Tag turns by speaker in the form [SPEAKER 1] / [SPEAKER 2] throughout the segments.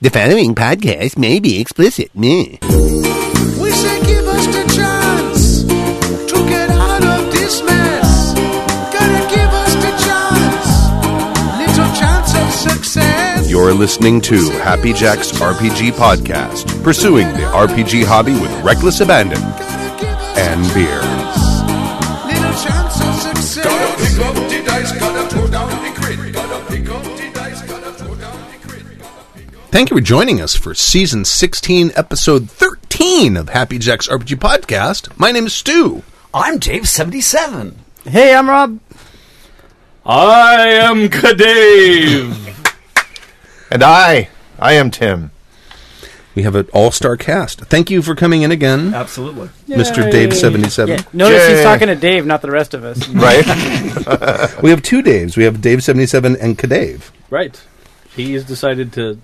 [SPEAKER 1] The following podcast may be explicit. Meh.
[SPEAKER 2] We say give us the chance to get out of this mess. Gotta give us the chance, little chance of success.
[SPEAKER 3] You're listening to Happy Jack's RPG Podcast, pursuing the RPG hobby with reckless abandon.
[SPEAKER 2] Gotta give us
[SPEAKER 3] And
[SPEAKER 2] the
[SPEAKER 3] beer.
[SPEAKER 2] chance, little chance of success.
[SPEAKER 4] Gotta pick up the dice, gotta throw down the crit. Gotta pick up the dice, gotta throw down the crit.
[SPEAKER 3] Thank you for joining us for season 16, episode 13 of Happy Jack's RPG Podcast. My name is Stu.
[SPEAKER 5] I'm Dave seventy seven.
[SPEAKER 6] Hey, I'm Rob.
[SPEAKER 7] I am Kadave.
[SPEAKER 8] And I, I am Tim.
[SPEAKER 3] We have an all star cast. Thank you for coming in again,
[SPEAKER 5] Absolutely.
[SPEAKER 3] Mr. Dave77.
[SPEAKER 6] Yeah, notice
[SPEAKER 8] Yay.
[SPEAKER 6] he's talking to Dave, not the rest of us.
[SPEAKER 8] Right?
[SPEAKER 3] We have two Daves. We have Dave77 and Kadave.
[SPEAKER 7] right. He has decided to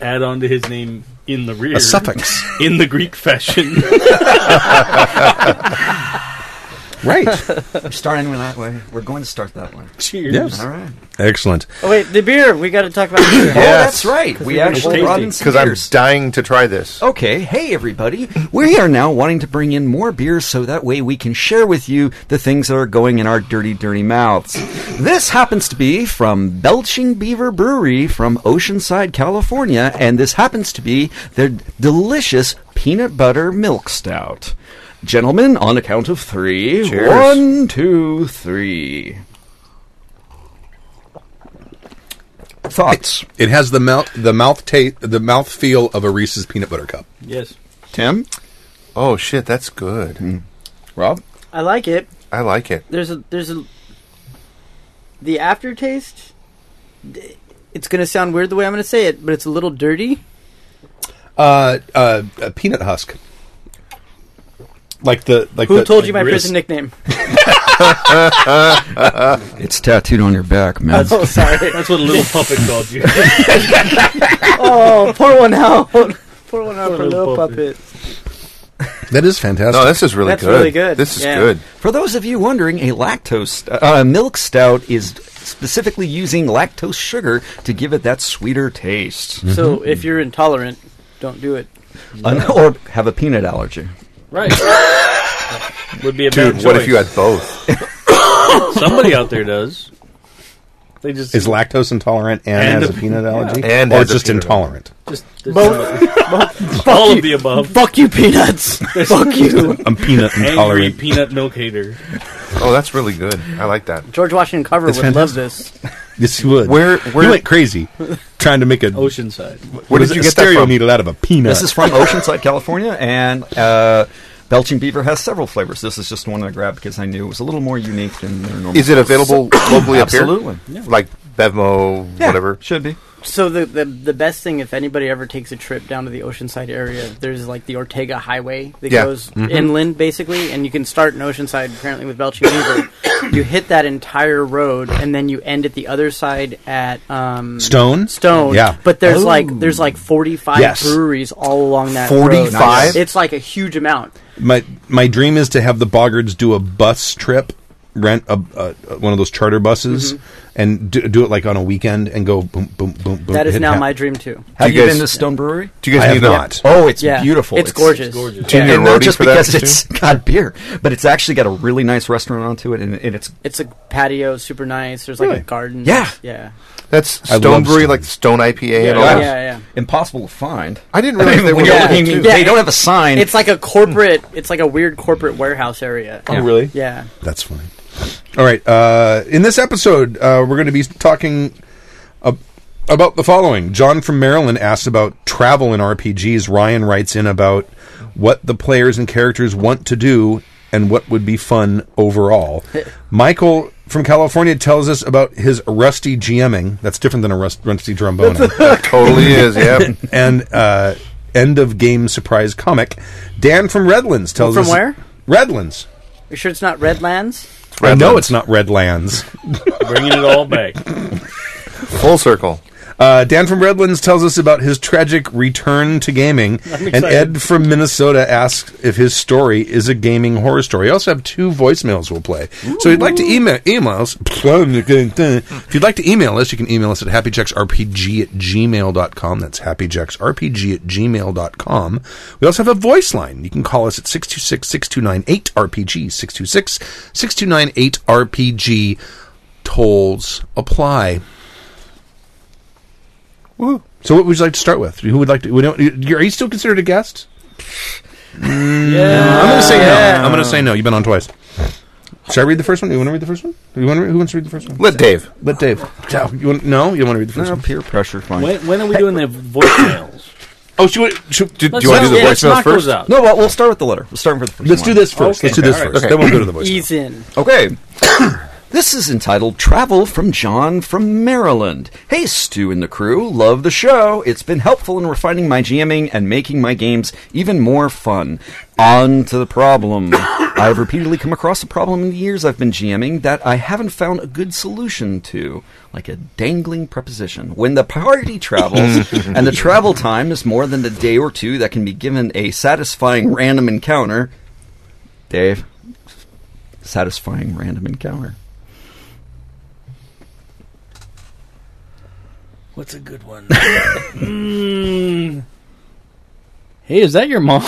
[SPEAKER 7] add on to his name in the rear.
[SPEAKER 3] A suffix.
[SPEAKER 7] In the Greek fashion.
[SPEAKER 3] right.
[SPEAKER 5] We're starting with that way. We're going to start that one.
[SPEAKER 7] Cheers.
[SPEAKER 3] Yes.
[SPEAKER 5] All right.
[SPEAKER 3] Excellent.
[SPEAKER 6] Oh wait, the beer. We got to talk about the beer.
[SPEAKER 5] Oh,
[SPEAKER 8] Yes.
[SPEAKER 5] that's right. We
[SPEAKER 7] we're
[SPEAKER 5] actually
[SPEAKER 7] tasty.
[SPEAKER 5] brought in some
[SPEAKER 8] Because I'm
[SPEAKER 5] beers.
[SPEAKER 8] dying to try this.
[SPEAKER 5] Okay, hey everybody. We are now wanting to bring in more beers so that way we can share with you the things that are going in our dirty, dirty mouths. This happens to be from Belching Beaver Brewery from Oceanside, California, and this happens to be their delicious peanut butter milk stout. Gentlemen, on a count of three.
[SPEAKER 8] Cheers.
[SPEAKER 5] One, two, three. Thoughts,
[SPEAKER 3] It has the mouth the mouth taste the mouth feel of a Reese's peanut butter cup.
[SPEAKER 7] Yes.
[SPEAKER 5] Tim?
[SPEAKER 8] Oh, shit, that's good.
[SPEAKER 5] Rob?
[SPEAKER 6] I like it.
[SPEAKER 8] I like it.
[SPEAKER 6] There's a there's a the aftertaste. d- It's gonna sound weird the way I'm gonna say it, but it's a little dirty.
[SPEAKER 3] Uh, uh, a peanut husk. Like the like.
[SPEAKER 6] Who
[SPEAKER 3] the,
[SPEAKER 6] told you my
[SPEAKER 3] like
[SPEAKER 6] prison nickname?
[SPEAKER 5] It's tattooed on your back, man.
[SPEAKER 6] Oh, sorry.
[SPEAKER 7] That's what a little puppet called you.
[SPEAKER 6] oh, pour one out. Pour one out for
[SPEAKER 7] little
[SPEAKER 6] little
[SPEAKER 7] puppet.
[SPEAKER 6] puppet.
[SPEAKER 3] That is fantastic.
[SPEAKER 8] No, this is really
[SPEAKER 6] That's
[SPEAKER 8] good.
[SPEAKER 6] really good.
[SPEAKER 8] This is
[SPEAKER 6] Yeah.
[SPEAKER 8] good.
[SPEAKER 5] For those of you wondering, a lactose st- uh, a milk stout is specifically using lactose sugar to give it that sweeter taste,
[SPEAKER 6] So if you're intolerant, don't do it.
[SPEAKER 5] Un- or have a peanut allergy.
[SPEAKER 7] Right. Would be a
[SPEAKER 8] Dude,
[SPEAKER 7] bad
[SPEAKER 8] what
[SPEAKER 7] choice.
[SPEAKER 8] if you had both?
[SPEAKER 7] somebody out there does? They just
[SPEAKER 3] is lactose intolerant and,
[SPEAKER 7] And
[SPEAKER 3] has
[SPEAKER 7] a-
[SPEAKER 3] a peanut allergy,
[SPEAKER 8] And
[SPEAKER 3] or
[SPEAKER 8] has a
[SPEAKER 3] just
[SPEAKER 8] peanut
[SPEAKER 3] intolerant.
[SPEAKER 7] just all of the above.
[SPEAKER 6] Fuck you, peanuts. Fuck you.
[SPEAKER 3] I'm peanut
[SPEAKER 7] Angry peanut milk hater.
[SPEAKER 8] Oh, that's really good. I like that.
[SPEAKER 6] George Washington Carver
[SPEAKER 3] It's
[SPEAKER 6] would love this.
[SPEAKER 3] Yes, he would.
[SPEAKER 8] Where- where-
[SPEAKER 3] he went crazy trying to make a
[SPEAKER 7] Oceanside.
[SPEAKER 8] Where
[SPEAKER 3] was
[SPEAKER 8] did
[SPEAKER 3] it,
[SPEAKER 8] you
[SPEAKER 3] a
[SPEAKER 8] get that
[SPEAKER 3] stereo
[SPEAKER 8] from?
[SPEAKER 3] needle out of a peanut?
[SPEAKER 5] This is from Oceanside, California, and uh, Belching Beaver has several flavors. This is just the one I grabbed because I knew it was a little more unique than their normal.
[SPEAKER 8] Is it available locally up here?
[SPEAKER 5] Absolutely. Yeah.
[SPEAKER 8] Like Bevmo,
[SPEAKER 5] Yeah,
[SPEAKER 8] whatever.
[SPEAKER 5] should be.
[SPEAKER 6] So the, the the best thing if anybody ever takes a trip down to the Oceanside area, there's like the Ortega Highway that
[SPEAKER 8] Yeah.
[SPEAKER 6] goes inland basically, and you can start in Oceanside apparently with Belching Beaver. you hit that entire road, and then you end at the other side at um,
[SPEAKER 3] Stone.
[SPEAKER 6] Stone.
[SPEAKER 3] Yeah.
[SPEAKER 6] But there's like there's like 45
[SPEAKER 3] Yes.
[SPEAKER 6] breweries all along that.
[SPEAKER 3] 45?
[SPEAKER 6] Road. It's like a huge amount.
[SPEAKER 3] my my dream is to have the boggards do a bus trip rent a, a, a- one of those charter buses
[SPEAKER 6] Mm-hmm.
[SPEAKER 3] and do, do it like on a weekend and go boom boom boom boom
[SPEAKER 6] That is
[SPEAKER 3] hit
[SPEAKER 6] now
[SPEAKER 3] ha-
[SPEAKER 6] my dream too.
[SPEAKER 5] Have
[SPEAKER 8] you
[SPEAKER 5] you,
[SPEAKER 8] guys-
[SPEAKER 5] been to Stone Brewery?
[SPEAKER 8] Do you guys
[SPEAKER 3] I have
[SPEAKER 8] need that?
[SPEAKER 3] not.
[SPEAKER 5] Oh, it's
[SPEAKER 6] Yeah.
[SPEAKER 5] beautiful.
[SPEAKER 6] It's, gorgeous.
[SPEAKER 7] gorgeous.
[SPEAKER 8] Do you need a
[SPEAKER 5] And not
[SPEAKER 8] roadie
[SPEAKER 5] just
[SPEAKER 8] for that,
[SPEAKER 5] because
[SPEAKER 8] too?
[SPEAKER 5] it's got beer, but it's actually got a really nice restaurant onto it, and, and it's
[SPEAKER 6] It's a patio, super nice. There's like
[SPEAKER 3] Really?
[SPEAKER 6] a garden.
[SPEAKER 5] Yeah.
[SPEAKER 6] Yeah.
[SPEAKER 8] That's
[SPEAKER 3] I
[SPEAKER 8] Stone
[SPEAKER 3] love
[SPEAKER 8] Brewery,
[SPEAKER 3] Stone.
[SPEAKER 8] like Stone IPA and all
[SPEAKER 6] Yeah,
[SPEAKER 8] that.
[SPEAKER 6] yeah.
[SPEAKER 5] impossible to find.
[SPEAKER 8] I didn't realize they were
[SPEAKER 5] when you're
[SPEAKER 6] yeah.
[SPEAKER 5] looking,
[SPEAKER 8] local, too.
[SPEAKER 6] Yeah.
[SPEAKER 5] they don't have a sign.
[SPEAKER 6] It's
[SPEAKER 8] Hmm.
[SPEAKER 6] like a corporate. It's like a weird corporate warehouse area.
[SPEAKER 3] oh really
[SPEAKER 6] Yeah.
[SPEAKER 3] that's fine all right uh, in this episode uh, we're going to be talking ab- about the following john from maryland asked about travel in rpgs ryan writes in about what the players and characters want to do and what would be fun overall michael from California tells us about his rusty GMing. That's different than a rust, rusty trombone.
[SPEAKER 8] Totally is, yeah.
[SPEAKER 3] and uh, end of game surprise comic. Dan from Redlands tells
[SPEAKER 6] From
[SPEAKER 3] us
[SPEAKER 6] where?
[SPEAKER 3] Redlands.
[SPEAKER 6] You sure it's not Redlands?
[SPEAKER 3] I know
[SPEAKER 8] Redlands.
[SPEAKER 3] it's not Redlands.
[SPEAKER 7] Bringing it all back.
[SPEAKER 8] Full circle.
[SPEAKER 3] Uh, Dan from Redlands tells us about his tragic return to gaming, and
[SPEAKER 7] excited.
[SPEAKER 3] Ed from Minnesota asks if his story is a gaming horror story. I also have two voicemails we'll play. So if you'd like to email email us, if you'd like to email us, you can email us at happyjacksrpg at gmail.com. That's happyjacksrpg at gmail.com. We also have a voice line. You can call us at 626-6298-RPG, 626-6298-RPG. Tolls apply. So what would you like to start with? Who would like to? We don't, you- are you still considered a guest?
[SPEAKER 7] Yeah.
[SPEAKER 3] I'm going to say no. I'm going to say no. You've been on twice. Should I read the first one? You want to read the first one? You want to who wants to read the first one?
[SPEAKER 8] Let Dave.
[SPEAKER 3] Let Dave. Yeah, You want, no, you want to read the first
[SPEAKER 5] No,
[SPEAKER 3] one?
[SPEAKER 5] peer pressure, fine.
[SPEAKER 7] When, when are we doing the voicemails?
[SPEAKER 3] Oh, she, would- she,
[SPEAKER 8] Do, do
[SPEAKER 7] Let's
[SPEAKER 8] you want to do the
[SPEAKER 7] knock- yeah, let's
[SPEAKER 8] voicemails
[SPEAKER 7] knock those
[SPEAKER 8] first?
[SPEAKER 7] out.
[SPEAKER 5] No, well, we'll start with the letter. We'll start with the first
[SPEAKER 3] let's
[SPEAKER 5] one.
[SPEAKER 3] do this first.
[SPEAKER 7] Okay.
[SPEAKER 3] Let's do this
[SPEAKER 7] All right.
[SPEAKER 3] first.
[SPEAKER 8] Okay.
[SPEAKER 3] Then we'll go to the voice.
[SPEAKER 6] Ease in.
[SPEAKER 5] Okay. this is entitled Travel from John from Maryland. Hey, Stu and the crew, love the show. It's been helpful in refining my GMing and making my games even more fun. On to the problem. I've repeatedly come across a problem in the years I've been GMing that I haven't found a good solution to, like a dangling preposition. When the party travels and the travel time is more than the day or two that can be given a satisfying random encounter, Dave, satisfying random encounter.
[SPEAKER 7] What's a good one? Mm. Hey, is that your mom?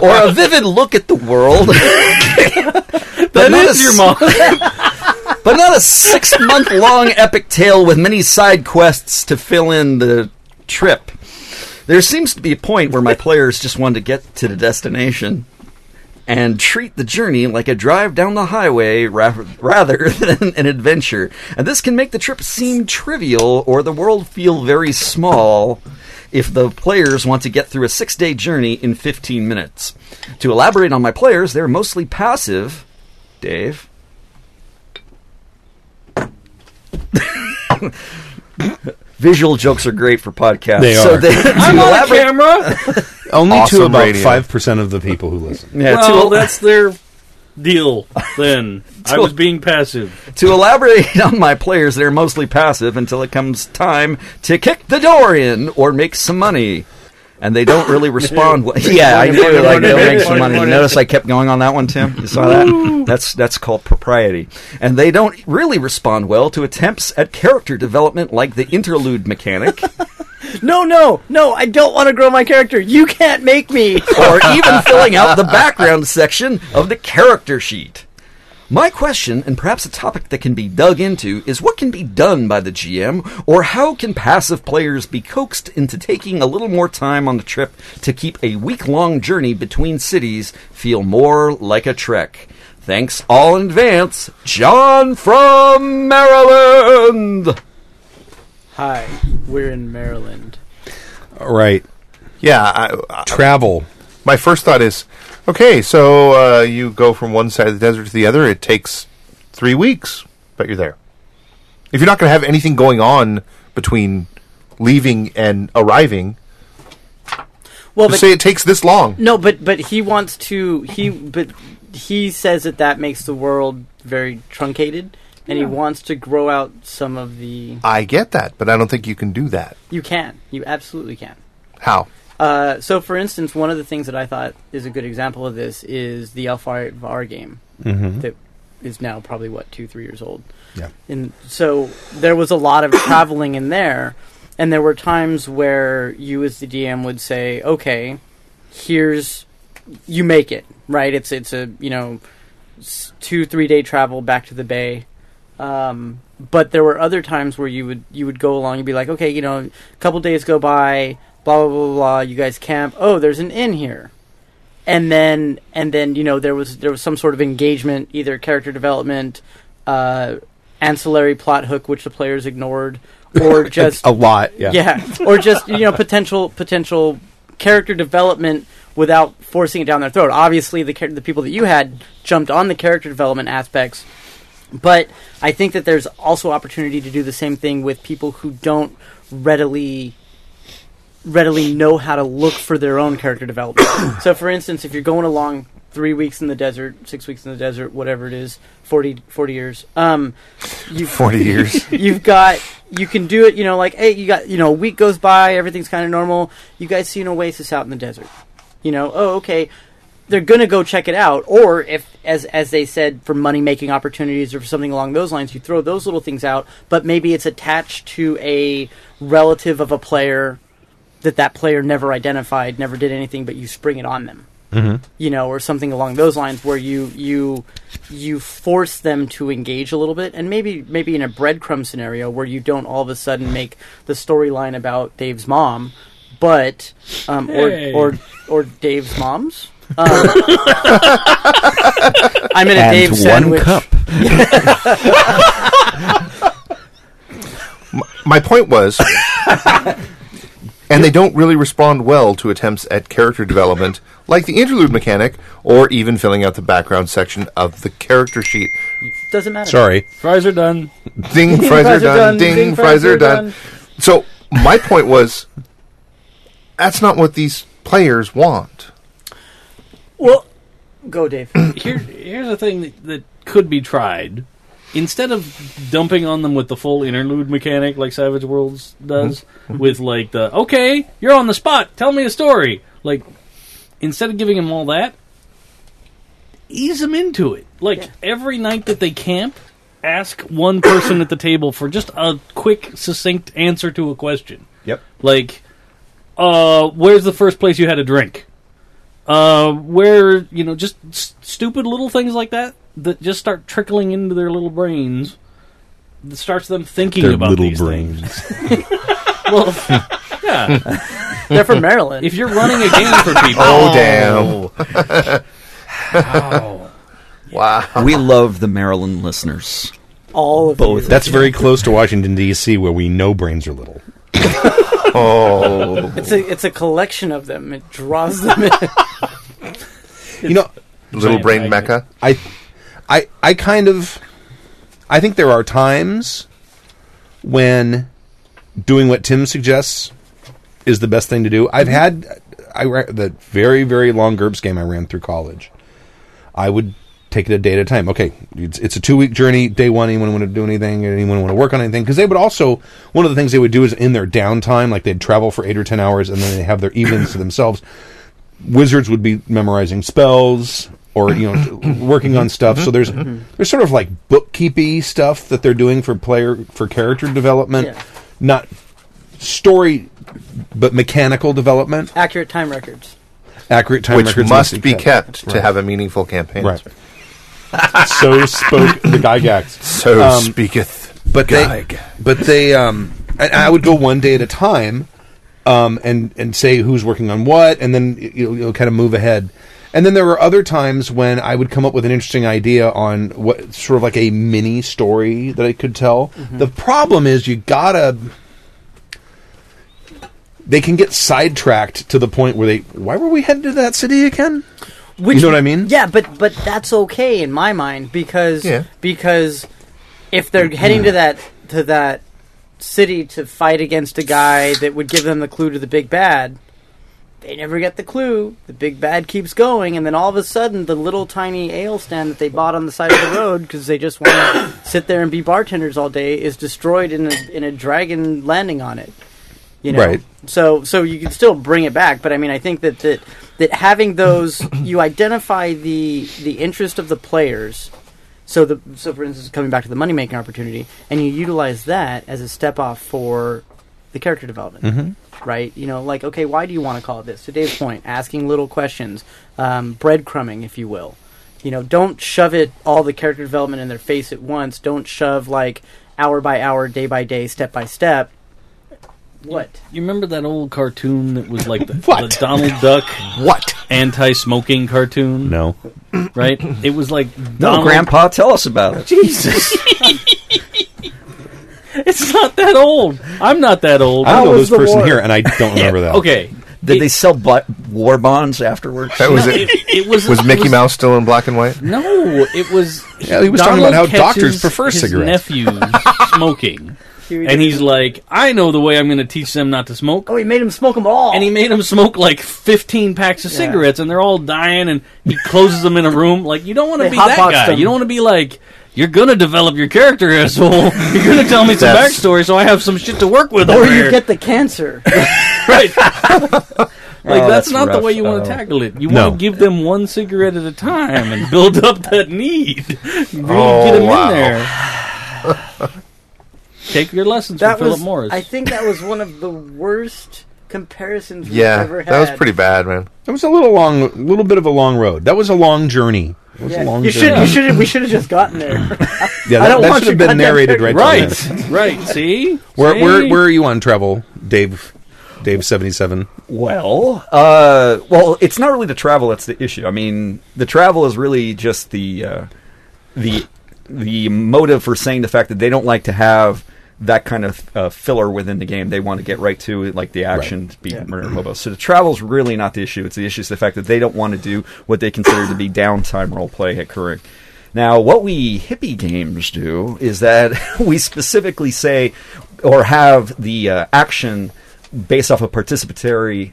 [SPEAKER 5] or a vivid look at the world.
[SPEAKER 7] that
[SPEAKER 5] But not
[SPEAKER 7] is
[SPEAKER 5] a
[SPEAKER 7] your
[SPEAKER 5] s-
[SPEAKER 7] mom.
[SPEAKER 5] But not a six month long epic tale with many side quests to fill in the trip. There seems to be a point where my players just want to get to the destination and treat the journey like a drive down the highway ra- rather than an adventure. And this can make the trip seem trivial or the world feel very small if the players want to get through a six day journey in 15 minutes. To elaborate on my players, they're mostly passive. Dave? Visual jokes are great for podcasts.
[SPEAKER 3] They
[SPEAKER 5] So
[SPEAKER 3] are.
[SPEAKER 5] they, to
[SPEAKER 7] I'm on
[SPEAKER 5] elaborate-
[SPEAKER 7] camera.
[SPEAKER 3] Only
[SPEAKER 8] Awesome
[SPEAKER 3] to about
[SPEAKER 8] radio.
[SPEAKER 3] five percent of the people who listen.
[SPEAKER 5] Yeah, to
[SPEAKER 7] well,
[SPEAKER 5] el-
[SPEAKER 7] that's their deal. Then I was being passive.
[SPEAKER 5] To elaborate on my players, they're mostly passive until it comes time to kick the door in or make some money. And they don't really respond. Well. Yeah, I knew. Like they'll make some money. Notice I kept going on that one, Tim. You saw that? That's that's called propriety. And they don't really respond well to attempts at character development, like the interlude mechanic,
[SPEAKER 6] No, no, no! I don't want to grow my character. You can't make me.
[SPEAKER 5] or even filling out the background section of the character sheet. My question, and perhaps a topic that can be dug into, is what can be done by the GM, or how can passive players be coaxed into taking a little more time on the trip to keep a week long journey between cities feel more like a trek? Thanks all in advance, John from Maryland!
[SPEAKER 6] Hi, we're in Maryland.
[SPEAKER 3] All right.
[SPEAKER 8] Yeah. I, I,
[SPEAKER 3] Travel.
[SPEAKER 8] my first thought is, okay, so uh, you go from one side of the desert to the other. It takes three weeks, but you're there. If you're not going to have anything going on between leaving and arriving,
[SPEAKER 6] Well,
[SPEAKER 8] just
[SPEAKER 6] but
[SPEAKER 8] say it takes this long.
[SPEAKER 6] no, but but he wants to. He but he says that that makes the world very truncated, and he wants to grow out some of the.
[SPEAKER 8] I get that, but I don't think you can do that.
[SPEAKER 6] You can. You absolutely can.
[SPEAKER 8] How?
[SPEAKER 6] Uh, so, for instance, one of the things that I thought is a good example of this is the Alfar game
[SPEAKER 3] Mm-hmm.
[SPEAKER 6] that is now probably what two, three years old.
[SPEAKER 3] Yeah.
[SPEAKER 6] And so there was a lot of traveling in there, and there were times where you, as the DM, would say, "Okay, here's you make it right. It's it's a you know s- two three day travel back to the bay." Um, but there were other times where you would you would go along and be like, "Okay, you know, a couple days go by, blah blah blah blah. You guys camp. Oh, there's an inn here." And then, and then, you know, there was there was some sort of engagement, either character development, uh, ancillary plot hook which the players ignored, or just
[SPEAKER 3] A lot. Yeah.
[SPEAKER 6] yeah, or just you know potential potential character development without forcing it down their throat. Obviously, the char- the people that you had jumped on the character development aspects, but I think that there's also opportunity to do the same thing with people who don't readily readily know how to look for their own character development. so, for instance, if you're going along three weeks in the desert, six weeks in the desert, whatever it is, 40, 40 years. Um, you
[SPEAKER 8] 40 years.
[SPEAKER 6] you've got you can do it you know like hey you got you know a week goes by everything's kind of normal you guys see an oasis out in the desert you know oh okay they're gonna go check it out or if as as they said for money making opportunities or for something along those lines you throw those little things out but maybe it's attached to a relative of a player that that player never identified never did anything but you spring it on them
[SPEAKER 5] Mm-hmm.
[SPEAKER 6] you know, or something along those lines, where you you you force them to engage a little bit, and maybe maybe in a breadcrumb scenario where you don't all of a sudden make the storyline about Dave's mom, but um,
[SPEAKER 7] Hey.
[SPEAKER 6] or or or Dave's mom's. Um, I'm in a
[SPEAKER 5] and
[SPEAKER 6] Dave
[SPEAKER 5] one
[SPEAKER 6] sandwich.
[SPEAKER 5] cup.
[SPEAKER 8] My point was, and they don't really respond well to attempts at character development, like the interlude mechanic, or even filling out the background section of the character sheet.
[SPEAKER 6] Doesn't matter.
[SPEAKER 3] Sorry.
[SPEAKER 7] Fries are done.
[SPEAKER 8] Ding, fries are done. Ding, fries are done. So my point was, that's not what these players want.
[SPEAKER 6] Well, go Dave.
[SPEAKER 7] Here, here's a thing that, that could be tried. Instead of dumping on them with the full interlude mechanic like Savage Worlds does, with like the okay, you're on the spot, tell me a story. Like instead of giving them all that, ease them into it. Like every night that they camp, ask one person at the table for just a quick, succinct answer to a question.
[SPEAKER 3] Yep.
[SPEAKER 7] Like, uh, where's the first place you had a drink? Uh, where you know just s- stupid little things like that that just start trickling into their little brains. That starts them thinking
[SPEAKER 3] Their
[SPEAKER 7] about
[SPEAKER 3] little
[SPEAKER 7] these
[SPEAKER 3] brains.
[SPEAKER 7] things. Well, yeah.
[SPEAKER 6] They're from Maryland.
[SPEAKER 7] If you're running a game for people,
[SPEAKER 8] Oh, damn!
[SPEAKER 7] Wow.
[SPEAKER 8] Wow.
[SPEAKER 5] We love the Maryland listeners.
[SPEAKER 6] all of
[SPEAKER 5] Both.
[SPEAKER 6] you.
[SPEAKER 3] That's very close to Washington D.C., where we know brains are little.
[SPEAKER 8] Oh,
[SPEAKER 6] It's a it's a collection of them. It draws them in.
[SPEAKER 3] You know,
[SPEAKER 8] little brain mecca.
[SPEAKER 3] I, I, I kind of, I think there are times when doing what Tim suggests is the best thing to do. I've had I ra- that very very long GURPS game I ran through college. I would take it a day at a time. Okay, it's, it's a two week journey. Day one, anyone want to do anything? Anyone want to work on anything? Because they would also one of the things they would do is in their downtime, like they'd travel for eight or ten hours, and then they have their evenings to themselves wizards would be memorizing spells or you know working on stuff so there's there's sort of like bookkeepy stuff that they're doing for player for character development
[SPEAKER 6] Yeah.
[SPEAKER 3] not story but mechanical development
[SPEAKER 6] accurate time records.
[SPEAKER 3] accurate time
[SPEAKER 8] Which
[SPEAKER 3] records
[SPEAKER 8] must be
[SPEAKER 3] kept.
[SPEAKER 8] kept to have a meaningful campaign.
[SPEAKER 3] right so spoke the Gygax
[SPEAKER 8] So
[SPEAKER 3] Um,
[SPEAKER 8] speaketh.
[SPEAKER 3] but they,
[SPEAKER 8] Geig.
[SPEAKER 3] but they, um, and I would go one day at a time, um, and and say who's working on what, and then y- you'll, you'll kind of move ahead. And then there were other times when I would come up with an interesting idea on what sort of like a mini story that I could tell. The problem is you gotta. They can get sidetracked to the point where they. Why were we headed to that city again?
[SPEAKER 6] Which,
[SPEAKER 3] You know what I mean?
[SPEAKER 6] Yeah, but but that's okay in my mind because
[SPEAKER 8] Yeah.
[SPEAKER 6] because if
[SPEAKER 3] Mm-hmm.
[SPEAKER 6] they're heading to that to that city to fight against a guy that would give them the clue to the big bad, they never get the clue. The big bad keeps going, and then all of a sudden, the little tiny ale stand that they bought on the side of the road because they just want to sit there and be bartenders all day is destroyed in a, in a dragon landing on it. You know,
[SPEAKER 3] Right.
[SPEAKER 6] so so you can still bring it back, but I mean, I think that that, that having those, you identify the the interest of the players. So the so for instance, coming back to the money making opportunity, and you utilize that as a step off for the character development right? You know, like, okay, why do you want to call it this? To Dave's point, asking little questions, um, breadcrumbing, if you will. You know, don't shove it all the character development in their face at once. Don't shove like hour by hour, day by day, step by step. What?
[SPEAKER 7] You remember that old cartoon that was like the,
[SPEAKER 3] What?
[SPEAKER 7] the Donald Duck
[SPEAKER 8] What?
[SPEAKER 7] anti-smoking cartoon?
[SPEAKER 3] No.
[SPEAKER 7] Right? It was like
[SPEAKER 5] No,
[SPEAKER 7] Donald-
[SPEAKER 5] Grandpa, tell us about it.
[SPEAKER 7] Jesus. it's not that old. I'm not that old.
[SPEAKER 3] I don't know
[SPEAKER 5] was
[SPEAKER 3] this
[SPEAKER 5] the
[SPEAKER 3] person
[SPEAKER 5] war?
[SPEAKER 3] here, and I don't remember that.
[SPEAKER 7] Okay.
[SPEAKER 5] Did they sell bu- war bonds afterwards?
[SPEAKER 8] That was
[SPEAKER 7] It,
[SPEAKER 8] it.
[SPEAKER 7] it was
[SPEAKER 8] Was
[SPEAKER 7] it
[SPEAKER 8] Mickey Mouse still in black and white?
[SPEAKER 7] No, it was.
[SPEAKER 3] Yeah, he was talking about how doctors
[SPEAKER 7] catches
[SPEAKER 3] prefer
[SPEAKER 7] his
[SPEAKER 3] cigarettes.
[SPEAKER 7] Nephews smoking,
[SPEAKER 6] Huey
[SPEAKER 7] and he's
[SPEAKER 6] Dewey.
[SPEAKER 7] like, I know the way I'm going to teach them not to smoke.
[SPEAKER 6] oh, he made him smoke them all.
[SPEAKER 7] and he made them smoke like 15 packs of
[SPEAKER 6] Yeah.
[SPEAKER 7] cigarettes and they're all dying and he closes them in a room like you don't want to
[SPEAKER 6] They
[SPEAKER 7] be that
[SPEAKER 6] hotboxed
[SPEAKER 7] guy
[SPEAKER 6] them.
[SPEAKER 7] you don't want to be like you're gonna develop your character asshole you're gonna tell me some
[SPEAKER 8] That's-
[SPEAKER 7] backstory so i have some shit to work with
[SPEAKER 6] or
[SPEAKER 7] over
[SPEAKER 6] you
[SPEAKER 7] here.
[SPEAKER 6] get the cancer.
[SPEAKER 7] right like that's,
[SPEAKER 5] that's
[SPEAKER 7] not the
[SPEAKER 5] rough.
[SPEAKER 7] way you want
[SPEAKER 5] Oh.
[SPEAKER 7] to tackle it you
[SPEAKER 3] No.
[SPEAKER 7] want to give them one cigarette at a time and build up that need really
[SPEAKER 8] Oh,
[SPEAKER 7] get them
[SPEAKER 8] wow.
[SPEAKER 7] in there take your lessons
[SPEAKER 6] that
[SPEAKER 7] from
[SPEAKER 6] was,
[SPEAKER 7] philip morris
[SPEAKER 6] I think that was one of the worst comparisons we've
[SPEAKER 8] Yeah,
[SPEAKER 6] ever had.
[SPEAKER 8] that was pretty bad, man.
[SPEAKER 3] It was a little long, little bit of a long road. That was a long journey. It was a
[SPEAKER 6] Yeah.
[SPEAKER 3] long
[SPEAKER 6] You should,
[SPEAKER 3] journey.
[SPEAKER 6] you should, we should have just gotten there.
[SPEAKER 3] yeah, that,
[SPEAKER 6] I don't
[SPEAKER 3] that
[SPEAKER 6] want
[SPEAKER 3] should have
[SPEAKER 6] your
[SPEAKER 3] been
[SPEAKER 6] goddamn
[SPEAKER 3] narrated right.
[SPEAKER 6] character.
[SPEAKER 3] down
[SPEAKER 7] right
[SPEAKER 3] there.
[SPEAKER 7] right see
[SPEAKER 3] Where, where,
[SPEAKER 7] See?
[SPEAKER 3] where are you on travel, Dave? Dave seventy seven.
[SPEAKER 5] Well, uh, well, it's not really the travel that's the issue. I mean, the travel is really just the uh, the the motive for saying the fact that they don't like to have that kind of uh, filler within the game. They want to get right to like the action, beat
[SPEAKER 6] Yeah.
[SPEAKER 5] murder hobo. So the travel's really not the issue. It's the issue is the fact that they don't want to do what they consider to be downtime role play occurring. Now, what we hippie games do is that we specifically say or have the uh, action based off of participatory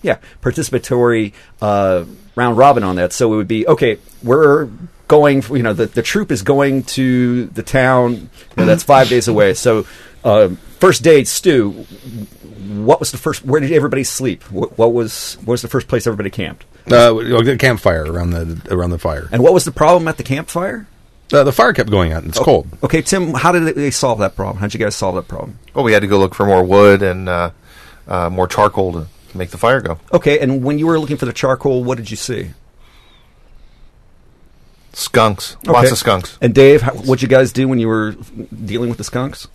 [SPEAKER 5] yeah, participatory uh, round robin on that. So it would be okay. We're going. You know, the the troop is going to the town you know, that's five days away. So uh, first day, Stu. What was the first? Where did everybody sleep? What, what was what was the first place everybody camped?
[SPEAKER 3] Uh, the campfire around the around the fire.
[SPEAKER 5] And what was the problem at the campfire?
[SPEAKER 3] Uh, the fire kept going out. and It's cold.
[SPEAKER 5] Okay, Tim, how did they solve that problem? How'd you guys solve that problem?
[SPEAKER 8] Well, Oh, we had to go look for more wood and uh, uh, more charcoal to make the fire go.
[SPEAKER 5] Okay, and when you were looking for the charcoal, what did you see?
[SPEAKER 8] Skunks, lots
[SPEAKER 5] Okay.
[SPEAKER 8] of skunks.
[SPEAKER 5] And Dave, how, what'd you guys do when you were dealing with the skunks?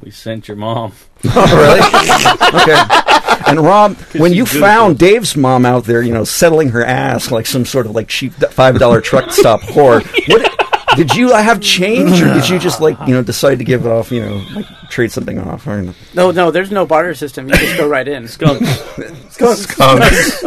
[SPEAKER 7] we sent your mom
[SPEAKER 5] Oh, okay. And Rob, when you
[SPEAKER 7] you good
[SPEAKER 5] found Dave's mom out there, you know, settling her ass like some sort of like cheap five dollar truck stop whore, what did you have change, or did you just like you know decide to give it off, you know, like trade something off? Or
[SPEAKER 6] No, no, there's no barter system. You just go right in.
[SPEAKER 7] skunks
[SPEAKER 8] Skunks.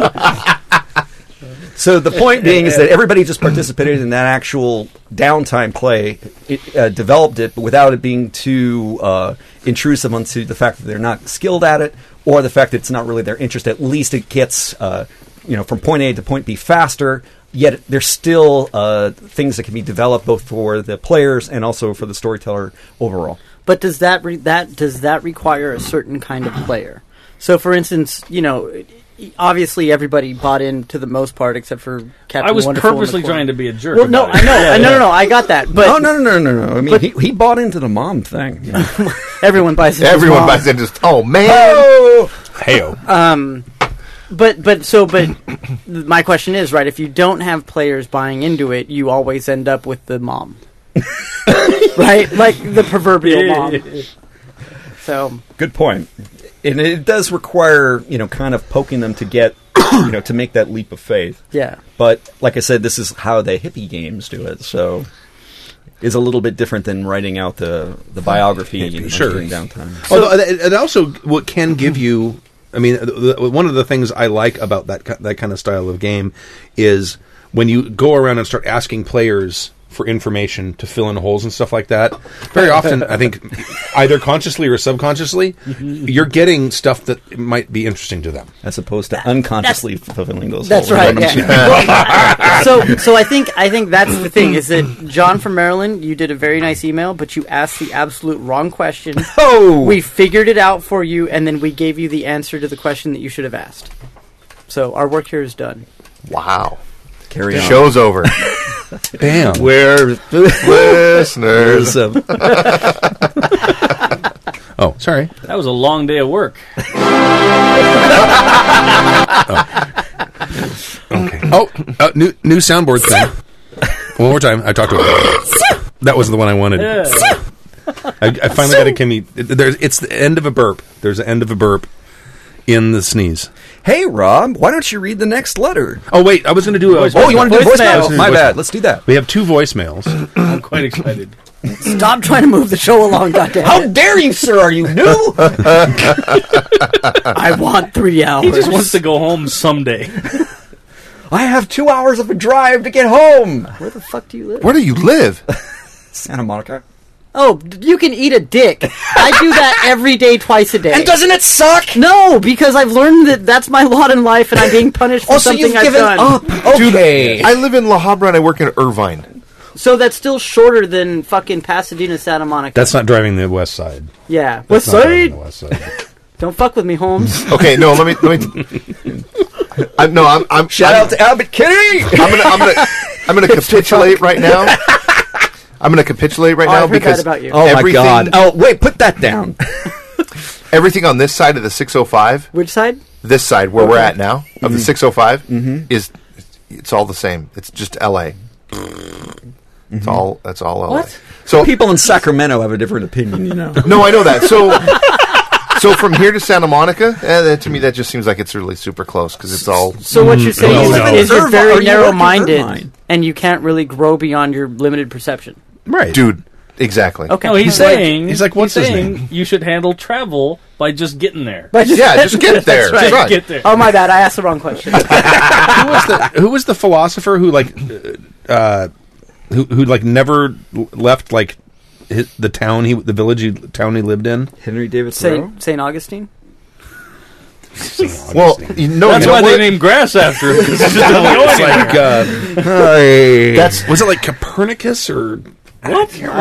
[SPEAKER 5] so the point being is that everybody just participated in that actual downtime play, it, uh, developed it, but without it being too uh, intrusive onto the fact that they're not skilled at it or the fact that it's not really their interest. At least it gets uh, you know from point A to point B faster. Yet there's still uh, things that can be developed both for the players and also for the storyteller overall.
[SPEAKER 6] But does that re- that does that require a certain kind of player? So, for instance, you know, obviously everybody bought in to the most part, except for Captain.
[SPEAKER 7] I was
[SPEAKER 6] Wonderful in the
[SPEAKER 7] purposely
[SPEAKER 6] corner.
[SPEAKER 7] trying to be a jerk.
[SPEAKER 6] Well, no,
[SPEAKER 7] about
[SPEAKER 6] I
[SPEAKER 7] it.
[SPEAKER 6] know, I- no, no, no, I got that. But
[SPEAKER 5] oh no no no no no! I mean, he, he bought into the mom thing.
[SPEAKER 6] everyone buys it.
[SPEAKER 8] Everyone
[SPEAKER 6] Mom.
[SPEAKER 8] buys in. Just oh man.
[SPEAKER 3] Heyo.
[SPEAKER 6] Um, but but so but my question is right. If you don't have players buying into it, you always end up with the mom, right? Like the proverbial mom. So
[SPEAKER 5] Good point. And it does require, you know, kind of poking them to get, you know, to make that leap of faith.
[SPEAKER 6] yeah,
[SPEAKER 5] But like I said, this is how the hippie games do it. So is a little bit different than writing out the, the biography and
[SPEAKER 3] Sure.
[SPEAKER 5] during downtime.
[SPEAKER 3] Although it, it also what can give you. I mean, uh, the, the- one of the things I like about that ki- that kind of style of game is when you go around and start asking players for information to fill in holes and stuff like that. Very often, I think, either consciously or subconsciously,
[SPEAKER 7] Mm-hmm.
[SPEAKER 3] you're getting stuff that might be interesting to them.
[SPEAKER 5] As opposed to unconsciously fulfilling those.
[SPEAKER 6] that's
[SPEAKER 5] roles.
[SPEAKER 6] right. Yeah. so so I think I think that's the thing is that John from Maryland, you did a very nice email, but you asked the absolute wrong question.
[SPEAKER 5] Oh,
[SPEAKER 6] We figured it out for you, and then we gave you the answer to the question that you should have asked. So our work here is done.
[SPEAKER 8] Wow.
[SPEAKER 5] carry on.
[SPEAKER 8] Show's over.
[SPEAKER 3] Bam.
[SPEAKER 8] We're listeners.
[SPEAKER 5] There's, um,
[SPEAKER 3] Oh, sorry.
[SPEAKER 7] That was a long day of work.
[SPEAKER 3] Okay. Oh, uh, new new soundboard thing. One more time. I talked to him. That was the one I wanted.
[SPEAKER 7] Yeah.
[SPEAKER 3] I, I finally got a Kimmy. There's, it's the end of a burp. There's the end of a burp in the sneeze.
[SPEAKER 5] hey, Rob, why don't you read the next letter?
[SPEAKER 3] Oh wait, I was going to do a.
[SPEAKER 5] Oh, you want to do
[SPEAKER 6] Voicemail.
[SPEAKER 5] voicemail? My bad. Let's do that.
[SPEAKER 3] We have two voicemails.
[SPEAKER 7] I'm quite excited.
[SPEAKER 6] Stop trying to move the show along, goddamn.
[SPEAKER 5] How dare you, sir? Are you new?
[SPEAKER 6] I want three hours.
[SPEAKER 7] He just wants to go home someday.
[SPEAKER 5] I have two hours of a drive to get home.
[SPEAKER 6] Where the fuck do you live?
[SPEAKER 8] Where do you live?
[SPEAKER 5] Santa Monica.
[SPEAKER 6] Oh, d- you can eat a dick. I do that every day, twice a day.
[SPEAKER 9] And doesn't it suck?
[SPEAKER 6] no, because I've learned that that's my lot in life, and I'm being punished for
[SPEAKER 9] Also,
[SPEAKER 6] something
[SPEAKER 9] you've
[SPEAKER 6] I've
[SPEAKER 9] given
[SPEAKER 6] done.
[SPEAKER 9] up. Okay.
[SPEAKER 8] I live in La Habra and I work in Irvine.
[SPEAKER 6] So that's still shorter than fucking Pasadena, Santa Monica.
[SPEAKER 3] That's not driving the west side.
[SPEAKER 6] yeah.
[SPEAKER 3] That's
[SPEAKER 6] What's
[SPEAKER 3] not driving
[SPEAKER 6] side?
[SPEAKER 3] the west side.
[SPEAKER 6] Don't fuck with me, Holmes.
[SPEAKER 8] Okay, no, let me let me. I, no, I'm. I'm
[SPEAKER 9] Shout
[SPEAKER 8] I'm,
[SPEAKER 9] out to Albert Kennedy.
[SPEAKER 8] I'm gonna. I'm gonna. I'm gonna capitulate right now. I'm gonna capitulate right
[SPEAKER 6] Oh,
[SPEAKER 8] now
[SPEAKER 6] I've heard
[SPEAKER 8] because
[SPEAKER 6] that about you.
[SPEAKER 5] Oh
[SPEAKER 8] everything,
[SPEAKER 5] my god. Oh wait, put that down.
[SPEAKER 8] everything on this side of the 605,
[SPEAKER 6] Which side?
[SPEAKER 8] this side where we're at now of
[SPEAKER 9] Mm-hmm.
[SPEAKER 8] the 605, is it's all the same. It's just L.A.
[SPEAKER 9] Mm-hmm.
[SPEAKER 8] It's all. That's all L.A.
[SPEAKER 7] What?
[SPEAKER 8] So
[SPEAKER 5] People in Sacramento have a different opinion, you know.
[SPEAKER 8] No, I know that. So, so from here to Santa Monica, eh, that, to me, that just seems like it's really super close because it's all.
[SPEAKER 6] So what you're saying
[SPEAKER 3] Mm, no,
[SPEAKER 6] is,
[SPEAKER 3] no.
[SPEAKER 5] Irvine,
[SPEAKER 6] is you're
[SPEAKER 5] or
[SPEAKER 6] very
[SPEAKER 5] you work in
[SPEAKER 6] narrow-minded,
[SPEAKER 5] Irvine.
[SPEAKER 6] and you can't really grow beyond your limited perception.
[SPEAKER 3] right,
[SPEAKER 8] dude, exactly.
[SPEAKER 6] Okay.
[SPEAKER 7] No, he's,
[SPEAKER 6] Like,
[SPEAKER 7] saying
[SPEAKER 3] he's like, what's his
[SPEAKER 7] saying
[SPEAKER 3] name?
[SPEAKER 7] You should handle travel by just getting there.
[SPEAKER 6] but just-
[SPEAKER 8] Yeah, just get there.
[SPEAKER 6] That's right.
[SPEAKER 8] Just run.
[SPEAKER 7] Get there.
[SPEAKER 6] Oh my bad, I asked the wrong question.
[SPEAKER 3] who was the who was the philosopher who like uh, who who like never l- left like his, the town he the village he, town he lived in?
[SPEAKER 5] Henry David Thoreau.
[SPEAKER 6] Saint Saint Augustine.
[SPEAKER 8] Well, you know,
[SPEAKER 7] That's
[SPEAKER 8] you know
[SPEAKER 7] why
[SPEAKER 8] what?
[SPEAKER 7] they named grass after him. 'cause it doesn't go
[SPEAKER 3] It's
[SPEAKER 7] anywhere.
[SPEAKER 3] like uh,
[SPEAKER 8] that's
[SPEAKER 3] was it like Copernicus or what?
[SPEAKER 6] I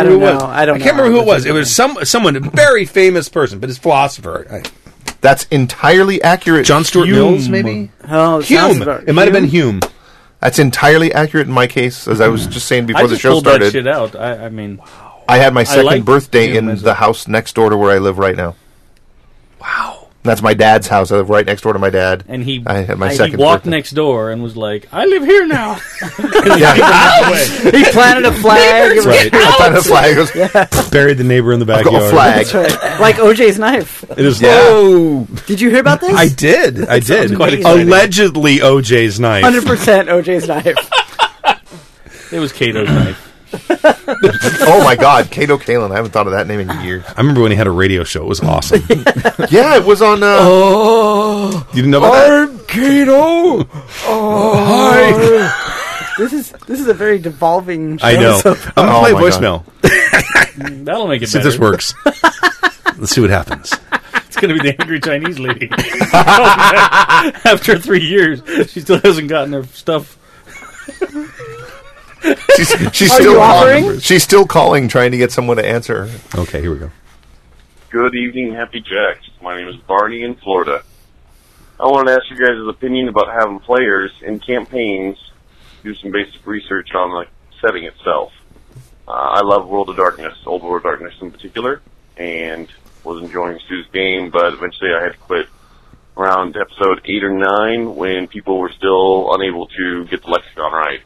[SPEAKER 6] don't know. I don't.
[SPEAKER 3] I can't
[SPEAKER 6] know.
[SPEAKER 3] remember who it was. It was some someone a very famous person, but his philosopher I-
[SPEAKER 8] that's entirely accurate.
[SPEAKER 3] John Stuart
[SPEAKER 7] Hume.
[SPEAKER 3] Mills, maybe
[SPEAKER 6] Oh, it sounds
[SPEAKER 3] Hume.
[SPEAKER 6] about-
[SPEAKER 3] It might have been Hume.
[SPEAKER 8] That's entirely accurate in my case, as I was just saying
[SPEAKER 7] I
[SPEAKER 8] before the
[SPEAKER 7] just
[SPEAKER 8] show
[SPEAKER 7] pulled that shit
[SPEAKER 8] started.
[SPEAKER 7] out. I, I mean,
[SPEAKER 8] I had my second
[SPEAKER 7] like
[SPEAKER 8] birthday
[SPEAKER 7] you
[SPEAKER 8] in
[SPEAKER 7] myself.
[SPEAKER 8] the house next door to where I live right now. Wow, that's my dad's house. I live right next door to my dad.
[SPEAKER 7] and he
[SPEAKER 8] I had my
[SPEAKER 7] he
[SPEAKER 8] second
[SPEAKER 7] walked
[SPEAKER 8] birthday.
[SPEAKER 7] next door and was like, "I live here now."
[SPEAKER 8] yeah,
[SPEAKER 6] He planted a flag. It was-
[SPEAKER 3] Right,
[SPEAKER 8] I found a flag. It was-
[SPEAKER 3] buried the neighbor in the
[SPEAKER 8] I got
[SPEAKER 3] backyard.
[SPEAKER 8] a flag.
[SPEAKER 6] Like OJ's knife.
[SPEAKER 3] It is.
[SPEAKER 8] Yeah.
[SPEAKER 5] Oh,
[SPEAKER 6] Did you hear about this?
[SPEAKER 3] I did. I did.
[SPEAKER 7] quite exciting.
[SPEAKER 3] Allegedly, OJ's knife.
[SPEAKER 6] Hundred percent OJ's knife.
[SPEAKER 7] It was Cato's knife.
[SPEAKER 8] Oh my God, Kato Kalin. I haven't thought of that name in years.
[SPEAKER 3] I remember when he had a radio show. It was awesome. you
[SPEAKER 8] Yeah, it was on. Uh,
[SPEAKER 6] Oh.
[SPEAKER 3] didn't know about that?
[SPEAKER 5] Kato. Oh,
[SPEAKER 6] This is this is a very devolving. Show,
[SPEAKER 3] I know.
[SPEAKER 6] so-
[SPEAKER 3] I'm gonna
[SPEAKER 8] Oh
[SPEAKER 3] play
[SPEAKER 8] my
[SPEAKER 3] voicemail.
[SPEAKER 7] That'll make it
[SPEAKER 3] See if
[SPEAKER 7] better.
[SPEAKER 3] this works. Let's see what happens.
[SPEAKER 7] It's going to be the angry Chinese lady. After three years, she still hasn't gotten her stuff.
[SPEAKER 8] She's, she's
[SPEAKER 6] Are
[SPEAKER 8] still
[SPEAKER 6] you
[SPEAKER 8] calling.
[SPEAKER 6] offering?
[SPEAKER 8] She's still calling, trying to get someone to answer. her.
[SPEAKER 3] Okay, here we go.
[SPEAKER 10] Good evening, Happy Jacks. My name is Barney in Florida. I want to ask you guys' opinion about having players in campaigns do some basic research on the setting itself. Uh, I love World of Darkness, Old World of Darkness in particular, and was enjoying Sue's game, but eventually I had to quit around episode 8 or 9 when people were still unable to get the lexicon right.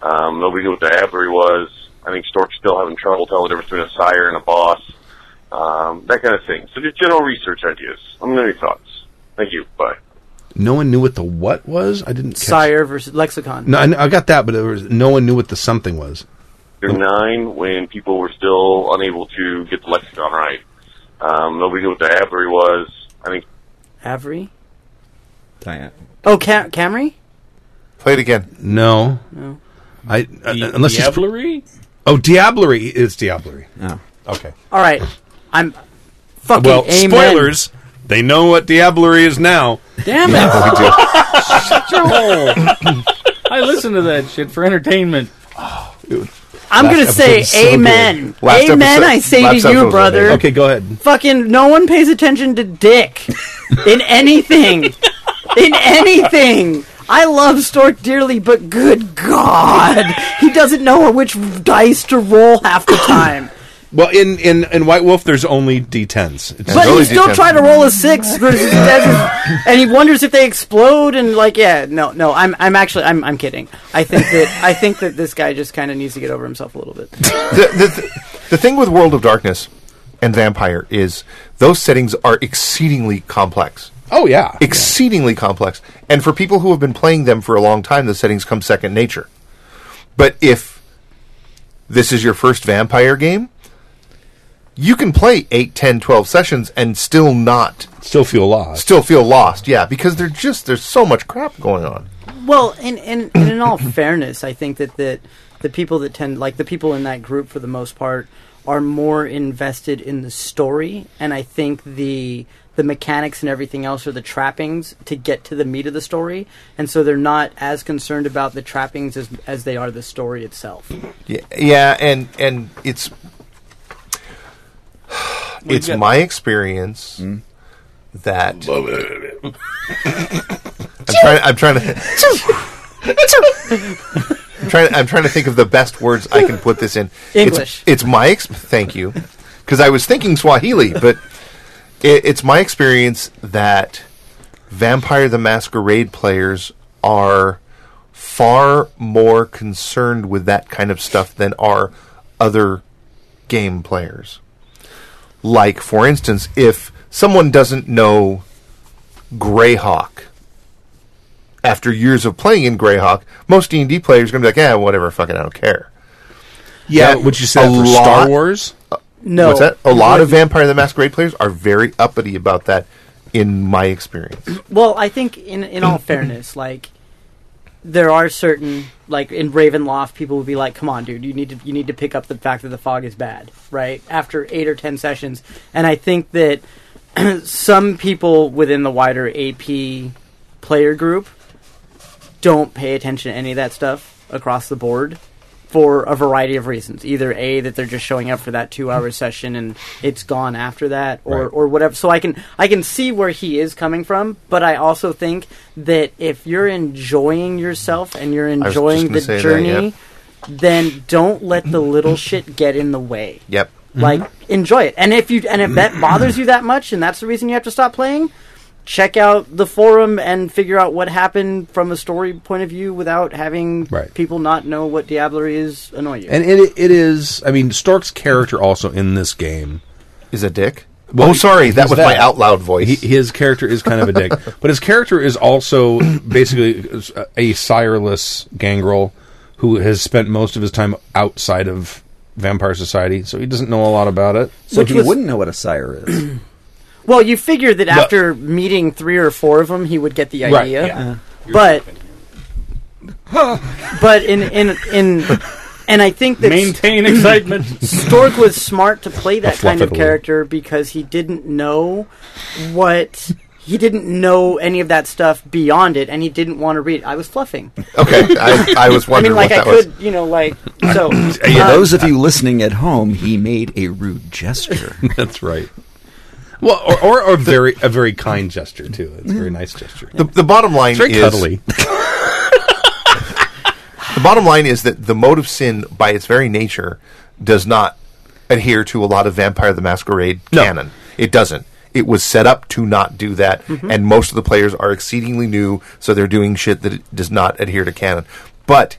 [SPEAKER 10] Um, nobody knew what the Abbery was. I think Stork's still having trouble telling the difference between a sire and a boss um, that kind of thing. So just general research ideas. Let me know your thoughts. Thank you. Bye.
[SPEAKER 3] No one knew what the what was. I didn't. Catch.
[SPEAKER 6] Sire versus lexicon.
[SPEAKER 3] No, I, kn- I got that, but there was, no one knew what the something was.
[SPEAKER 10] Year nine, when people were still unable to get the lexicon right, um, nobody knew what the Abbery was. I think
[SPEAKER 6] Avery.
[SPEAKER 5] Diane.
[SPEAKER 6] Oh, Cam- Camry.
[SPEAKER 8] Play it again.
[SPEAKER 3] No. No. I uh,
[SPEAKER 7] The,
[SPEAKER 3] unless it's
[SPEAKER 7] Diablerie?
[SPEAKER 3] oh diablerie is diablerie.
[SPEAKER 5] Oh.
[SPEAKER 3] Okay.
[SPEAKER 6] All right. I'm. Fucking
[SPEAKER 3] Well,
[SPEAKER 6] amen.
[SPEAKER 3] spoilers. They know what diablerie is now.
[SPEAKER 6] Damn it.
[SPEAKER 7] I listen to that shit for entertainment.
[SPEAKER 6] I'm
[SPEAKER 3] Last
[SPEAKER 6] gonna say
[SPEAKER 3] episode's so good.
[SPEAKER 6] amen.
[SPEAKER 8] Last
[SPEAKER 6] amen.
[SPEAKER 8] episode-
[SPEAKER 6] I say
[SPEAKER 8] last
[SPEAKER 6] to
[SPEAKER 8] episode
[SPEAKER 6] you,
[SPEAKER 8] was
[SPEAKER 6] brother.
[SPEAKER 8] amazing.
[SPEAKER 3] Okay, go ahead.
[SPEAKER 6] Fucking no one pays attention to dick in anything. in anything. I love Stork dearly, but good God, he doesn't know which dice to roll half the time.
[SPEAKER 3] Well, in in in White Wolf, there's only d10s. It's
[SPEAKER 6] But
[SPEAKER 8] Really
[SPEAKER 6] he's still
[SPEAKER 8] detailed.
[SPEAKER 6] trying to roll a six versus Desmond, and he wonders if they explode and like yeah no no I'm I'm actually I'm I'm kidding I think that I think that this guy just kind of needs to get over himself a little bit
[SPEAKER 8] The, the, the thing with World of Darkness and Vampire is those settings are exceedingly complex.
[SPEAKER 3] oh yeah.
[SPEAKER 8] Exceedingly complex. And for people who have been playing them for a long time, the settings come second nature. But if this is your first vampire game, you can play 8, 10, 12 sessions and still not,
[SPEAKER 3] Still feel lost.
[SPEAKER 8] still feel lost. Yeah, because they're just, there's so much crap going on.
[SPEAKER 6] Well, and, and, and in all fairness, I think that, that the people that tend, like the people in that group for the most part, are more invested in the story, and I think the the mechanics and everything else are the trappings to get to the meat of the story, and so they're not as concerned about the trappings as as they are the story itself.
[SPEAKER 8] Yeah, yeah, and and it's it's
[SPEAKER 7] got-
[SPEAKER 8] my experience that I'm trying. I'm trying to. I'm trying. I'm trying to think of the best words I can put this in.
[SPEAKER 6] English.
[SPEAKER 8] It's, it's my. Ex- thank you, because I was thinking Swahili, but it, it's my experience that Vampire the Masquerade players are far more concerned with that kind of stuff than are other game players. Like, for instance, if someone doesn't know Greyhawk after years of playing in Greyhawk, most D and D players are going to be like, "Yeah, whatever, fuck it, I don't care."
[SPEAKER 3] Yeah,
[SPEAKER 8] Yeah,
[SPEAKER 3] would you say
[SPEAKER 8] a
[SPEAKER 3] that for Star
[SPEAKER 8] lot-
[SPEAKER 3] Wars?
[SPEAKER 6] No,
[SPEAKER 8] What's that? Oh. A lot of Vampire the Masquerade players are very uppity about that, in my experience.
[SPEAKER 6] Well, I think in in all fairness, like there are certain like in Ravenloft, people would be like, "Come on, dude, you need to you need to pick up the fact that the fog is bad." Right after eight or ten sessions, and I think that some people within the wider AP player group don't pay attention to any of that stuff across the board for a variety of reasons. Either a that they're just showing up for that two hour session and it's gone after that, or
[SPEAKER 8] Right.
[SPEAKER 6] or whatever. So I can I can see where he is coming from, but I also think that if you're enjoying yourself and you're
[SPEAKER 8] just
[SPEAKER 6] enjoying the
[SPEAKER 8] gonna say that,
[SPEAKER 6] journey,
[SPEAKER 8] yep.
[SPEAKER 6] then don't let the little shit get in the way.
[SPEAKER 8] Yep.
[SPEAKER 6] Mm-hmm. Like enjoy it. And if you and if that bothers you that much and that's the reason you have to stop playing, check out the forum and figure out what happened from a story point of view without having
[SPEAKER 3] Right.
[SPEAKER 6] people not know what Diablerie is annoy you.
[SPEAKER 3] And it it is. I mean, Stark's character also in this game.
[SPEAKER 8] Is a dick?
[SPEAKER 3] Well,
[SPEAKER 8] oh, sorry, that
[SPEAKER 3] he's
[SPEAKER 8] was my
[SPEAKER 3] that.
[SPEAKER 8] out loud voice.
[SPEAKER 3] He, his character is kind of a dick, but his character is also basically a sireless gangrel who has spent most of his time outside of vampire society, so he doesn't know a lot about it.
[SPEAKER 5] So
[SPEAKER 6] Which
[SPEAKER 5] he
[SPEAKER 6] was-
[SPEAKER 5] wouldn't know what a sire is.
[SPEAKER 6] well, you figure that after meeting three or four of them, he would get the
[SPEAKER 3] Right,
[SPEAKER 6] idea.
[SPEAKER 3] yeah.
[SPEAKER 6] But but in in in and I think that
[SPEAKER 7] Maintain excitement.
[SPEAKER 6] Stork was smart to play that kind of
[SPEAKER 3] fluffadoo.
[SPEAKER 6] character because he didn't know what he didn't know any of that stuff beyond it, and he didn't want to read. it. I was fluffing.
[SPEAKER 8] okay, I, I
[SPEAKER 6] I
[SPEAKER 8] was
[SPEAKER 6] mean,
[SPEAKER 8] wondering
[SPEAKER 6] like
[SPEAKER 8] what
[SPEAKER 6] I
[SPEAKER 8] that was.
[SPEAKER 6] could, you know, like so.
[SPEAKER 5] For
[SPEAKER 6] um,
[SPEAKER 5] those of you listening at home, he made a rude gesture.
[SPEAKER 3] That's right. Well, or, or a very a very kind gesture too. It's a very nice gesture.
[SPEAKER 8] The, the bottom line
[SPEAKER 3] It's very
[SPEAKER 8] is
[SPEAKER 3] cuddly.
[SPEAKER 8] the bottom line is that the mode of sin, by its very nature, does not adhere to a lot of Vampire the Masquerade
[SPEAKER 3] No.
[SPEAKER 8] canon. It doesn't. It was set up to not do that, and most of the players are exceedingly new, so they're doing shit that it does not adhere to canon. But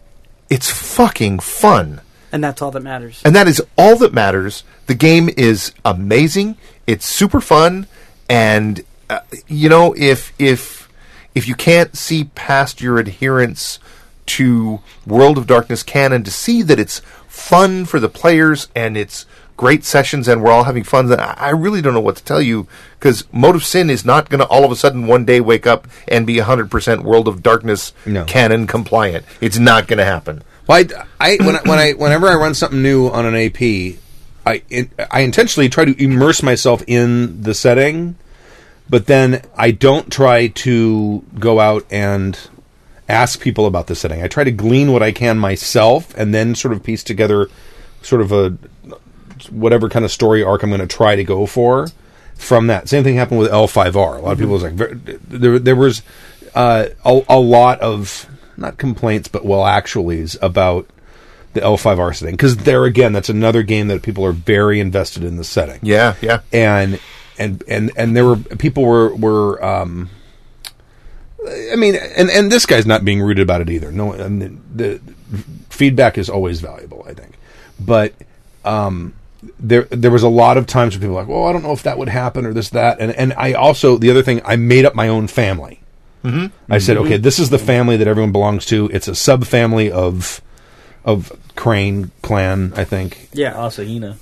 [SPEAKER 8] it's fucking fun.
[SPEAKER 6] and that's all that matters.
[SPEAKER 8] And that is all that matters. The game is amazing. It's super fun, and uh, you know if if if you can't see past your adherence to World of Darkness canon to see that it's fun for the players and it's great sessions and we're all having fun, then I I really don't know what to tell you because Mode of Sin is not going to all of a sudden one day wake up and be 100% World of Darkness
[SPEAKER 3] No.
[SPEAKER 8] canon compliant. It's not going to happen.
[SPEAKER 3] Well, I, I- when I, when I whenever I run something new on an AP, I in- I intentionally try to immerse myself in the setting, but then I don't try to go out and ask people about the setting. I try to glean what I can myself, and then sort of piece together sort of a whatever kind of story arc I'm going to try to go for from that. Same thing happened with L5R. A lot of people was like ver- there there was uh, a, a lot of not complaints but well actuallys about the L5R setting because there again that's another game that people are very invested in the setting
[SPEAKER 8] Yeah, yeah.
[SPEAKER 3] and and and and there were people were were um I mean, and and this guy's not being rude about it either. No, and the, the feedback is always valuable, I think. But um, there there was a lot of times when people were like, "Well, I don't know if that would happen or this that," and and I also the other thing I made up my own family. I said, "Okay, this is the family that everyone belongs to. It's a subfamily of of Crane clan, I think,
[SPEAKER 6] Yeah,
[SPEAKER 7] Asahina.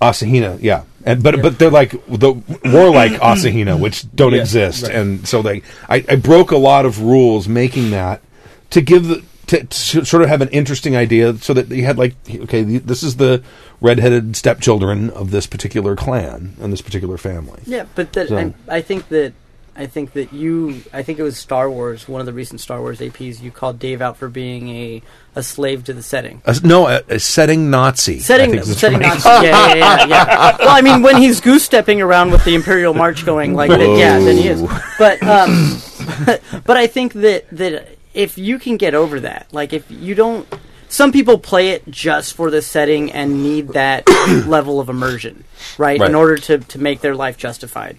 [SPEAKER 3] Asahina, yeah, and but but they're like the warlike Asahina, which don't
[SPEAKER 7] Yeah,
[SPEAKER 3] exist,
[SPEAKER 7] right.
[SPEAKER 3] and so they I, I broke a lot of rules making that to give the, to, to sort of have an interesting idea so that you had like okay th- this is the redheaded stepchildren of this particular clan and this particular family
[SPEAKER 6] Yeah, but that
[SPEAKER 3] So-
[SPEAKER 6] I, I think that I think that you I think it was Star Wars, one of the recent Star Wars APs. You called Dave out for being a, a slave to the setting.
[SPEAKER 3] A- Uh, no a, a setting Nazi I
[SPEAKER 6] Setting,
[SPEAKER 3] think is
[SPEAKER 6] setting,
[SPEAKER 3] right.
[SPEAKER 6] not, yeah, yeah, yeah, yeah. Well, I mean, when he's goose stepping around with the Imperial March going like that, yeah, then he is. But, um, but I think that that if you can get over that, like if you don't, some people play it just for the setting and need that level of immersion, right,
[SPEAKER 3] Right.
[SPEAKER 6] in order to to make their life justified.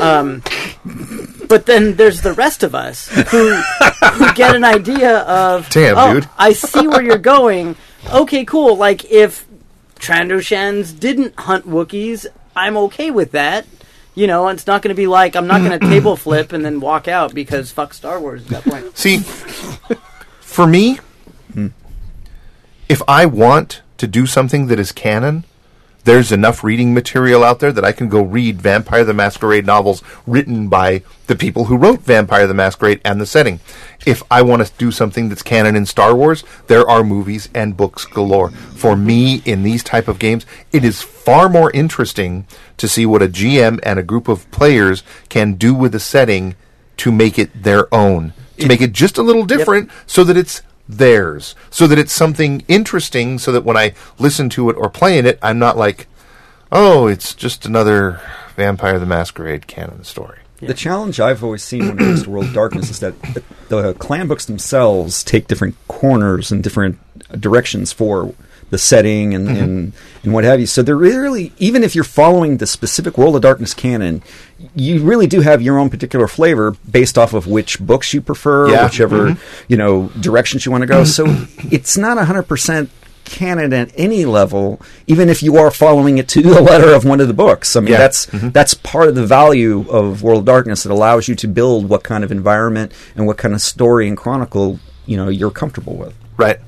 [SPEAKER 6] Um, but then there's the rest of us who who get an idea of
[SPEAKER 8] Damn,
[SPEAKER 6] oh,
[SPEAKER 8] dude.
[SPEAKER 6] I see where you're going. Okay, cool. Like if Trandoshans didn't hunt Wookiees, I'm okay with that. You know, it's not going to be like I'm not going to table flip and then walk out because fuck Star Wars at that point.
[SPEAKER 8] See, for me, if I want to do something that is canon, there's enough reading material out there that I can go read Vampire the Masquerade novels written by the people who wrote Vampire the Masquerade and the setting. If I want to do something that's canon in Star Wars, there are movies and books galore. For me, in these type of games, it is far more interesting to see what a GM and a group of players can do with a setting to make it their own, to make it just a little different so that it's theirs, so that it's something interesting, so that when I listen to it or play in it, I'm not like, oh, it's just another Vampire the Masquerade canon story.
[SPEAKER 5] The challenge I've always seen when it comes to World of Darkness is that the, the clan books themselves take different corners and different directions for the setting and, and, and what have you. So they're really, even if you're following the specific World of Darkness canon, you really do have your own particular flavor based off of which books you prefer,
[SPEAKER 8] Yeah.
[SPEAKER 5] whichever, you know, directions you want to go. So it's not 100% canon at any level even if you are following it to the letter of one of the books i mean
[SPEAKER 8] Yeah.
[SPEAKER 5] that's that's part of the value of World of Darkness. It allows you to build what kind of environment and what kind of story and chronicle you know you're comfortable with.
[SPEAKER 8] Right.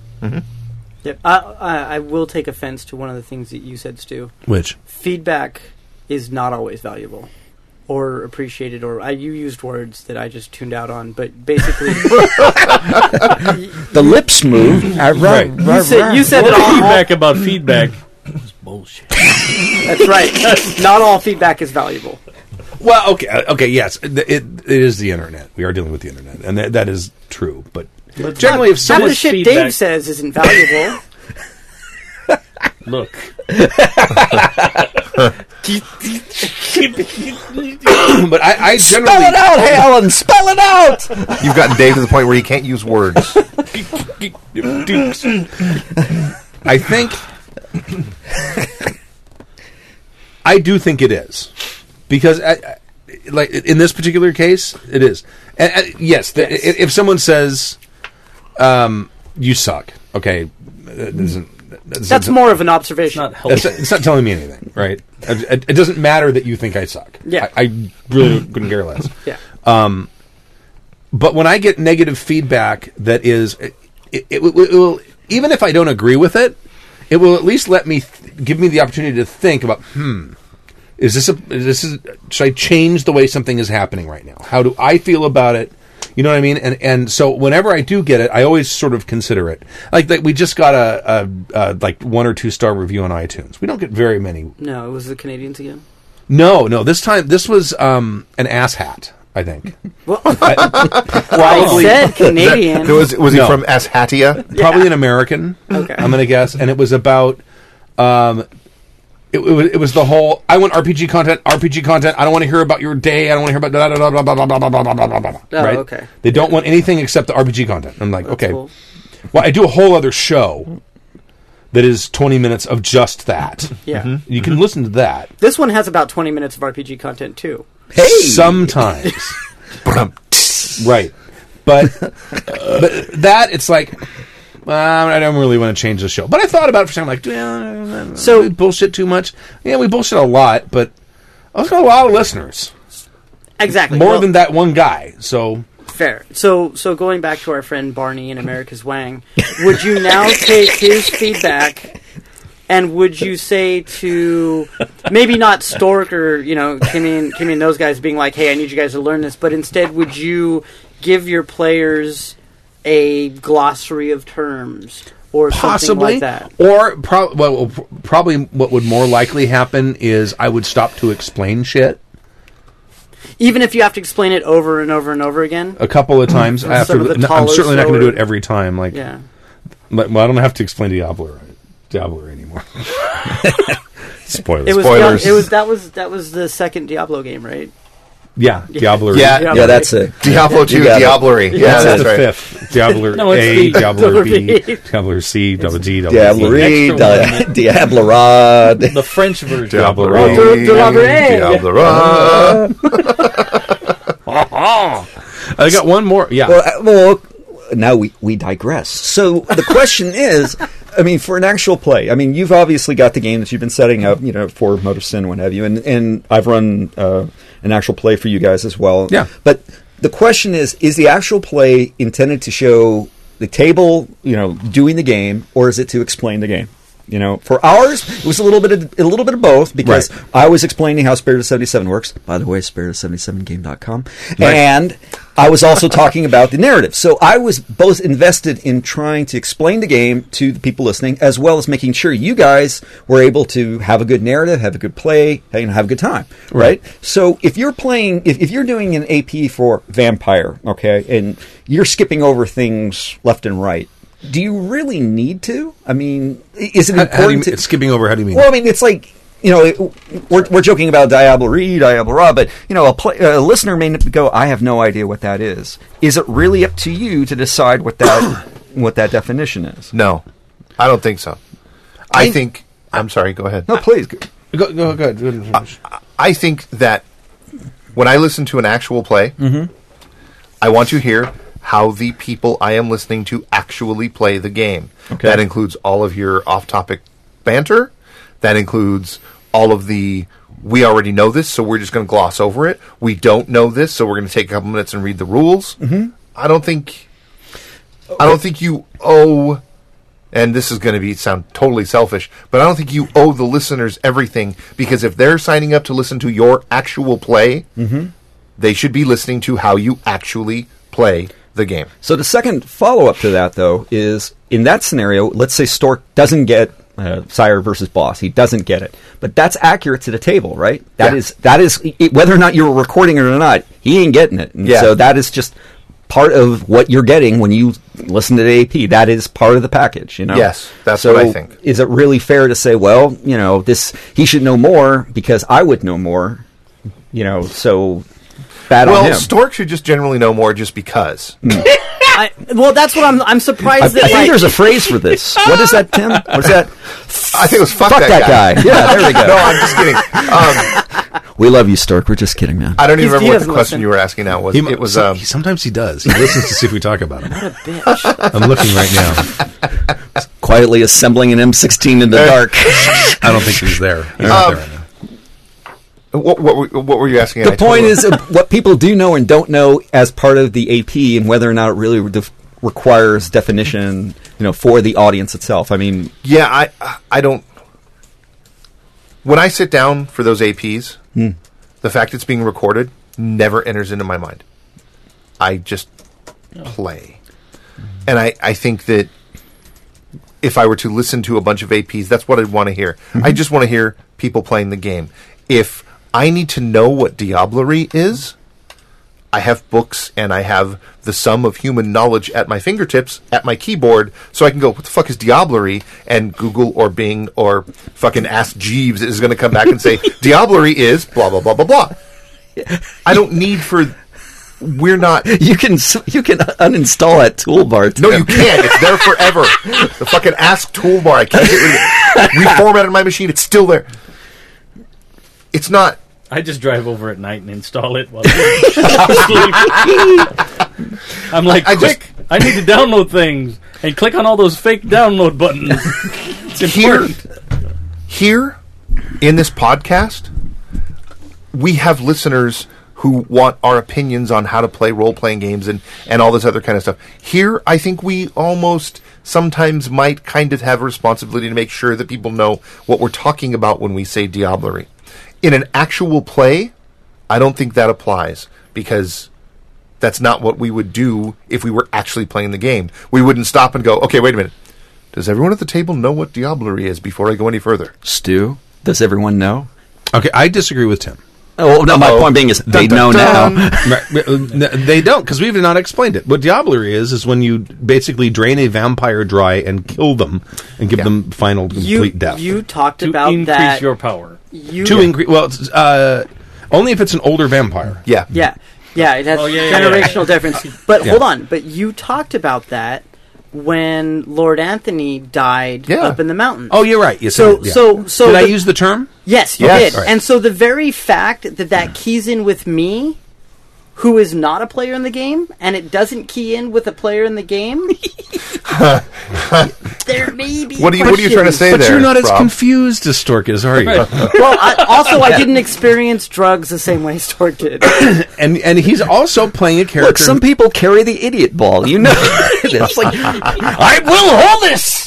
[SPEAKER 6] Yep. I, I, I will take offense to one of the things that you said, Stu.
[SPEAKER 3] which
[SPEAKER 6] Feedback is not always valuable or appreciated, or I, you used words that I just tuned out on. But basically,
[SPEAKER 5] The lips move. I-
[SPEAKER 3] Right.
[SPEAKER 6] you said, you said it all.
[SPEAKER 7] feedback about feedback. It's bullshit.
[SPEAKER 6] That's right. Not all feedback is valuable.
[SPEAKER 3] well okay uh, okay yes it, it, it is the internet we are dealing with the internet and that, that is true but generally if
[SPEAKER 6] Half
[SPEAKER 3] someone
[SPEAKER 6] the shit
[SPEAKER 7] feedback-
[SPEAKER 6] Dave says isn't valuable.
[SPEAKER 7] Look.
[SPEAKER 3] but I, I
[SPEAKER 5] Spell
[SPEAKER 3] generally
[SPEAKER 5] it out, Helen. Spell it out.
[SPEAKER 8] You've gotten Dave to the point where he can't use words.
[SPEAKER 3] I think I do think it is because I, I, like in this particular case it is. And, uh, yes, the,
[SPEAKER 6] Yes.
[SPEAKER 3] i- if someone says um, you suck, okay, uh, that doesn't- that doesn't-
[SPEAKER 6] That's more of an observation.
[SPEAKER 7] Not
[SPEAKER 3] that's-
[SPEAKER 7] helpful.
[SPEAKER 3] it's not telling me anything, right? It, it doesn't matter that you think I suck.
[SPEAKER 6] Yeah.
[SPEAKER 3] I, I really couldn't care less.
[SPEAKER 6] yeah.
[SPEAKER 3] Uh, but when I get negative feedback that is, it, it, it, will- it will even if I don't agree with it, it will at least let me th- give me the opportunity to think about hmm. Is this a is this is should I change the way something is happening right now? How do I feel about it? You know what I mean? And and so whenever I do get it, I always sort of consider it. Like that, we just got a, a, a like one or two star review on iTunes. We don't get very many
[SPEAKER 6] No, it was the Canadians again.
[SPEAKER 3] no, no. This time, this was um, an ass hat. I think
[SPEAKER 6] Well, I
[SPEAKER 3] Probably-
[SPEAKER 6] said Canadian.
[SPEAKER 8] was was
[SPEAKER 3] No.
[SPEAKER 8] he from Ashatia?
[SPEAKER 3] probably an American.
[SPEAKER 6] Okay.
[SPEAKER 3] I'm gonna guess, and it was about. Um, it, it, was, it was the whole. I want RPG content. RPG content. I don't want to hear about your day. I don't want to hear about da da da da da da da da da da da da da.
[SPEAKER 6] Oh,
[SPEAKER 3] right?
[SPEAKER 6] okay.
[SPEAKER 3] They don't want anything except the RPG content. I'm like, okay.
[SPEAKER 6] cool.
[SPEAKER 3] Well, I do a whole other show that is 20 minutes of just that.
[SPEAKER 6] Yeah.
[SPEAKER 3] You can listen to that
[SPEAKER 6] This one has about 20 minutes of RPG content, too.
[SPEAKER 3] hey! sometimes. Right. But, uh, but that it's like uh, I don't really want to change the show. But I thought about it for a second, like, yeah,
[SPEAKER 6] So-
[SPEAKER 3] so we bullshit too much. Yeah, we bullshit a lot, but I've got a lot of listeners,
[SPEAKER 6] Exactly.
[SPEAKER 3] more
[SPEAKER 6] Well,
[SPEAKER 3] than that one guy. So
[SPEAKER 6] Fair. So, so going back to our friend Barney in America's Wang, would you now take his feedback and would you say to maybe not Stork or you know Kimmy and Kimmy and those guys being like, "Hey, I need you guys to learn this," but instead, would you give your players a glossary of terms or
[SPEAKER 3] Possibly,
[SPEAKER 6] something like that.
[SPEAKER 3] or pro- well, well, probably what would more likely happen is I would stop to explain shit
[SPEAKER 6] Even if you have to explain it over and over and over again.
[SPEAKER 3] a couple of times. I have
[SPEAKER 6] Sort
[SPEAKER 3] to-
[SPEAKER 6] of the
[SPEAKER 3] no, I'm
[SPEAKER 6] taller,
[SPEAKER 3] certainly not going to do
[SPEAKER 6] slower-
[SPEAKER 3] it every time. Like,
[SPEAKER 6] Yeah.
[SPEAKER 3] like, well, I don't have to explain Diablo, Diablo anymore. Spoilers.
[SPEAKER 6] It was
[SPEAKER 8] Spoilers.
[SPEAKER 6] it was that was that was the second Diablo game, right?
[SPEAKER 3] yeah, Diablo.
[SPEAKER 8] Yeah,
[SPEAKER 6] Yeah.
[SPEAKER 9] Yeah, that's it.
[SPEAKER 8] Diablo
[SPEAKER 9] You
[SPEAKER 8] two,
[SPEAKER 9] got it.
[SPEAKER 8] Diablery. Yeah,
[SPEAKER 3] That's
[SPEAKER 8] that's
[SPEAKER 3] the
[SPEAKER 8] right.
[SPEAKER 3] fifth. Diablo
[SPEAKER 7] No, it's
[SPEAKER 3] A,
[SPEAKER 7] the-
[SPEAKER 3] Diablo B,
[SPEAKER 6] Diablo B.
[SPEAKER 3] Diablo C, Diablo D, Diablo E.
[SPEAKER 9] Diablerie,
[SPEAKER 7] extra one.
[SPEAKER 9] Di- Diablerod.
[SPEAKER 7] The French version.
[SPEAKER 3] Diablerie.
[SPEAKER 8] Diablerie.
[SPEAKER 3] I got one more. Yeah.
[SPEAKER 9] Well, uh, well,
[SPEAKER 5] now we, we digress. So the question is, I mean, for an actual play, I mean, you've obviously got the game that you've been setting up, you know, for Motor Sin, what have you, and and I've run uh, an actual play for you guys as well.
[SPEAKER 3] Yeah.
[SPEAKER 5] But the question is, is the actual play intended to show the table, you know, doing the game, or is it to explain the game? You know, for ours, it was a little bit of, a little bit of both because
[SPEAKER 3] Right.
[SPEAKER 5] I was explaining how Spirit of 77 works. By the way, spirit of77game.com. And I was also talking about the narrative. So I was both invested in trying to explain the game to the people listening, as well as making sure you guys were able to have a good narrative, have a good play, and have a good time. Right? So if you're playing, if, if you're doing an AP for Vampire, okay, and you're skipping over things left and right, do you really need to? I mean, i- is it
[SPEAKER 3] How-
[SPEAKER 5] important
[SPEAKER 3] how do you mean-
[SPEAKER 5] to
[SPEAKER 3] skipping over, how do you mean?
[SPEAKER 5] well, I mean, it's like you know, it, we're, we're joking about Diablerie, Diablera, but you know, a, play, a listener may go, "I have no idea what that is." Is it really up to you to decide what that what that definition is?
[SPEAKER 8] No, I don't think so. I think. I'm sorry. Go ahead.
[SPEAKER 5] No, please.
[SPEAKER 3] go, go, go, go.
[SPEAKER 8] uh, I think that when I listen to an actual play, I want to hear how the people I am listening to actually play the game.
[SPEAKER 5] Okay.
[SPEAKER 8] That includes all of your off topic banter. That includes all of the we already know this, so we're just going to gloss over it. We don't know this, so we're going to take a couple minutes and read the rules. Mm-hmm. I don't think. I don't think you owe and this is going to be sound totally selfish, but I don't think you owe the listeners everything because if they're signing up to listen to your actual play,
[SPEAKER 5] Mm-hmm.
[SPEAKER 8] they should be listening to how you actually play the game.
[SPEAKER 5] So the second follow up to that, though, is in that scenario, let's say Stork doesn't get uh, Sire versus Boss, he doesn't get it, but that's accurate to the table, right? That
[SPEAKER 8] Yeah.
[SPEAKER 5] is that is it, whether or not you're recording it or not, he ain't getting it, and
[SPEAKER 8] Yeah.
[SPEAKER 5] so that is just part of what you're getting when you listen to the AP. That is part of the package, you know.
[SPEAKER 8] Yes, that's
[SPEAKER 5] So
[SPEAKER 8] what I think.
[SPEAKER 5] Is it really fair to say, well, you know, this he should know more because I would know more, you know? So bad on
[SPEAKER 8] Well,
[SPEAKER 5] him. Mm.
[SPEAKER 8] Stork should just generally know more just because.
[SPEAKER 6] I, well, that's what I'm. I'm
[SPEAKER 5] I, I
[SPEAKER 6] surprised that
[SPEAKER 5] think
[SPEAKER 6] like,
[SPEAKER 5] there's a phrase for this. What is that, Tim? What's that?
[SPEAKER 8] I think it was fuck,
[SPEAKER 5] Fuck that guy. Yeah, there we
[SPEAKER 8] no,
[SPEAKER 5] go.
[SPEAKER 8] I'm just kidding. Um,
[SPEAKER 5] We love you, Stork. We're just kidding, man.
[SPEAKER 8] I don't even
[SPEAKER 6] He's-
[SPEAKER 8] remember
[SPEAKER 6] he
[SPEAKER 8] what the
[SPEAKER 6] doesn't
[SPEAKER 8] question
[SPEAKER 6] listen.
[SPEAKER 8] you were asking now was.
[SPEAKER 3] He,
[SPEAKER 8] it was
[SPEAKER 3] so-
[SPEAKER 8] um,
[SPEAKER 3] he- sometimes he does. He listens to see if we talk about him.
[SPEAKER 6] bitch.
[SPEAKER 3] I'm looking right now.
[SPEAKER 5] Quietly assembling an M16 in the dark.
[SPEAKER 3] I don't think he's there. He's not
[SPEAKER 8] Um,
[SPEAKER 3] there right now.
[SPEAKER 8] what, what, were- what were you asking?
[SPEAKER 5] the
[SPEAKER 8] I totally-
[SPEAKER 5] point is uh, what people do know and don't know as part of the AP, and whether or not it really re- def- requires definition, you know, for the audience itself. I mean,
[SPEAKER 8] Yeah, I- I I don't. When I sit down for those APs, the fact it's being recorded never enters into my mind. I just play, and I I think that if I were to listen to a bunch of APs, that's what I'd want to hear. I just want to hear people playing the game. If I need to know what Diablerie is, I have books and I have the sum of human knowledge at my fingertips, at my keyboard, so I can go, what the fuck is Diablerie? And Google or Bing or fucking Ask Jeeves is going to come back and say, Diablerie is blah, blah, blah, blah, blah. I don't need for. We're not.
[SPEAKER 5] you can s- you can uninstall that toolbar.
[SPEAKER 8] No, you can't. It's there forever. The fucking ask toolbar. I can't get rid of it. Reformatted my machine. It's still there. It's not.
[SPEAKER 7] I just drive over at night and install it while I'm asleep. I'm like,
[SPEAKER 8] I- I
[SPEAKER 7] quick! I need to download things and click on all those fake download buttons. It's
[SPEAKER 8] here,
[SPEAKER 7] important.
[SPEAKER 8] here in this podcast, we have listeners who want our opinions on how to play role playing games and, and all this other kind of stuff. Here, I think we almost sometimes might kind of have a responsibility to make sure that people know what we're talking about when we say Diablerie. In an actual play, I don't think that applies because That's not what we would do if we were actually playing the game. We wouldn't stop and go, okay, wait a minute. Does everyone at the table know what Diablerie is before I go any further?
[SPEAKER 5] Stu, does everyone know?
[SPEAKER 3] Okay, I disagree with Tim.
[SPEAKER 5] Oh no, my point being is they
[SPEAKER 8] Dun,
[SPEAKER 5] know
[SPEAKER 8] dun, dun.
[SPEAKER 5] now.
[SPEAKER 3] Right. Uh, they don't because we've not explained it. What diablerie is is when you basically drain a vampire dry and kill them and give
[SPEAKER 8] Yeah.
[SPEAKER 3] them final
[SPEAKER 6] You
[SPEAKER 3] complete death
[SPEAKER 6] you talked
[SPEAKER 7] to
[SPEAKER 6] about
[SPEAKER 7] increase
[SPEAKER 6] that.
[SPEAKER 7] your power.
[SPEAKER 6] you,
[SPEAKER 3] to increase. Well, it's, uh, only if it's an older vampire.
[SPEAKER 8] Yeah.
[SPEAKER 6] Yeah, yeah, it has
[SPEAKER 7] Oh, yeah, yeah,
[SPEAKER 6] generational difference. But hold on, but you talked about that when Lord Anthony died
[SPEAKER 8] Yeah.
[SPEAKER 6] up in the mountains.
[SPEAKER 3] Oh, you're right. You
[SPEAKER 6] so
[SPEAKER 3] said it, yeah.
[SPEAKER 6] so so.
[SPEAKER 3] did I
[SPEAKER 6] the-
[SPEAKER 3] use the term?
[SPEAKER 6] yes, you
[SPEAKER 8] Yes.
[SPEAKER 6] did.
[SPEAKER 8] Right.
[SPEAKER 6] And so the very fact that that keys in with me, who is not a player in the game, and it doesn't key in with a player in the game. there may be.
[SPEAKER 8] What are you What are you trying to
[SPEAKER 6] questions.
[SPEAKER 8] say
[SPEAKER 3] but
[SPEAKER 8] there?
[SPEAKER 3] you're not as
[SPEAKER 8] Rob?
[SPEAKER 3] confused as Stork is, are you?
[SPEAKER 6] Well, I, also, I didn't experience drugs the same way Stork did.
[SPEAKER 3] and and he's also playing a character.
[SPEAKER 5] Look, some people carry the idiot ball. You know, it's like I will hold this.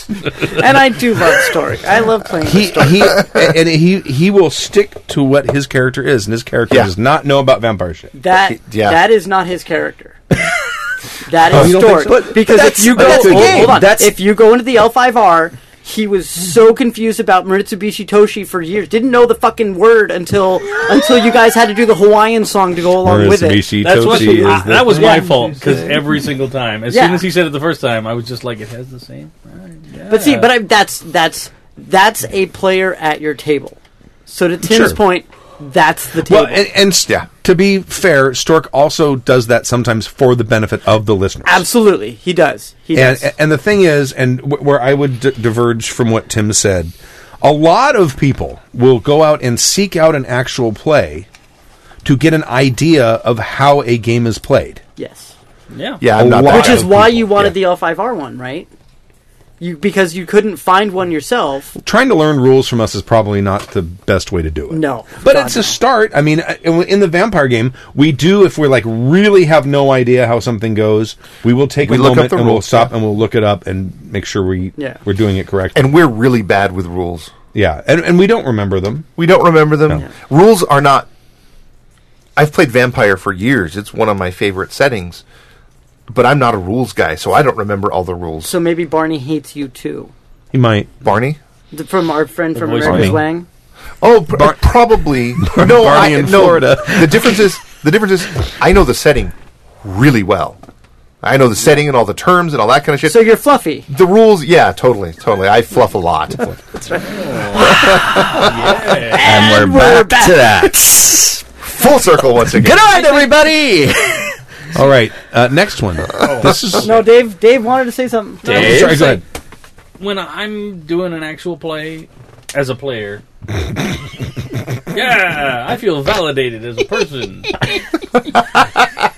[SPEAKER 6] and I do love Stork. I love playing.
[SPEAKER 3] he he and he he will stick to what his character is, and his character
[SPEAKER 8] Yeah.
[SPEAKER 3] does not know about vampire shit.
[SPEAKER 6] That
[SPEAKER 8] Yeah.
[SPEAKER 6] that is not his character. That is
[SPEAKER 3] Oh, you don't think
[SPEAKER 6] Stork.
[SPEAKER 3] so?
[SPEAKER 5] But-
[SPEAKER 6] because
[SPEAKER 5] but
[SPEAKER 6] if
[SPEAKER 5] that's-
[SPEAKER 6] you
[SPEAKER 5] but
[SPEAKER 6] go
[SPEAKER 5] that's the
[SPEAKER 6] hold-
[SPEAKER 5] game.
[SPEAKER 6] hold on,
[SPEAKER 5] That's-
[SPEAKER 6] if you go into the L5R, he was so confused about Maritsubishi Toshi for years. Didn't know the fucking word until until you guys had to do the Hawaiian song to go along with it.
[SPEAKER 7] That's what
[SPEAKER 3] Toshi
[SPEAKER 7] I-
[SPEAKER 3] is the-
[SPEAKER 7] that was my
[SPEAKER 6] Yeah.
[SPEAKER 7] fault because every single time, as
[SPEAKER 6] Yeah.
[SPEAKER 7] soon as he said it the first time, I was just like, it has the same.
[SPEAKER 6] But see, but I, that's that's that's a player at your table. So to Tim's
[SPEAKER 3] Sure.
[SPEAKER 6] point, that's the table.
[SPEAKER 3] Well, and, and s-
[SPEAKER 8] Yeah.
[SPEAKER 3] to be fair, Stork also does that sometimes for the benefit of the listeners.
[SPEAKER 6] Absolutely, he does. He
[SPEAKER 3] And, uh,
[SPEAKER 6] does.
[SPEAKER 3] and the thing is, and w- where I would d- diverge from what Tim said, a lot of people will go out and seek out an actual play to get an idea of how a game is played.
[SPEAKER 6] yes.
[SPEAKER 7] yeah,
[SPEAKER 8] Yeah, I'm
[SPEAKER 3] A
[SPEAKER 8] not
[SPEAKER 3] lot.
[SPEAKER 8] that
[SPEAKER 6] Which
[SPEAKER 8] kind
[SPEAKER 6] is
[SPEAKER 8] of
[SPEAKER 6] why
[SPEAKER 8] people.
[SPEAKER 6] you wanted
[SPEAKER 8] Yeah.
[SPEAKER 6] the L5R one, right? You because you couldn't find one yourself.
[SPEAKER 3] Trying to learn rules from us is probably not the best way to do it.
[SPEAKER 6] No,
[SPEAKER 3] But
[SPEAKER 6] God,
[SPEAKER 3] it's
[SPEAKER 6] no.
[SPEAKER 3] a start. I mean, I- in the vampire game, we do if we're like really have no idea how something goes, we will take
[SPEAKER 8] We
[SPEAKER 3] a
[SPEAKER 8] look up
[SPEAKER 3] moment
[SPEAKER 8] the
[SPEAKER 3] and we'll
[SPEAKER 8] rules,
[SPEAKER 3] stop
[SPEAKER 8] yeah.
[SPEAKER 3] and we'll look it up and make sure we
[SPEAKER 6] Yeah.
[SPEAKER 3] we're doing it correctly.
[SPEAKER 8] And we're really bad with rules.
[SPEAKER 3] yeah, and and we don't remember them.
[SPEAKER 8] We don't remember them. Rules are not. I've played Vampire for years. It's one of my favorite settings. But I'm not a rules guy, so I don't remember all the rules.
[SPEAKER 6] So maybe Barney hates you too.
[SPEAKER 3] He might.
[SPEAKER 8] Barney?
[SPEAKER 6] The- From our friend from
[SPEAKER 7] voice
[SPEAKER 6] America's
[SPEAKER 3] Barney.
[SPEAKER 6] Wang.
[SPEAKER 8] Oh, pr- probably. no,
[SPEAKER 3] Barney
[SPEAKER 8] I,
[SPEAKER 3] in
[SPEAKER 8] no.
[SPEAKER 3] Florida.
[SPEAKER 8] The difference is the difference is I know the setting really well. I know the setting and all the terms and all that kind of shit.
[SPEAKER 6] So you're fluffy.
[SPEAKER 8] the rules, yeah, totally, totally. I fluff a lot.
[SPEAKER 5] And we're, back, to that.
[SPEAKER 8] Full circle once
[SPEAKER 5] Good
[SPEAKER 8] again.
[SPEAKER 5] night, everybody.
[SPEAKER 3] All right, uh, next one.
[SPEAKER 8] Oh.
[SPEAKER 3] This is
[SPEAKER 6] No, Dave. Dave wanted to say something.
[SPEAKER 7] No,
[SPEAKER 3] Dave?
[SPEAKER 7] I'm
[SPEAKER 3] Sorry, go
[SPEAKER 7] saying,
[SPEAKER 3] ahead.
[SPEAKER 7] When I'm doing an actual play as a player, yeah, I feel validated as a person.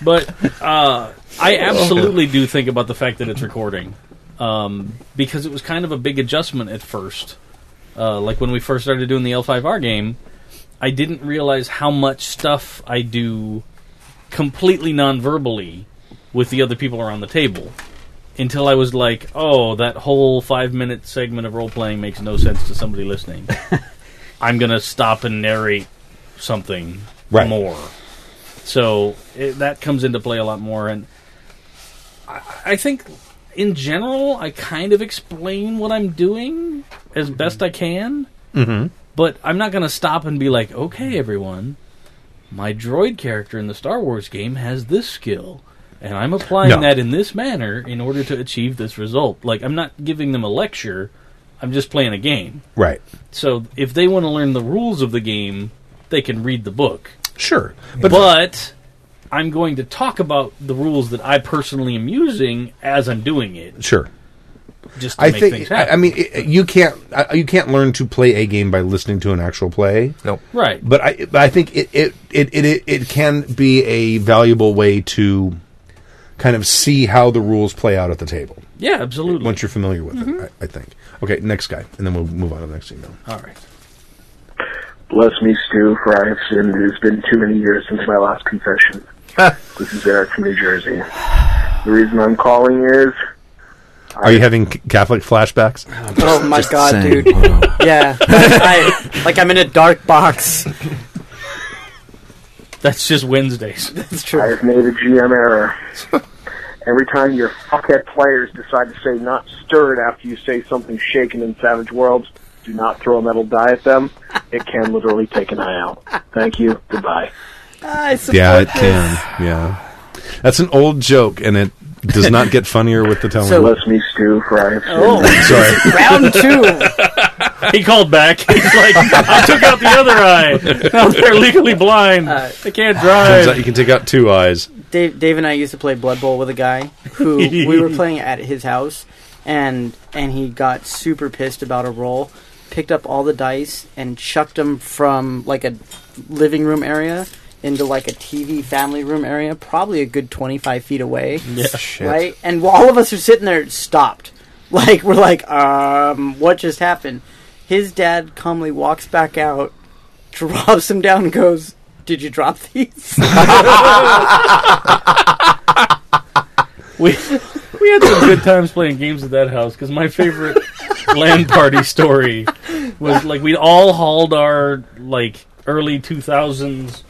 [SPEAKER 7] but uh, I absolutely do think about the fact that it's recording um, because it was kind of a big adjustment at first. Uh, like when we first started doing the L5R game, I didn't realize how much stuff I do completely non-verbally with the other people around the table until I was like, oh, that whole five minute segment of role playing makes no sense to somebody listening. I'm going to stop and narrate something
[SPEAKER 3] Right.
[SPEAKER 7] more. So it, that comes into play a lot more. And I, I think in general, I kind of explain what I'm doing as best I can. Mm-hmm. But I'm not going to stop and be like, okay, everyone, my droid character in the Star Wars game has this skill, and I'm applying
[SPEAKER 3] No.
[SPEAKER 7] that in this manner in order to achieve this result. Like, I'm not giving them a lecture, I'm just playing a game.
[SPEAKER 3] right.
[SPEAKER 7] So if they want to learn the rules of the game, they can read the book.
[SPEAKER 3] Sure, but,
[SPEAKER 7] But, I'm going to talk about the rules that I personally am using as I'm doing it,
[SPEAKER 3] sure.
[SPEAKER 7] just to
[SPEAKER 3] I
[SPEAKER 7] make things
[SPEAKER 3] think. I,
[SPEAKER 7] happen.
[SPEAKER 3] I mean, i- you can't. I- You can't learn to play a game by listening to an actual play.
[SPEAKER 8] Nope.
[SPEAKER 7] right.
[SPEAKER 3] but I but I think it it, it it it it can be a valuable way to kind of see how the rules play out at the table
[SPEAKER 7] yeah, absolutely.
[SPEAKER 3] once you're familiar with it. I, I think. Okay, next guy, and then we'll move on to the next email.
[SPEAKER 7] All right.
[SPEAKER 11] Bless me, Stu, for I have sinned. It has been too many years since my last confession. this is Eric from New Jersey. The reason I'm calling is
[SPEAKER 3] Are you having c- Catholic flashbacks?
[SPEAKER 6] Oh my God,
[SPEAKER 5] saying.
[SPEAKER 6] dude. yeah. Like, I, like I'm in a dark box.
[SPEAKER 7] That's just Wednesdays.
[SPEAKER 6] That's true.
[SPEAKER 11] I've made a GM error. Every time your fuckhead players decide to say not stirred after you say something shaken in Savage Worlds, do not throw a metal die at them. It can literally take an eye out. Thank you. Goodbye.
[SPEAKER 6] I support
[SPEAKER 3] Yeah, it
[SPEAKER 6] this.
[SPEAKER 3] can. Yeah. That's an old joke, and it does not get funnier with the telling.
[SPEAKER 6] So-
[SPEAKER 11] Bless me, Stu, for I have
[SPEAKER 6] Oh.
[SPEAKER 11] sinned.
[SPEAKER 3] Sorry.
[SPEAKER 6] Round two.
[SPEAKER 7] He called back. He's like, I took out the other eye. Now they're legally blind.
[SPEAKER 6] Uh,
[SPEAKER 7] They can't
[SPEAKER 3] Turns out
[SPEAKER 7] drive.
[SPEAKER 3] you can take out two eyes.
[SPEAKER 6] Dave, Dave and I used to play Blood Bowl with a guy who we were playing at his house, and and he got super pissed about a roll, picked up all the dice and chucked them from like a living room area into like a TV family room area, probably a good twenty five feet away, right? And while all of us are sitting there stopped, like we're like, um, what just happened? His dad calmly walks back out, drops them down, and goes, "Did you drop these?"
[SPEAKER 7] We, we had some good times playing games at that house because my favorite land party story was like we all hauled our like early 2000s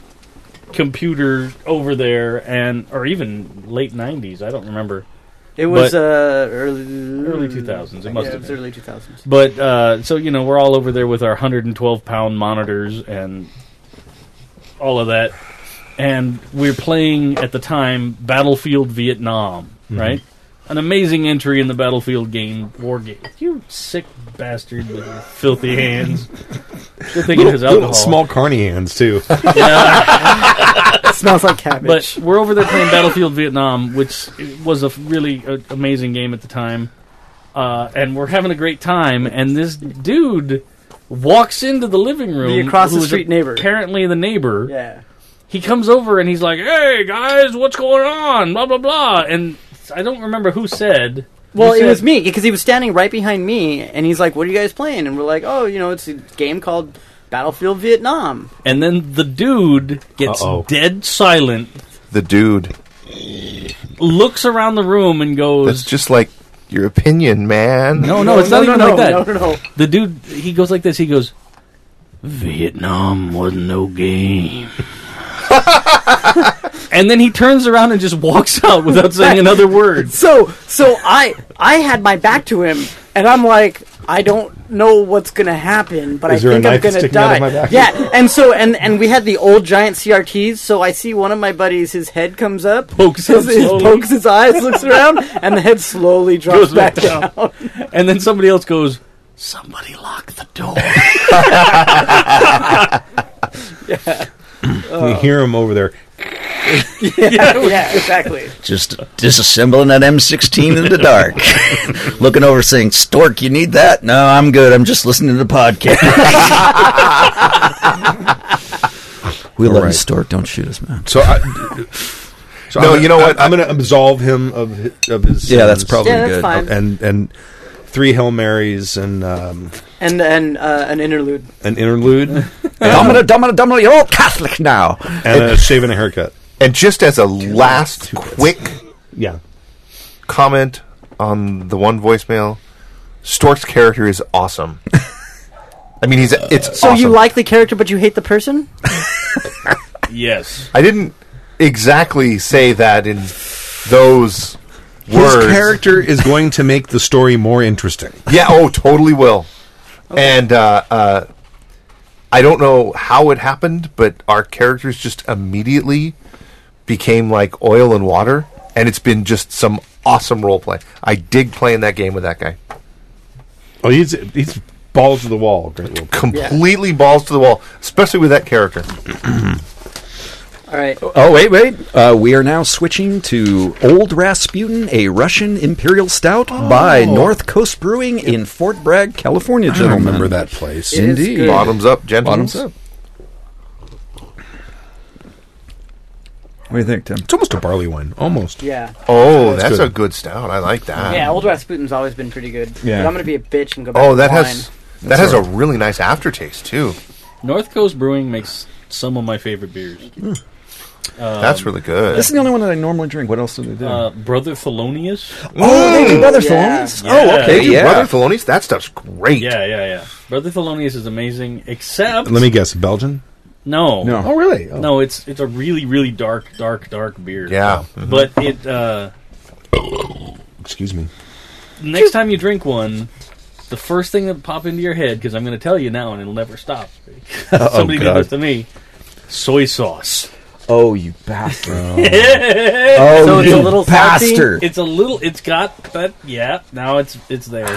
[SPEAKER 7] computer over there and or even late 90s i don't remember
[SPEAKER 6] It was
[SPEAKER 7] But-
[SPEAKER 6] uh, early
[SPEAKER 7] Early 2000s, it must
[SPEAKER 6] yeah,
[SPEAKER 7] have
[SPEAKER 6] was
[SPEAKER 7] been.
[SPEAKER 6] early two thousands.
[SPEAKER 7] But uh, so you know, we're all over there with our 112 pound monitors and all of that, and we're playing at the time Battlefield Vietnam,
[SPEAKER 3] Mm-hmm.
[SPEAKER 7] right? An amazing entry in the Battlefield game, war game. You sick bastard with your filthy hands. Good thing it has alcohol.
[SPEAKER 3] Little small carny hands, too.
[SPEAKER 6] It smells like cabbage.
[SPEAKER 7] But we're over there playing Battlefield Vietnam, which was a really uh, amazing game at the time, uh, and we're having a great time. And this dude walks into the living room,
[SPEAKER 6] The across the
[SPEAKER 7] who is
[SPEAKER 6] street neighbor.
[SPEAKER 7] apparently the neighbor.
[SPEAKER 6] yeah,
[SPEAKER 7] He comes over and he's like, "Hey guys, what's going on?" Blah blah blah. And I don't remember who said.
[SPEAKER 6] well,
[SPEAKER 7] who
[SPEAKER 6] it
[SPEAKER 7] said-
[SPEAKER 6] was me because he was standing right behind me, and he's like, "What are you guys playing?" And we're like, "Oh, you know, it's a game called Battlefield Vietnam."
[SPEAKER 7] And then the dude gets
[SPEAKER 3] Uh-oh.
[SPEAKER 7] dead silent,
[SPEAKER 8] The dude.
[SPEAKER 7] looks around the room, and
[SPEAKER 8] That's
[SPEAKER 7] goes.
[SPEAKER 8] just like your opinion, man.
[SPEAKER 7] no, no, it's not even
[SPEAKER 6] no,
[SPEAKER 7] like that.
[SPEAKER 6] no, no, no.
[SPEAKER 7] the dude he goes like this he goes vietnam wasn't no game and then he turns around and just walks out without saying another word
[SPEAKER 6] So, so I, I had my back to him, and I'm like, I don't know what's gonna happen, but
[SPEAKER 3] Is
[SPEAKER 6] I
[SPEAKER 3] there a
[SPEAKER 6] think I'm
[SPEAKER 3] knife
[SPEAKER 6] gonna
[SPEAKER 3] sticking out
[SPEAKER 6] die.
[SPEAKER 3] of my back?
[SPEAKER 6] Yeah, and so, and and we had the old giant CRTs. So I see one of my buddies, his head comes up,
[SPEAKER 7] Pokes
[SPEAKER 6] his,
[SPEAKER 7] up
[SPEAKER 6] his
[SPEAKER 7] slowly.
[SPEAKER 6] pokes his eyes, looks around, and the head slowly drops
[SPEAKER 7] Goes back
[SPEAKER 6] back down.
[SPEAKER 7] and then somebody else goes somebody lock the door
[SPEAKER 3] you hear him over there.
[SPEAKER 6] yeah, exactly.
[SPEAKER 5] Just disassembling that M16 in the dark. Looking over saying, Stork, you need that? No, I'm good. I'm just listening to the podcast. we love you,
[SPEAKER 3] right.
[SPEAKER 5] Stork. Don't shoot us, man.
[SPEAKER 3] So I. So
[SPEAKER 8] No,
[SPEAKER 3] I'm-
[SPEAKER 8] you know what?
[SPEAKER 3] I'm, going to absolve him of his, of his.
[SPEAKER 5] Yeah, that's
[SPEAKER 3] sins.
[SPEAKER 5] probably
[SPEAKER 6] Yeah, that's
[SPEAKER 5] good.
[SPEAKER 6] fine.
[SPEAKER 3] And and three hail marys and um,
[SPEAKER 6] And and uh, an interlude.
[SPEAKER 3] an interlude
[SPEAKER 5] Domina, domina, domina, you're all Catholic now.
[SPEAKER 3] and a shave and a haircut.
[SPEAKER 8] And just as a last quick
[SPEAKER 3] Yeah.
[SPEAKER 8] comment on the one voicemail, Stork's character is awesome. I mean, he's it's
[SPEAKER 6] So you
[SPEAKER 8] awesome.
[SPEAKER 6] like the character, but you hate the person?
[SPEAKER 7] yes
[SPEAKER 8] I didn't exactly say that in those words.
[SPEAKER 3] His character is going to make the story more interesting.
[SPEAKER 8] Yeah, oh, totally will. And uh, uh, I don't know how it happened, but our characters just immediately became like oil and water, and it's been just some awesome role play. I dig playing that game with that guy.
[SPEAKER 3] Oh, he's he's balls to the wall. Great little-
[SPEAKER 8] Completely balls to the wall, especially with that character.
[SPEAKER 6] All right.
[SPEAKER 5] Oh, wait, wait. Uh, we are now switching to Old Rasputin, a Russian Imperial Stout
[SPEAKER 7] Oh.
[SPEAKER 5] by North Coast Brewing in Fort Bragg,
[SPEAKER 7] Oh,
[SPEAKER 5] California,
[SPEAKER 3] I
[SPEAKER 5] gentlemen.
[SPEAKER 3] remember that place.
[SPEAKER 6] It is
[SPEAKER 5] Indeed.
[SPEAKER 6] good.
[SPEAKER 8] Bottoms up, gentlemen.
[SPEAKER 5] Bottoms up. What do you think, Tim?
[SPEAKER 3] It's almost a barley wine. Almost.
[SPEAKER 6] Yeah.
[SPEAKER 8] Oh, that's,
[SPEAKER 3] good.
[SPEAKER 8] a good stout. I like that.
[SPEAKER 6] Yeah, old Rasputin's always been pretty good.
[SPEAKER 5] Yeah.
[SPEAKER 6] But I'm gonna be a bitch and go back
[SPEAKER 8] Oh,
[SPEAKER 6] to
[SPEAKER 8] that
[SPEAKER 6] wine.
[SPEAKER 8] has that has a really nice aftertaste too.
[SPEAKER 7] north coast brewing makes some of my favorite beers
[SPEAKER 8] that's really good.
[SPEAKER 5] This is the only one that I normally drink. What else do they do?
[SPEAKER 7] uh, brother thelonious
[SPEAKER 5] oh, they do Brother
[SPEAKER 6] Yeah.
[SPEAKER 5] Thorns?
[SPEAKER 7] Yeah.
[SPEAKER 5] Oh, okay,
[SPEAKER 8] They do
[SPEAKER 5] yeah.
[SPEAKER 8] Brother Thelonious, that stuff's great.
[SPEAKER 7] yeah yeah yeah brother thelonious is amazing except
[SPEAKER 3] Let me guess. Belgian.
[SPEAKER 7] No.
[SPEAKER 3] No. Oh, really? Oh.
[SPEAKER 7] No, it's it's a really really dark dark dark beer.
[SPEAKER 3] Yeah. Mhm.
[SPEAKER 7] But it uh
[SPEAKER 3] Excuse me.
[SPEAKER 7] next time you drink one, the first thing that pop into your head because I'm going to tell you now and it'll never stop.
[SPEAKER 5] Oh,
[SPEAKER 7] Somebody did
[SPEAKER 5] God.
[SPEAKER 7] this to me. Soy sauce.
[SPEAKER 5] Oh, you bastard!
[SPEAKER 3] Oh,
[SPEAKER 7] oh,
[SPEAKER 5] Oh, you
[SPEAKER 7] salty.
[SPEAKER 5] bastard.
[SPEAKER 7] It's a little. It's got that. Yeah. Now it's it's there.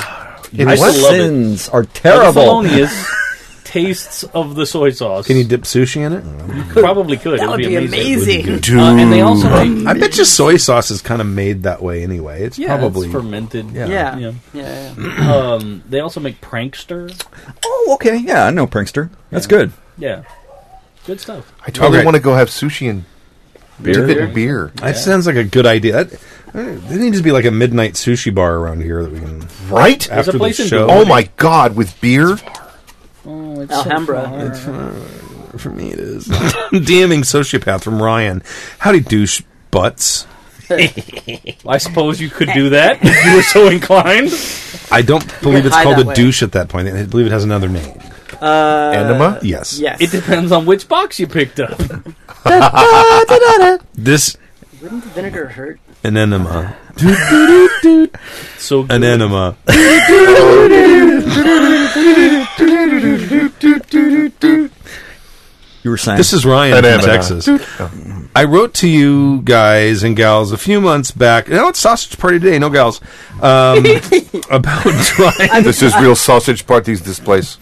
[SPEAKER 5] Your
[SPEAKER 7] I still love it.
[SPEAKER 5] sins are terrible.
[SPEAKER 7] Like Felonious tastes of the soy sauce.
[SPEAKER 3] Can you dip sushi in it?
[SPEAKER 7] You probably could.
[SPEAKER 6] That
[SPEAKER 7] it would
[SPEAKER 6] would
[SPEAKER 7] be,
[SPEAKER 6] be
[SPEAKER 7] amazing.
[SPEAKER 6] amazing.
[SPEAKER 7] Uh, and they also
[SPEAKER 3] Um,
[SPEAKER 7] make,
[SPEAKER 3] I bet you soy sauce is kind of made that way anyway. It's
[SPEAKER 7] yeah,
[SPEAKER 3] probably
[SPEAKER 7] it's fermented.
[SPEAKER 3] Yeah.
[SPEAKER 6] Yeah.
[SPEAKER 7] yeah.
[SPEAKER 6] Yeah,
[SPEAKER 7] um, they also make prankster.
[SPEAKER 5] Oh, okay. Yeah, I know Prankster. That's good.
[SPEAKER 7] Yeah, good stuff.
[SPEAKER 8] I totally
[SPEAKER 3] Okay.
[SPEAKER 8] want to go have sushi and
[SPEAKER 5] Beer?
[SPEAKER 8] dip it in beer.
[SPEAKER 3] That sounds like a good idea. That, there needs to be like a midnight sushi bar around here that we can
[SPEAKER 8] Right?
[SPEAKER 7] There's a
[SPEAKER 3] after the
[SPEAKER 7] place in
[SPEAKER 3] show.
[SPEAKER 8] Oh my god, with beer?
[SPEAKER 7] Oh, it's
[SPEAKER 6] Alhambra.
[SPEAKER 7] So far.
[SPEAKER 3] For me, it is. DMing sociopath from Ryan. Howdy, douche butts.
[SPEAKER 7] I suppose you could do that if you were so inclined.
[SPEAKER 3] I don't believe it's
[SPEAKER 6] high
[SPEAKER 3] called
[SPEAKER 6] that
[SPEAKER 3] a
[SPEAKER 6] way.
[SPEAKER 3] douche at that point. I believe it has another name.
[SPEAKER 6] Uh,
[SPEAKER 8] Enema?
[SPEAKER 3] Yes.
[SPEAKER 6] Yes.
[SPEAKER 7] It depends on which box you picked up.
[SPEAKER 3] This
[SPEAKER 6] Wouldn't the vinegar hurt?
[SPEAKER 3] anenema.
[SPEAKER 7] So good.
[SPEAKER 3] Anenema.
[SPEAKER 5] You were saying
[SPEAKER 3] This is Ryan
[SPEAKER 8] Anenema.
[SPEAKER 3] from Texas. I wrote to you guys and gals a few months back. No, it's sausage party today. No gals. Um, about trying
[SPEAKER 8] This is real sausage parties, this place.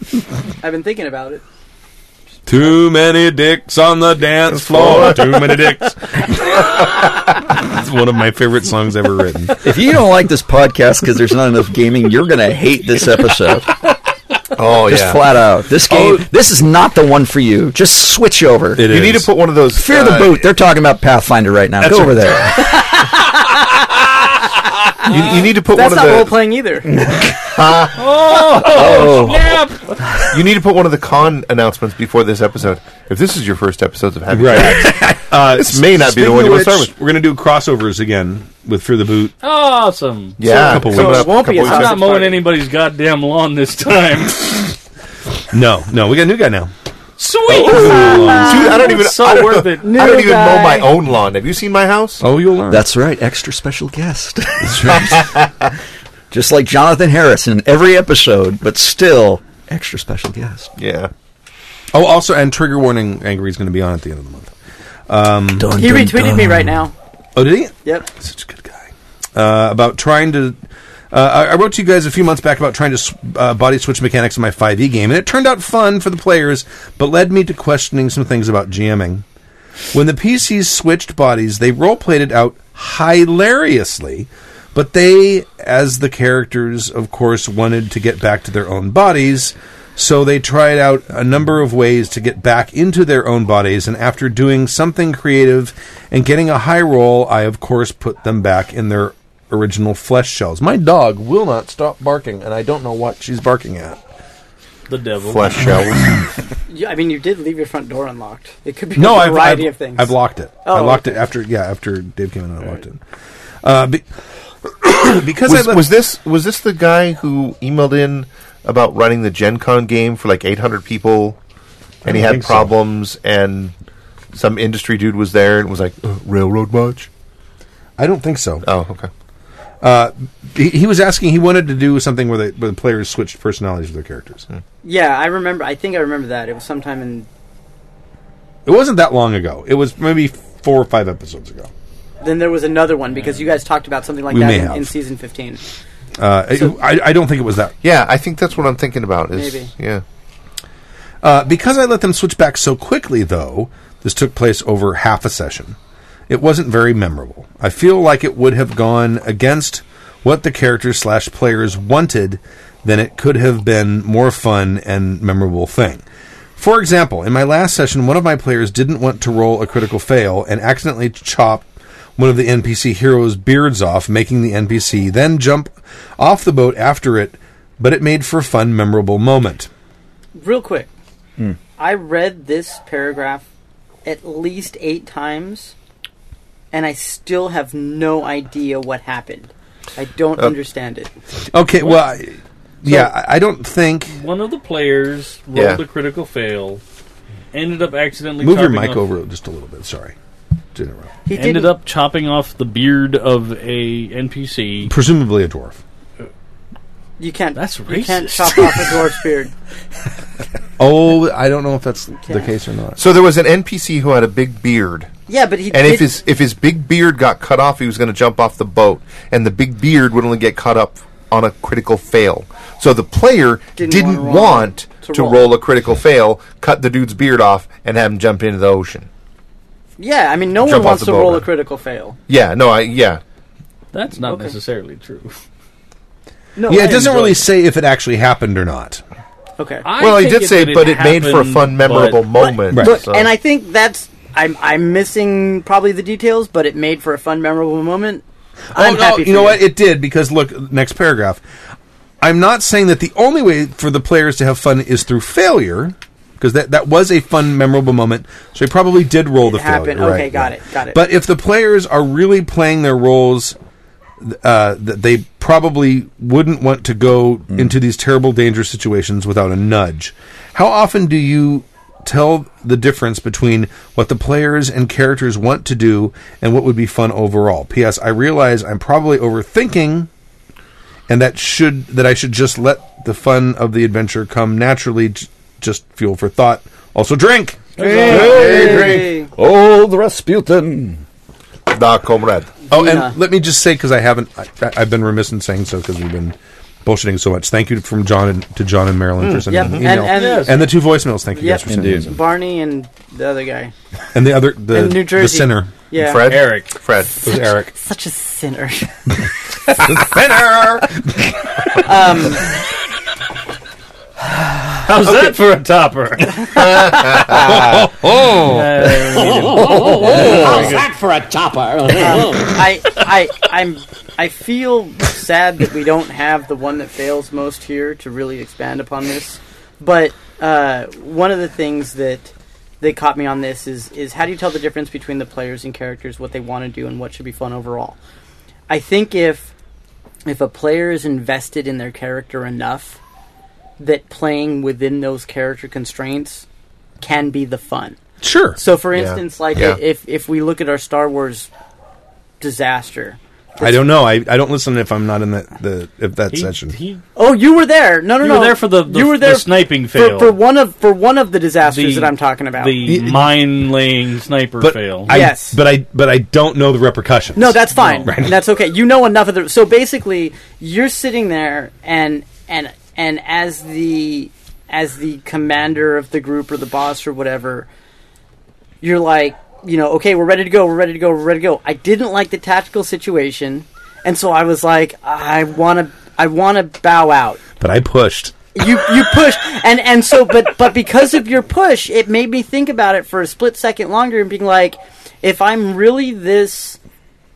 [SPEAKER 6] I've been thinking about it.
[SPEAKER 3] too many dicks on the dance floor. Too many dicks. it's one of my favorite songs ever written.
[SPEAKER 5] if you don't like this podcast because there's not enough gaming, you're gonna hate this episode.
[SPEAKER 8] Oh,
[SPEAKER 5] Just
[SPEAKER 8] yeah.
[SPEAKER 5] flat out. This
[SPEAKER 6] Oh.
[SPEAKER 5] game. This is not the one for you. Just switch over.
[SPEAKER 3] It
[SPEAKER 8] You
[SPEAKER 3] is.
[SPEAKER 8] need to put one of those.
[SPEAKER 5] Fear
[SPEAKER 8] uh,
[SPEAKER 5] the boot. They're talking about Pathfinder right now. Go over there.
[SPEAKER 8] You, you need to put
[SPEAKER 6] That's
[SPEAKER 8] one
[SPEAKER 6] not role
[SPEAKER 8] of the.
[SPEAKER 6] playing either.
[SPEAKER 5] Oh,
[SPEAKER 7] Yep.
[SPEAKER 8] You need to put one of the con announcements before this episode. If this is your first episode of Happy,
[SPEAKER 3] Right. uh,
[SPEAKER 8] This may not be the
[SPEAKER 3] speaking
[SPEAKER 8] one
[SPEAKER 3] of
[SPEAKER 8] you wanna start
[SPEAKER 3] which, We're going to do crossovers again with Fear the Boot.
[SPEAKER 7] Awesome.
[SPEAKER 8] yeah,
[SPEAKER 3] couple
[SPEAKER 8] coming
[SPEAKER 3] weeks.
[SPEAKER 8] up
[SPEAKER 6] So it won't be
[SPEAKER 8] couple
[SPEAKER 6] a
[SPEAKER 8] weeks.
[SPEAKER 7] I'm
[SPEAKER 6] sausage
[SPEAKER 7] not mowing
[SPEAKER 6] party.
[SPEAKER 7] anybody's goddamn lawn this time.
[SPEAKER 3] No, no, we got a new guy now.
[SPEAKER 7] Sweet.
[SPEAKER 8] Oh, Dude, I don't even.
[SPEAKER 7] so
[SPEAKER 8] I don't,
[SPEAKER 7] worth it.
[SPEAKER 8] I don't
[SPEAKER 6] New
[SPEAKER 8] even mow
[SPEAKER 6] guy.
[SPEAKER 8] my own lawn. Have you seen my house?
[SPEAKER 3] Oh, you'll learn.
[SPEAKER 5] that's right. Extra special guest. Just like Jonathan Harris in every episode, but still extra special guest.
[SPEAKER 8] Yeah.
[SPEAKER 3] oh, also, and trigger warning, Angry's going to be on at the end of the month.
[SPEAKER 5] Dun,
[SPEAKER 6] Mm-hmm. He
[SPEAKER 5] dun,
[SPEAKER 6] retweeted
[SPEAKER 5] dun.
[SPEAKER 6] me right now.
[SPEAKER 3] Oh, did he?
[SPEAKER 6] Yep.
[SPEAKER 3] Such a good guy. Uh, about trying to. Uh, I I wrote to you guys a few months back about trying to s- uh, body switch mechanics in my 5e game, and it turned out fun for the players, but led me to questioning some things about GMing. When the PCs switched bodies, they roleplayed it out hilariously, but they, as the characters, of course, wanted to get back to their own bodies, so they tried out a number of ways to get back into their own bodies, and after doing something creative and getting a high roll, I, of course, put them back in their original flesh shells. My dog will not stop barking, and I don't know what she's barking at.
[SPEAKER 7] The devil.
[SPEAKER 8] oh. Flesh shells.
[SPEAKER 6] You, I mean, you did leave your front door unlocked. It could be
[SPEAKER 3] No,
[SPEAKER 6] a
[SPEAKER 3] I've,
[SPEAKER 6] variety
[SPEAKER 3] I've,
[SPEAKER 6] of things.
[SPEAKER 3] I've locked it. I
[SPEAKER 6] Oh,
[SPEAKER 3] locked
[SPEAKER 6] okay.
[SPEAKER 3] it after yeah after Dave came in. I locked it. Uh, be- because I
[SPEAKER 8] Was,
[SPEAKER 3] let-
[SPEAKER 8] was this was this the guy who emailed in about running the Gen Con game for like 800 people, and he
[SPEAKER 3] don't
[SPEAKER 8] had
[SPEAKER 3] think so.
[SPEAKER 8] problems, and some industry dude was there and was like "Uh, railroad much?
[SPEAKER 3] I don't think so.
[SPEAKER 8] Oh, okay.
[SPEAKER 3] He, he was asking. He wanted to do something where the, where the players switched personalities with their characters.
[SPEAKER 8] Hmm.
[SPEAKER 6] yeah, I remember. I think I remember that. It was sometime in.
[SPEAKER 3] It wasn't that long ago. It was maybe four or five episodes ago.
[SPEAKER 6] Then there was another one because you guys talked about something like
[SPEAKER 3] We
[SPEAKER 6] that
[SPEAKER 3] may
[SPEAKER 6] in,
[SPEAKER 3] have.
[SPEAKER 6] in season fifteen.
[SPEAKER 3] Uh, it- I, I don't think it was that
[SPEAKER 8] Yeah, I think that's what I'm thinking about. Is
[SPEAKER 6] Maybe.
[SPEAKER 8] yeah.
[SPEAKER 3] Uh, because I let them switch back so quickly, though, this took place over half a session. It wasn't very memorable. I feel like it would have gone against what the characters slash players wanted, then it could have been more fun and memorable thing. For example, in my last session, one of my players didn't want to roll a critical fail and accidentally chopped one of the NPC heroes' beards off, making the NPC then jump off the boat after it, but it made for a fun, memorable moment.
[SPEAKER 6] Real quick,
[SPEAKER 3] Hmm.
[SPEAKER 6] I read this paragraph at least eight times, and I still have no idea what happened. I don't
[SPEAKER 3] Uh,
[SPEAKER 6] understand it.
[SPEAKER 3] Okay, well, I- yeah, I I don't think.
[SPEAKER 7] One of the players rolled
[SPEAKER 8] Yeah.
[SPEAKER 7] a critical fail, ended up accidentally
[SPEAKER 3] Move your
[SPEAKER 7] chopping
[SPEAKER 3] mic
[SPEAKER 7] off-
[SPEAKER 3] over just a little bit. Sorry. To interrupt.
[SPEAKER 7] He ended up chopping off the beard of a NPC.
[SPEAKER 3] Presumably a dwarf.
[SPEAKER 6] You can't.
[SPEAKER 7] That's
[SPEAKER 6] You can't
[SPEAKER 7] racist.
[SPEAKER 6] chop off a dwarf's beard.
[SPEAKER 3] Oh, I don't know if that's the case or not.
[SPEAKER 8] So there was an NPC who had a big beard.
[SPEAKER 6] Yeah, but he
[SPEAKER 8] and
[SPEAKER 6] did,
[SPEAKER 8] if his if his big beard got cut off, he was going to jump off the boat, and the big beard would only get cut up on a critical fail. So the player
[SPEAKER 6] Didn't
[SPEAKER 8] didn't,
[SPEAKER 6] wanna roll-
[SPEAKER 8] want
[SPEAKER 6] to
[SPEAKER 8] to,
[SPEAKER 6] roll.
[SPEAKER 8] roll. a critical fail, cut the dude's beard off, and have him jump into the ocean.
[SPEAKER 6] yeah, I mean, no one
[SPEAKER 8] Jump off
[SPEAKER 6] wants
[SPEAKER 8] the
[SPEAKER 6] to
[SPEAKER 8] boat,
[SPEAKER 6] roll a
[SPEAKER 8] right?
[SPEAKER 6] critical fail.
[SPEAKER 8] Yeah, no, I yeah.
[SPEAKER 7] That's not necessarily true.
[SPEAKER 6] No,
[SPEAKER 3] yeah,
[SPEAKER 6] I
[SPEAKER 3] it doesn't really
[SPEAKER 6] enjoyed
[SPEAKER 3] say if it actually happened or not.
[SPEAKER 6] Okay.
[SPEAKER 7] I
[SPEAKER 8] well, he
[SPEAKER 7] take
[SPEAKER 8] did say,
[SPEAKER 7] that
[SPEAKER 8] but it made for a
[SPEAKER 7] happened,
[SPEAKER 8] fun, memorable
[SPEAKER 7] but-
[SPEAKER 8] moment.
[SPEAKER 3] Right.
[SPEAKER 6] Look,
[SPEAKER 8] so-
[SPEAKER 6] and I think that's I'm I'm missing probably the details, but it made for a fun, memorable moment. I'm
[SPEAKER 3] oh, no,
[SPEAKER 6] happy.
[SPEAKER 3] you
[SPEAKER 6] for
[SPEAKER 3] know what? It did because look, next paragraph. I'm not saying that the only way for the players to have fun is through failure, because that, that was a fun, memorable moment. So he probably did roll the
[SPEAKER 6] happened.
[SPEAKER 3] failure.
[SPEAKER 6] Okay,
[SPEAKER 3] right,
[SPEAKER 6] got
[SPEAKER 3] yeah.
[SPEAKER 6] it, got it.
[SPEAKER 3] But if the players are really playing their roles, th- uh, th- they probably wouldn't want to go into these terrible, dangerous situations without a nudge. How often do you tell the difference between what the players and characters want to do and what would be fun overall? P.S. I realize I'm probably overthinking and that should that I should just let the fun of the adventure come naturally, j- just fuel for thought. Also, drink.
[SPEAKER 6] Hey.
[SPEAKER 5] Old Rasputin.
[SPEAKER 8] da comrade.
[SPEAKER 3] Oh,
[SPEAKER 6] Dina.
[SPEAKER 3] and let me just say because I haven't, I, I- I've been remiss in saying so because we've been bullshitting so much. Thank you from John and, to John and Marilyn for sending
[SPEAKER 6] Mm, Yep,
[SPEAKER 3] an
[SPEAKER 6] and-
[SPEAKER 3] email
[SPEAKER 6] and- Yes.
[SPEAKER 3] the two voicemails. Thank you
[SPEAKER 6] Yep.
[SPEAKER 3] guys for sending
[SPEAKER 5] Indeed.
[SPEAKER 3] those in.
[SPEAKER 6] Barney and the other guy.
[SPEAKER 3] and the other the
[SPEAKER 6] And New
[SPEAKER 3] the
[SPEAKER 6] Jersey.
[SPEAKER 3] sinner
[SPEAKER 6] Yeah.
[SPEAKER 8] Fred,
[SPEAKER 7] Eric.
[SPEAKER 8] Fred,
[SPEAKER 3] It was Eric.
[SPEAKER 6] Such a sinner.
[SPEAKER 8] Fenner.
[SPEAKER 7] How's that for a topper?
[SPEAKER 6] Oh.
[SPEAKER 9] How's that for a topper?
[SPEAKER 6] I I I'm I feel sad that we don't have the one that fails most here to really expand upon this. But uh, one of the things that that caught me on this is is how do you tell the difference between the players and characters what they want to do and what should be fun overall? I think if if a player is invested in their character enough that playing within those character constraints can be the fun.
[SPEAKER 3] Sure.
[SPEAKER 6] So, for instance, like
[SPEAKER 8] Yeah.
[SPEAKER 6] if if we look at our Star Wars disaster,
[SPEAKER 3] I don't know. I, I don't listen if I'm not in that the if that session.
[SPEAKER 7] he
[SPEAKER 6] oh, you were there. No, no,
[SPEAKER 7] You
[SPEAKER 6] no,
[SPEAKER 7] were there for the- the-
[SPEAKER 6] you were there
[SPEAKER 7] the sniping
[SPEAKER 6] for,
[SPEAKER 7] fail.
[SPEAKER 6] for one of for one of the disasters
[SPEAKER 7] The-
[SPEAKER 6] that I'm talking about.
[SPEAKER 7] the mine laying sniper
[SPEAKER 3] but
[SPEAKER 7] fail.
[SPEAKER 3] I,
[SPEAKER 6] Yes.
[SPEAKER 3] But I but I don't know the repercussions.
[SPEAKER 6] no, that's fine. That's okay. You know enough of the. So basically, you're sitting there, and and and as the as the commander of the group or the boss or whatever, you're like, you know, okay, we're ready to go, we're ready to go, we're ready to go. I didn't like the tactical situation, and so I was like, I want to, I want to bow out.
[SPEAKER 3] But I pushed.
[SPEAKER 6] You you pushed, and and so, but but because of your push, it made me think about it for a split second longer and being like, if I'm really this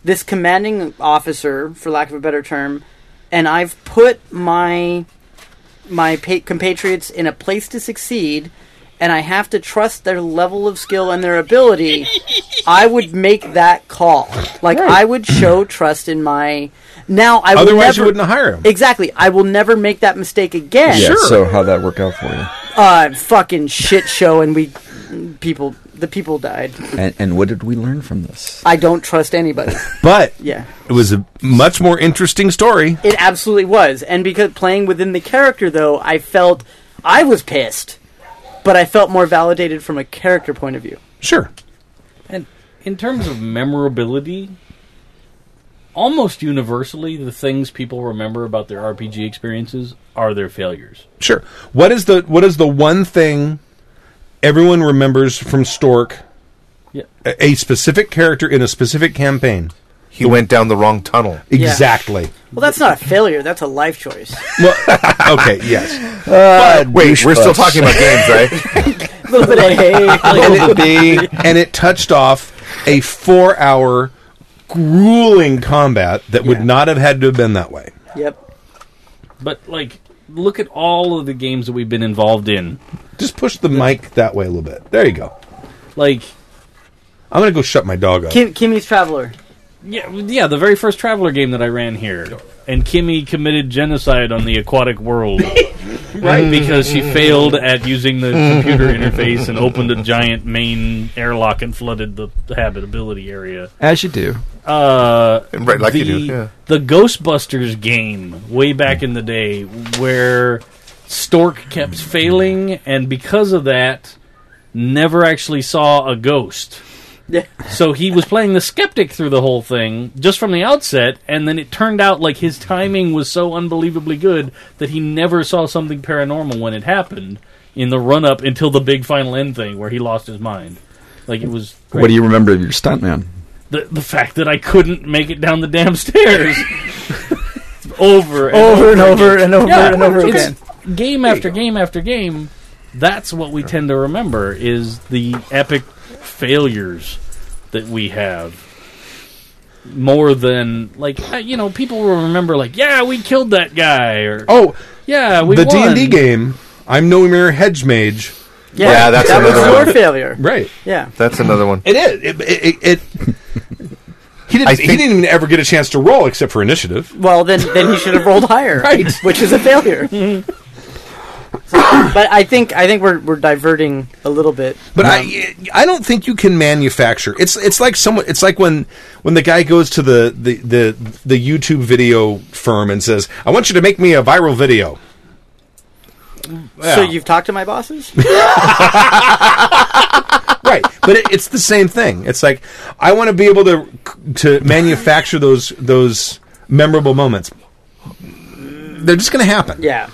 [SPEAKER 6] this commanding officer, for lack of a better term, and I've put my my pa- compatriots in a place to succeed, and I have to trust their level of skill and their ability, I would make that call. Like I would show trust in my. Now I will
[SPEAKER 3] Otherwise,
[SPEAKER 6] never-
[SPEAKER 3] you wouldn't hire him.
[SPEAKER 6] Exactly, I will never make that mistake again.
[SPEAKER 5] Yeah, so how'd that work out for you?
[SPEAKER 6] Uh, fucking shit show, and we people the people died.
[SPEAKER 5] And, and what did we learn from this?
[SPEAKER 6] I don't trust anybody.
[SPEAKER 3] But
[SPEAKER 6] Yeah.
[SPEAKER 3] it was a much more interesting story.
[SPEAKER 6] It absolutely was. And because playing within the character, though, I felt I was pissed, but I felt more validated from a character point of view.
[SPEAKER 3] Sure.
[SPEAKER 7] And in terms of memorability, almost universally, the things people remember about their RPG experiences are their failures.
[SPEAKER 3] Sure. What is the what is the one thing everyone remembers from Stork?
[SPEAKER 7] Yeah.
[SPEAKER 3] A, a specific character in a specific campaign.
[SPEAKER 8] He went down the wrong tunnel.
[SPEAKER 3] Exactly.
[SPEAKER 6] Well, that's not a failure. That's a life choice.
[SPEAKER 3] Well, okay. Yes.
[SPEAKER 8] Wait, we're still talking about games, right?
[SPEAKER 6] A little bit of hey.
[SPEAKER 3] And it, and it touched off a four-hour grueling combat that
[SPEAKER 6] Yeah.
[SPEAKER 3] would not have had to have been that way.
[SPEAKER 6] Yep.
[SPEAKER 7] But, like, look at all of the games that we've been involved in.
[SPEAKER 3] Just push the mic that way a little bit. There you go.
[SPEAKER 7] Like,
[SPEAKER 3] I'm gonna go shut my dog up.
[SPEAKER 6] Kim, Kimmy's Traveler.
[SPEAKER 7] yeah, yeah, the very first Traveler game that I ran here. And Kimmy committed genocide on the aquatic world. Right, because she failed at using the computer interface and opened a giant main airlock and flooded the habitability area.
[SPEAKER 5] As you do.
[SPEAKER 7] Uh,
[SPEAKER 8] Right, like
[SPEAKER 7] the,
[SPEAKER 8] you do, yeah.
[SPEAKER 7] The Ghostbusters game way back in the day, where Stork kept failing, and because of that, never actually saw a ghost.
[SPEAKER 6] Yeah.
[SPEAKER 7] So he was playing the skeptic through the whole thing, just from the outset, and then it turned out like his timing was so unbelievably good that he never saw something paranormal when it happened in the run up until the big final end thing where he lost his mind. Like it was
[SPEAKER 5] What do you remember of your stuntman?
[SPEAKER 7] the the fact that I couldn't make it down the damn stairs over and
[SPEAKER 12] Over and over
[SPEAKER 7] again.
[SPEAKER 12] and over
[SPEAKER 7] Yeah,
[SPEAKER 12] and over
[SPEAKER 7] it's
[SPEAKER 12] again.
[SPEAKER 7] Game after game after game, that's what we tend to remember is the epic failures that we have. More than like uh, you know, people will remember like, yeah, we killed that guy, or
[SPEAKER 3] Oh,
[SPEAKER 7] yeah, we
[SPEAKER 3] the D
[SPEAKER 7] won.
[SPEAKER 3] and D game. I'm no mere hedge mage.
[SPEAKER 6] Yeah,
[SPEAKER 8] Yeah, that's
[SPEAKER 6] that was
[SPEAKER 8] another
[SPEAKER 6] your
[SPEAKER 8] one.
[SPEAKER 6] failure.
[SPEAKER 3] Right.
[SPEAKER 6] Yeah.
[SPEAKER 8] That's another one.
[SPEAKER 3] It is. It. it, it- it- he didn't.
[SPEAKER 8] I
[SPEAKER 3] he
[SPEAKER 8] think-
[SPEAKER 3] didn't even ever get a chance to roll except for initiative.
[SPEAKER 6] Well, then then he should have rolled higher,
[SPEAKER 3] Right.
[SPEAKER 6] Which is a failure. but I think I think we're we're diverting a little bit.
[SPEAKER 3] But I, I don't think you can manufacture. It's it's like someone. It's like when when the guy goes to the the the, the YouTube video firm and says, "I want you to make me a viral video."
[SPEAKER 6] So
[SPEAKER 3] Yeah.
[SPEAKER 6] you've talked to my bosses?
[SPEAKER 3] right but it, it's the same thing it's like i want to be able to to manufacture those those memorable moments they're just going to happen
[SPEAKER 6] Yeah.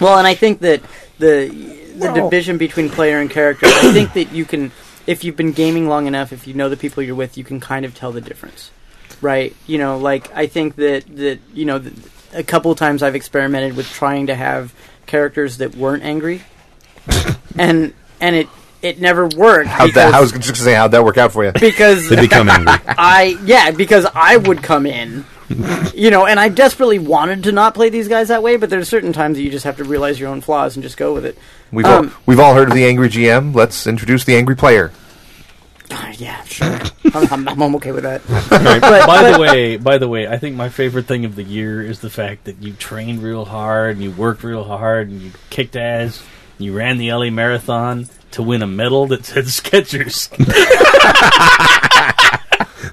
[SPEAKER 6] Well, and I think that the the division between player and character. I think that you can, if you've been gaming long enough, if you know the people you're with, you can kind of tell the difference, right? You know, like I think that that you know, th- a couple of times I've experimented with trying to have characters that weren't angry, and and it it never worked.
[SPEAKER 8] How'd that,
[SPEAKER 6] because-
[SPEAKER 8] I was just going to say, how'd that work out for you?
[SPEAKER 6] because
[SPEAKER 3] they become angry
[SPEAKER 6] I yeah, because I would come in. You know, and I desperately wanted to not play these guys that way, but there's certain times that you just have to realize your own flaws and just go with it.
[SPEAKER 8] We've,
[SPEAKER 6] Um,
[SPEAKER 8] all, we've all heard of the angry GM. Let's introduce the angry player.
[SPEAKER 6] Ah, yeah, sure. I'm, I'm, I'm okay with that.
[SPEAKER 7] by the way, by the way, I think my favorite thing of the year is the fact that you trained real hard and you worked real hard and you kicked ass. And you ran the LA Marathon to win a medal that said Skechers.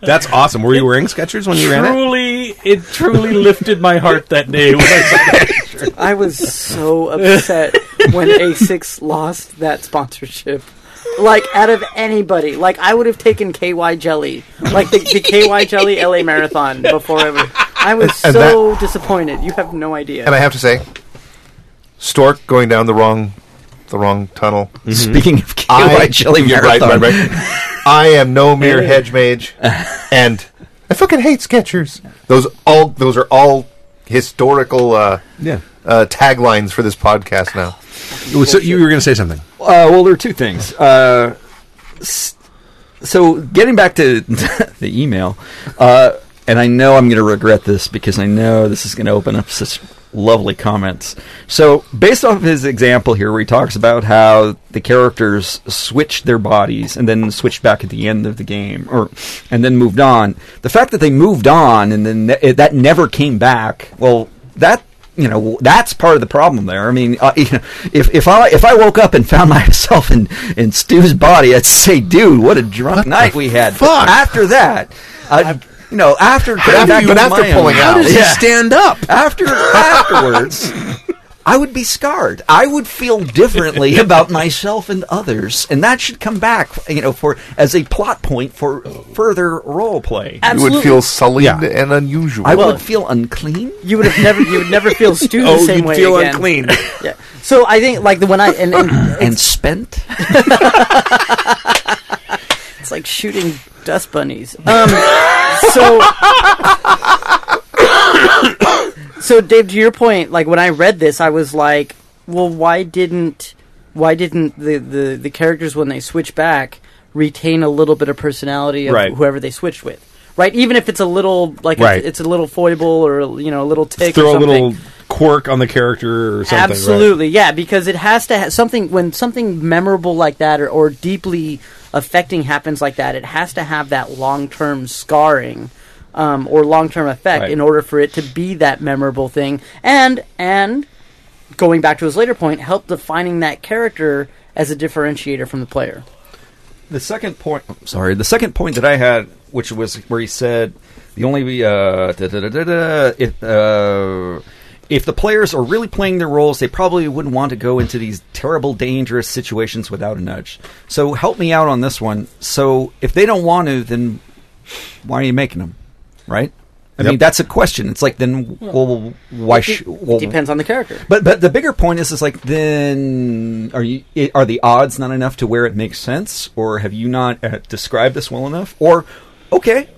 [SPEAKER 3] that's awesome were you wearing sketchers when you ran it
[SPEAKER 7] truly, it truly lifted my heart that day when I saw that picture.
[SPEAKER 6] I was so upset when A6 lost that sponsorship. Like out of anybody, like I would have taken KY Jelly, like the, the KY Jelly LA Marathon before I was. I was
[SPEAKER 8] And
[SPEAKER 6] so disappointed. You have no idea.
[SPEAKER 8] And I have to say, Stork going down the wrong, the wrong tunnel.
[SPEAKER 5] Speaking of KY
[SPEAKER 8] I-
[SPEAKER 5] Jelly
[SPEAKER 8] You're
[SPEAKER 5] Marathon,
[SPEAKER 8] Right, right, right. I am no mere hedge mage, and I fucking hate Skechers. Those all those are all historical uh,
[SPEAKER 3] yeah
[SPEAKER 8] uh, taglines for this podcast now.
[SPEAKER 3] so you were going to say something
[SPEAKER 5] Uh, well, there are two things. Uh, s- so, getting back to the email, uh, and I know I'm going to regret this because I know this is going to open up such lovely comments. So, based off of his example here, where he talks about how the characters switched their bodies and then switched back at the end of the game, or and then moved on. The fact that they moved on and then ne- that never came back. Well, that you know that's part of the problem there. I mean, uh, you know, if if I if I woke up and found myself in in Stu's body, I'd say, dude, what a drunk night we had. But
[SPEAKER 8] fuck?
[SPEAKER 5] after that, I, you know, after
[SPEAKER 8] But after, but after pulling out,
[SPEAKER 5] yeah.
[SPEAKER 3] stand up
[SPEAKER 5] after afterwards. I would be scarred. I would feel differently about myself and others, and that should come back, you know, for as a plot point for further role play.
[SPEAKER 6] Uh,
[SPEAKER 8] you would feel sullied and unusual.
[SPEAKER 5] I would feel unclean.
[SPEAKER 6] you would have never you would never feel Stu the
[SPEAKER 1] Oh,
[SPEAKER 6] same
[SPEAKER 1] you
[SPEAKER 6] way
[SPEAKER 1] feel
[SPEAKER 6] again.
[SPEAKER 1] unclean.
[SPEAKER 6] Yeah. So I think like the when I and, and
[SPEAKER 5] and spent.
[SPEAKER 6] it's like shooting dust bunnies. Um, so so Dave, to your point, like when I read this, I was like, well, why didn't why didn't the the, the characters when they switch back retain a little bit of personality of
[SPEAKER 3] Right.
[SPEAKER 6] whoever they switched with? Right, even if it's a little like
[SPEAKER 3] Right.
[SPEAKER 6] it's, it's a little foible or you know a little tick. or
[SPEAKER 3] throw a
[SPEAKER 6] something.
[SPEAKER 3] little quirk on the character or something right?
[SPEAKER 6] Absolutely, yeah, because it has to ha- something when something memorable like that or, or deeply affecting happens like that, it has to have that long term scarring um, or long term effect
[SPEAKER 3] Right.
[SPEAKER 6] in order for it to be that memorable thing. And and going back to his later point, help defining that character as a differentiator from the player.
[SPEAKER 5] The second point. Sorry, the second point that I had, which was where he said the only uh, da, da, da, da, da, if uh, if the players are really playing their roles, they probably wouldn't want to go into these terrible, dangerous situations without a nudge. So help me out on this one. So if they don't want to, then why are you making them? Right? I mean, that's a question. It's like then, well, why? Sh- well,
[SPEAKER 6] depends on the character.
[SPEAKER 5] But but the bigger point is, is like then are you i- are the odds not enough to where it makes sense, or have you not uh, described this well enough, or okay,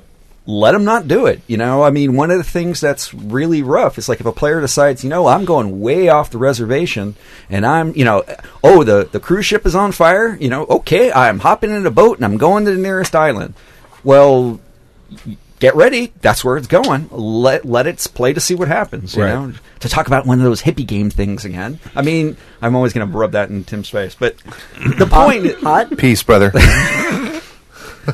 [SPEAKER 5] let them not do it. You know, I mean, one of the things that's really rough is like if a player decides, you know, I'm going way off the reservation, and I'm, you know, oh the the cruise ship is on fire. You know, okay, I'm hopping in a boat and I'm going to the nearest island. Well, get ready. That's where it's going. Let let it play to see what happens. You
[SPEAKER 12] Right.
[SPEAKER 5] know, to talk about one of those hippie game things again. I mean, I'm always going to rub that in Tim's face, but the point.
[SPEAKER 6] Hot.
[SPEAKER 8] Peace, brother.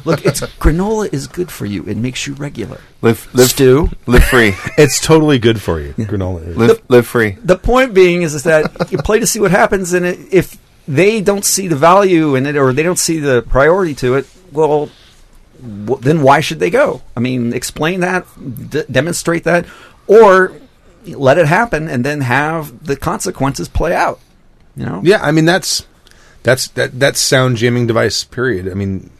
[SPEAKER 5] Look, it's granola is good for you. It makes you regular.
[SPEAKER 8] Live, live,
[SPEAKER 5] Stew.
[SPEAKER 8] live free.
[SPEAKER 3] It's totally good for you. Granola is.
[SPEAKER 8] Live, live free.
[SPEAKER 5] The point being is, is that you play to see what happens, and it, if they don't see the value in it or they don't see the priority to it, well, w- then why should they go? I mean, explain that, d- demonstrate that, or let it happen and then have the consequences play out. You know?
[SPEAKER 3] Yeah, I mean that's that's that that's sound jamming device. Period. I mean,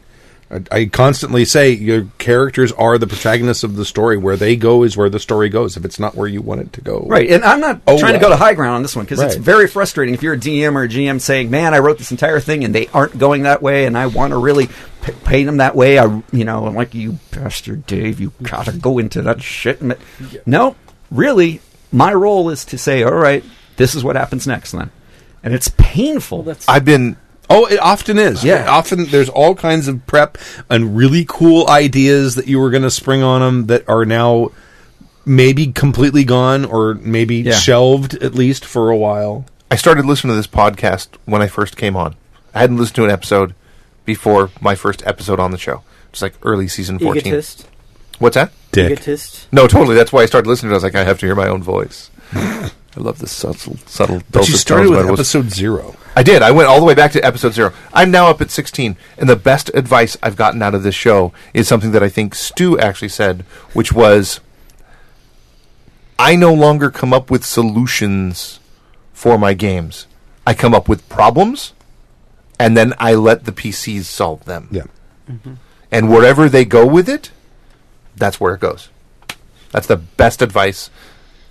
[SPEAKER 3] I, I constantly say your characters are the protagonists of the story. Where they go is where the story goes. If it's not where you want it to go,
[SPEAKER 5] Right, and I'm not
[SPEAKER 3] Oh,
[SPEAKER 5] trying to go
[SPEAKER 3] well.
[SPEAKER 5] to high ground on this one because it's
[SPEAKER 3] Right.
[SPEAKER 5] very frustrating if you're a DM or a GM saying, "Man, I wrote this entire thing and they aren't going that way, and I want to really p- paint them that way." I, you know, I'm like, "You bastard, Dave, you gotta go into that shit." and it-" No, really, my role is to say, "All right, this is what happens next," then, and it's painful.
[SPEAKER 8] I've been.
[SPEAKER 3] Oh, it often is.
[SPEAKER 5] Yeah.
[SPEAKER 3] often there's all kinds of prep and really cool ideas that you were going to spring on them that are now maybe completely gone or maybe
[SPEAKER 5] Yeah.
[SPEAKER 3] shelved at least for a while.
[SPEAKER 8] I started listening to this podcast when I first came on. I hadn't listened to an episode before my first episode on the show. It's like early season 14.
[SPEAKER 6] Egotist.
[SPEAKER 8] What's that?
[SPEAKER 6] Egotist.
[SPEAKER 8] No, totally. That's why I started listening to it. I was like, I have to hear my own voice. I love the subtle, subtle.
[SPEAKER 3] But you
[SPEAKER 8] dulcet
[SPEAKER 3] started
[SPEAKER 8] tones
[SPEAKER 3] with
[SPEAKER 8] my voice.
[SPEAKER 3] episode zero.
[SPEAKER 8] I did. I went all the way back to episode zero. I'm now up at 16, and the best advice I've gotten out of this show is something that I think Stu actually said, which was I no longer come up with solutions for my games. I come up with problems, and then I let the PCs solve them.
[SPEAKER 3] Yeah.
[SPEAKER 8] And wherever they go with it, that's where it goes. That's the best advice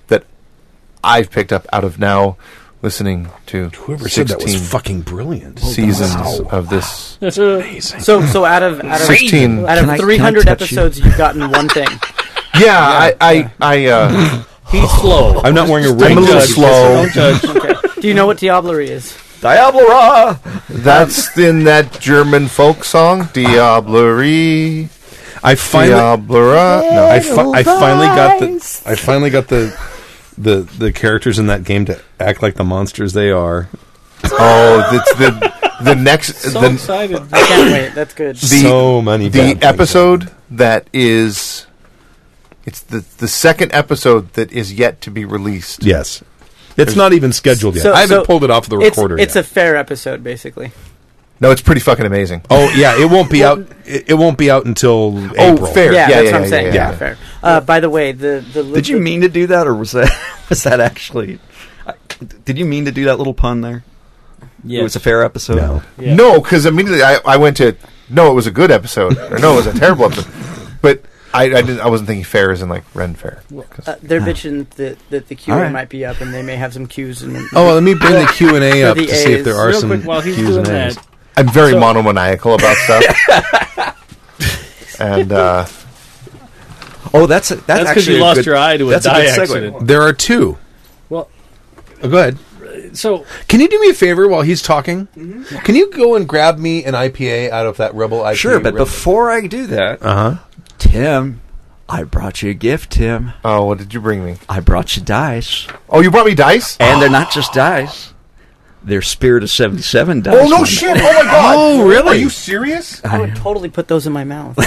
[SPEAKER 8] that I've picked up out of now listening to
[SPEAKER 3] Whoever said that was
[SPEAKER 8] 16
[SPEAKER 3] fucking brilliant.
[SPEAKER 8] seasons of this.
[SPEAKER 6] amazing. So so out of out of
[SPEAKER 8] 16.
[SPEAKER 5] Can
[SPEAKER 6] out
[SPEAKER 5] I-
[SPEAKER 6] of
[SPEAKER 5] can I
[SPEAKER 6] three hundred
[SPEAKER 5] touch you?
[SPEAKER 6] episodes, you've gotten one thing.
[SPEAKER 8] Yeah, I, I, I, uh,
[SPEAKER 7] He's slow.
[SPEAKER 3] I'm not wearing a
[SPEAKER 8] I'm
[SPEAKER 3] ring.
[SPEAKER 8] a little
[SPEAKER 3] Judge.
[SPEAKER 8] slow.
[SPEAKER 6] Do you know what Diablerie is?
[SPEAKER 5] Diablo Ra!
[SPEAKER 8] That's in that German folk song, Diablerie,
[SPEAKER 3] I finally,
[SPEAKER 8] Diablera. No,
[SPEAKER 3] I, fi- I finally got the I finally got the the the characters in that game to act like the monsters they are.
[SPEAKER 8] oh, that's the the next
[SPEAKER 7] So
[SPEAKER 8] the,
[SPEAKER 7] excited.
[SPEAKER 6] I can't wait. That's good.
[SPEAKER 8] The-
[SPEAKER 3] so many bad
[SPEAKER 8] the
[SPEAKER 3] things
[SPEAKER 8] episode that is it's the the second episode that is yet to be released.
[SPEAKER 3] Yes, it's not even scheduled yet. I haven't
[SPEAKER 6] so
[SPEAKER 3] pulled it off the
[SPEAKER 6] it's-
[SPEAKER 3] recorder.
[SPEAKER 6] It's,
[SPEAKER 3] yet.
[SPEAKER 6] a fair episode, basically.
[SPEAKER 8] No, it's pretty fucking amazing.
[SPEAKER 3] oh yeah, it won't be out. It, it won't be out until April.
[SPEAKER 8] fair.
[SPEAKER 6] Yeah,
[SPEAKER 8] Yeah,
[SPEAKER 6] that's
[SPEAKER 8] yeah,
[SPEAKER 6] what I'm
[SPEAKER 8] yeah,
[SPEAKER 6] saying.
[SPEAKER 8] yeah,
[SPEAKER 6] Yeah,
[SPEAKER 8] yeah.
[SPEAKER 6] fair. Uh, by the way, the the
[SPEAKER 5] Did you mean to do that, or was that was that actually? I- Did you mean to do that little pun there? It was a fair episode.
[SPEAKER 3] No.
[SPEAKER 7] Yeah.
[SPEAKER 8] No, because immediately I, I went to no, it was a good episode, or no, it was a terrible episode. But I, I didn't. I wasn't thinking fair as in like Ren Fair. 'Cause-
[SPEAKER 6] Uh, they're bitching that, that the QA
[SPEAKER 5] All right.
[SPEAKER 6] might be up, and they may have some cues. And
[SPEAKER 3] Oh, well, let me bring the Q and A
[SPEAKER 6] For
[SPEAKER 3] up
[SPEAKER 6] the
[SPEAKER 3] to see if
[SPEAKER 6] A's.
[SPEAKER 3] there are
[SPEAKER 7] Real
[SPEAKER 3] some
[SPEAKER 7] quick, while he's
[SPEAKER 3] Q's
[SPEAKER 7] doing
[SPEAKER 3] and A's.
[SPEAKER 7] that,
[SPEAKER 8] I'm very monomaniacal about stuff. and uh,
[SPEAKER 5] Oh, that's a, that's
[SPEAKER 7] That's 'cause
[SPEAKER 5] actually
[SPEAKER 7] you
[SPEAKER 5] a
[SPEAKER 7] lost
[SPEAKER 5] good-
[SPEAKER 7] your eye to a
[SPEAKER 5] that's
[SPEAKER 7] die
[SPEAKER 5] good segue.
[SPEAKER 7] accident.
[SPEAKER 3] There are two.
[SPEAKER 7] well,
[SPEAKER 3] Oh, go ahead.
[SPEAKER 7] so
[SPEAKER 3] Can you do me a favor while he's talking?
[SPEAKER 7] Mm-hmm.
[SPEAKER 3] Can you go and grab me an IPA out of that Rebel IPA?
[SPEAKER 5] Sure, but before I do that,
[SPEAKER 8] Uh-huh.
[SPEAKER 3] uh huh.
[SPEAKER 5] Tim, I brought you a gift, Tim.
[SPEAKER 8] oh, what did you bring me?
[SPEAKER 5] I brought you dice,
[SPEAKER 8] Oh, you brought me dice.
[SPEAKER 5] and they're not just dice; they're Spirit of Seventy Seven dice.
[SPEAKER 8] Oh
[SPEAKER 5] my
[SPEAKER 8] no shit! Oh my god!
[SPEAKER 3] Oh, really?
[SPEAKER 8] Are you serious?
[SPEAKER 6] I would totally put those in my mouth.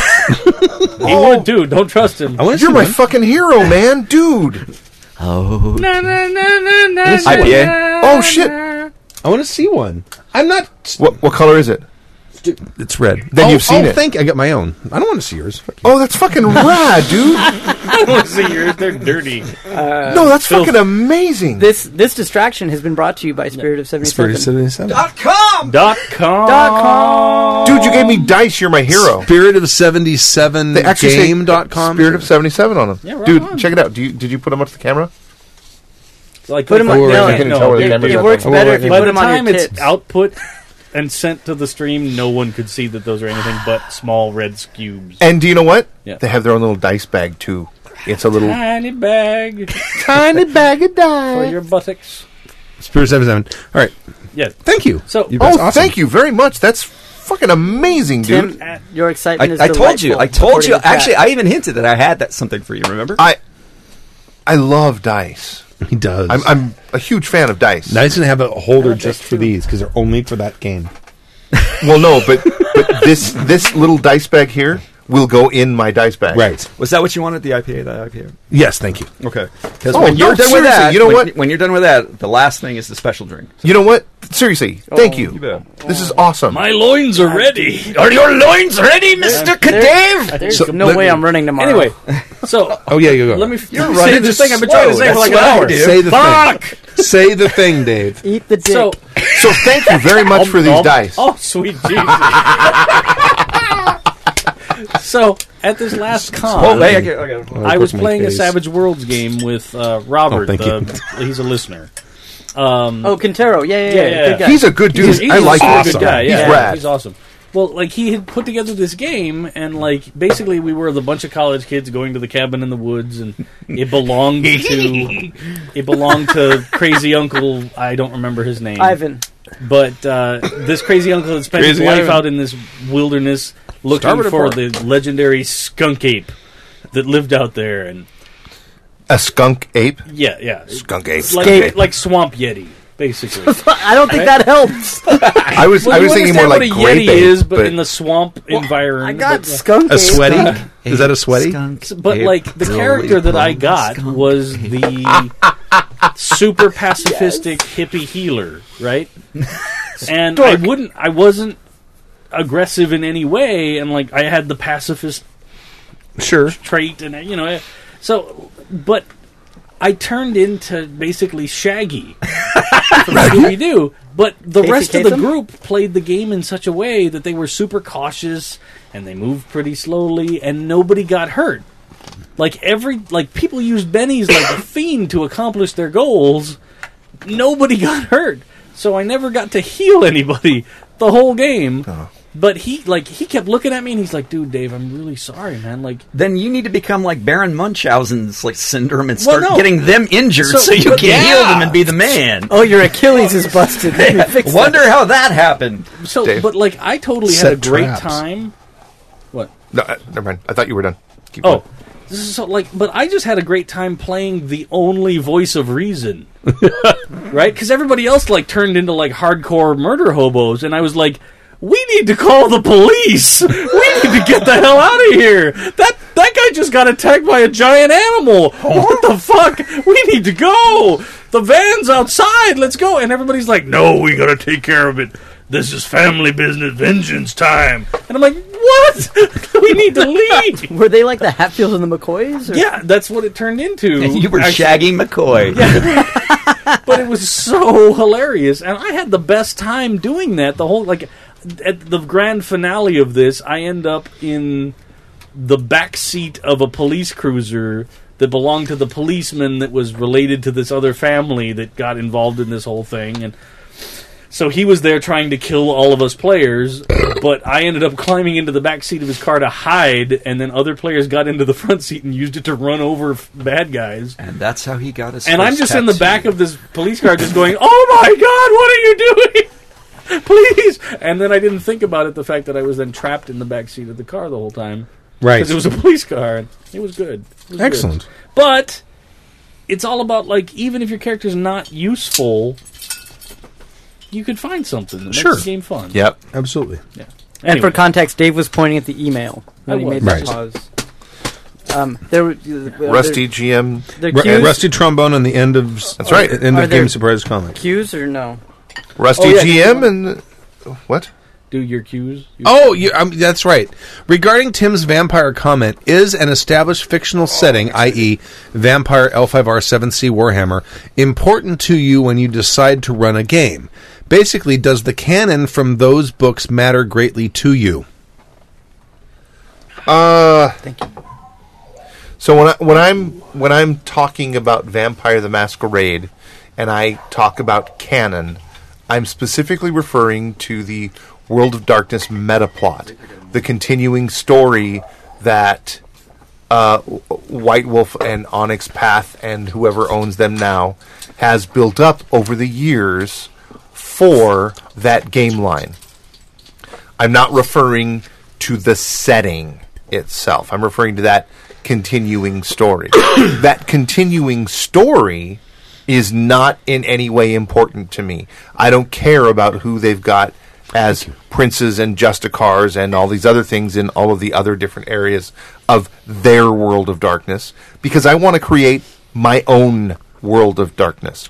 [SPEAKER 7] he would do. Don't trust him.
[SPEAKER 3] I want to
[SPEAKER 8] You're my fucking hero, man, dude.
[SPEAKER 5] Oh,
[SPEAKER 7] Na, na, na, na, na,
[SPEAKER 5] This
[SPEAKER 7] na,
[SPEAKER 5] IPA?
[SPEAKER 7] na,
[SPEAKER 5] Oh, shit.
[SPEAKER 7] na.
[SPEAKER 3] I want to see one. I'm not.
[SPEAKER 8] What, what color is it?
[SPEAKER 3] It's red.
[SPEAKER 8] Then
[SPEAKER 3] oh,
[SPEAKER 8] you've seen
[SPEAKER 3] oh,
[SPEAKER 8] it.
[SPEAKER 3] Thank. I got my own. I don't want to see yours.
[SPEAKER 8] Oh, that's fucking rad, dude.
[SPEAKER 7] I don't want to see yours. They're dirty.
[SPEAKER 8] no, that's
[SPEAKER 7] filth.
[SPEAKER 8] fucking amazing.
[SPEAKER 6] This this distraction has been brought to you by Spirit of Seventy
[SPEAKER 3] Spirit
[SPEAKER 6] Seven.
[SPEAKER 3] of seventy seven.
[SPEAKER 7] Dot com.
[SPEAKER 6] Dot com.
[SPEAKER 8] Dude, you gave me dice. You're my hero.
[SPEAKER 3] Spirit of seventy seven.
[SPEAKER 8] They actually say
[SPEAKER 3] Game.com.
[SPEAKER 8] Spirit of 77 on them.
[SPEAKER 7] Yeah, right
[SPEAKER 8] Dude,
[SPEAKER 7] on.
[SPEAKER 8] check it out. Do you, did you put them up to the camera?
[SPEAKER 7] Like
[SPEAKER 6] Put 'em
[SPEAKER 7] like-
[SPEAKER 6] up- no,
[SPEAKER 7] like-
[SPEAKER 6] you
[SPEAKER 8] couldn't tell where the
[SPEAKER 7] dude,
[SPEAKER 8] cameras
[SPEAKER 7] dude,
[SPEAKER 8] are.
[SPEAKER 6] It works
[SPEAKER 8] Oh,
[SPEAKER 6] better
[SPEAKER 8] wait,
[SPEAKER 6] if you
[SPEAKER 7] By
[SPEAKER 6] put
[SPEAKER 7] the
[SPEAKER 6] them on
[SPEAKER 7] time
[SPEAKER 6] your
[SPEAKER 7] it's
[SPEAKER 6] tips.
[SPEAKER 7] output and sent to the stream, no one could see that those are anything but small red cubes.
[SPEAKER 8] And do you know what?
[SPEAKER 7] Yeah. Ah.
[SPEAKER 8] They have their own little dice bag, too. It's a little.
[SPEAKER 7] Tiny bag
[SPEAKER 8] tiny bag of
[SPEAKER 7] for
[SPEAKER 8] dice.
[SPEAKER 7] your buttocks.
[SPEAKER 3] Spirit of seventy seven. All right.
[SPEAKER 7] Yeah.
[SPEAKER 3] Thank you.
[SPEAKER 7] So-
[SPEAKER 3] You-
[SPEAKER 8] Oh,
[SPEAKER 3] that's awesome.
[SPEAKER 8] thank you very much. That's fucking amazing, dude.
[SPEAKER 6] Tim, uh, your excitement
[SPEAKER 5] I,
[SPEAKER 6] is
[SPEAKER 5] I told
[SPEAKER 6] delightful,
[SPEAKER 5] you. I told
[SPEAKER 6] according
[SPEAKER 5] you.
[SPEAKER 6] to Jack.
[SPEAKER 5] Actually, I even hinted that I had that something for you. Remember?
[SPEAKER 8] I I love dice.
[SPEAKER 3] He does.
[SPEAKER 8] I'm, I'm a huge fan of dice.
[SPEAKER 3] nice to have a holder just for these because they're only for that game.
[SPEAKER 8] Well, no, but, but this this little dice bag here will go in my dice bag.
[SPEAKER 3] Right.
[SPEAKER 5] Was that what you wanted? The IPA. The IPA.
[SPEAKER 3] Yes. Thank you.
[SPEAKER 5] Okay. Because
[SPEAKER 8] Oh,
[SPEAKER 5] when you're
[SPEAKER 8] no,
[SPEAKER 5] done with
[SPEAKER 8] seriously,
[SPEAKER 5] that,
[SPEAKER 8] you know
[SPEAKER 5] when,
[SPEAKER 8] what?
[SPEAKER 5] When you're done with that, the last thing is the special drink.
[SPEAKER 8] You know what? Seriously, thank you.
[SPEAKER 5] you bet.
[SPEAKER 8] This is awesome.
[SPEAKER 7] Oh, My loins are ready.
[SPEAKER 5] Are your loins ready, Mister Kadave?
[SPEAKER 6] There's
[SPEAKER 3] So,
[SPEAKER 6] no
[SPEAKER 3] let-
[SPEAKER 6] way I'm running tomorrow.
[SPEAKER 7] Anyway, so
[SPEAKER 3] Oh yeah, you go.
[SPEAKER 7] let me f-
[SPEAKER 5] You're
[SPEAKER 7] say
[SPEAKER 5] running
[SPEAKER 7] this thing I've been trying to
[SPEAKER 5] slow.
[SPEAKER 7] say for like an
[SPEAKER 5] That's what I
[SPEAKER 7] hour.
[SPEAKER 5] do.
[SPEAKER 3] say the
[SPEAKER 7] Fuck.
[SPEAKER 3] thing. Say the thing, Dave.
[SPEAKER 6] eat the dick.
[SPEAKER 7] So
[SPEAKER 8] So thank you very much for these
[SPEAKER 7] Nom.
[SPEAKER 8] dice.
[SPEAKER 7] Oh, sweet Jesus. so at this last con,
[SPEAKER 5] Oh, hey, okay, okay.
[SPEAKER 7] I was
[SPEAKER 3] my
[SPEAKER 7] playing a
[SPEAKER 3] face.
[SPEAKER 7] Savage Worlds game with uh, Robert.
[SPEAKER 3] Oh, thank
[SPEAKER 7] the, he's a listener. Um,
[SPEAKER 6] oh, Quintero. Yeah, yeah, yeah.
[SPEAKER 7] Yeah, yeah.
[SPEAKER 6] Good guy.
[SPEAKER 8] He's a good dude.
[SPEAKER 7] he's, he's
[SPEAKER 8] I like
[SPEAKER 7] a
[SPEAKER 8] him.
[SPEAKER 7] super good guy.
[SPEAKER 8] He's
[SPEAKER 7] Yeah,
[SPEAKER 8] rad.
[SPEAKER 7] He's awesome. Well, like he had put together this game, and like basically we were the bunch of college kids going to the cabin in the woods, and it belonged to it belonged to crazy uncle. I don't remember his name.
[SPEAKER 6] Ivan.
[SPEAKER 7] But uh, this crazy uncle that spent
[SPEAKER 3] Crazy
[SPEAKER 7] his life
[SPEAKER 3] Ivan.
[SPEAKER 7] out in this wilderness looking
[SPEAKER 3] Starboard
[SPEAKER 7] for
[SPEAKER 3] or
[SPEAKER 7] the legendary skunk ape that lived out there, and
[SPEAKER 8] A skunk ape.
[SPEAKER 7] yeah, yeah,
[SPEAKER 8] Skunk ape.
[SPEAKER 7] like like swamp yeti, basically.
[SPEAKER 6] I don't think that helps.
[SPEAKER 8] I was
[SPEAKER 7] Well,
[SPEAKER 8] I
[SPEAKER 7] you
[SPEAKER 8] was thinking more
[SPEAKER 7] understand
[SPEAKER 8] like
[SPEAKER 7] what a
[SPEAKER 8] grape
[SPEAKER 7] yeti
[SPEAKER 8] ape,
[SPEAKER 7] is, but, in the swamp
[SPEAKER 6] I
[SPEAKER 7] environment.
[SPEAKER 6] got
[SPEAKER 7] but-
[SPEAKER 6] skunk.
[SPEAKER 3] A
[SPEAKER 6] ape.
[SPEAKER 3] sweaty? Is that a sweaty?
[SPEAKER 7] but, like the character that I got was the super pacifistic hippie healer, right? and I wouldn't, I wasn't aggressive in any way, and like I had the pacifist
[SPEAKER 3] Sure.
[SPEAKER 7] trait, and you know, so but I turned into basically Shaggy from Scooby Doo. But the
[SPEAKER 6] Casey
[SPEAKER 7] rest of the
[SPEAKER 6] Kasem?
[SPEAKER 7] group played the game in such a way that they were super cautious and they moved pretty slowly, and nobody got hurt. Like every like people used bennies like a fiend to accomplish their goals. Nobody got hurt, so I never got to heal anybody the whole game.
[SPEAKER 6] Oh.
[SPEAKER 7] But he like he kept looking at me and he's like, "Dude, Dave, I'm really sorry, man. Like
[SPEAKER 5] Then you need to become like Baron Munchausen's like syndrome and
[SPEAKER 7] Well,
[SPEAKER 5] start
[SPEAKER 7] no.
[SPEAKER 5] getting them injured so,
[SPEAKER 7] So-
[SPEAKER 5] you
[SPEAKER 7] but-
[SPEAKER 5] can heal them and be the man.
[SPEAKER 6] Oh, your Achilles is busted. Let me fix that.
[SPEAKER 5] Wonder how that happened.
[SPEAKER 7] So,
[SPEAKER 8] Dave.
[SPEAKER 7] but like, I totally
[SPEAKER 3] Set
[SPEAKER 7] had a great
[SPEAKER 3] traps.
[SPEAKER 7] time. What?
[SPEAKER 8] No, uh, never mind. I thought you were done. Keep
[SPEAKER 7] Oh,
[SPEAKER 8] going.
[SPEAKER 7] this is so like, but I just had a great time playing the only voice of reason, right? Because everybody else like turned into like hardcore murder hobos, and I was like, we need to call the police. We need to get the hell out of here. That that guy just got attacked by a giant animal. What the fuck? We need to go. The van's outside. Let's go. And everybody's like, no, we gotta take care of it. This is family business vengeance time. And I'm like, what? we need to leave.
[SPEAKER 6] Were they like the Hatfields and the McCoys? Or?
[SPEAKER 7] Yeah, that's what it turned into.
[SPEAKER 5] You were
[SPEAKER 7] Actually,
[SPEAKER 5] Shaggy McCoy.
[SPEAKER 7] but it was so hilarious, and I had the best time doing that. The whole like at the grand finale of this, I end up in the back seat of a police cruiser that belonged to the policeman that was related to this other family that got involved in this whole thing, and so he was there trying to kill all of us players, but I ended up climbing into the back seat of his car to hide, and then other players got into the front seat and used it to run over f- bad guys.
[SPEAKER 5] And that's how he got his.
[SPEAKER 7] And
[SPEAKER 5] first
[SPEAKER 7] I'm just in the
[SPEAKER 5] tattoo.
[SPEAKER 7] back of this police car, just going, "Oh my god, what are you doing?" Please! And then I didn't think about it, the fact that I was then trapped in the back seat of the car the whole time.
[SPEAKER 3] Right.
[SPEAKER 7] Because it was a police car. and It was good. It was good.
[SPEAKER 3] Excellent.
[SPEAKER 7] But it's all about, like, even if your character's not useful, you could find something that
[SPEAKER 3] Sure.
[SPEAKER 7] makes the game fun.
[SPEAKER 8] Yep.
[SPEAKER 3] Absolutely.
[SPEAKER 7] Anyway,
[SPEAKER 6] For context, Dave was pointing at the email when
[SPEAKER 7] I
[SPEAKER 6] he
[SPEAKER 7] was.
[SPEAKER 6] made that
[SPEAKER 3] Right.
[SPEAKER 6] pause. Um, there, were- uh,
[SPEAKER 8] Rusty
[SPEAKER 6] there-
[SPEAKER 8] GM.
[SPEAKER 6] there
[SPEAKER 3] Ru- uh,
[SPEAKER 6] cues-
[SPEAKER 3] Rusty trombone on the end of
[SPEAKER 8] That's right.
[SPEAKER 3] End
[SPEAKER 6] Are
[SPEAKER 3] of
[SPEAKER 6] there
[SPEAKER 3] game surprise comic.
[SPEAKER 6] Cues or no?
[SPEAKER 8] Rusty
[SPEAKER 3] Oh, yeah.
[SPEAKER 8] GM and what?
[SPEAKER 7] Do your cues? You-
[SPEAKER 3] Oh, you, um, that's right. Regarding Tim's vampire comment, is an established fictional setting, i.e., Vampire L5R7C Warhammer, important to you when you decide to run a game? Basically, does the canon from those books matter greatly to you?
[SPEAKER 8] Uh,
[SPEAKER 6] Thank you.
[SPEAKER 8] So when I, when I'm when I'm talking about Vampire the Masquerade, and I talk about canon, I'm specifically referring to the World of Darkness meta plot, the continuing story that uh, White Wolf and Onyx Path and whoever owns them now has built up over the years for that game line. I'm not referring to the setting itself. I'm referring to that continuing story. that continuing story is not in any way important to me. I don't care about who they've got as princes and justicars and all these other things in all of the other different areas of their world of darkness because I want to create my own world of darkness.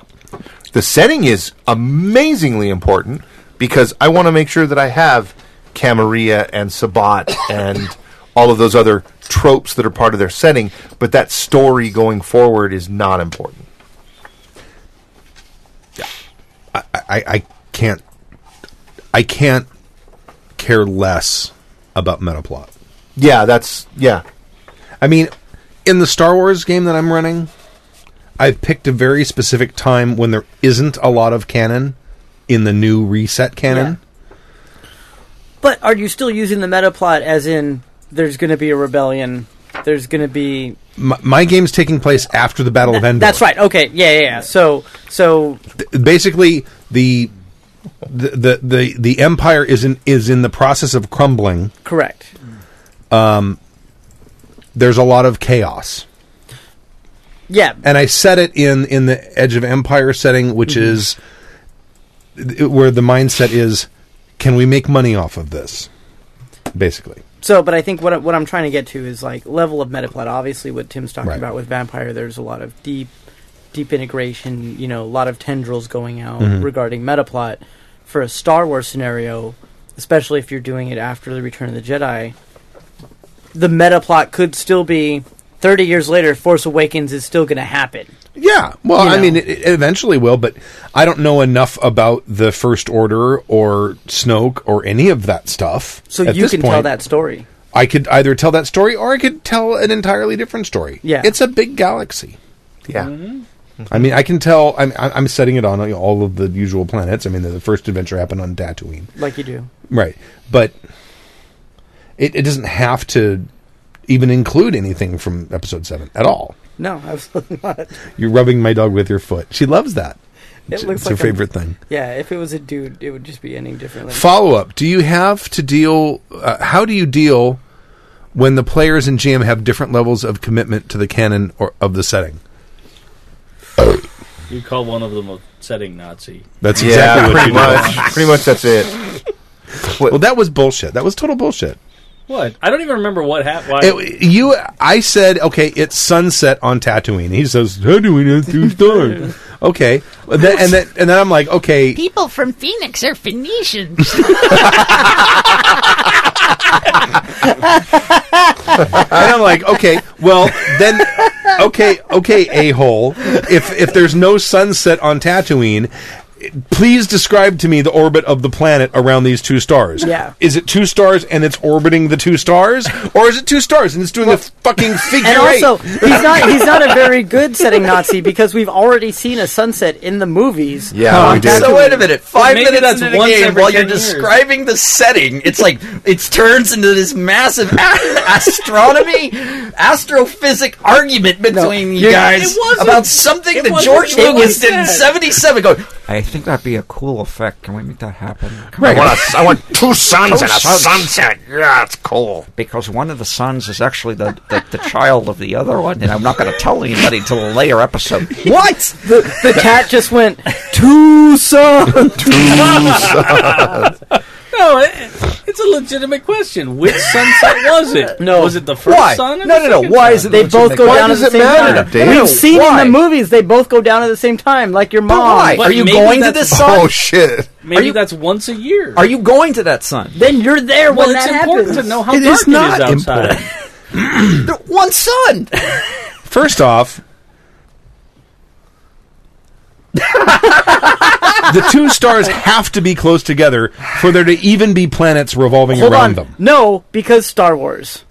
[SPEAKER 8] The setting is amazingly important because I want to make sure that I have Camarilla and Sabat and all of those other tropes that are part of their setting, but that story going forward is not important.
[SPEAKER 3] I, I, I can't. I can't care less about metaplot.
[SPEAKER 8] Yeah, that's yeah.
[SPEAKER 3] I mean, in the Star Wars game that I'm running, I've picked a very specific time when there isn't a lot of canon in the new reset canon.
[SPEAKER 6] But are you still using the meta plot as in there's going to be a rebellion? There's going to be.
[SPEAKER 3] My, my game's taking place after the Battle of Endor.
[SPEAKER 6] That's right. Okay. Yeah. Yeah. yeah. So. So.
[SPEAKER 3] Th- Basically, the the, the the the empire is in is in the process of crumbling.
[SPEAKER 6] Correct.
[SPEAKER 3] There's a lot of chaos.
[SPEAKER 6] Yeah.
[SPEAKER 3] and I set it in in the Edge of Empire setting, which
[SPEAKER 6] Mm-hmm.
[SPEAKER 3] is th- where the mindset is: can we make money off of this? Basically,
[SPEAKER 6] So, but I think what I- what I'm trying to get to is like level of metaplot. Obviously, what Tim's talking
[SPEAKER 3] Right.
[SPEAKER 6] about with Vampire, there's a lot of deep, deep integration. You know, a lot of tendrils going out
[SPEAKER 3] Mm-hmm.
[SPEAKER 6] regarding metaplot. For a Star Wars scenario, especially if you're doing it after the Return of the Jedi, the metaplot could still be 30 years later. Force Awakens is still going to happen.
[SPEAKER 3] yeah. Well,
[SPEAKER 6] You
[SPEAKER 3] I
[SPEAKER 6] know.
[SPEAKER 3] mean, it, it eventually will, but I don't know enough about the First Order or Snoke or any of that stuff.
[SPEAKER 6] So
[SPEAKER 3] At
[SPEAKER 6] you
[SPEAKER 3] this
[SPEAKER 6] can tell
[SPEAKER 3] point,
[SPEAKER 6] that story.
[SPEAKER 3] I could either tell that story or I could tell an entirely different story.
[SPEAKER 6] Yeah.
[SPEAKER 3] it's a big galaxy.
[SPEAKER 8] Yeah.
[SPEAKER 3] I mean, I can tell. I'm, I'm setting it on all of the usual planets. I mean, the first adventure happened on Tatooine.
[SPEAKER 6] Like you do.
[SPEAKER 3] Right. But it, it doesn't have to even include anything from episode seven at all.
[SPEAKER 6] No, absolutely not.
[SPEAKER 3] You're rubbing my dog with your foot. She loves that.
[SPEAKER 6] It
[SPEAKER 3] it's
[SPEAKER 6] looks
[SPEAKER 3] her
[SPEAKER 6] like a-
[SPEAKER 3] favorite thing.
[SPEAKER 6] Yeah, if it was a dude, it would just be ending differently.
[SPEAKER 3] Follow up. Do you have to deal? Uh, how do you deal when the players in GM have different levels of commitment to the canon or of the setting?
[SPEAKER 7] You call one of them a setting Nazi.
[SPEAKER 3] That's
[SPEAKER 8] Yeah,
[SPEAKER 3] exactly what you
[SPEAKER 8] pretty
[SPEAKER 3] do.
[SPEAKER 8] much. pretty much that's it.
[SPEAKER 3] Well, that was bullshit. That was total bullshit.
[SPEAKER 7] What? I don't even remember what happened.
[SPEAKER 3] It- you, I said, okay, it's sunset on Tatooine. He says, Tatooine is too dark. okay, and then, and then and then I'm like, okay,
[SPEAKER 12] People from Phoenix are Phoenicians.
[SPEAKER 3] and I'm like, okay, well then, okay, okay, a hole. If if there's no sunset on Tatooine. Please describe to me the orbit of the planet around these two stars.
[SPEAKER 6] Yeah.
[SPEAKER 3] Is it two stars and it's orbiting the two stars? Or is it two stars and it's doing the fucking figure
[SPEAKER 6] And
[SPEAKER 3] eight?
[SPEAKER 6] also, he's not he's not a very good setting Nazi because we've already seen a sunset in the movies.
[SPEAKER 8] Yeah, we did.
[SPEAKER 6] That's
[SPEAKER 13] So wait a minute. Five
[SPEAKER 7] maybe
[SPEAKER 13] minutes
[SPEAKER 7] that's
[SPEAKER 13] into the
[SPEAKER 7] once
[SPEAKER 13] game,
[SPEAKER 7] every
[SPEAKER 13] while you're
[SPEAKER 7] 10 years.
[SPEAKER 13] describing the setting, it's like it turns into this massive a- astronomy, astrophysic argument between you
[SPEAKER 5] You're-
[SPEAKER 13] guys
[SPEAKER 7] it wasn't-
[SPEAKER 13] about something
[SPEAKER 7] it
[SPEAKER 13] that
[SPEAKER 7] wasn't
[SPEAKER 13] George
[SPEAKER 7] really
[SPEAKER 13] Lucas did in
[SPEAKER 7] that.
[SPEAKER 13] '77. Going,
[SPEAKER 5] I think that'd be a cool effect. Can we make that happen?
[SPEAKER 8] I want, a, I want two suns and a
[SPEAKER 5] suns.
[SPEAKER 8] sunset. Yeah, it's cool.
[SPEAKER 5] Because one of the sons is actually the, the, the child of the other one, and I'm not going to tell anybody until a later episode.
[SPEAKER 6] What the, the cat just went Tucson.
[SPEAKER 7] No, it, it's a legitimate question. Which sunset was it? No, was it the first
[SPEAKER 5] Why?
[SPEAKER 7] sun? Or
[SPEAKER 5] No,
[SPEAKER 7] the
[SPEAKER 5] no, no.
[SPEAKER 7] second
[SPEAKER 5] Why
[SPEAKER 7] sun?
[SPEAKER 5] is it
[SPEAKER 6] They both go down at the same time. We've seen
[SPEAKER 5] Why?
[SPEAKER 6] in the movies they both go down at the same time, like your mom.
[SPEAKER 5] why? Are you
[SPEAKER 7] maybe
[SPEAKER 5] going to
[SPEAKER 7] that's-
[SPEAKER 5] this sun?
[SPEAKER 7] Oh,
[SPEAKER 8] shit!
[SPEAKER 7] Maybe that's once a year.
[SPEAKER 5] Are you going to that sun?
[SPEAKER 6] Then you're there
[SPEAKER 7] Well,
[SPEAKER 6] when
[SPEAKER 7] it's
[SPEAKER 6] that
[SPEAKER 7] important
[SPEAKER 6] happens.
[SPEAKER 7] to know how It is dark it is not outside. important.
[SPEAKER 13] One sun.
[SPEAKER 3] First off, the two stars have to be close together for there to even be planets revolving
[SPEAKER 6] Hold
[SPEAKER 3] around
[SPEAKER 6] on.
[SPEAKER 3] them.
[SPEAKER 6] No, because Star Wars.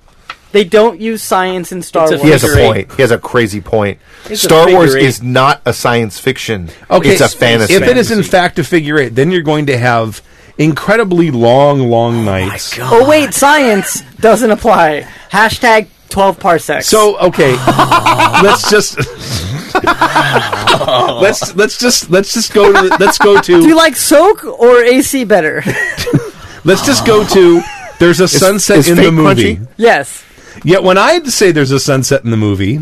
[SPEAKER 6] They don't use science in Star Wars.
[SPEAKER 8] He has a point. He has a crazy point.
[SPEAKER 6] It's a
[SPEAKER 8] Star
[SPEAKER 6] figure
[SPEAKER 8] Wars
[SPEAKER 6] eight.
[SPEAKER 8] is not a science fiction.
[SPEAKER 3] Okay,
[SPEAKER 8] it's a fantasy.
[SPEAKER 3] If it is in fact a figure eight, then you're going to have incredibly long, long nights.
[SPEAKER 6] Oh wait, science doesn't apply. Hashtag twelve parsecs.
[SPEAKER 3] So okay, let's just let's let's just let's just go to the- let's go to
[SPEAKER 6] Do you like soak or AC better?
[SPEAKER 3] let's just go to there's a sunset
[SPEAKER 8] is
[SPEAKER 3] in the
[SPEAKER 8] fake
[SPEAKER 3] movie.
[SPEAKER 8] crunchy?
[SPEAKER 6] yes.
[SPEAKER 3] Yet when I say there's a sunset in the movie,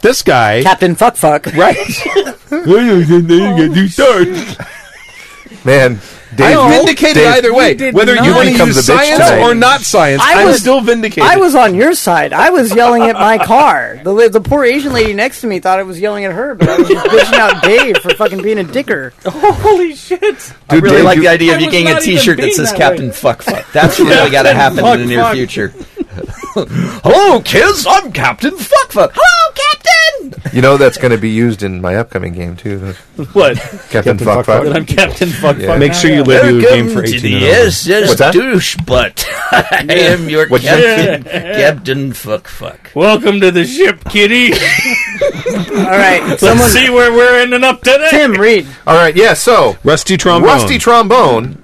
[SPEAKER 3] this guy
[SPEAKER 6] Captain Fuck Fuck
[SPEAKER 3] right.
[SPEAKER 8] Man, Dave,
[SPEAKER 3] I'm vindicated
[SPEAKER 8] Dave-
[SPEAKER 3] either way,
[SPEAKER 8] Dave
[SPEAKER 3] whether you
[SPEAKER 8] not.
[SPEAKER 3] want to
[SPEAKER 8] becomes
[SPEAKER 3] use
[SPEAKER 8] a bitch
[SPEAKER 3] science
[SPEAKER 8] today.
[SPEAKER 3] or not science.
[SPEAKER 6] I
[SPEAKER 3] I am
[SPEAKER 6] was-
[SPEAKER 3] still vindicated.
[SPEAKER 6] I was on your side. I was yelling at my car. The, li- the poor Asian lady next to me thought I was yelling at her, but I was just bitching out Dave for fucking being a dicker.
[SPEAKER 7] Holy shit!
[SPEAKER 13] I
[SPEAKER 8] Dude,
[SPEAKER 13] really
[SPEAKER 8] Dave,
[SPEAKER 13] like
[SPEAKER 8] you-
[SPEAKER 13] the idea of
[SPEAKER 7] I
[SPEAKER 13] you
[SPEAKER 7] was
[SPEAKER 13] getting a
[SPEAKER 7] not even
[SPEAKER 13] T-shirt that
[SPEAKER 7] being
[SPEAKER 13] says
[SPEAKER 7] that
[SPEAKER 13] Captain
[SPEAKER 7] way.
[SPEAKER 13] Fuck Fuck. That's really got to happen in the near
[SPEAKER 7] Fuck.
[SPEAKER 13] future. Hello, kids. I'm Captain Fuck Fuck. Hello, Captain.
[SPEAKER 8] You know that's going to be used in my upcoming game too. the
[SPEAKER 7] What?
[SPEAKER 8] Captain, Fuck
[SPEAKER 7] That I'm
[SPEAKER 8] Fuck.
[SPEAKER 7] Captain Fuck
[SPEAKER 8] Yeah.
[SPEAKER 7] Fuck.
[SPEAKER 3] Make sure you live your game for
[SPEAKER 13] Welcome to
[SPEAKER 3] 18
[SPEAKER 13] the
[SPEAKER 3] and over.
[SPEAKER 13] yes, yes,
[SPEAKER 8] What's that?
[SPEAKER 13] douche, but I am your
[SPEAKER 8] What'd you
[SPEAKER 13] captain, Captain Fuck Fuck.
[SPEAKER 7] Welcome to the ship, kitty.
[SPEAKER 6] All right,
[SPEAKER 7] Let's see where we're ending up today.
[SPEAKER 6] Tim Reed.
[SPEAKER 8] All right, yeah. So
[SPEAKER 3] Rusty trombone.
[SPEAKER 8] Rusty trombone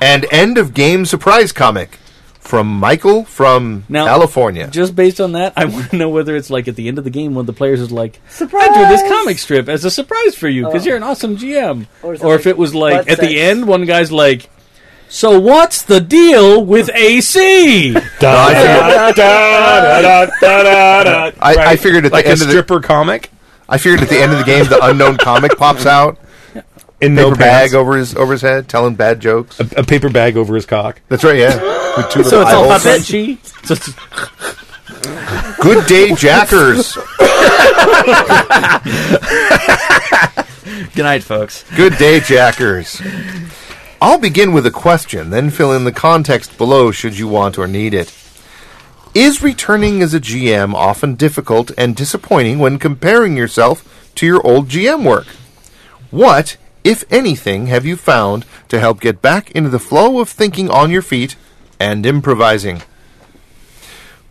[SPEAKER 8] and end of game surprise comic from Michael from
[SPEAKER 7] Now-
[SPEAKER 8] California.
[SPEAKER 7] Just based on that, I want to know whether it's like at the end of the game when the players is like,
[SPEAKER 6] Surprise! Oh.
[SPEAKER 7] "I drew this comic strip as a surprise for you because you're an awesome GM,"
[SPEAKER 6] Or
[SPEAKER 7] or,
[SPEAKER 6] is it
[SPEAKER 7] if
[SPEAKER 6] like
[SPEAKER 7] it was like
[SPEAKER 6] butt
[SPEAKER 7] at
[SPEAKER 6] sex?
[SPEAKER 7] the end, one guy's like, "So what's the deal with AC?"
[SPEAKER 8] Uh, I, I figured at
[SPEAKER 3] like
[SPEAKER 8] the
[SPEAKER 3] a
[SPEAKER 8] end of the
[SPEAKER 3] stripper comic
[SPEAKER 8] I figured at the end of the game the unknown comic pops out,
[SPEAKER 3] in no
[SPEAKER 8] paper bag
[SPEAKER 3] pants,
[SPEAKER 8] over his over his head, telling bad jokes.
[SPEAKER 3] a, a paper bag over his cock.
[SPEAKER 8] That's right, yeah. With two
[SPEAKER 6] So
[SPEAKER 8] little
[SPEAKER 6] it's all
[SPEAKER 8] eyeholes.
[SPEAKER 6] puppet?
[SPEAKER 7] Crunchy. So it's-
[SPEAKER 8] Good day, Jackers.
[SPEAKER 13] Good night, folks.
[SPEAKER 8] Good day, Jackers. I'll begin with a question, then fill in the context below should you want or need it. Is returning as a GM often difficult and disappointing when comparing yourself to your old GM work? What, if anything, have you found to help get back into the flow of thinking on your feet and improvising?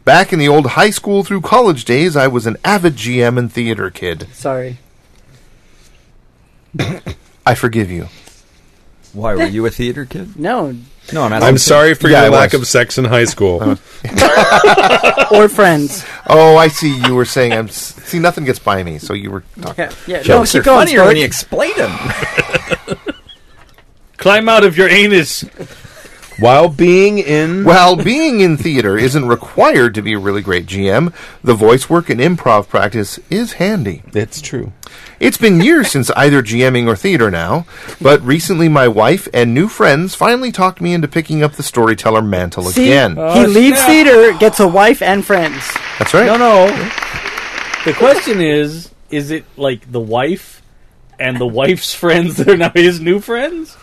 [SPEAKER 8] Back in the old high school through college days, I was an avid GM and theater kid.
[SPEAKER 6] Sorry.
[SPEAKER 8] I forgive you.
[SPEAKER 5] Why were you a theater kid?
[SPEAKER 6] No,
[SPEAKER 5] No, I'm asking.
[SPEAKER 3] I'm sorry for
[SPEAKER 8] Yeah,
[SPEAKER 3] your
[SPEAKER 8] I
[SPEAKER 3] lack
[SPEAKER 8] was.
[SPEAKER 3] of sex in high school.
[SPEAKER 6] or friends.
[SPEAKER 8] Oh, I see. You were saying I'm. s- See, nothing gets by me. So you were. Talking.
[SPEAKER 6] Yeah, yeah. No,
[SPEAKER 13] Jokes
[SPEAKER 6] keep
[SPEAKER 13] are
[SPEAKER 6] going.
[SPEAKER 13] funnier when
[SPEAKER 6] Spark.
[SPEAKER 13] you explain them.
[SPEAKER 7] Climb out of your anus.
[SPEAKER 3] While being in
[SPEAKER 8] While being in theater isn't required to be a really great GM, the voice work and improv practice is handy.
[SPEAKER 3] it's true.
[SPEAKER 8] It's been years since either GMing or theater now, but recently my wife and new friends finally talked me into picking up the storyteller mantle
[SPEAKER 6] See, Uh,
[SPEAKER 8] again.
[SPEAKER 6] he leaves theater, gets a wife and friends.
[SPEAKER 8] That's right.
[SPEAKER 7] No, no. The question is: Is it like the wife and the wife's friends that are now his new friends?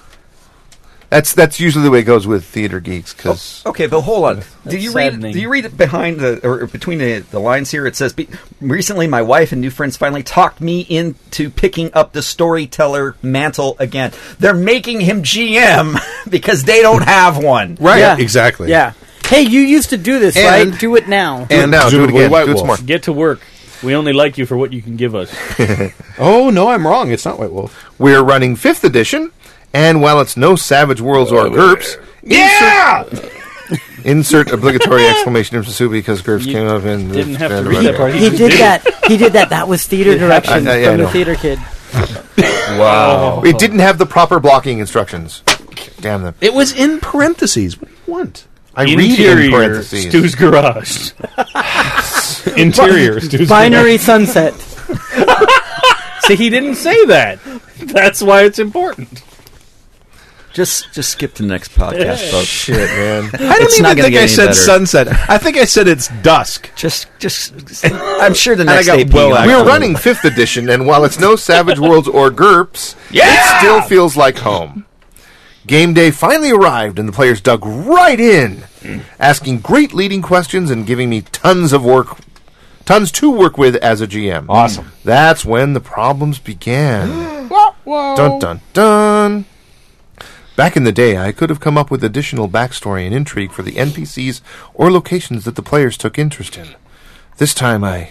[SPEAKER 8] That's that's usually the way it goes with theater geeks because
[SPEAKER 5] Okay, but hold on. do you read?
[SPEAKER 7] saddening.
[SPEAKER 5] Do you read it behind the or between the, the lines here? It says, be, "Recently, my wife and new friends finally talked me into picking up the storyteller mantle again. They're making him GM because they don't have one."
[SPEAKER 3] Right.
[SPEAKER 6] Yeah.
[SPEAKER 3] Exactly.
[SPEAKER 6] Yeah. Hey, you used to do this,
[SPEAKER 3] And-
[SPEAKER 6] right? Do it now.
[SPEAKER 8] and now do it
[SPEAKER 3] Presumably
[SPEAKER 8] again.
[SPEAKER 3] White
[SPEAKER 8] do it
[SPEAKER 3] Wolf.
[SPEAKER 8] some more.
[SPEAKER 7] Get to work. We only like you for what you can give us.
[SPEAKER 3] Oh no, I'm wrong. It's not White Wolf.
[SPEAKER 8] We're running fifth edition, and while it's no Savage Worlds or GURPS, yeah. Insert obligatory exclamation emphasis because GURPS came up and
[SPEAKER 7] Didn't have to read that part.
[SPEAKER 6] He
[SPEAKER 7] just
[SPEAKER 6] did that. He did that. That was theater direction
[SPEAKER 8] I- I- yeah, I
[SPEAKER 6] from the
[SPEAKER 8] know.
[SPEAKER 6] theater kid.
[SPEAKER 8] Wow! It didn't have the proper blocking instructions. Damn them!
[SPEAKER 3] It was in parentheses. What do you want?
[SPEAKER 8] I read in
[SPEAKER 7] Interior
[SPEAKER 8] parentheses.
[SPEAKER 7] Stu's garage.
[SPEAKER 3] Interior. Stu's
[SPEAKER 6] Binary sunset.
[SPEAKER 7] See, he didn't say that. That's why it's important.
[SPEAKER 5] Just just skip to the next podcast,
[SPEAKER 3] Yeah.
[SPEAKER 5] folks.
[SPEAKER 3] Shit,
[SPEAKER 5] man.
[SPEAKER 3] I don't even think I said sunset. I think I said it's dusk.
[SPEAKER 5] Just, just. I'm sure the
[SPEAKER 3] And I
[SPEAKER 5] next
[SPEAKER 3] got
[SPEAKER 5] AP
[SPEAKER 3] well
[SPEAKER 5] will-
[SPEAKER 3] out.
[SPEAKER 8] We're running fifth edition, and while it's no Savage Worlds or GURPS, it still feels like home. Game day finally arrived, and the players dug right in, asking great leading questions and giving me tons of work, tons to work with as a GM. Awesome. That's when the problems began. Dun dun dun. Back in the day, I could have come up with additional backstory and intrigue for the NPCs or locations that the players took interest in. This time I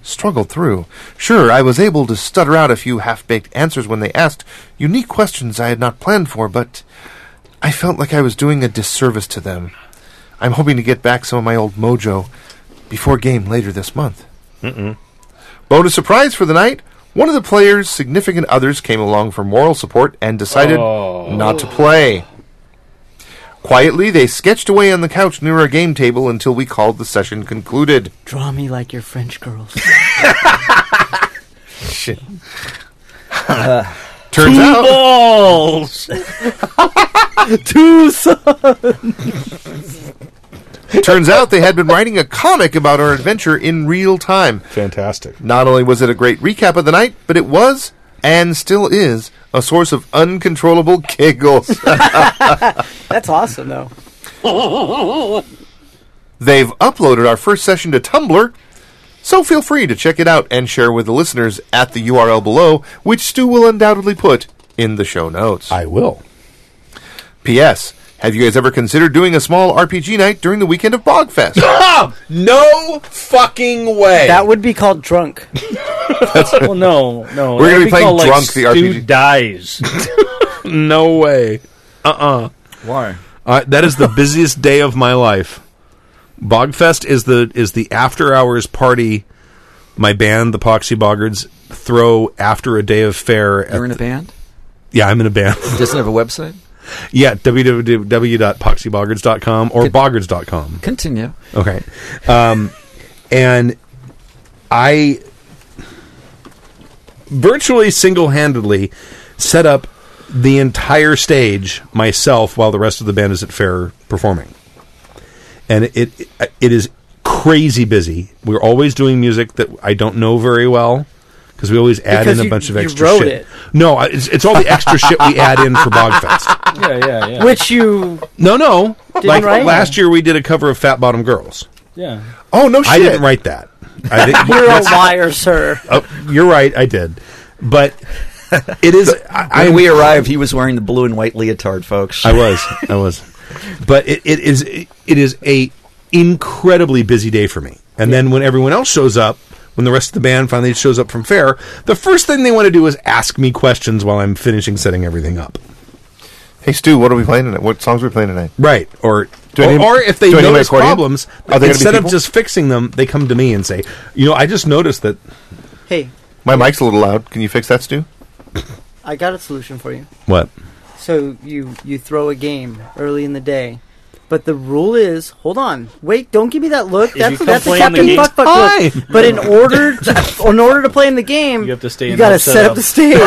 [SPEAKER 8] struggled through. Sure, I was able to stutter out a few half baked answers when they asked unique questions I had not planned for, but I felt like I was doing a disservice to them. I'm hoping to get back some of my old mojo before game later this month. Mm-mm. Bonus surprise for the night. One of the players' significant others came along for moral support and decided not to play. Quietly, they sketched away on the couch near our game table until we called the session concluded.
[SPEAKER 6] Draw me like your French girls.
[SPEAKER 8] Shit. Turns
[SPEAKER 2] Two
[SPEAKER 8] out.
[SPEAKER 2] balls. Two sons.
[SPEAKER 8] Turns out they had been writing a comic about our adventure in real time. Fantastic. Not only was it a great recap of the night, but it was, and still is, a source of uncontrollable giggles.
[SPEAKER 6] That's awesome, though.
[SPEAKER 8] They've uploaded our first session to Tumblr, so feel free to check it out and share with the listeners at the URL below, which Stu will undoubtedly put in the show notes. I will. P.S. Have you guys ever considered doing a small RPG night during the weekend of Bogfest?
[SPEAKER 3] no fucking way.
[SPEAKER 6] That would be called drunk.
[SPEAKER 7] well, no, no.
[SPEAKER 8] We're gonna
[SPEAKER 7] that'd
[SPEAKER 8] be playing
[SPEAKER 7] called, like,
[SPEAKER 8] drunk the
[SPEAKER 7] Stu
[SPEAKER 8] RPG.
[SPEAKER 7] dies.
[SPEAKER 3] no way. Uh uh
[SPEAKER 5] Why?
[SPEAKER 3] Uh, that is the busiest day of my life. Bogfest is the is the after hours party. My band, the Poxy Boggards, throw after a day of fair. At
[SPEAKER 5] You're in a
[SPEAKER 3] the-
[SPEAKER 5] band.
[SPEAKER 3] Yeah, I'm in a band.
[SPEAKER 5] Doesn't have a website.
[SPEAKER 3] yeah, www.poxyboggards.com or boggards.com.
[SPEAKER 5] Continue.
[SPEAKER 3] Okay. Um, and I virtually single handedly set up the entire stage myself while the rest of the band is at fair performing. And it it, it is crazy busy. We're always doing music that I don't know very well. Because we always add
[SPEAKER 6] Because
[SPEAKER 3] in a
[SPEAKER 6] you-
[SPEAKER 3] bunch of
[SPEAKER 6] you
[SPEAKER 3] extra
[SPEAKER 6] wrote
[SPEAKER 3] shit.
[SPEAKER 6] it.
[SPEAKER 3] No, I- it's, it's all the extra shit we add in for Bogfest.
[SPEAKER 7] yeah, yeah, yeah.
[SPEAKER 6] Which you
[SPEAKER 3] No, no.
[SPEAKER 6] Didn't
[SPEAKER 3] like
[SPEAKER 6] write
[SPEAKER 3] last year, we did a cover of Fat Bottom Girls.
[SPEAKER 7] yeah.
[SPEAKER 8] Oh no!
[SPEAKER 3] I didn't write that. I didn't,
[SPEAKER 6] You're a
[SPEAKER 3] that's-
[SPEAKER 6] liar, sir.
[SPEAKER 3] Oh, you're right. I did, but it is. I, I
[SPEAKER 5] when we arrived, he was wearing the blue and white leotard, folks.
[SPEAKER 3] I was. I was. But it, it is. It is a incredibly busy day for me. And then when everyone else shows up, when the rest of the band finally shows up from fair, the first thing they want to do is ask me questions while I'm finishing setting everything up.
[SPEAKER 8] Hey Stu, what are we playing tonight? What songs are we playing tonight?
[SPEAKER 3] Right. Or
[SPEAKER 8] Do I
[SPEAKER 3] or,
[SPEAKER 8] need-
[SPEAKER 3] or if they
[SPEAKER 8] do I need my
[SPEAKER 3] notice
[SPEAKER 8] accordion?
[SPEAKER 3] problems,
[SPEAKER 8] Are they gonna be
[SPEAKER 3] instead of
[SPEAKER 8] people?
[SPEAKER 3] just fixing them, they come to me and say, "You know, I just noticed that."
[SPEAKER 6] Hey,
[SPEAKER 8] My mic's a little loud. Can you fix that, Stu?
[SPEAKER 6] I got a solution for you.
[SPEAKER 3] What?
[SPEAKER 6] So you you throw a game early in the day. But the rule is, hold on, wait, don't give me that look. that's
[SPEAKER 7] you
[SPEAKER 6] that's a
[SPEAKER 7] come play in the
[SPEAKER 6] Captain
[SPEAKER 7] game-
[SPEAKER 6] Fuck Fuck look.
[SPEAKER 7] Hi.
[SPEAKER 6] But in order to, in order to play in the game, you
[SPEAKER 7] have to stay
[SPEAKER 6] You
[SPEAKER 7] and
[SPEAKER 6] gotta
[SPEAKER 7] help
[SPEAKER 6] set,
[SPEAKER 7] set
[SPEAKER 6] up
[SPEAKER 7] up.
[SPEAKER 6] the stage.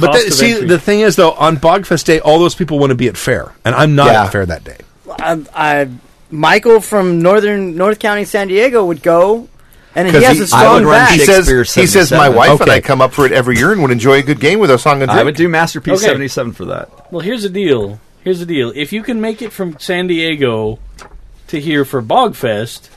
[SPEAKER 3] But
[SPEAKER 7] Cost
[SPEAKER 3] the,
[SPEAKER 7] of
[SPEAKER 3] see,
[SPEAKER 7] entry.
[SPEAKER 3] the thing is, though, on Bogfest Day, all those people want to be at fair, and I'm not
[SPEAKER 8] Yeah.
[SPEAKER 3] at fair that day.
[SPEAKER 6] I, I, Michael from Northern North County, San Diego, would go, and he has a strong back.
[SPEAKER 8] he says,
[SPEAKER 5] Shakespeare
[SPEAKER 8] he says, my
[SPEAKER 5] 77.
[SPEAKER 8] wife and
[SPEAKER 5] Okay.
[SPEAKER 8] I come up for it every year and would enjoy a good game with our song and
[SPEAKER 5] I
[SPEAKER 8] drink.
[SPEAKER 5] would do masterpiece
[SPEAKER 7] Okay.
[SPEAKER 5] seventy seven for that.
[SPEAKER 7] Well, here's the deal. Here's the deal. If you can make it from San Diego to here for Bogfest,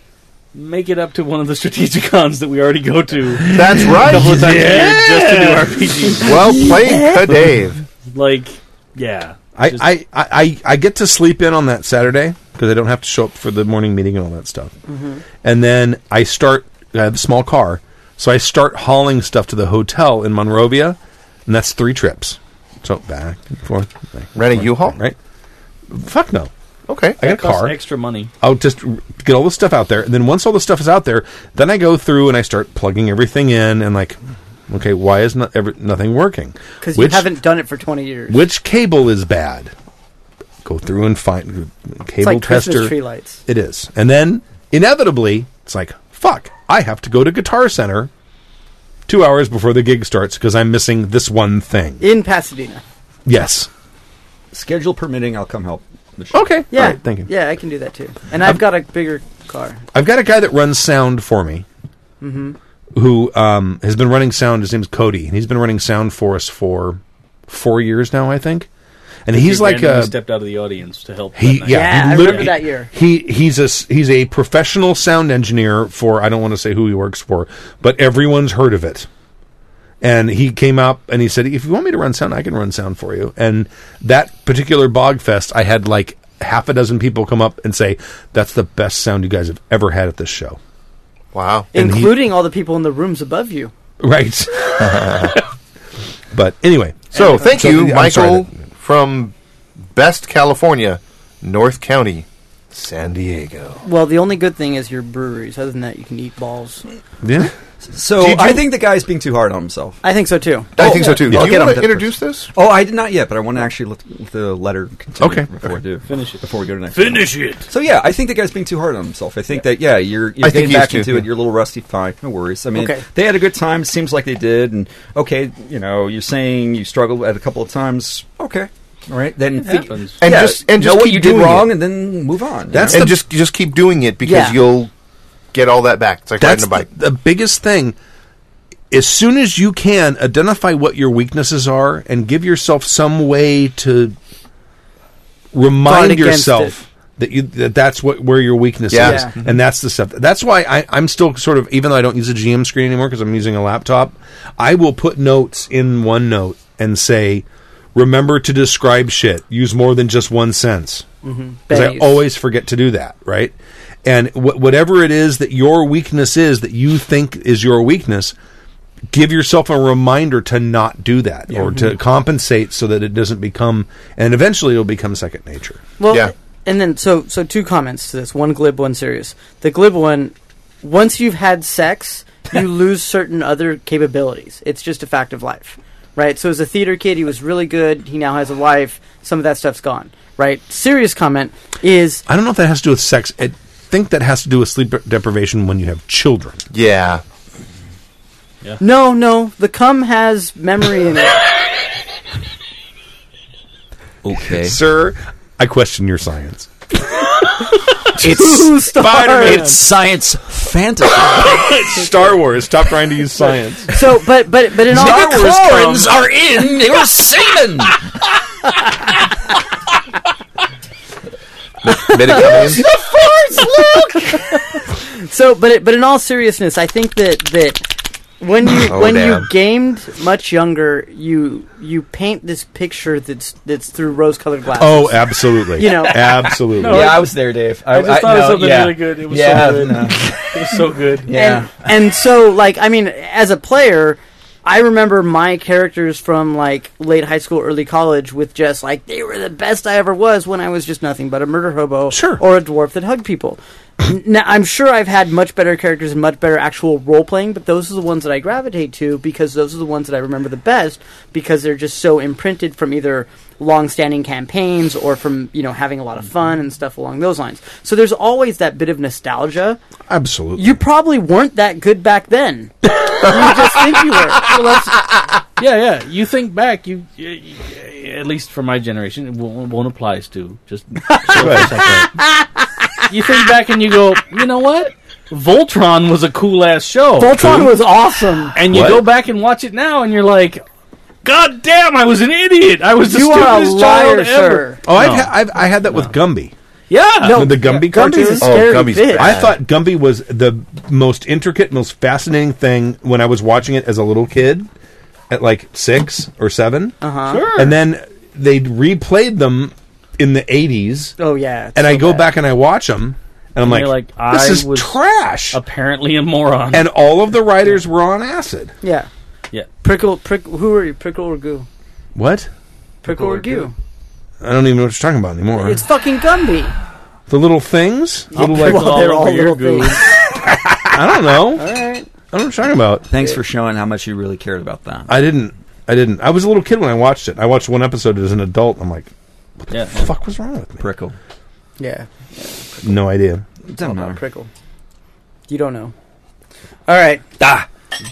[SPEAKER 7] make it up to one of the strategic cons that we already go to.
[SPEAKER 8] That's
[SPEAKER 7] A
[SPEAKER 8] right.
[SPEAKER 7] couple of times a year just to do RPGs.
[SPEAKER 8] Well played, Kadave.
[SPEAKER 7] Like, yeah.
[SPEAKER 3] I, I, I, I, I get to sleep in on that Saturday because I don't have to show up for the morning meeting and all that stuff.
[SPEAKER 7] Mm-hmm.
[SPEAKER 2] Mhm.
[SPEAKER 3] And then I start. I have a small car, so I start hauling stuff to the hotel in Monrovia, and that's three trips. So back and forth. Back and
[SPEAKER 8] Rent a
[SPEAKER 3] forth,
[SPEAKER 8] U-Haul?
[SPEAKER 3] right? Fuck no.
[SPEAKER 8] Okay.
[SPEAKER 3] I got a
[SPEAKER 7] That costs
[SPEAKER 3] car.
[SPEAKER 7] Extra money.
[SPEAKER 3] I'll just r- get all the stuff out there, and then once all the stuff is out there, then I go through and I start plugging everything in, and like, okay, why is not every, nothing working?
[SPEAKER 6] Because you
[SPEAKER 3] Which-
[SPEAKER 6] haven't done it for 20 years.
[SPEAKER 3] Which cable is bad? Go through and find cable
[SPEAKER 6] like
[SPEAKER 3] tester.
[SPEAKER 6] Christmas tree lights.
[SPEAKER 3] It is, and then inevitably, it's like fuck. I have to go to Guitar Center two hours before the gig starts because I'm missing this one thing.
[SPEAKER 6] in Pasadena.
[SPEAKER 3] Yes.
[SPEAKER 5] Schedule permitting, I'll come help.
[SPEAKER 3] Okay.
[SPEAKER 6] Yeah,
[SPEAKER 3] All right, thank you.
[SPEAKER 6] Yeah, I can do that too. And I've got a bigger car.
[SPEAKER 3] I've got a guy that runs sound for me
[SPEAKER 6] hmm
[SPEAKER 3] who um, has been running sound. His name's Cody, and he's been running sound for us for four years now, I think. And he's
[SPEAKER 7] He
[SPEAKER 3] like
[SPEAKER 7] randomly
[SPEAKER 3] a
[SPEAKER 7] stepped out of the audience to help.
[SPEAKER 3] He,
[SPEAKER 7] that
[SPEAKER 3] yeah,
[SPEAKER 7] night.
[SPEAKER 3] he lit- He he's a s- he's a professional sound engineer for I don't want to say who he works for, but everyone's heard of it. And he came up and he said, "If you want me to run sound, I can run sound for you." And that particular bog fest, I had like half a dozen people come up and say, "That's the best sound you guys have ever had at this show."
[SPEAKER 8] Wow!
[SPEAKER 6] Including all the people in the rooms above you.
[SPEAKER 3] right. but anyway,
[SPEAKER 8] so thank
[SPEAKER 3] so-
[SPEAKER 8] you,
[SPEAKER 3] I'm sorry
[SPEAKER 8] Michael from Best California, North County, San Diego.
[SPEAKER 6] Well, the only good thing is your breweries. Other than that, you can eat balls.
[SPEAKER 3] Yeah.
[SPEAKER 5] So
[SPEAKER 6] Did you-
[SPEAKER 5] I think the guy's being too hard on himself.
[SPEAKER 6] I think so too.
[SPEAKER 5] I think so, too. Do
[SPEAKER 6] I'll
[SPEAKER 5] you
[SPEAKER 6] get
[SPEAKER 5] wanna
[SPEAKER 6] him.
[SPEAKER 5] introduce
[SPEAKER 8] this?
[SPEAKER 5] Oh, I did not yet, but I want to actually let let the letter continue
[SPEAKER 8] Okay.
[SPEAKER 5] before I do.
[SPEAKER 7] Finish it.
[SPEAKER 5] Before we go to next
[SPEAKER 7] Finish
[SPEAKER 5] one.
[SPEAKER 7] it.
[SPEAKER 5] So yeah, I think the guy's being too hard on himself. I think that yeah, you're, you're
[SPEAKER 8] I think
[SPEAKER 5] getting
[SPEAKER 8] he is
[SPEAKER 5] back
[SPEAKER 8] too,
[SPEAKER 5] into
[SPEAKER 8] yeah.
[SPEAKER 5] it. You're a little rusty. Fine, no worries. I mean,
[SPEAKER 8] Okay.
[SPEAKER 5] they had a good time. Seems like they did. And okay, you know, you're saying you struggled at a couple of times. Okay, all right. Then
[SPEAKER 8] It
[SPEAKER 5] fig-
[SPEAKER 8] happens. And
[SPEAKER 5] yeah,
[SPEAKER 8] just- and just
[SPEAKER 5] know what
[SPEAKER 8] keep
[SPEAKER 5] you did
[SPEAKER 8] doing
[SPEAKER 5] wrong,
[SPEAKER 8] it.
[SPEAKER 5] and then move on. you
[SPEAKER 8] That's
[SPEAKER 5] know?
[SPEAKER 8] and just just keep doing it because
[SPEAKER 5] Yeah.
[SPEAKER 8] you'll get all that back. It's like
[SPEAKER 3] That's
[SPEAKER 8] riding a bike.
[SPEAKER 3] The, the biggest thing. As soon as you can, identify what your weaknesses are and give yourself some way to
[SPEAKER 8] Guard
[SPEAKER 3] remind
[SPEAKER 8] against
[SPEAKER 3] yourself that you that that's what where your weakness
[SPEAKER 8] Yeah.
[SPEAKER 3] is,
[SPEAKER 8] Yeah.
[SPEAKER 3] and that's the stuff. That's why I, I'm still sort of even though I don't use a GM screen anymore because I'm using a laptop, I will put notes in OneNote and say, remember to describe shit. Use more than just one sense
[SPEAKER 8] Mm-hmm.
[SPEAKER 6] Mhm.
[SPEAKER 3] because I
[SPEAKER 6] Base.
[SPEAKER 3] always forget to do that, right? And wh- whatever it is that your weakness is that you think is your weakness, give yourself a reminder to not do that or to compensate so that it doesn't become, and eventually it'll become second nature.
[SPEAKER 6] Well, and then so so two comments to this: one glib, one serious. The glib one: once you've had sex, you lose certain other capabilities. It's just a fact of life, right? So as a theater kid, he was really good. He now has a wife. Some of that stuff's gone, right? Serious comment is
[SPEAKER 3] I don't know if that has to do with sex. I think that has to do with sleep deprivation when you have children.
[SPEAKER 8] Yeah.
[SPEAKER 6] no, no. The cum has memory in it.
[SPEAKER 5] Okay.
[SPEAKER 3] Sir, I question your science.
[SPEAKER 6] Two stars.
[SPEAKER 13] It's science fantasy.
[SPEAKER 3] Star Wars. Stop trying to use science.
[SPEAKER 6] So, but but but in all
[SPEAKER 13] the chlorins
[SPEAKER 6] cum-
[SPEAKER 13] are in your semen.
[SPEAKER 8] Medicaments.
[SPEAKER 6] so, but it, but in all seriousness, I think that that when you
[SPEAKER 8] Oh,
[SPEAKER 6] when
[SPEAKER 8] damn.
[SPEAKER 6] you gamed much younger, you you paint this picture that's that's through rose colored glasses.
[SPEAKER 3] Oh, absolutely.
[SPEAKER 6] You know-
[SPEAKER 3] absolutely.
[SPEAKER 6] No,
[SPEAKER 5] yeah,
[SPEAKER 6] I-
[SPEAKER 5] Oh, I was there, Dave.
[SPEAKER 6] I just thought of something really
[SPEAKER 7] good. It was
[SPEAKER 5] yeah,
[SPEAKER 7] so good.
[SPEAKER 5] no.
[SPEAKER 7] It was so good.
[SPEAKER 5] Yeah.
[SPEAKER 6] And, and so, like, I mean, as a player, I remember my characters from like late high school, early college, with just like they were the best I ever was when I was just nothing but a murder hobo, sure. or a dwarf that hugged people. N- now, I'm sure I've had much better characters and much better actual role playing, but those are the ones that I gravitate to because those are the ones that I remember the best because they're just so imprinted from either long-standing campaigns or from you know having a lot of fun and stuff along those lines. So there's always that bit of nostalgia.
[SPEAKER 3] Absolutely.
[SPEAKER 6] You probably weren't that good back then. you just think you were. So let's-
[SPEAKER 7] yeah, yeah. You think back, you, y- y- at least for my generation, it won't, won't applies to just. you think back and you go, you know what? Voltron was a cool ass show.
[SPEAKER 6] Voltron was awesome.
[SPEAKER 7] and you go back and watch it now, and you're like, God damn, I was an idiot. I was the
[SPEAKER 6] You are a
[SPEAKER 7] stupidest child
[SPEAKER 6] liar,
[SPEAKER 7] ever.
[SPEAKER 6] sir.
[SPEAKER 3] Oh, I've,
[SPEAKER 7] No.
[SPEAKER 3] ha- I've I had that with Gumby.
[SPEAKER 7] Yeah.
[SPEAKER 6] No,
[SPEAKER 3] the Gumby
[SPEAKER 6] Gumby's a
[SPEAKER 3] cartoon.
[SPEAKER 6] scary Oh, Gumby's bitch. bad.
[SPEAKER 3] I thought Gumby was the most intricate, most fascinating thing when I was watching it as a little kid at like six or 7
[SPEAKER 6] Uh-huh. Sure.
[SPEAKER 3] And then they replayed them in the eighties,
[SPEAKER 6] oh yeah. it's
[SPEAKER 3] and I
[SPEAKER 6] so
[SPEAKER 3] go
[SPEAKER 6] bad.
[SPEAKER 3] back and I watch them, and I'm
[SPEAKER 7] And you're
[SPEAKER 3] like,
[SPEAKER 7] like, I
[SPEAKER 3] "This is
[SPEAKER 7] was
[SPEAKER 3] trash."
[SPEAKER 7] Apparently a moron.
[SPEAKER 3] And all of the writers were on acid.
[SPEAKER 6] Yeah.
[SPEAKER 7] Yeah.
[SPEAKER 6] Prickle, prick. Who are you? Prickle or goo?
[SPEAKER 3] What?
[SPEAKER 6] Prickle, or goo?
[SPEAKER 3] I don't even know what you're talking about anymore.
[SPEAKER 6] It's fucking Gumby.
[SPEAKER 3] the little things. Little, like- "Oh,
[SPEAKER 6] well, they're all little
[SPEAKER 7] goo.
[SPEAKER 6] things.
[SPEAKER 3] I don't know.
[SPEAKER 6] all right.
[SPEAKER 3] I don't know what you're talking about.
[SPEAKER 5] Thanks for showing how much you really cared about that.
[SPEAKER 3] I didn't. I didn't. I was a little kid when I watched it. I watched one episode as an adult. I'm like, what the
[SPEAKER 7] Yeah.
[SPEAKER 3] fuck was wrong with me?
[SPEAKER 5] Prickle.
[SPEAKER 6] Yeah.
[SPEAKER 3] No idea.
[SPEAKER 5] Don't
[SPEAKER 6] Prickle. You don't know. All right.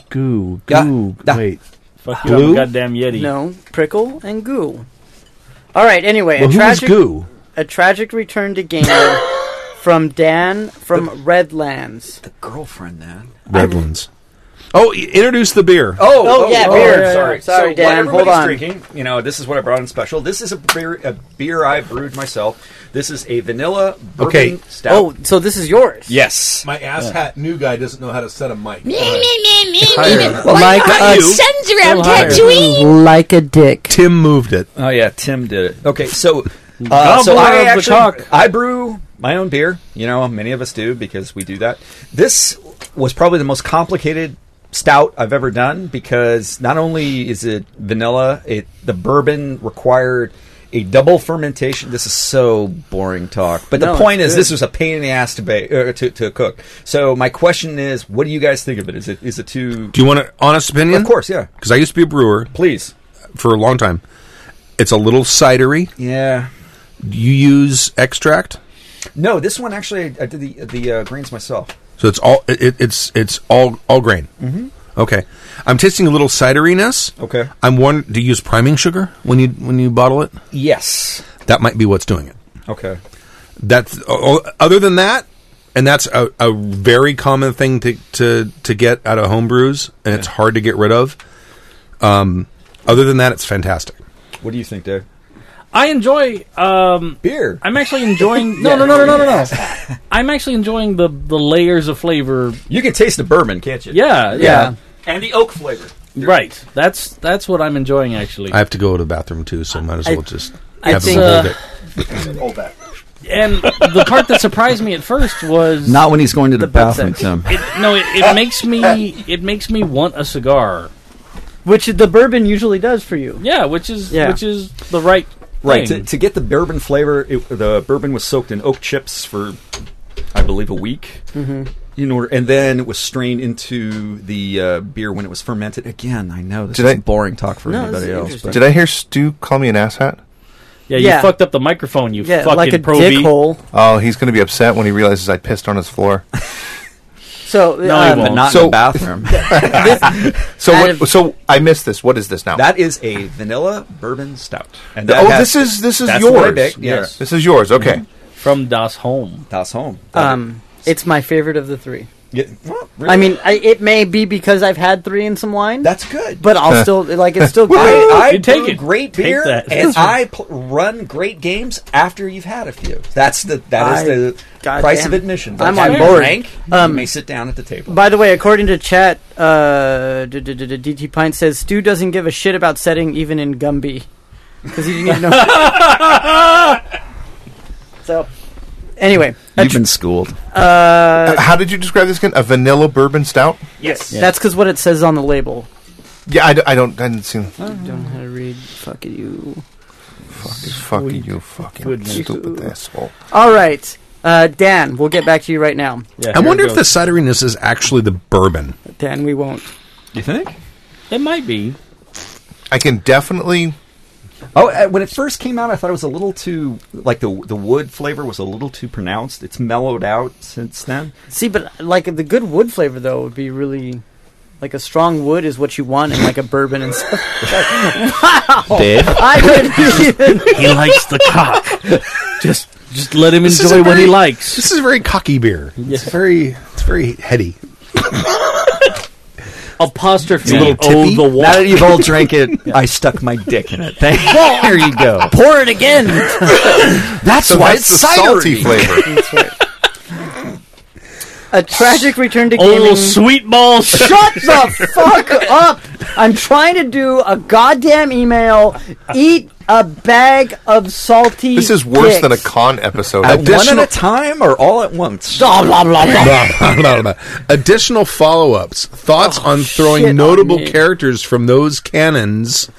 [SPEAKER 7] Goo.
[SPEAKER 6] Yeah,
[SPEAKER 7] Goo.
[SPEAKER 6] yeah.
[SPEAKER 7] Wait. Fuck you,
[SPEAKER 6] Blue?
[SPEAKER 7] I'm a goddamn Yeti.
[SPEAKER 6] No, prickle and goo. All right. Anyway,
[SPEAKER 3] Oh,
[SPEAKER 7] Well,
[SPEAKER 6] a
[SPEAKER 7] who is
[SPEAKER 6] tragic
[SPEAKER 7] goo?
[SPEAKER 6] a tragic return to gaming from Dan from Redlands. The
[SPEAKER 5] girlfriend, then.
[SPEAKER 3] Redlands. Oh, y- introduce the beer.
[SPEAKER 5] Oh,
[SPEAKER 6] Oh, yeah, beer. Sorry, sorry,
[SPEAKER 5] so
[SPEAKER 6] Dan,
[SPEAKER 5] While everybody's
[SPEAKER 6] hold on.
[SPEAKER 5] drinking, you know, this is what I brought in special. This is a beer, a beer I brewed myself. This is a vanilla bourbon
[SPEAKER 6] Okay.
[SPEAKER 5] stout.
[SPEAKER 6] Oh, so this is yours.
[SPEAKER 5] Yes.
[SPEAKER 14] My asshat new guy doesn't know how to set a mic.
[SPEAKER 6] Like
[SPEAKER 5] Hi,
[SPEAKER 6] a
[SPEAKER 5] you.
[SPEAKER 6] sends
[SPEAKER 5] around Tatooine.
[SPEAKER 6] Like a dick.
[SPEAKER 3] Tim moved it.
[SPEAKER 5] Oh yeah, Tim did it. Okay, so uh,
[SPEAKER 6] Gobbler
[SPEAKER 5] so I
[SPEAKER 6] of the
[SPEAKER 5] actually
[SPEAKER 6] cock.
[SPEAKER 5] I brew my own beer. You know, many of us do because we do that. This was probably the most complicated stout I've ever done because not only is it vanilla, it the bourbon required a double fermentation. This is so boring talk, but
[SPEAKER 15] No,
[SPEAKER 5] the point
[SPEAKER 15] it's
[SPEAKER 5] is,
[SPEAKER 15] good.
[SPEAKER 5] this was a pain in the ass to, ba- uh, to to cook. So my question is, what do you guys think of it? Is it is it too?
[SPEAKER 3] Do you want an honest opinion?
[SPEAKER 5] Of course, yeah.
[SPEAKER 3] Because I used to be a brewer.
[SPEAKER 5] Please.
[SPEAKER 3] For a long time. It's a little cidery.
[SPEAKER 5] Yeah.
[SPEAKER 3] You use extract,
[SPEAKER 5] No, this one actually I did the the uh, grains myself.
[SPEAKER 3] so it's all it, it's it's all all grain.
[SPEAKER 5] Mhm.
[SPEAKER 3] Okay, I'm tasting a little cideriness.
[SPEAKER 5] Okay.
[SPEAKER 3] I'm one. Do you use priming sugar when you when you bottle it?
[SPEAKER 5] Yes.
[SPEAKER 3] That might be what's doing it.
[SPEAKER 5] Okay.
[SPEAKER 3] That's o- o- other than that, and that's a, a very common thing to, to to get out of homebrews, and it's hard to get rid of. Um, other than that, it's fantastic.
[SPEAKER 5] What do you think, Dave?
[SPEAKER 7] I enjoy um,
[SPEAKER 5] beer.
[SPEAKER 7] I'm actually enjoying. No,
[SPEAKER 5] Yeah,
[SPEAKER 7] no, no, no, no, no,
[SPEAKER 5] yeah.
[SPEAKER 7] no. I'm actually enjoying the the layers of flavor.
[SPEAKER 5] You can taste the bourbon, can't you?
[SPEAKER 7] Yeah, yeah.
[SPEAKER 5] And the oak flavor.
[SPEAKER 7] Right. That's that's what I'm enjoying actually.
[SPEAKER 3] I have to go to the bathroom too, so might as
[SPEAKER 7] I-
[SPEAKER 3] well just
[SPEAKER 7] I
[SPEAKER 3] have
[SPEAKER 7] think,
[SPEAKER 3] them hold
[SPEAKER 7] uh,
[SPEAKER 3] it.
[SPEAKER 14] Hold that.
[SPEAKER 7] And the part that surprised me at first was
[SPEAKER 15] Not when he's going to the,
[SPEAKER 7] butt
[SPEAKER 15] bathroom,
[SPEAKER 7] sex.
[SPEAKER 15] Tim.
[SPEAKER 7] It, no, it, it makes me it makes me want a cigar,
[SPEAKER 6] which the bourbon usually does for you.
[SPEAKER 7] Yeah, which is
[SPEAKER 6] Yeah.
[SPEAKER 7] which is the right
[SPEAKER 5] Right. To,
[SPEAKER 7] thing.
[SPEAKER 5] to get the bourbon flavor, it, the bourbon was soaked in oak chips for, I believe, a week.
[SPEAKER 15] Mhm.
[SPEAKER 5] In order, and then it was strained into the uh, beer when it was fermented. Again, I know this
[SPEAKER 8] Did
[SPEAKER 5] is
[SPEAKER 8] I-
[SPEAKER 5] boring talk for
[SPEAKER 8] No, this
[SPEAKER 5] anybody
[SPEAKER 8] is
[SPEAKER 5] else.
[SPEAKER 8] Did I hear Stu call me an asshat?
[SPEAKER 7] Yeah, you
[SPEAKER 5] Yeah.
[SPEAKER 7] fucked up the microphone. You
[SPEAKER 6] Yeah,
[SPEAKER 7] fucking
[SPEAKER 6] like a
[SPEAKER 7] pro-V.
[SPEAKER 6] dickhole.
[SPEAKER 8] Oh, he's going to be upset when he realizes I pissed on his floor.
[SPEAKER 6] So
[SPEAKER 5] No,
[SPEAKER 6] uh,
[SPEAKER 5] you won't. Not in the bathroom.
[SPEAKER 8] so what, so I missed this. What is this now?
[SPEAKER 5] That is a vanilla bourbon stout.
[SPEAKER 8] oh,
[SPEAKER 5] that has-
[SPEAKER 8] this is this is
[SPEAKER 5] that's
[SPEAKER 8] yours.
[SPEAKER 5] what I baked, yes. Mm-hmm.
[SPEAKER 8] This is yours. Okay.
[SPEAKER 7] From Das Home.
[SPEAKER 5] Das Home.
[SPEAKER 6] Um, it's my favorite of the three.
[SPEAKER 5] Yeah,
[SPEAKER 6] I mean, I, it may be because I've had three in some wine. That's
[SPEAKER 5] good,
[SPEAKER 6] but I'll still like it's still good.
[SPEAKER 5] I, I take great beer,
[SPEAKER 6] that.
[SPEAKER 5] and I pl- run great games after you've had a few. That's the that is
[SPEAKER 6] I-
[SPEAKER 5] the
[SPEAKER 6] God
[SPEAKER 5] price
[SPEAKER 6] damn.
[SPEAKER 5] of admission. By
[SPEAKER 6] I'm
[SPEAKER 5] the time
[SPEAKER 6] on
[SPEAKER 5] you
[SPEAKER 6] board.
[SPEAKER 5] Rank,
[SPEAKER 6] Um,
[SPEAKER 5] you may sit down at the table.
[SPEAKER 6] By the way, according to chat, uh, d- d- d- d- DT Pint says Stu doesn't give a shit about setting even in Gumby because he didn't even know. so, anyway,
[SPEAKER 15] You've been schooled.
[SPEAKER 6] uh,
[SPEAKER 8] How did you describe this again? A vanilla bourbon stout?
[SPEAKER 6] yes, that's because what it says on the label.
[SPEAKER 8] Yeah, I, d- I don't. I didn't see.
[SPEAKER 6] I don't know how to read. Fuck you.
[SPEAKER 8] Fuck you, fucking you, fucking stupid asshole.
[SPEAKER 6] All right, uh, Dan, we'll get back to you right now.
[SPEAKER 3] I wonder if the cideriness is actually the bourbon.
[SPEAKER 6] Dan, we won't.
[SPEAKER 5] You think?
[SPEAKER 7] It might be.
[SPEAKER 8] I can definitely.
[SPEAKER 5] Oh, uh, when it first came out, I thought it was a little too like the the wood flavor was a little too pronounced. It's mellowed out since then.
[SPEAKER 6] See, but like the good wood flavor though would be really like a strong wood is what you want in like a bourbon and stuff. wow,
[SPEAKER 7] Oh. Dave?
[SPEAKER 6] I couldn't even.
[SPEAKER 7] He likes the cock. Just just let him
[SPEAKER 3] This is a
[SPEAKER 7] enjoy what he
[SPEAKER 3] very-
[SPEAKER 7] likes.
[SPEAKER 3] This is a very cocky beer. It's very it's very heady.
[SPEAKER 7] Apostrophe.
[SPEAKER 3] It's a little tippy.
[SPEAKER 5] the
[SPEAKER 3] Now
[SPEAKER 5] now that you've all drank it, I stuck my dick in it. there you go.
[SPEAKER 6] Pour it again.
[SPEAKER 5] That's
[SPEAKER 8] So
[SPEAKER 5] why
[SPEAKER 8] that's
[SPEAKER 5] it's
[SPEAKER 8] the salty
[SPEAKER 5] cidery.
[SPEAKER 8] flavor.
[SPEAKER 6] A tragic return to
[SPEAKER 7] Oh,
[SPEAKER 6] gaming.
[SPEAKER 7] sweet balls!
[SPEAKER 6] Shut the fuck up! I'm trying to do a goddamn email. Eat a bag of salty.
[SPEAKER 8] This is worse
[SPEAKER 6] dicks.
[SPEAKER 8] than a con episode.
[SPEAKER 5] At one
[SPEAKER 3] Additional-
[SPEAKER 5] at a time or all at once?
[SPEAKER 6] Blah, blah, blah, blah.
[SPEAKER 3] Blah, blah, blah. Additional follow ups. Thoughts on throwing
[SPEAKER 6] Oh, shit on
[SPEAKER 3] notable
[SPEAKER 6] me.
[SPEAKER 3] characters from those canons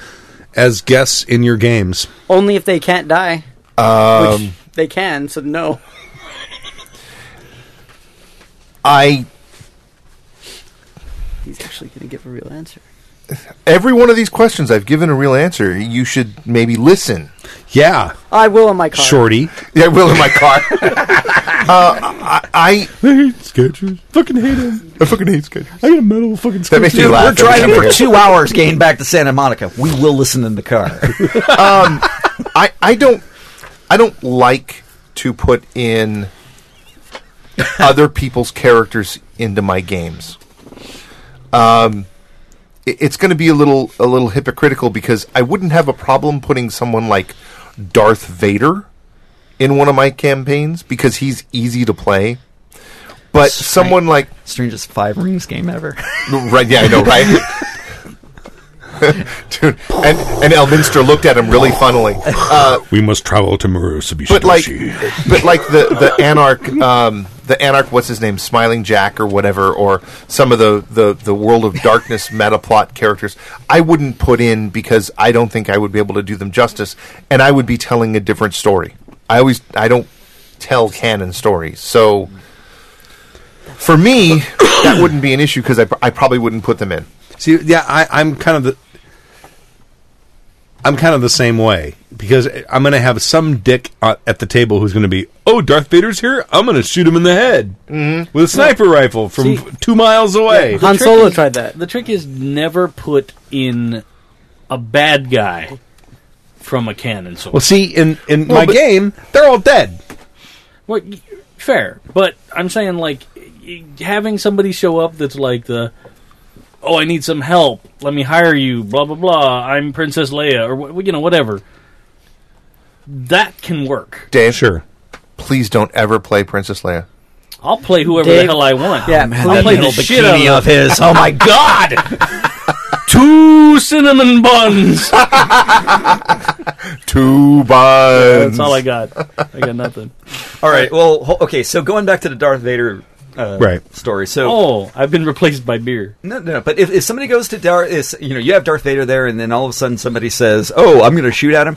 [SPEAKER 3] as guests in your games.
[SPEAKER 6] Only if they can't die.
[SPEAKER 8] Um,
[SPEAKER 6] Which they can, so no.
[SPEAKER 8] I
[SPEAKER 6] He's actually going to give a real answer.
[SPEAKER 8] every one of these questions I've given a real answer. You should maybe listen.
[SPEAKER 3] Yeah,
[SPEAKER 6] I will on my card.
[SPEAKER 3] shorty.
[SPEAKER 8] Yeah, I will in my car. uh, I, I
[SPEAKER 16] hate Skechers. Fucking hate them.
[SPEAKER 8] I fucking hate Skechers.
[SPEAKER 16] I got a medal. with Fucking Skechers.
[SPEAKER 17] We're driving for two hours getting back to Santa Monica. We will listen in the car.
[SPEAKER 8] um, I I don't I don't like to put in other people's characters into my games. Um, it- it's going to be a little a little hypocritical because I wouldn't have a problem putting someone like Darth Vader in one of my campaigns because he's easy to play. But someone like
[SPEAKER 17] strangest five rings game ever.
[SPEAKER 8] right? Yeah, I know, right? Dude, and and Elminster looked at him really funnily. Uh,
[SPEAKER 3] we must travel to Marusabishi.
[SPEAKER 8] but like, but like the the anarch, um, the anarch. What's his name? Smiling Jack or whatever, or some of the the the World of Darkness metaplot characters. I wouldn't put in because I don't think I would be able to do them justice, and I would be telling a different story. I always I don't tell canon stories, so for me that wouldn't be an issue because I pr- I probably wouldn't put them in.
[SPEAKER 3] See, yeah, I, I'm kind of the I'm kind of the same way because I'm going to have some dick uh, at the table who's going to be, oh, Darth Vader's here. I'm going to shoot him in the head with a sniper rifle from
[SPEAKER 7] See-
[SPEAKER 3] two miles away.
[SPEAKER 7] Yeah, the trick is- The trick is never put in a bad guy from a cannon sword.
[SPEAKER 3] Well, see, in in
[SPEAKER 7] Well,
[SPEAKER 3] my
[SPEAKER 7] but-
[SPEAKER 3] game, they're all dead.
[SPEAKER 7] Well, y- fair, but I'm saying like y- having somebody show up that's like the, oh, I need some help. Let me hire you. Blah blah blah. I'm Princess Leia, or wh- you know whatever. That can work.
[SPEAKER 8] Dave, sure. Please don't ever play Princess Leia.
[SPEAKER 7] I'll play whoever the
[SPEAKER 8] Dave-
[SPEAKER 7] hell I want.
[SPEAKER 8] Yeah, man,
[SPEAKER 7] I'll
[SPEAKER 8] that
[SPEAKER 7] play the
[SPEAKER 8] little
[SPEAKER 7] shit
[SPEAKER 8] bikini
[SPEAKER 7] out
[SPEAKER 8] of his. Oh, my
[SPEAKER 7] god! Two cinnamon buns.
[SPEAKER 8] Two buns.
[SPEAKER 7] That's all I got. I got nothing.
[SPEAKER 5] All right. Well, ho- okay. So going back to the Darth Vader uh,
[SPEAKER 7] Right.
[SPEAKER 5] story. So
[SPEAKER 7] oh, I've been replaced by beer.
[SPEAKER 5] No, no, no. But if, if somebody goes to Darth, is, you know, you have Darth Vader there, and then all of a sudden somebody says, "Oh, I'm going to shoot at him."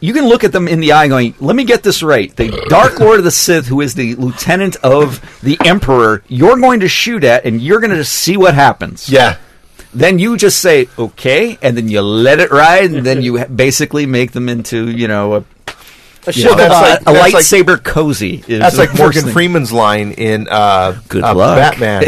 [SPEAKER 5] You can look at them in the eye, going, "Let me get this right." The Dark Lord of the Sith, who is the lieutenant of the Emperor, you're going to shoot at, and you're going to just see what happens.
[SPEAKER 8] Yeah.
[SPEAKER 5] Then you just say, "Okay," and then you let it ride, and then you ha- basically make them into, you know, a,
[SPEAKER 8] A
[SPEAKER 5] you know,
[SPEAKER 8] shill
[SPEAKER 5] a,
[SPEAKER 8] bot.
[SPEAKER 5] a
[SPEAKER 8] That's like-
[SPEAKER 5] lightsaber cozy. is
[SPEAKER 8] That's
[SPEAKER 5] the
[SPEAKER 8] like
[SPEAKER 5] first
[SPEAKER 8] Morgan
[SPEAKER 5] thing.
[SPEAKER 8] Freeman's line in uh,
[SPEAKER 5] Good
[SPEAKER 8] uh,
[SPEAKER 5] luck.
[SPEAKER 8] Batman.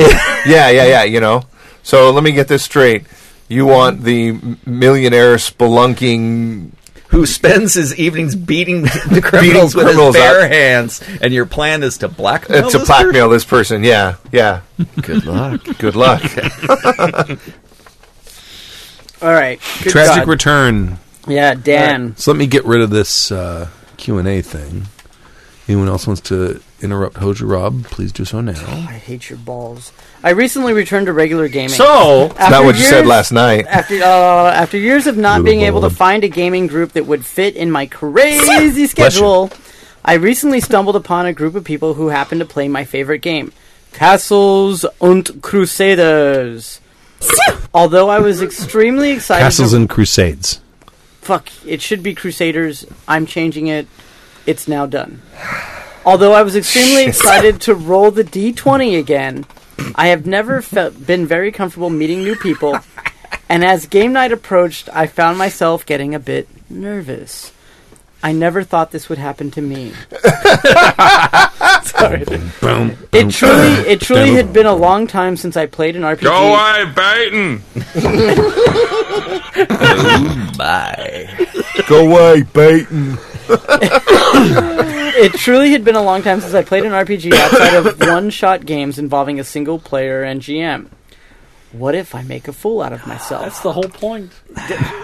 [SPEAKER 8] yeah, yeah, yeah. You know. So let me get this straight. You want the m- millionaire spelunking uh,
[SPEAKER 5] who spends his evenings beating the criminals with
[SPEAKER 8] criminals
[SPEAKER 5] his bare
[SPEAKER 8] out.
[SPEAKER 5] hands, and your plan is to
[SPEAKER 8] uh,
[SPEAKER 5] blackmail.
[SPEAKER 8] to
[SPEAKER 5] this
[SPEAKER 8] blackmail this person? Yeah, yeah.
[SPEAKER 5] Good luck.
[SPEAKER 8] Good luck.
[SPEAKER 6] All right. Good
[SPEAKER 3] Tragic
[SPEAKER 6] God.
[SPEAKER 3] return.
[SPEAKER 6] Yeah, Dan.
[SPEAKER 3] So let me get rid of this uh, Q and A thing. Anyone else wants to interrupt Hoja Rob? Please do so now.
[SPEAKER 6] I hate your balls. I recently returned to regular gaming.
[SPEAKER 3] So- That's
[SPEAKER 6] After
[SPEAKER 3] not what you said last night.
[SPEAKER 6] After uh, after years of not being able to find a gaming group that would fit in my crazy schedule, I recently stumbled upon a group of people who happened to play my favorite game, Castles und Crusaders. Although I was extremely excited,
[SPEAKER 3] Castles
[SPEAKER 6] to-
[SPEAKER 3] and Crusades.
[SPEAKER 6] fuck, it should be Crusaders. I'm changing it. It's now done. Although I was extremely excited to roll the d20 again, I have never felt been very comfortable meeting new people, and as game night approached, I found myself getting a bit nervous. I never thought this would happen to me. Sorry. It truly, it truly had been a long time since I played an RPG.
[SPEAKER 18] Baton!
[SPEAKER 5] Bye.
[SPEAKER 8] Go away, Baton.
[SPEAKER 6] it truly had been a long time since I played an RPG outside of one shot games involving a single player and GM. What if I make a fool out of myself? That's
[SPEAKER 7] the whole point.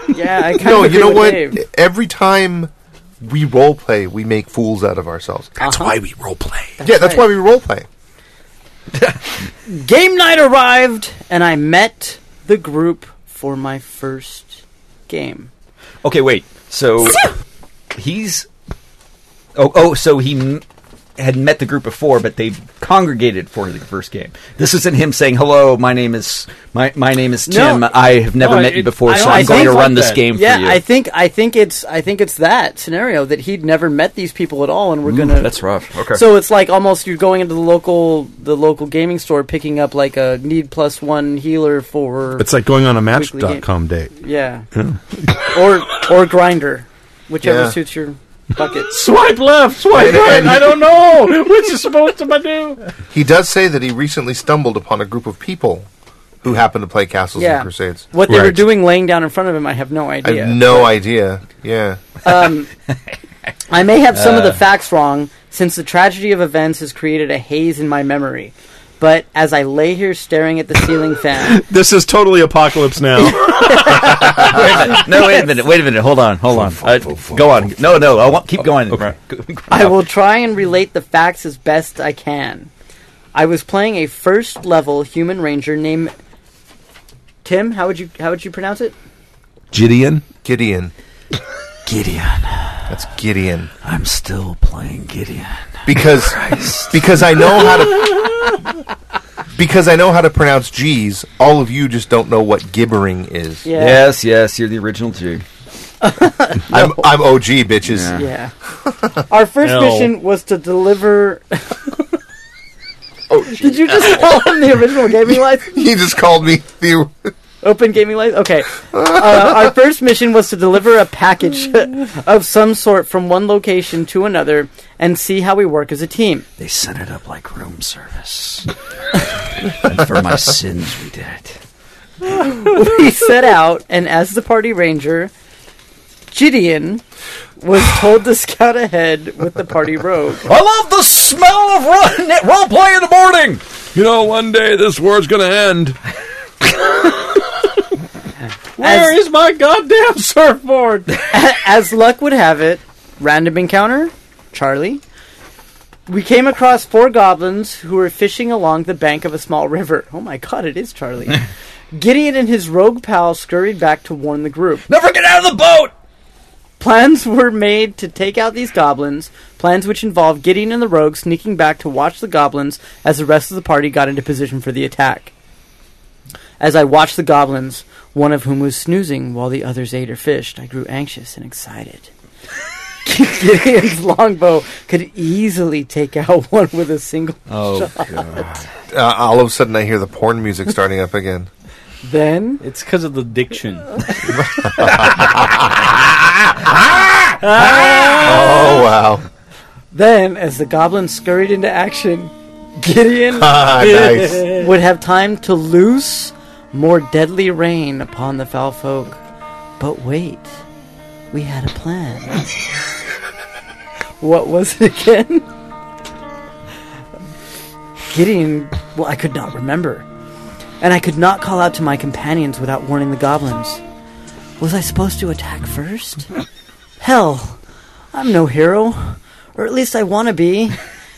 [SPEAKER 6] yeah, I kind
[SPEAKER 8] no,
[SPEAKER 6] of
[SPEAKER 8] you know what?
[SPEAKER 6] Dave.
[SPEAKER 8] Every time we role play, we make fools out of ourselves.
[SPEAKER 6] That's Uh-huh. why we
[SPEAKER 8] roleplay.
[SPEAKER 6] That's
[SPEAKER 8] Yeah, that's
[SPEAKER 6] right.
[SPEAKER 8] why we role play.
[SPEAKER 6] Game night arrived, and I met the group for my first game.
[SPEAKER 5] Okay, wait. So he's oh oh. So he m- had met the group before, but they congregated for the first game. This isn't him saying hello. My name is my my name is
[SPEAKER 6] No.
[SPEAKER 5] Tim. I have never
[SPEAKER 6] No,
[SPEAKER 5] met you
[SPEAKER 6] it-
[SPEAKER 5] before,
[SPEAKER 6] I
[SPEAKER 5] so
[SPEAKER 6] don't- I
[SPEAKER 5] I'm going
[SPEAKER 6] think-
[SPEAKER 5] to run this game
[SPEAKER 6] yeah,
[SPEAKER 5] for you.
[SPEAKER 6] I think I think it's I think it's that scenario that he'd never met these people at all, and we're
[SPEAKER 5] Ooh,
[SPEAKER 6] gonna.
[SPEAKER 5] Mm, that's rough. Okay.
[SPEAKER 6] So it's like almost you're going into the local the local gaming store, picking up like a need plus one healer for.
[SPEAKER 3] It's like going on a
[SPEAKER 6] weekly game.
[SPEAKER 3] Match.com date.
[SPEAKER 6] Yeah.
[SPEAKER 3] Yeah.
[SPEAKER 6] or or grinder, whichever
[SPEAKER 3] Yeah.
[SPEAKER 6] suits your bucket.
[SPEAKER 7] Swipe left, swipe
[SPEAKER 8] And-
[SPEAKER 7] right.
[SPEAKER 8] and-
[SPEAKER 7] I don't know which is supposed to do.
[SPEAKER 8] He does say that he recently stumbled upon a group of people who happened to play Castles
[SPEAKER 6] Yeah.
[SPEAKER 8] and Crusades.
[SPEAKER 6] What they were doing laying down in front of him, I have no
[SPEAKER 8] I
[SPEAKER 6] idea.
[SPEAKER 8] have no idea. Yeah.
[SPEAKER 6] Um, I may have some of the
[SPEAKER 8] Uh.
[SPEAKER 6] facts wrong, since the tragedy of events has created a haze in my memory. But as I lay here staring at the ceiling fan,
[SPEAKER 19] This is totally apocalypse now.
[SPEAKER 5] no, wait a minute. Wait a minute. Hold on. Hold on. Uh, go on. No, no. I want, keep going.
[SPEAKER 6] I will try and relate the facts as best I can. I was playing a first level human ranger named Tim. How would you how would you pronounce it?
[SPEAKER 3] Gideon?
[SPEAKER 8] Gideon.
[SPEAKER 5] Gideon.
[SPEAKER 8] That's Gideon.
[SPEAKER 5] I'm still playing Gideon.
[SPEAKER 8] Because because I know how to because I know how to pronounce G's. All of you just don't know what gibbering is.
[SPEAKER 6] Yeah.
[SPEAKER 5] Yes, yes. You're the original Jew.
[SPEAKER 8] I'm I'm OG bitches.
[SPEAKER 6] Yeah. Our first
[SPEAKER 8] No.
[SPEAKER 6] mission was to deliver. Did you just call him the original gaming license?
[SPEAKER 8] He just called me the
[SPEAKER 6] open gaming license. Okay. Uh, our first mission was to deliver a package of some sort from one location to another and see how we work as a team.
[SPEAKER 5] They sent it up like room service. and for my sins, we did it.
[SPEAKER 6] we set out, and as the party ranger, Gideon was told to scout ahead with the party rogue.
[SPEAKER 5] I love the smell of role play in the morning.
[SPEAKER 3] You know, one day this war's going to end.
[SPEAKER 7] Where is my goddamn surfboard?
[SPEAKER 6] As luck would have it, random encounter, Charlie. We came across four goblins who were fishing along the bank of a small river. Oh my god, it is Charlie. Gideon and his rogue pal scurried back to warn the group.
[SPEAKER 5] Never get out of the boat!
[SPEAKER 6] Plans were made to take out these goblins, plans which involved Gideon and the rogue sneaking back to watch the goblins as the rest of the party got into position for the attack. As I watched the goblins, one of whom was snoozing while the others ate or fished, I grew anxious and excited. Gideon's longbow could easily take out one with a single
[SPEAKER 8] Oh,
[SPEAKER 6] shot.
[SPEAKER 8] Uh, all of a sudden, I hear the porn music starting up again.
[SPEAKER 6] Then
[SPEAKER 7] it's because of the diction.
[SPEAKER 8] Oh wow!
[SPEAKER 6] Then, as the goblins scurried into action, Gideon
[SPEAKER 8] Ah, nice.
[SPEAKER 6] would have time to loose more deadly rain upon the foul folk. But wait, we had a plan. what was it again? Gideon, well, I could not remember. And I could not call out to my companions without warning the goblins. Was I supposed to attack first? Hell, I'm no hero. Or at least I want to be.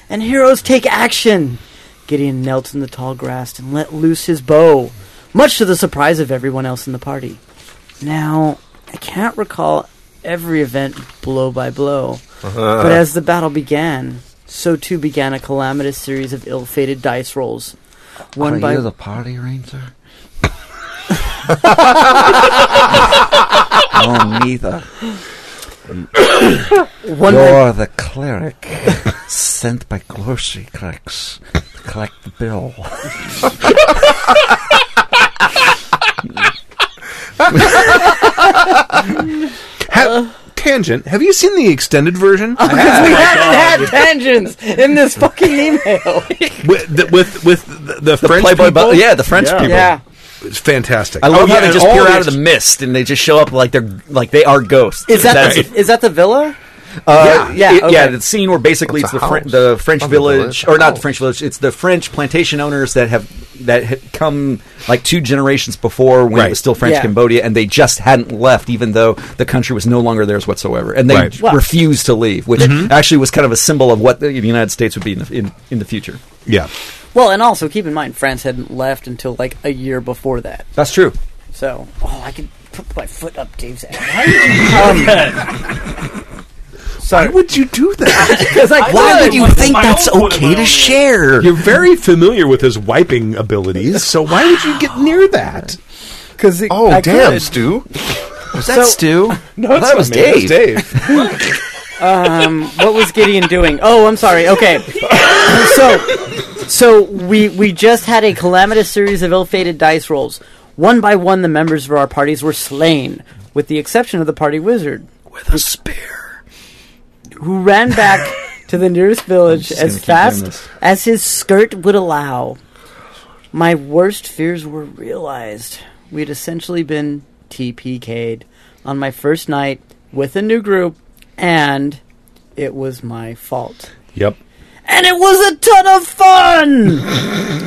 [SPEAKER 6] And heroes take action. Gideon knelt in the tall grass and let loose his bow, much to the surprise of everyone else in the party. Now, I can't recall every event blow by blow, but as the battle began, so too began a calamitous series of ill fated dice rolls. One
[SPEAKER 5] Are
[SPEAKER 6] by
[SPEAKER 5] Oh, you the party ranger? oh, neither.
[SPEAKER 6] One
[SPEAKER 5] You're
[SPEAKER 6] night-
[SPEAKER 5] the cleric sent by Glossy Cracks to collect the bill.
[SPEAKER 3] Ha- tangent. Have you seen the extended version?
[SPEAKER 6] Because we haven't had tangents in this fucking email.
[SPEAKER 3] with the, with, with the, the,
[SPEAKER 5] The
[SPEAKER 3] French
[SPEAKER 5] Playboy
[SPEAKER 3] people.
[SPEAKER 5] Bu- yeah, the French Yeah. people.
[SPEAKER 6] Yeah.
[SPEAKER 3] It's fantastic. Oh.
[SPEAKER 5] I
[SPEAKER 8] Oh,
[SPEAKER 5] love
[SPEAKER 3] yeah,
[SPEAKER 5] how they
[SPEAKER 3] and
[SPEAKER 5] just
[SPEAKER 3] all
[SPEAKER 5] peer out
[SPEAKER 3] the
[SPEAKER 5] of the mist and they just show up like they're like they are ghosts.
[SPEAKER 6] Is that
[SPEAKER 5] That's-
[SPEAKER 6] the, is that the villa?
[SPEAKER 5] Uh, yeah,
[SPEAKER 6] Yeah, yeah,
[SPEAKER 5] it- yeah.
[SPEAKER 6] okay.
[SPEAKER 5] The scene where basically
[SPEAKER 6] It's
[SPEAKER 5] it's,
[SPEAKER 6] a
[SPEAKER 5] the, Fren-
[SPEAKER 6] house.
[SPEAKER 5] the French
[SPEAKER 6] Not a
[SPEAKER 5] village,
[SPEAKER 6] village,
[SPEAKER 5] or not the French village. It's the French plantation owners that have that had come like two generations before when it was still French
[SPEAKER 6] Yeah.
[SPEAKER 5] Cambodia, and they just hadn't left, even though the country was no longer theirs whatsoever, and they
[SPEAKER 6] Right. Mm-hmm. Well-
[SPEAKER 5] refused to leave, which actually was kind of a symbol of what the United States would be in the, in, in the future.
[SPEAKER 3] Yeah,
[SPEAKER 6] Well, and also keep in mind France hadn't left until like a year before that.
[SPEAKER 5] that's true.
[SPEAKER 6] So, oh, I could put my foot up Dave's ass.
[SPEAKER 3] Why would you do that?
[SPEAKER 6] 'Cause I
[SPEAKER 5] Why
[SPEAKER 6] could.
[SPEAKER 5] would you think that's okay to share?
[SPEAKER 3] You're very familiar with his wiping abilities, so why would you get near that?
[SPEAKER 6] Because
[SPEAKER 8] Oh
[SPEAKER 3] I
[SPEAKER 8] damn,
[SPEAKER 3] could.
[SPEAKER 8] Stu!
[SPEAKER 5] Was
[SPEAKER 6] that So- Stu?
[SPEAKER 3] No,
[SPEAKER 6] Well,
[SPEAKER 3] it's
[SPEAKER 6] that
[SPEAKER 3] not
[SPEAKER 6] was
[SPEAKER 3] me, that's
[SPEAKER 6] Dave.
[SPEAKER 3] Dave.
[SPEAKER 6] um, what was Gideon doing? Oh, I'm sorry. Okay, so so we we just had a calamitous series of ill-fated dice rolls. One by one, the members of our parties were slain, with the exception of the party wizard with a spear. who ran back to the nearest village
[SPEAKER 20] just gonna
[SPEAKER 6] as
[SPEAKER 20] keep doing
[SPEAKER 6] fast
[SPEAKER 20] this.
[SPEAKER 6] as his skirt would allow. My worst fears were realized. We had essentially been TPK'd on my first night with a new group, and it was my fault.
[SPEAKER 3] Yep.
[SPEAKER 6] And it was a ton of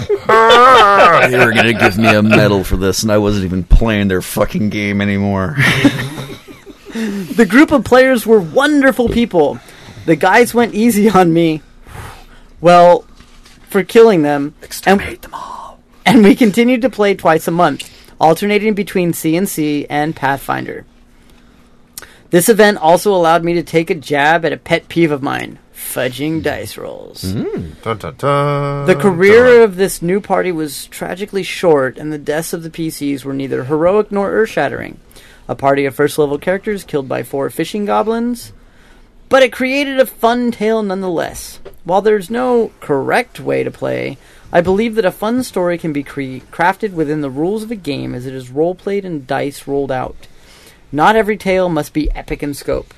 [SPEAKER 6] fun!
[SPEAKER 21] they were going to give me a medal for this, and I wasn't even playing their fucking game anymore.
[SPEAKER 6] the group of players were wonderful people. The guys went easy on me. Well, for killing them. Exterminate and, them all. And we continued to play twice a month, alternating between CNC and Pathfinder. This event also allowed me to take a jab at a pet peeve of mine fudging dice rolls.
[SPEAKER 8] Dun, dun, dun,
[SPEAKER 6] The career of this new party was tragically short, and the deaths of the PCs were neither heroic nor earth shattering. A party of first level characters killed by four fishing goblins, but it created a fun tale nonetheless. While there's no correct way to play, I believe that a fun story can be cre- crafted within the rules of a game as it is role played and dice rolled out. Not every tale must be epic in scope.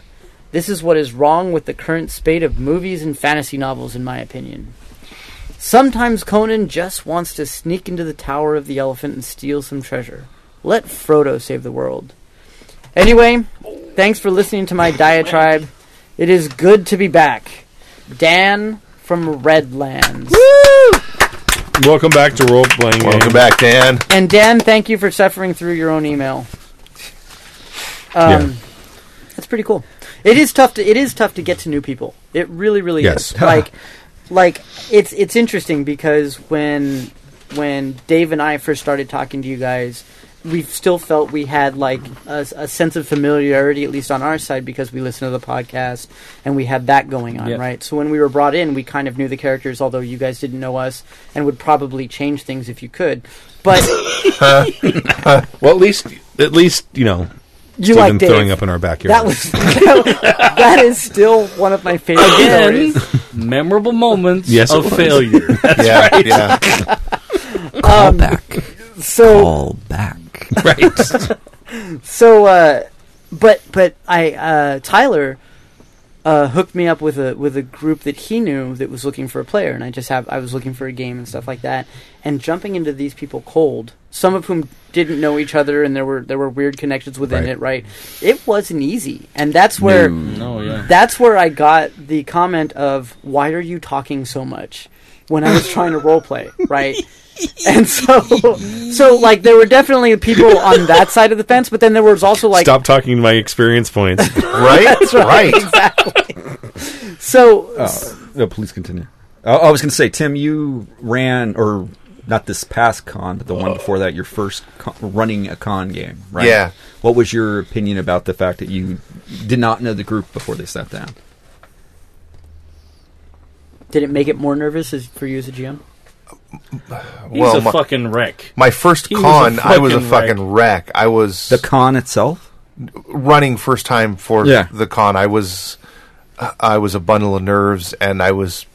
[SPEAKER 6] This is what is wrong with the current spate of movies and fantasy novels, in my opinion. Sometimes Conan just wants to sneak into the Tower of the Elephant and steal some treasure. Let Frodo save the world. Anyway, thanks for listening to my diatribe. It is good to be back. Dan from Redlands.
[SPEAKER 3] Welcome back to role playing.
[SPEAKER 8] Welcome back, Dan.
[SPEAKER 6] And Dan, thank you for suffering through your own email. Um,
[SPEAKER 3] Yeah.
[SPEAKER 6] That's pretty cool. It is tough to it is tough to get to new people. It really, really
[SPEAKER 3] Yes.
[SPEAKER 6] is. Like, like it's it's interesting because when when Dave and I first started talking to you guys, we still felt we had like a, a sense of familiarity, at least on our side, because we listened to the podcast and we had that going on,
[SPEAKER 20] Yeah.
[SPEAKER 6] right? So when we were brought in, we kind of knew the characters, although you guys didn't know us, and would probably change things if you could. But
[SPEAKER 3] well, at least, at least you know,
[SPEAKER 6] You
[SPEAKER 3] Steven
[SPEAKER 6] like Dave.
[SPEAKER 3] throwing up in our backyard.
[SPEAKER 6] That was that is still one of my favorite
[SPEAKER 7] Again,
[SPEAKER 6] stories.
[SPEAKER 7] memorable moments
[SPEAKER 3] Yes, it
[SPEAKER 7] of
[SPEAKER 3] was.
[SPEAKER 7] failure. That's
[SPEAKER 3] Yeah,
[SPEAKER 7] right.
[SPEAKER 3] yeah.
[SPEAKER 6] Um, So
[SPEAKER 21] back.
[SPEAKER 6] Right. so, uh, but but I uh, Tyler uh, hooked me up with a with a group that he knew that was looking for a player, and I just have I was looking for a game and stuff like that. And jumping into these people cold, some of whom didn't know each other, and there were there were weird connections within
[SPEAKER 20] Right.
[SPEAKER 6] it. Right, it wasn't easy, and that's where
[SPEAKER 20] No. No, yeah.
[SPEAKER 6] that's where I got the comment of why are you talking so much when I was trying to roleplay, right? and so so like there were definitely people on that side of the fence, but then there was also like
[SPEAKER 22] Stop talking to my experience points.
[SPEAKER 6] That's exactly. So
[SPEAKER 5] Oh, no, please continue. I, I was going to say, Tim, you ran, or not this past con, but the one before that, your first con, running a con game, right?
[SPEAKER 8] Yeah.
[SPEAKER 5] What was your opinion about the fact that you did not know the group before they sat down?
[SPEAKER 6] did it make it more nervous as, for you as a GM?
[SPEAKER 7] He's a fucking wreck.
[SPEAKER 8] My first
[SPEAKER 7] He was
[SPEAKER 8] con,
[SPEAKER 7] a
[SPEAKER 8] I was a
[SPEAKER 7] fucking wreck.
[SPEAKER 8] fucking wreck. I was the
[SPEAKER 5] con itself.
[SPEAKER 8] Running first time for
[SPEAKER 5] Yeah.
[SPEAKER 8] the con, I was I was a bundle of nerves, and I was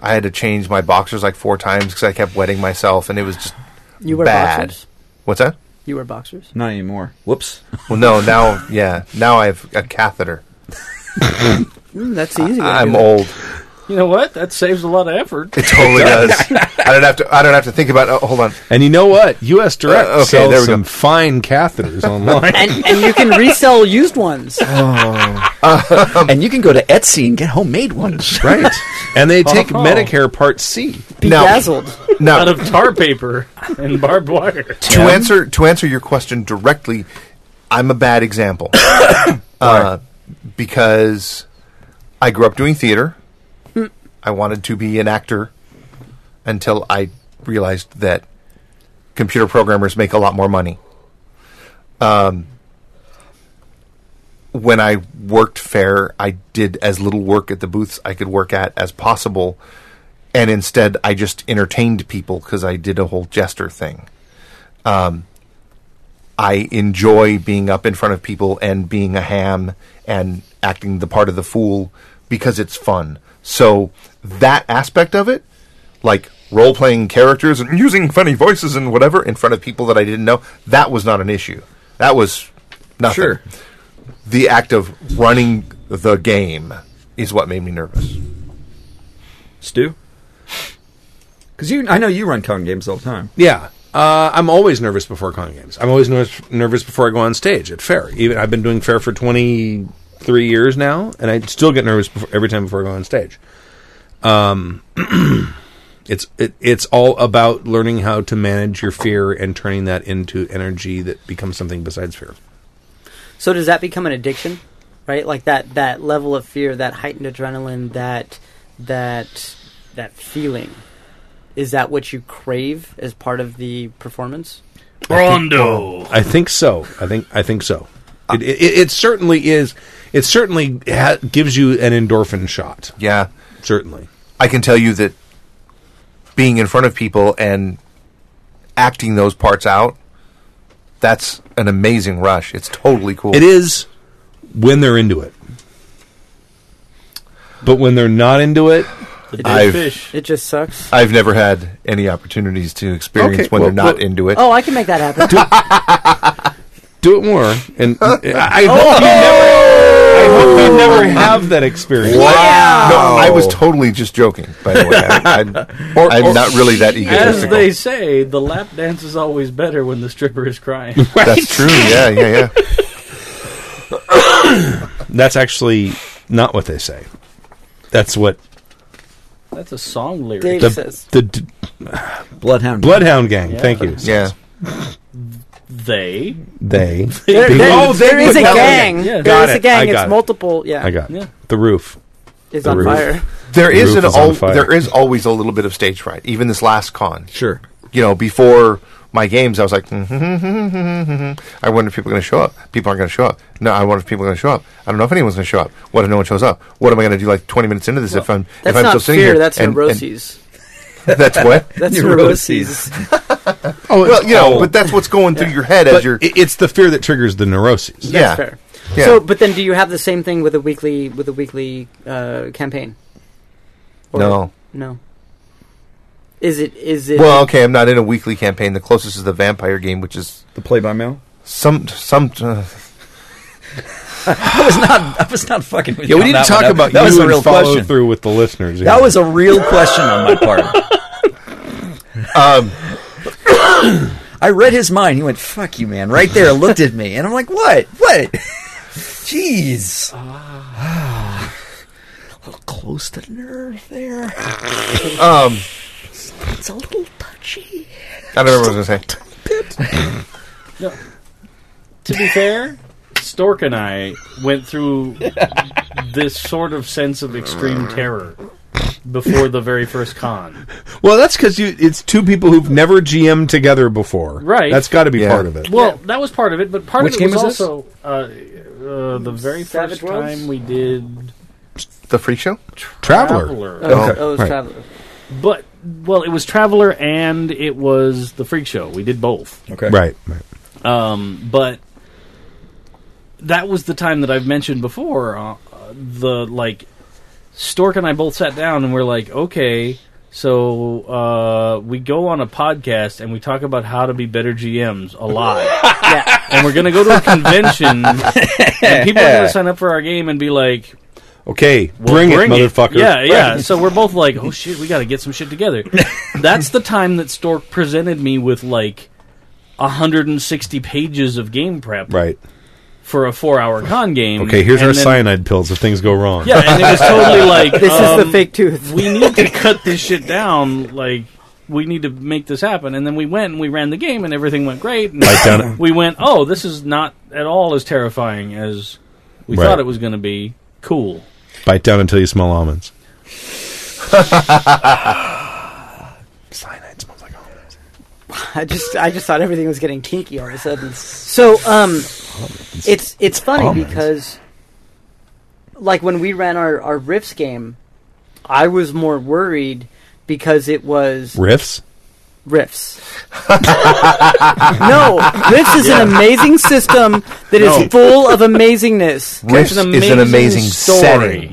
[SPEAKER 8] I had to change my boxers like four times because I kept wetting myself, and it was just
[SPEAKER 6] You wear
[SPEAKER 8] bad.
[SPEAKER 6] boxers?
[SPEAKER 8] What's that?
[SPEAKER 6] You wear boxers.
[SPEAKER 5] Not anymore. Whoops.
[SPEAKER 8] Well, no, now yeah, now I have a catheter.
[SPEAKER 6] Mm, that's the easy. Way to do
[SPEAKER 8] I'm
[SPEAKER 6] that.
[SPEAKER 8] old.
[SPEAKER 7] You know what? That saves a lot of effort.
[SPEAKER 8] It totally does. I don't have to. I don't have to think about. Oh, hold on.
[SPEAKER 3] And you know what? U.S. Direct
[SPEAKER 8] Uh, okay,
[SPEAKER 3] sells
[SPEAKER 8] there we go.
[SPEAKER 3] some fine catheters online.
[SPEAKER 6] and, and you can resell used ones.
[SPEAKER 5] and you can go to Etsy and get homemade ones.
[SPEAKER 3] Um, right. And they take
[SPEAKER 7] Oh.
[SPEAKER 3] Medicare Part C.
[SPEAKER 6] Bedazzled.
[SPEAKER 8] Now-
[SPEAKER 7] Out of tar paper and barbed wire.
[SPEAKER 8] to answer to answer your question directly, I'm a bad example uh, because I grew up doing theater. I wanted to be an actor until I realized that computer programmers make a lot more money. Um, when I worked fair, I did as little work at the booths I could work at as possible, and instead I just entertained people because I did a whole jester thing. Um, I enjoy being up in front of people and being a ham and acting the part of the fool because it's fun. So that aspect of it, like role playing characters and using funny voices and whatever in front of people that I didn't know, that was not an issue. That was nothing.
[SPEAKER 5] Sure.
[SPEAKER 8] The act of running the game is what made me nervous.
[SPEAKER 5] Stu? Because you, I know you run con games all the time.
[SPEAKER 3] Yeah. Uh, I'm always nervous before con games. I'm always nervous, nervous before I go on stage at fair. Even I've been doing fair for 23 years now, and I still get nervous before, every time before I go on stage. Um, it's it, it's all about learning how to manage your fear and turning that into energy that becomes something besides fear.
[SPEAKER 6] So does that become an addiction, right? Like that that level of fear, that heightened adrenaline, that that that feeling. Is that what you crave as part of the performance?
[SPEAKER 3] Rondo. I think so. I think I think so. It, it, it certainly is. It certainly ha- gives you an endorphin shot.
[SPEAKER 8] Yeah,
[SPEAKER 3] certainly.
[SPEAKER 8] I can tell you that being in front of people and acting those parts out, that's an amazing rush. It's totally cool.
[SPEAKER 3] It is when they're into it, but when they're not into it,
[SPEAKER 8] I've-
[SPEAKER 6] It just sucks.
[SPEAKER 8] I've never had any opportunities to experience
[SPEAKER 3] Okay,
[SPEAKER 8] when
[SPEAKER 3] well,
[SPEAKER 8] they're not
[SPEAKER 3] well-
[SPEAKER 8] into it.
[SPEAKER 6] Oh, I can make that happen.
[SPEAKER 3] do it more. And I hope you never. I hope you never have that experience.
[SPEAKER 8] No, I was totally just joking. By the way, I, am
[SPEAKER 3] Or-
[SPEAKER 8] I'm
[SPEAKER 3] or-
[SPEAKER 8] not really that
[SPEAKER 7] As
[SPEAKER 8] egotistical.
[SPEAKER 7] they say, the lap dance is always better when the stripper is crying.
[SPEAKER 8] That's true. Yeah, yeah, yeah.
[SPEAKER 3] That's actually not what they say. That's what
[SPEAKER 7] That's a song lyric.
[SPEAKER 3] the, the d-
[SPEAKER 5] Bloodhound
[SPEAKER 3] Bloodhound Gang.
[SPEAKER 7] Yeah.
[SPEAKER 3] Thank you.
[SPEAKER 8] Yeah.
[SPEAKER 7] They.
[SPEAKER 3] They.
[SPEAKER 7] There-
[SPEAKER 3] They-
[SPEAKER 7] there-
[SPEAKER 3] oh, they
[SPEAKER 7] there is
[SPEAKER 3] put
[SPEAKER 7] a
[SPEAKER 3] that in.
[SPEAKER 7] gang. Yeah.
[SPEAKER 3] Got
[SPEAKER 7] There is
[SPEAKER 3] it.
[SPEAKER 7] a gang.
[SPEAKER 3] I
[SPEAKER 7] It's
[SPEAKER 3] got it.
[SPEAKER 6] multiple- yeah.
[SPEAKER 3] I got it.
[SPEAKER 6] Yeah.
[SPEAKER 3] The roof
[SPEAKER 6] Is
[SPEAKER 3] The
[SPEAKER 6] on
[SPEAKER 3] roof.
[SPEAKER 6] fire.
[SPEAKER 8] There
[SPEAKER 3] The
[SPEAKER 8] is
[SPEAKER 3] roof
[SPEAKER 8] an
[SPEAKER 3] is on
[SPEAKER 8] al-
[SPEAKER 3] fire.
[SPEAKER 8] there is always a little bit of stage fright, even this last con. Sure. You know, before my games, I was like, mm-hmm, I wonder if people are going to show up. People aren't going to show up. No, I wonder if people are going to show up. I don't know if anyone's going to show up. What if no one shows up? What am I going to do like twenty minutes into this if I'm if
[SPEAKER 6] That's
[SPEAKER 8] I'm
[SPEAKER 6] not
[SPEAKER 8] still sitting
[SPEAKER 6] fear.
[SPEAKER 8] here?
[SPEAKER 6] That's
[SPEAKER 8] and- and-
[SPEAKER 6] neuroses.
[SPEAKER 8] that's what.
[SPEAKER 6] That's neuroses.
[SPEAKER 8] oh, well, you know,
[SPEAKER 3] oh.
[SPEAKER 8] but that's what's going through your head as
[SPEAKER 3] But
[SPEAKER 8] you're.
[SPEAKER 3] i- it's the fear that triggers the neuroses.
[SPEAKER 8] Yeah.
[SPEAKER 6] That's fair.
[SPEAKER 8] Yeah.
[SPEAKER 6] So, but then, do you have the same thing with a weekly with a weekly uh, campaign?
[SPEAKER 8] No.
[SPEAKER 6] No. Is it? Is it?
[SPEAKER 8] Well, okay, I'm not in a weekly campaign. The closest is the vampire game, which is
[SPEAKER 5] the play by mail.
[SPEAKER 8] Some some. Uh,
[SPEAKER 5] I was not. I was not fucking. With
[SPEAKER 3] Yeah,
[SPEAKER 5] you
[SPEAKER 3] we
[SPEAKER 5] on
[SPEAKER 3] need to
[SPEAKER 5] that
[SPEAKER 3] talk
[SPEAKER 5] one.
[SPEAKER 3] about
[SPEAKER 5] that
[SPEAKER 3] you
[SPEAKER 5] was a
[SPEAKER 3] and
[SPEAKER 5] real
[SPEAKER 3] follow
[SPEAKER 5] question.
[SPEAKER 3] through with the listeners.
[SPEAKER 5] That was a real question on my part.
[SPEAKER 8] um,
[SPEAKER 5] Um, I read his mind. He went, "Fuck you, man!" Right there, looked at me, and I'm like, "What? What? Jeez." a little close to the nerve there.
[SPEAKER 8] um,
[SPEAKER 5] It's a little touchy.
[SPEAKER 8] I don't remember what I was going to say.
[SPEAKER 7] No. To be fair, Stork and I went through this sort of sense of extreme terror before the very first con.
[SPEAKER 3] Well, that's because you. It's two people who've never GM together before.
[SPEAKER 7] Right.
[SPEAKER 3] That's got to be
[SPEAKER 7] Yeah.
[SPEAKER 3] part of it.
[SPEAKER 7] Well, that was part of it, but part
[SPEAKER 5] Which
[SPEAKER 7] of it
[SPEAKER 5] game
[SPEAKER 7] was,
[SPEAKER 5] was this?
[SPEAKER 7] also uh, uh, the very
[SPEAKER 6] Savage
[SPEAKER 7] first
[SPEAKER 6] Worlds?
[SPEAKER 7] time we did
[SPEAKER 8] The freak show.
[SPEAKER 3] Traveler.
[SPEAKER 6] Oh, oh, it was Traveler.
[SPEAKER 7] But well, it was Traveler and it was the Freak Show. We did both.
[SPEAKER 5] Okay.
[SPEAKER 3] Right. right.
[SPEAKER 7] Um, but that was the time that I've mentioned before. Uh, the like, Stork and I both sat down and we're like, okay, so uh, we go on a podcast and we talk about how to be better GMs a lot,
[SPEAKER 6] yeah.
[SPEAKER 7] and we're gonna go to a convention and people are gonna sign up for our game and be like,
[SPEAKER 3] Okay,
[SPEAKER 7] well,
[SPEAKER 3] bring, it, motherfucker.
[SPEAKER 7] Yeah, yeah. So we're both like, oh shit, we got to get some shit together. That's the time that Stork presented me with like 160 pages of game prep
[SPEAKER 3] Right.
[SPEAKER 7] for a four-hour con game.
[SPEAKER 3] Okay, here's
[SPEAKER 7] and
[SPEAKER 3] our
[SPEAKER 7] then-
[SPEAKER 3] cyanide pills if things go wrong.
[SPEAKER 7] Yeah, and it was totally like
[SPEAKER 6] This is the
[SPEAKER 7] um,
[SPEAKER 6] fake tooth.
[SPEAKER 7] we need to cut this shit down. Like, we need to make this happen. And then we went and we ran the game, and everything went great. And
[SPEAKER 3] Right down-
[SPEAKER 7] we went, oh, this is not at all as terrifying as we
[SPEAKER 3] Right.
[SPEAKER 7] thought it was going to be. Cool.
[SPEAKER 3] Bite down until you smell almonds. cyanide smells like almonds.
[SPEAKER 6] I just I just thought everything was getting kinky all of a sudden. So um, it's it's funny
[SPEAKER 3] Almonds.
[SPEAKER 6] because like when we ran our our riffs game, I was more worried because it was
[SPEAKER 3] Riffs.
[SPEAKER 6] riffs. no, riffs is an amazing system that is
[SPEAKER 7] No.
[SPEAKER 6] full of amazingness.
[SPEAKER 8] Riffs is an amazing setting.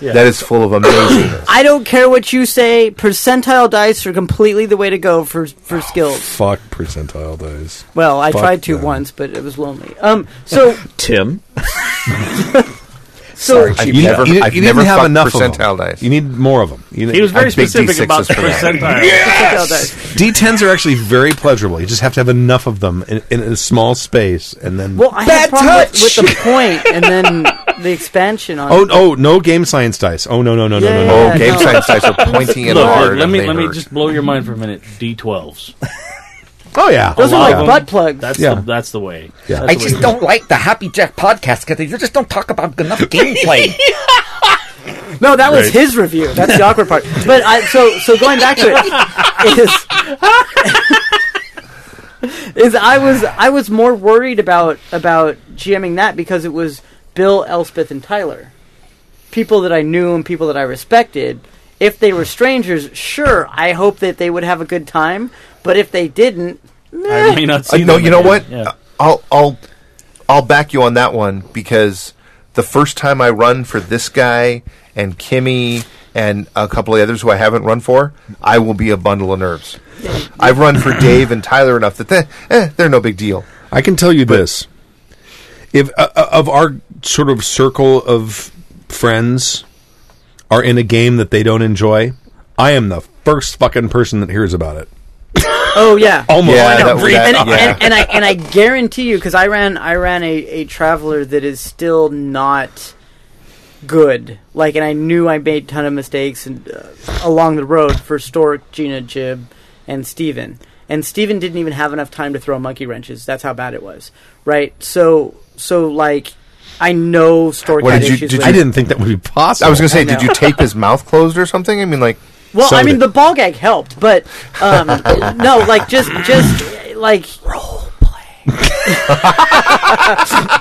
[SPEAKER 7] Yeah.
[SPEAKER 8] That is full of amazing.
[SPEAKER 6] I don't care what you say. Percentile dice are completely the way to go for for skills.
[SPEAKER 3] Fuck percentile dice.
[SPEAKER 6] Well, I
[SPEAKER 3] Fuck
[SPEAKER 6] tried to
[SPEAKER 3] them.
[SPEAKER 6] once, but it was lonely. Um, so
[SPEAKER 5] Tim.
[SPEAKER 6] So
[SPEAKER 8] I've never,
[SPEAKER 3] you,
[SPEAKER 8] I've
[SPEAKER 3] you
[SPEAKER 8] never
[SPEAKER 3] didn't have
[SPEAKER 8] fucked
[SPEAKER 3] enough of
[SPEAKER 8] percentile
[SPEAKER 3] them.
[SPEAKER 8] dice.
[SPEAKER 3] You need more of them. You
[SPEAKER 8] He
[SPEAKER 3] need-
[SPEAKER 8] was very I big specific D6s about the for that. percentile.
[SPEAKER 3] Yes!
[SPEAKER 6] Percentile dice.
[SPEAKER 3] D10s are actually very pleasurable. You just have to have enough of them in, in a small space, and then
[SPEAKER 6] well, I had a problem with, with the point and then the expansion on.
[SPEAKER 3] Oh,
[SPEAKER 6] it.
[SPEAKER 3] oh, no game science dice. Oh, no, no, no, no, no,
[SPEAKER 6] Yeah,
[SPEAKER 3] no.
[SPEAKER 6] yeah, Oh, game no. science dice are pointing
[SPEAKER 7] Look, look, let me let me just blow your mind for a minute. D12s.
[SPEAKER 3] Oh, yeah.
[SPEAKER 7] A
[SPEAKER 3] Those are
[SPEAKER 7] lot
[SPEAKER 3] like
[SPEAKER 7] of them.
[SPEAKER 3] butt
[SPEAKER 6] plugs.
[SPEAKER 7] That's
[SPEAKER 3] Yeah.
[SPEAKER 7] the, that's the way.
[SPEAKER 3] Yeah.
[SPEAKER 7] That's
[SPEAKER 23] I
[SPEAKER 7] the way
[SPEAKER 23] just
[SPEAKER 7] to
[SPEAKER 23] don't like the Happy Jack podcast because they just don't talk about enough gameplay.
[SPEAKER 6] No, that was
[SPEAKER 23] Right.
[SPEAKER 6] his review. That's the awkward part. But I, so so going back to it is is I was I was more worried about about GMing that because it was Bill, Elspeth, and Tyler, people that I knew and people that I respected. If they were strangers, sure, I hope that they would have a good time. But if they didn't, meh.
[SPEAKER 8] Uh, no, you know what? I'll I'll I'll back you on that one because the first time I run for this guy and Kimmy and a couple of others who I haven't run for, I will be a bundle of nerves. I've run for Dave and Tyler enough that they, eh, they're no big deal.
[SPEAKER 3] I can tell you this: if uh, uh, of our sort of circle of friends are in a game that they don't enjoy, I am the first fucking person that hears about it.
[SPEAKER 6] Oh yeah,
[SPEAKER 3] Almost Yeah, that-
[SPEAKER 6] and,
[SPEAKER 3] every that-
[SPEAKER 6] and-
[SPEAKER 3] yeah.
[SPEAKER 6] and- and I and I guarantee you because I ran I ran a, a traveler that is still not good. Like, and I knew I made a ton of mistakes and uh, along the road for Stork, Gina, Jib, and Steven. And Steven didn't even have enough time to throw monkey wrenches. That's how bad it was. Right. So so like. I know Stork
[SPEAKER 8] What
[SPEAKER 6] had
[SPEAKER 8] did you?
[SPEAKER 6] issues
[SPEAKER 8] Did
[SPEAKER 6] with
[SPEAKER 8] you
[SPEAKER 6] it.
[SPEAKER 3] that would be possible.
[SPEAKER 8] I was going to say,
[SPEAKER 6] I
[SPEAKER 8] did
[SPEAKER 6] know.
[SPEAKER 8] you tape his mouth closed or something? I mean, like.
[SPEAKER 6] Well, I mean, the ball gag helped, but um, no, like just just like role play.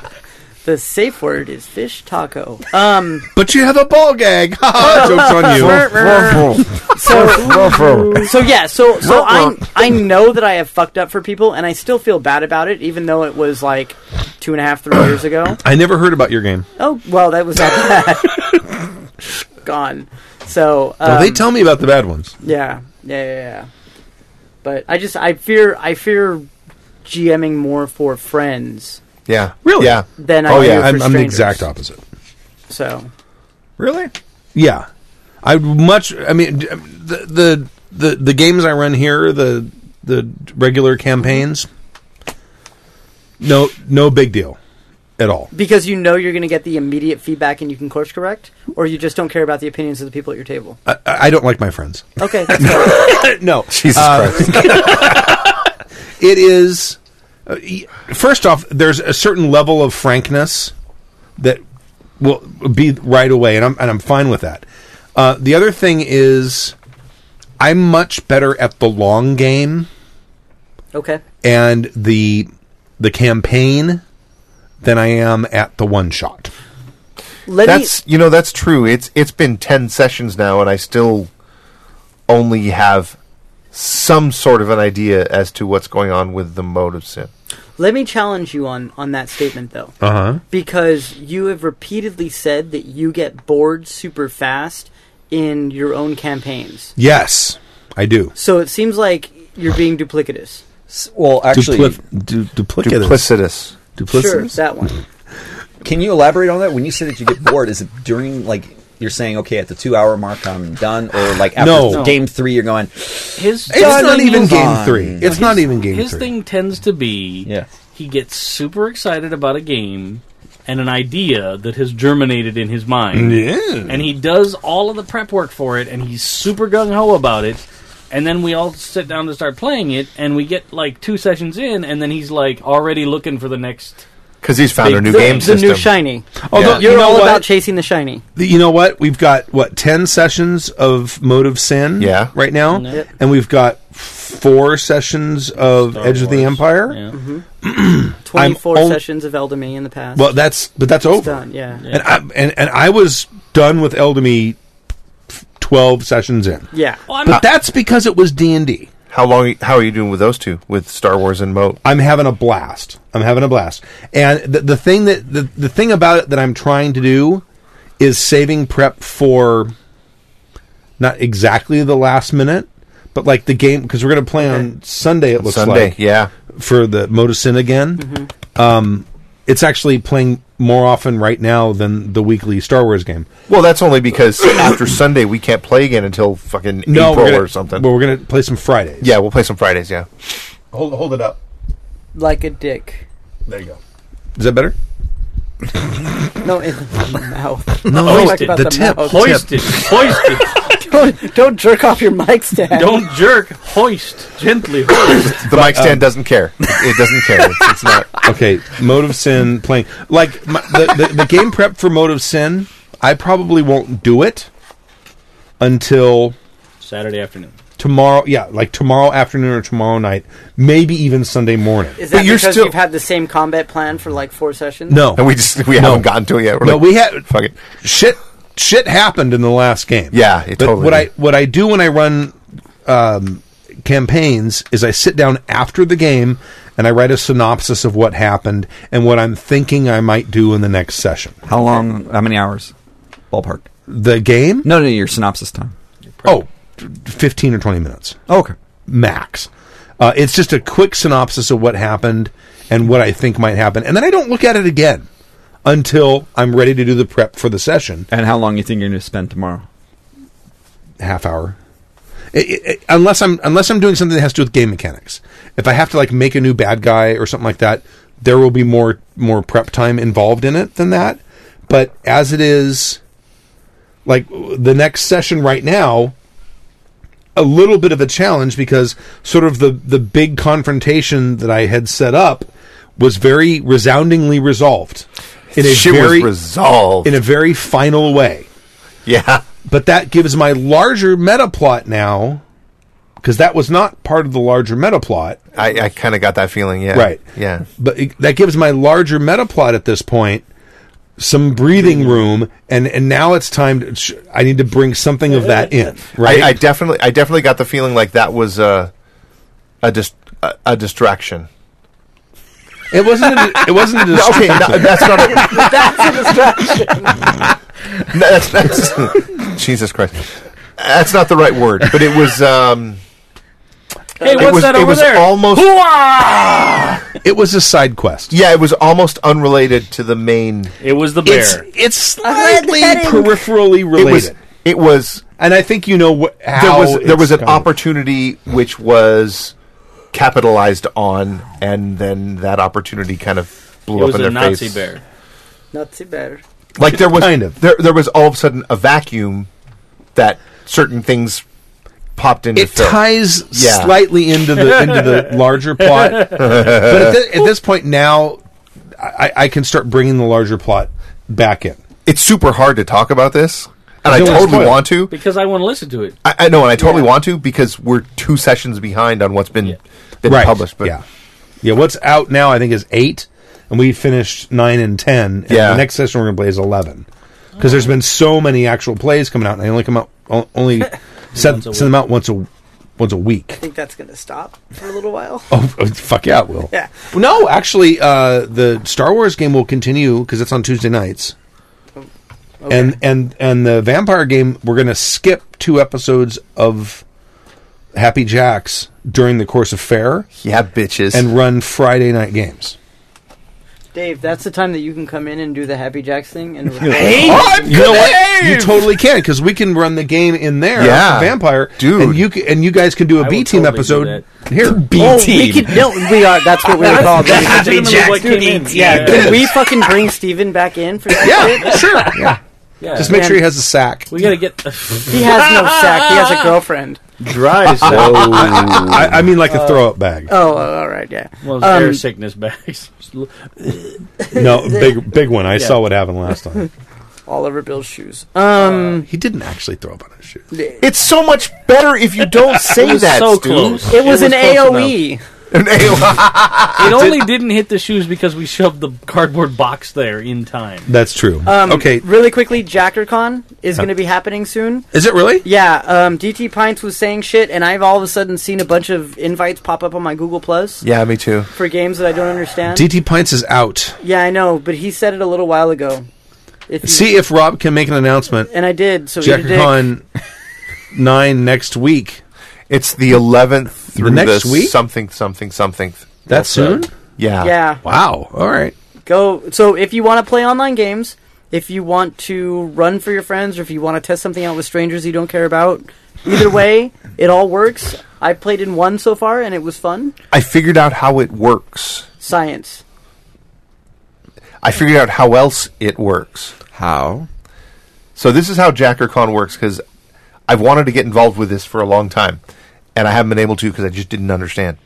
[SPEAKER 6] the safe word is fish taco. Um,
[SPEAKER 3] but you have a ball gag. Jokes on you.
[SPEAKER 6] so, so yeah, so so
[SPEAKER 3] Ruh-roh.
[SPEAKER 6] I I know that I have fucked up for people, and I still feel bad about it, even though it was like two and a half, three years ago.
[SPEAKER 3] I never heard about your game.
[SPEAKER 6] Oh well, that was not bad. Gone. So um,
[SPEAKER 3] Well, they tell me about the bad ones.
[SPEAKER 6] yeah, yeah, yeah, yeah. But I just I fear I fear GMing more for friends.
[SPEAKER 8] Yeah. Really? Yeah.
[SPEAKER 6] Then I
[SPEAKER 3] oh
[SPEAKER 6] do
[SPEAKER 3] yeah,
[SPEAKER 6] for
[SPEAKER 3] I'm, I'm the
[SPEAKER 6] strangers.
[SPEAKER 3] exact opposite.
[SPEAKER 6] So
[SPEAKER 3] Really? Yeah. I would much. I mean, d- the the the, the games I run here, the the regular campaigns. No, no big deal at all.
[SPEAKER 6] because you know you're going to get the immediate feedback and you can course correct, or you just don't care about the opinions of the people at your table.
[SPEAKER 3] I, I I don't like my friends.
[SPEAKER 6] Okay. that's fair.
[SPEAKER 3] no,
[SPEAKER 8] Jesus
[SPEAKER 3] Christ. it is. uh, y- First off, there's a certain level of frankness that will be right away, and I'm and I'm fine with that. Uh, the other thing is, I'm much better at the long game
[SPEAKER 6] okay.
[SPEAKER 3] and the the campaign than I am at the one shot.
[SPEAKER 6] Let me-
[SPEAKER 8] that's you know that's true. It's it's been ten sessions now, and I still only have some sort of an idea as to what's going on with the mode of sin.
[SPEAKER 6] Let me challenge you on on that statement though.
[SPEAKER 8] Uh-huh.
[SPEAKER 6] Because you have repeatedly said that you get bored super fast in your own campaigns.
[SPEAKER 3] Yes, I do.
[SPEAKER 6] So it seems like you're being duplicitous.
[SPEAKER 5] Well, actually,
[SPEAKER 3] Dupli- du- duplicitous. Duplicitous.
[SPEAKER 6] Sure, that one.
[SPEAKER 5] Can you elaborate on that? When you say that you get bored, is it during like you're saying, okay, at the two hour mark I'm done, or like after
[SPEAKER 3] No.
[SPEAKER 5] game three you're going?
[SPEAKER 7] His
[SPEAKER 5] It's not
[SPEAKER 7] thing
[SPEAKER 5] even
[SPEAKER 7] is-
[SPEAKER 5] game three. It's
[SPEAKER 7] No, his-
[SPEAKER 5] not even game
[SPEAKER 7] his
[SPEAKER 5] three.
[SPEAKER 7] thing tends to be he gets super excited about a game and an idea that has germinated in his mind.
[SPEAKER 3] Yeah.
[SPEAKER 7] And he does all of the prep work for it and he's super gung ho about it. And then we all sit down to start playing it and we get like two sessions in and then he's like already looking for the next
[SPEAKER 8] Because he's found a new
[SPEAKER 6] the,
[SPEAKER 8] game
[SPEAKER 6] the
[SPEAKER 8] system.
[SPEAKER 6] new shiny.
[SPEAKER 3] Although,
[SPEAKER 6] you're
[SPEAKER 3] you know
[SPEAKER 6] all
[SPEAKER 3] what?
[SPEAKER 6] about chasing the shiny.
[SPEAKER 3] The- You know what? We've got what ten sessions of Motive Sin, yeah. right now,
[SPEAKER 6] Yep.
[SPEAKER 3] and we've got four sessions of Edge of the Empire.
[SPEAKER 6] hmm Twenty-four
[SPEAKER 3] on-
[SPEAKER 6] sessions of Eldamy in the past.
[SPEAKER 3] Well, that's but that's
[SPEAKER 6] It's
[SPEAKER 3] over.
[SPEAKER 6] done, yeah. Yeah.
[SPEAKER 3] and I and, and I was done with Eldamy f- twelve sessions in.
[SPEAKER 6] Yeah. Well, I'm-
[SPEAKER 3] but that's because it was D and D.
[SPEAKER 8] How long? How are you doing with those two? With Star Wars and Moat?
[SPEAKER 3] I'm having a blast. I'm having a blast. And the, the thing that the, the thing about it that I'm trying to do is saving prep for not exactly the last minute, but like the game because we're going to play on Sunday. It looks
[SPEAKER 8] Sunday,
[SPEAKER 3] like
[SPEAKER 8] yeah,
[SPEAKER 24] Mm-hmm.
[SPEAKER 3] for the Moda Sin again. Um, it's actually playing more often right now than the weekly Star Wars game.
[SPEAKER 8] Well, that's only because after Sunday we can't play again until fucking
[SPEAKER 3] No,
[SPEAKER 8] April
[SPEAKER 3] we're gonna-
[SPEAKER 8] or something.
[SPEAKER 3] Well, we're gonna play some Fridays.
[SPEAKER 8] Yeah, we'll play some Fridays. Yeah.
[SPEAKER 24] Hold, hold it up.
[SPEAKER 25] Like a dick.
[SPEAKER 24] There you go.
[SPEAKER 3] Is that better?
[SPEAKER 25] No, in the mouth.
[SPEAKER 3] No,
[SPEAKER 25] Don't
[SPEAKER 24] Oh,
[SPEAKER 3] no,
[SPEAKER 25] talk
[SPEAKER 3] the-
[SPEAKER 25] about
[SPEAKER 3] the tip,
[SPEAKER 8] Oh,
[SPEAKER 25] mouth.
[SPEAKER 3] Hoist
[SPEAKER 7] it, hoist
[SPEAKER 25] it. don't, don't jerk off your mic stand.
[SPEAKER 7] Don't jerk. Hoist gently. Hoist.
[SPEAKER 8] The mic stand
[SPEAKER 3] um,
[SPEAKER 8] doesn't care. It doesn't care. It's, it's not.
[SPEAKER 3] okay, Mode of Sin playing like my, the, the the game prep for Mode of Sin. I probably won't do it until
[SPEAKER 7] Saturday afternoon.
[SPEAKER 3] tomorrow. Yeah, like tomorrow afternoon or tomorrow night, maybe even Sunday morning.
[SPEAKER 6] Is that because you've had the same combat plan for like four sessions?
[SPEAKER 3] No,
[SPEAKER 8] And we just we haven't gotten to it yet. We're
[SPEAKER 3] no,
[SPEAKER 8] like,
[SPEAKER 3] we had
[SPEAKER 8] fuck it.
[SPEAKER 3] Shit, shit happened in the last game.
[SPEAKER 8] Yeah, it
[SPEAKER 3] But
[SPEAKER 8] totally
[SPEAKER 3] What
[SPEAKER 8] did.
[SPEAKER 3] I what I do when I run um, campaigns is I sit down after the game and I write a synopsis of what happened and what I'm thinking I might do in the next session.
[SPEAKER 5] How long? How many hours? Ballpark.
[SPEAKER 3] The game?
[SPEAKER 5] No, no, your synopsis time. Oh,
[SPEAKER 3] Oh, 15 or 20 minutes.
[SPEAKER 5] okay.
[SPEAKER 3] Max. Uh, it's just a quick synopsis of what happened and what I think might happen. And then I don't look at it again until I'm ready to do the prep for the session.
[SPEAKER 5] And how long you think you're going to spend tomorrow?
[SPEAKER 3] Half hour. It- it- it- unless I'm unless I'm doing something that has to do with game mechanics. If I have to like make a new bad guy or something like that, there will be more more prep time involved in it than that. But as it is, like the next session right now, a little bit of a challenge because sort of the the big confrontation that I had set up was very resoundingly resolved in a
[SPEAKER 8] Shit was
[SPEAKER 3] very
[SPEAKER 8] resolved.
[SPEAKER 3] in a very final way.
[SPEAKER 8] Yeah.
[SPEAKER 3] But that gives my larger meta plot now because that was not part of the larger meta plot.
[SPEAKER 8] I, I kind of got that feeling. Yeah.
[SPEAKER 3] Right.
[SPEAKER 8] Yeah.
[SPEAKER 3] But it, that gives my larger meta plot at this point some breathing room and and now it's time to sh- I need to bring something of that in, right?
[SPEAKER 8] I, I definitely, I definitely got the feeling like that was a a dis- a, a distraction.
[SPEAKER 3] It wasn't. A, it wasn't a
[SPEAKER 8] No, okay, no,
[SPEAKER 3] distraction.
[SPEAKER 8] that's not. A,
[SPEAKER 2] That's a distraction.
[SPEAKER 8] no, that's, that's Jesus Christ. That's not the right word, but it was. Um,
[SPEAKER 7] Hey,
[SPEAKER 8] it
[SPEAKER 7] what's
[SPEAKER 8] was,
[SPEAKER 7] that
[SPEAKER 8] it
[SPEAKER 7] over
[SPEAKER 8] was
[SPEAKER 7] there?
[SPEAKER 8] Almost.
[SPEAKER 3] It was a side quest.
[SPEAKER 8] Yeah, it was almost unrelated to the main.
[SPEAKER 7] It was the
[SPEAKER 3] It's-
[SPEAKER 7] bear.
[SPEAKER 3] It's slightly peripherally
[SPEAKER 8] It was.
[SPEAKER 3] related.
[SPEAKER 8] It was
[SPEAKER 3] and I think you know what
[SPEAKER 8] there
[SPEAKER 3] how
[SPEAKER 8] was there
[SPEAKER 3] it's
[SPEAKER 8] was an
[SPEAKER 3] going.
[SPEAKER 8] opportunity which was capitalized on, and then that opportunity kind of blew
[SPEAKER 7] It
[SPEAKER 8] up
[SPEAKER 7] was
[SPEAKER 8] in
[SPEAKER 7] a
[SPEAKER 8] their
[SPEAKER 7] Nazi
[SPEAKER 8] face.
[SPEAKER 7] bear.
[SPEAKER 6] Not too bad.
[SPEAKER 8] Like there was
[SPEAKER 3] Kind of.
[SPEAKER 8] there there was all of a sudden a vacuum that certain things popped into.
[SPEAKER 3] It
[SPEAKER 8] fill.
[SPEAKER 3] ties
[SPEAKER 8] Yeah.
[SPEAKER 3] slightly into the into the larger plot, but at, thi- at this point now, I, I can start bringing the larger plot back in.
[SPEAKER 8] It's super hard to talk about this, and
[SPEAKER 3] I
[SPEAKER 8] I,
[SPEAKER 3] don't wanna
[SPEAKER 8] totally
[SPEAKER 3] spoil it.
[SPEAKER 8] want to.
[SPEAKER 7] Because I want to listen to it.
[SPEAKER 8] I, I know, and I totally want to because we're two sessions behind on what's been been
[SPEAKER 3] right.
[SPEAKER 8] published. But
[SPEAKER 3] yeah, yeah. What's out now? I think is eight, and we finished nine and ten. And
[SPEAKER 8] Yeah.
[SPEAKER 3] The next session we're gonna play is eleven because there's been so many actual plays coming out, and they only come out o- only send,
[SPEAKER 6] Once a
[SPEAKER 3] send them out once a once a week.
[SPEAKER 6] I think that's going to stop for a little while.
[SPEAKER 3] Oh, oh, fuck yeah, it will.
[SPEAKER 6] Yeah.
[SPEAKER 3] No, actually, uh, the Star Wars game will continue because it's on Tuesday nights. And and and the vampire game, we're gonna skip two episodes of Happy Jacks during the course of fair.
[SPEAKER 8] Yeah, bitches.
[SPEAKER 3] And run Friday night games.
[SPEAKER 6] Dave, that's the time that you can come in and do the Happy Jacks thing. And
[SPEAKER 3] you know what? You totally can because we can run the game in there.
[SPEAKER 8] Yeah.
[SPEAKER 3] vampire, dude, and you c- and you guys can do a B team episode here.
[SPEAKER 6] B Oh, we could, no, we are. That's what we were called.
[SPEAKER 3] The Happy
[SPEAKER 6] Legitimately
[SPEAKER 3] Jacks
[SPEAKER 6] what came in.
[SPEAKER 3] team.
[SPEAKER 6] Yeah,
[SPEAKER 3] Yeah.
[SPEAKER 6] can we fucking bring Steven back in for that? Yeah,
[SPEAKER 3] sure. Yeah.
[SPEAKER 7] Yeah.
[SPEAKER 3] Just make sure he has a sack.
[SPEAKER 7] We gotta get.
[SPEAKER 6] He has no sack. He has a girlfriend.
[SPEAKER 7] Dry
[SPEAKER 3] so I, I mean, like a throw up bag.
[SPEAKER 6] Oh, all right, yeah.
[SPEAKER 7] Well,
[SPEAKER 6] Um,
[SPEAKER 7] air sickness bags.
[SPEAKER 3] No, big big one. I
[SPEAKER 6] Yeah.
[SPEAKER 3] saw what happened last time.
[SPEAKER 6] all over Bill's shoes. Um,
[SPEAKER 3] he didn't actually throw up on his shoes.
[SPEAKER 8] It's so much better if you don't say
[SPEAKER 7] was
[SPEAKER 8] that.
[SPEAKER 7] so
[SPEAKER 8] Stu.
[SPEAKER 7] close.
[SPEAKER 6] It was an E.
[SPEAKER 8] close
[SPEAKER 6] AOE.
[SPEAKER 8] enough. An AOE.
[SPEAKER 7] E. It only didn't hit the shoes because we shoved the cardboard box there in time.
[SPEAKER 3] That's true.
[SPEAKER 6] Um,
[SPEAKER 3] okay,
[SPEAKER 6] Really quickly, JackerCon is
[SPEAKER 3] Huh.
[SPEAKER 6] going to be happening soon.
[SPEAKER 3] is it really?
[SPEAKER 6] Yeah, um, DT Pints was saying shit, and I've all of a sudden seen a bunch of invites pop up on my Google Plus
[SPEAKER 8] Yeah, me too.
[SPEAKER 6] for games that I don't understand.
[SPEAKER 3] DT Pints is out.
[SPEAKER 6] yeah, I know, but he said it a little while ago. If you-
[SPEAKER 3] See if Rob can make an announcement.
[SPEAKER 6] and I did. So he did.
[SPEAKER 3] JackerCon nine next week.
[SPEAKER 8] It's the eleventh through
[SPEAKER 3] next
[SPEAKER 8] the
[SPEAKER 3] week?
[SPEAKER 8] something something something.
[SPEAKER 3] That soon?
[SPEAKER 8] Yeah.
[SPEAKER 6] Yeah.
[SPEAKER 3] Wow. All right.
[SPEAKER 6] Go. So if you want to play online games, if you want to run for your friends, or if you want to test something out with strangers you don't care about, either way, it all works. I played in one so far, and it was fun.
[SPEAKER 8] I figured out how it works.
[SPEAKER 6] Science.
[SPEAKER 8] I figured out how else it works.
[SPEAKER 5] How?
[SPEAKER 8] So this is how JackerCon works because I've wanted to get involved with this for a long time, and I haven't been able to because I just didn't understand.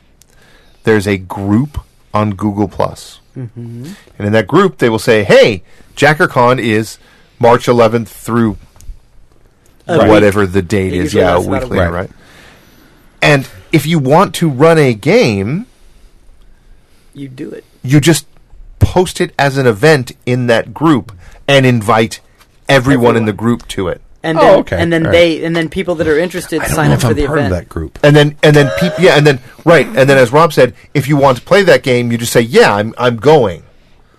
[SPEAKER 8] There's a group on Google Plus,
[SPEAKER 2] Mm-hmm.
[SPEAKER 8] and in that group they will say, "Hey, JackerCon is March 11th through
[SPEAKER 2] A week.
[SPEAKER 8] whatever the date
[SPEAKER 2] It
[SPEAKER 8] is,
[SPEAKER 2] usually
[SPEAKER 8] yeah, a
[SPEAKER 2] lasts about
[SPEAKER 8] week
[SPEAKER 2] a
[SPEAKER 8] later,
[SPEAKER 2] week.
[SPEAKER 8] right?" And if you want to run a game,
[SPEAKER 6] You do it.
[SPEAKER 8] you just post it as an event in that group and invite everyone, in the group to it.
[SPEAKER 6] And then, And then they, and then people that are interested sign up for the event.
[SPEAKER 8] group. And then and then peop- yeah, and then right, and then as Rob said, if you want to play that game, you just say, "Yeah, I'm I'm going."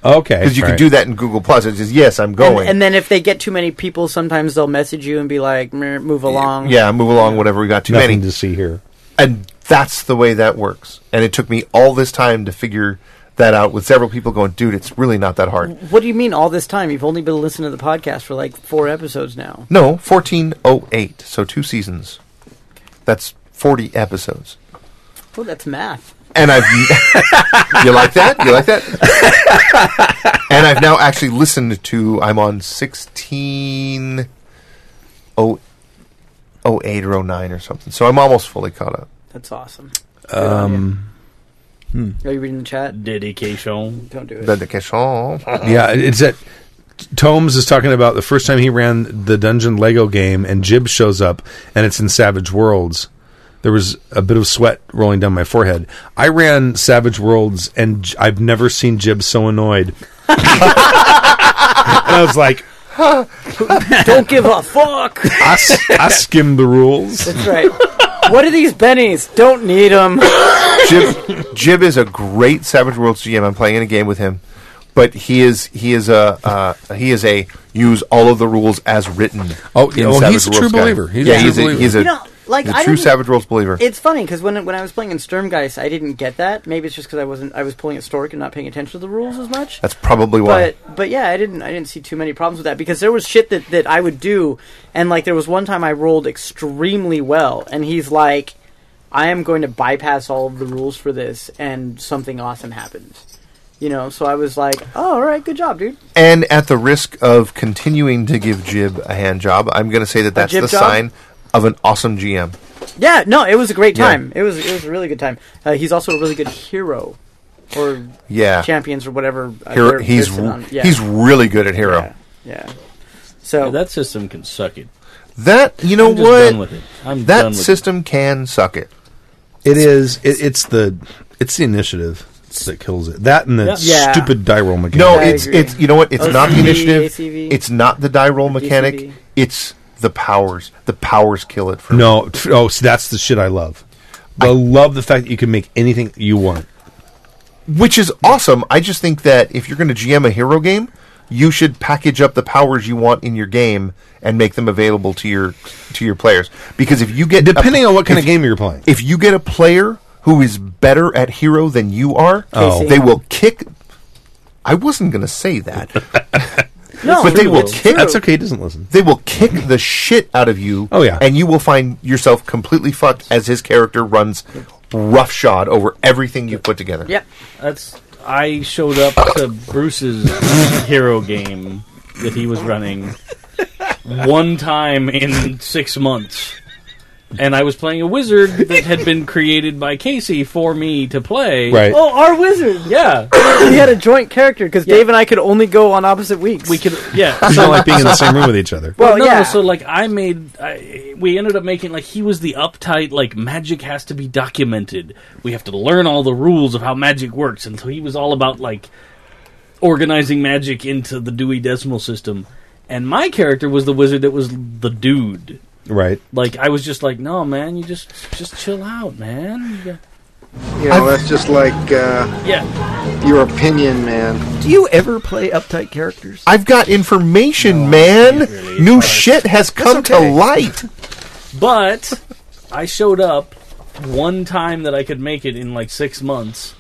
[SPEAKER 3] Okay.
[SPEAKER 8] Cuz you can
[SPEAKER 3] right.
[SPEAKER 8] do that in Google Plus. It says, "Yes, I'm
[SPEAKER 6] And,
[SPEAKER 8] going."
[SPEAKER 6] and then if they get too many people, sometimes they'll message you and be like, "Mer- "Move along."
[SPEAKER 8] yeah, move along whatever we got too
[SPEAKER 3] Nothing
[SPEAKER 8] many
[SPEAKER 3] to see here.
[SPEAKER 8] And that's the way that works. And it took me all this time to figure that out with several people going, "Dude, it's really not that hard."
[SPEAKER 6] What do you mean all this time? You've only been listening to the podcast for like four episodes now.
[SPEAKER 8] No, 1408, so two seasons. That's 40 episodes.
[SPEAKER 6] Oh, that's math.
[SPEAKER 8] and I've you like that? You like that? and I've now actually listened to. I'm on sixteen oh oh eight or oh nine or something. So I'm almost fully caught up.
[SPEAKER 6] That's awesome.
[SPEAKER 3] Um,
[SPEAKER 6] Are you reading the chat?
[SPEAKER 7] Dedication.
[SPEAKER 6] Don't do it.
[SPEAKER 8] Dedication.
[SPEAKER 3] yeah, it's that Tomes is talking about the first time he ran the Dungeon Lego game, and Jib shows up, and it's in Savage Worlds. There was a bit of sweat rolling down my forehead. I ran Savage Worlds, and J- I've never seen Jib so annoyed. and I was like,
[SPEAKER 6] Don't give a fuck.
[SPEAKER 3] I, s- I skimmed the rules.
[SPEAKER 6] That's right. What are these bennies? Don't need them.
[SPEAKER 8] Jib, Jib is a great Savage Worlds GM. I'm playing in a game with him, but he is he is a uh, he is a use all of the rules as written.
[SPEAKER 3] Oh,
[SPEAKER 8] in
[SPEAKER 3] oh, he's
[SPEAKER 8] Savage
[SPEAKER 3] a true
[SPEAKER 8] Worlds guy.
[SPEAKER 3] believer. He's a
[SPEAKER 8] yeah,
[SPEAKER 3] true
[SPEAKER 8] he's,
[SPEAKER 3] believer.
[SPEAKER 8] A, he's a,
[SPEAKER 3] You
[SPEAKER 6] know, like,
[SPEAKER 8] he's a
[SPEAKER 6] I
[SPEAKER 8] true
[SPEAKER 6] didn't-
[SPEAKER 8] Savage Worlds believer.
[SPEAKER 6] It's funny because when when I was playing in Sturmgeist, I didn't get that. Maybe it's just because I wasn't I was pulling at Stork and not paying attention to the rules as much.
[SPEAKER 8] That's probably why.
[SPEAKER 6] But but yeah, I didn't I didn't see too many problems with that because there was shit that that I would do, and like there was one time I rolled extremely well, and he's like, I am going to bypass all of the rules for this, and something awesome happens. You know, so I was like, oh, all right, good job, dude.
[SPEAKER 8] And at the risk of continuing to give Jib a hand job, I'm going to say that that's
[SPEAKER 6] jib
[SPEAKER 8] the
[SPEAKER 6] job?
[SPEAKER 8] sign of an awesome GM.
[SPEAKER 6] Yeah, no, it was a great
[SPEAKER 8] Yeah.
[SPEAKER 6] time. It was it was a really good time. Uh, he's also a really good hero, or
[SPEAKER 8] Yeah.
[SPEAKER 6] champions or whatever. uh,
[SPEAKER 8] Hero,
[SPEAKER 6] they're
[SPEAKER 8] he's
[SPEAKER 6] listed on. Yeah.
[SPEAKER 8] he's really good at hero.
[SPEAKER 6] yeah. So
[SPEAKER 7] that system can suck it.
[SPEAKER 8] That you know
[SPEAKER 7] I'm just
[SPEAKER 8] what?
[SPEAKER 7] done with it. I'm
[SPEAKER 8] that
[SPEAKER 7] done with it.
[SPEAKER 8] system can suck it.
[SPEAKER 3] It is. It, it's the it's the initiative that kills it. That and the
[SPEAKER 8] Yeah.
[SPEAKER 3] stupid die roll mechanic.
[SPEAKER 8] No, it's it's you know what? It's
[SPEAKER 6] Oh,
[SPEAKER 8] not the
[SPEAKER 3] OCV,
[SPEAKER 8] initiative.
[SPEAKER 3] ACV.
[SPEAKER 8] It's not the die roll
[SPEAKER 3] Or
[SPEAKER 8] mechanic.
[SPEAKER 3] DCV.
[SPEAKER 8] It's the powers. The powers kill it for me.
[SPEAKER 3] No, pff, oh, so that's the shit I love. I love the fact that you can make anything you want.
[SPEAKER 8] which is awesome. I just think that if you're going to GM a hero game, you should package up the powers you want in your game and make them available to your to your players. Because if you get
[SPEAKER 3] Depending on what kind of game you're playing,
[SPEAKER 8] if you get a player who is better at hero than you are,
[SPEAKER 3] Oh.
[SPEAKER 8] they will kick. I wasn't going to say that.
[SPEAKER 3] No,
[SPEAKER 8] but they
[SPEAKER 3] true,
[SPEAKER 8] will
[SPEAKER 3] it's
[SPEAKER 8] kick.
[SPEAKER 3] true. That's okay, he doesn't listen.
[SPEAKER 8] They will kick the shit out of you.
[SPEAKER 3] Oh, yeah.
[SPEAKER 8] and you will find yourself completely fucked as his character runs roughshod over everything you put together.
[SPEAKER 6] Yep.
[SPEAKER 7] That's I showed up to Bruce's hero game that he was running one time in six months. And I was playing a wizard that had been created by Casey for me to play.
[SPEAKER 6] Oh, our wizard.
[SPEAKER 7] Yeah.
[SPEAKER 6] he had a joint character because Dave and I could only go on opposite weeks. We
[SPEAKER 7] could. Yeah.
[SPEAKER 3] It's not like being in the same room with each other.
[SPEAKER 7] Well,
[SPEAKER 6] Well,
[SPEAKER 7] no,
[SPEAKER 6] yeah.
[SPEAKER 7] So like, I made. I, we ended up making like he was the uptight. Like magic has to be documented. We have to learn all the rules of how magic works, and so he was all about like organizing magic into the Dewey Decimal System. And my character was the wizard that was the dude.
[SPEAKER 3] Right.
[SPEAKER 7] Like I was just like, no man, you just just chill out, man. You got-
[SPEAKER 26] You know, that's just like uh,
[SPEAKER 7] yeah,
[SPEAKER 26] your opinion, man.
[SPEAKER 5] Do you ever play uptight characters?
[SPEAKER 8] I've got information, man. New shit has come to light.
[SPEAKER 7] But I showed up one time that I could make it in like six months,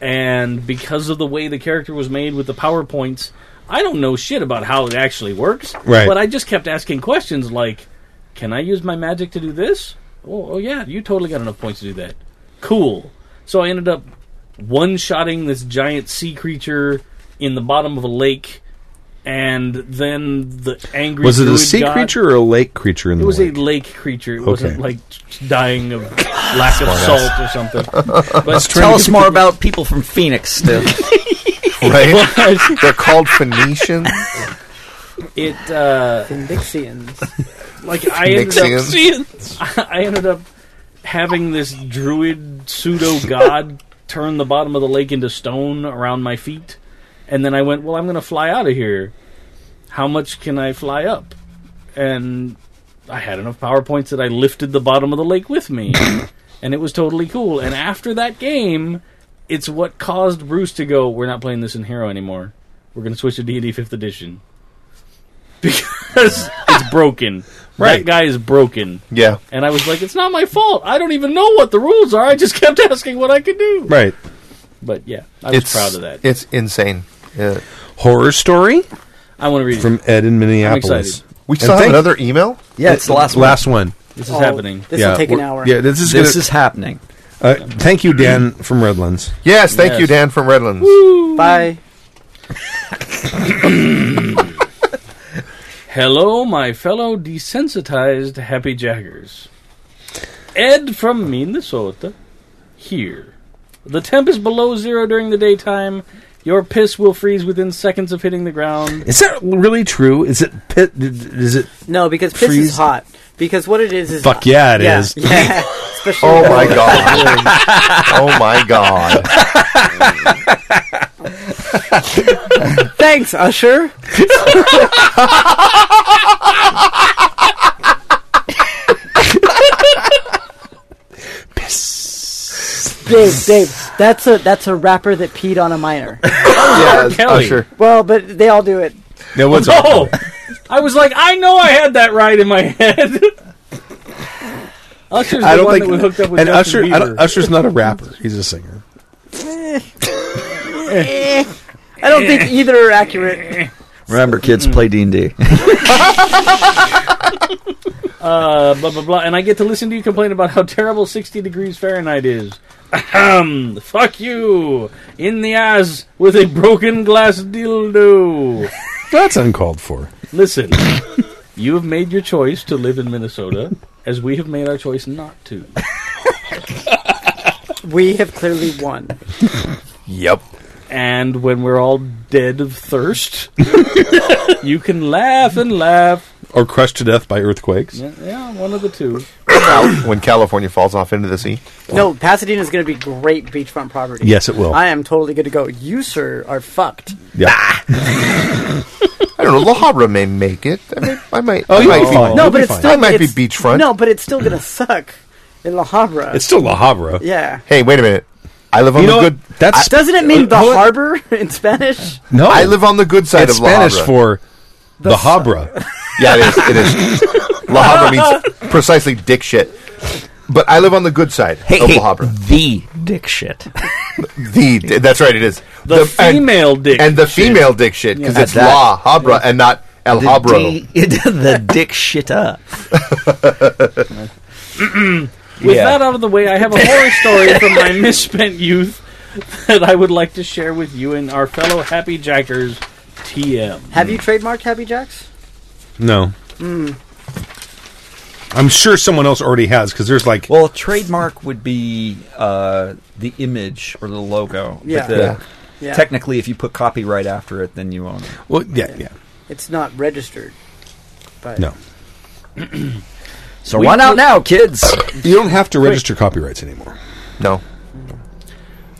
[SPEAKER 7] and because of the way the character was made with the powerpoints, I don't know shit about how it actually works.
[SPEAKER 3] Right.
[SPEAKER 7] But I just kept asking questions like, "Can I use my magic to do this?" Oh, oh yeah, you totally got enough points to do that. Cool. So I ended up one-shotting this giant sea creature in the bottom of a lake. And then the angry
[SPEAKER 3] Was it a
[SPEAKER 7] druid
[SPEAKER 3] sea
[SPEAKER 7] god-
[SPEAKER 3] creature or a lake creature in
[SPEAKER 7] it
[SPEAKER 3] the
[SPEAKER 7] was
[SPEAKER 3] lake?
[SPEAKER 7] a lake creature. It
[SPEAKER 3] Okay.
[SPEAKER 7] wasn't like dying of lack of
[SPEAKER 3] Smartass.
[SPEAKER 7] salt or something. But
[SPEAKER 5] tell us more about people from Phoenix. Still,
[SPEAKER 8] right? They're called Phoenicians.
[SPEAKER 7] it. Uh, Like I ended up. I ended up having this druid pseudo god turn the bottom of the lake into stone around my feet, and then I went, "Well, I'm going to fly out of here. How much can I fly up?" And I had enough power points that I lifted the bottom of the lake with me, and it was totally cool. And after that game, it's what caused Bruce to go, "We're not playing this in Hero anymore. We're going to switch to D&D 5th Edition." Because it's broken. That
[SPEAKER 8] Right.
[SPEAKER 7] guy is broken.
[SPEAKER 8] Yeah.
[SPEAKER 7] And I was like, it's not my fault. I don't even know what the rules are. I just kept asking what I could do.
[SPEAKER 3] Right.
[SPEAKER 7] But yeah, I was proud of that.
[SPEAKER 8] It's insane. Yeah.
[SPEAKER 3] Horror story?
[SPEAKER 7] I want to read it.
[SPEAKER 3] From Ed in Minneapolis.
[SPEAKER 7] excited.
[SPEAKER 8] We
[SPEAKER 3] And
[SPEAKER 8] still have
[SPEAKER 3] thank-
[SPEAKER 8] another email.
[SPEAKER 5] Yeah, it's the last one.
[SPEAKER 3] Last one.
[SPEAKER 7] This is Oh, happening. this will take an
[SPEAKER 3] we're-
[SPEAKER 7] hour.
[SPEAKER 3] Yeah, this is
[SPEAKER 5] This
[SPEAKER 3] gonna-
[SPEAKER 5] is happening.
[SPEAKER 3] Uh, thank you, Dan from Redlands.
[SPEAKER 8] Yes, thank you, Dan from Redlands.
[SPEAKER 6] Bye.
[SPEAKER 7] Hello, my fellow desensitized happy jaggers. Ed from Minnesota here. The temp is below zero during the daytime. Your piss will freeze within seconds of hitting the ground.
[SPEAKER 3] Is that really true? Is it pit? Is it?
[SPEAKER 6] No, because piss
[SPEAKER 3] Freeze.
[SPEAKER 6] is hot. Because what it is is
[SPEAKER 3] Fuck yeah, it
[SPEAKER 6] it is.
[SPEAKER 3] is.
[SPEAKER 6] yeah, Yeah. Especially
[SPEAKER 8] Oh
[SPEAKER 6] with
[SPEAKER 8] my
[SPEAKER 6] all-
[SPEAKER 8] god. oh my god.
[SPEAKER 6] Thanks, Usher. Dave, Dave, that's a that's a rapper that peed on a minor.
[SPEAKER 3] uh,
[SPEAKER 8] Yeah,
[SPEAKER 7] Kelly.
[SPEAKER 8] Usher.
[SPEAKER 6] Well, but they all do it.
[SPEAKER 3] That was
[SPEAKER 7] no. I was like, I know I had that right in my head. Usher's the
[SPEAKER 3] I don't
[SPEAKER 7] one
[SPEAKER 3] think.
[SPEAKER 7] that was hooked up with
[SPEAKER 3] and Usher,
[SPEAKER 7] Justin
[SPEAKER 3] I don't-
[SPEAKER 7] Bieber.
[SPEAKER 3] Usher's not a rapper. He's a singer.
[SPEAKER 6] Eh. I don't think either are accurate.
[SPEAKER 5] Remember, kids, play D and D.
[SPEAKER 7] uh, blah blah blah, and I get to listen to you complain about how terrible 60 degrees Fahrenheit is. Ahem, fuck you in the ass with a broken glass dildo.
[SPEAKER 3] That's uncalled for.
[SPEAKER 7] Listen, you have made your choice to live in Minnesota, as we have made our choice not to.
[SPEAKER 6] We have clearly won.
[SPEAKER 8] Yep.
[SPEAKER 7] And when we're all dead of thirst, you can laugh and laugh.
[SPEAKER 3] Or crushed to death by earthquakes.
[SPEAKER 7] Yeah, yeah, one of the two.
[SPEAKER 8] when California falls off into the sea.
[SPEAKER 6] No, Pasadena is going to be great beachfront property.
[SPEAKER 8] Yes, it will.
[SPEAKER 6] I am totally good to go. You, sir, are fucked.
[SPEAKER 3] Yeah.
[SPEAKER 8] I don't know. La Habra may make it. I, may, I might.
[SPEAKER 3] Oh,
[SPEAKER 8] I
[SPEAKER 3] you'll
[SPEAKER 8] might
[SPEAKER 3] be fine.
[SPEAKER 6] No, but it's still
[SPEAKER 8] I might
[SPEAKER 6] it's-
[SPEAKER 8] be beachfront.
[SPEAKER 6] No, but it's still going to suck in La Habra.
[SPEAKER 3] It's still La Habra.
[SPEAKER 6] Yeah.
[SPEAKER 8] Hey, wait a minute. I live on
[SPEAKER 3] You know
[SPEAKER 8] the
[SPEAKER 3] what?
[SPEAKER 8] good.
[SPEAKER 3] That's-
[SPEAKER 6] Doesn't it mean the
[SPEAKER 3] Hold on.
[SPEAKER 6] harbor in Spanish?
[SPEAKER 3] No,
[SPEAKER 8] I live on the good side
[SPEAKER 3] it's
[SPEAKER 8] of La
[SPEAKER 3] Spanish
[SPEAKER 8] Habra.
[SPEAKER 3] for the, Habra.
[SPEAKER 8] Yeah, it is. It is. La Habra means precisely dick shit. But I live on the good side
[SPEAKER 23] Hey,
[SPEAKER 8] of
[SPEAKER 23] hey,
[SPEAKER 8] La Habra.
[SPEAKER 23] the dick shit.
[SPEAKER 8] The di- that's right, it is
[SPEAKER 23] The
[SPEAKER 7] female dick
[SPEAKER 8] and the
[SPEAKER 23] shit.
[SPEAKER 8] female dick shit because
[SPEAKER 23] Yeah.
[SPEAKER 8] it's
[SPEAKER 23] That-
[SPEAKER 8] La Habra and not El
[SPEAKER 23] The
[SPEAKER 8] Habro.
[SPEAKER 23] D- the dick shit up.
[SPEAKER 7] With
[SPEAKER 23] Yeah.
[SPEAKER 5] uh,
[SPEAKER 7] that out of the way, I have a horror story from my misspent youth that I would like to share with you and our fellow Happy Jackers TM.
[SPEAKER 6] Have you trademarked Happy Jacks?
[SPEAKER 3] No,
[SPEAKER 7] Hmm.
[SPEAKER 6] Mm.
[SPEAKER 3] I'm sure someone else already has because there's like
[SPEAKER 5] well, trademark would be uh, the image or the logo. but
[SPEAKER 6] Yeah.
[SPEAKER 5] the-
[SPEAKER 6] Yeah. Yeah.
[SPEAKER 5] Technically, if you put copyright after it, then you own it.
[SPEAKER 3] Well, yeah, yeah.
[SPEAKER 6] It's not registered. But
[SPEAKER 3] No.
[SPEAKER 5] So run out now, kids.
[SPEAKER 3] You don't have to register copyrights anymore.
[SPEAKER 8] No.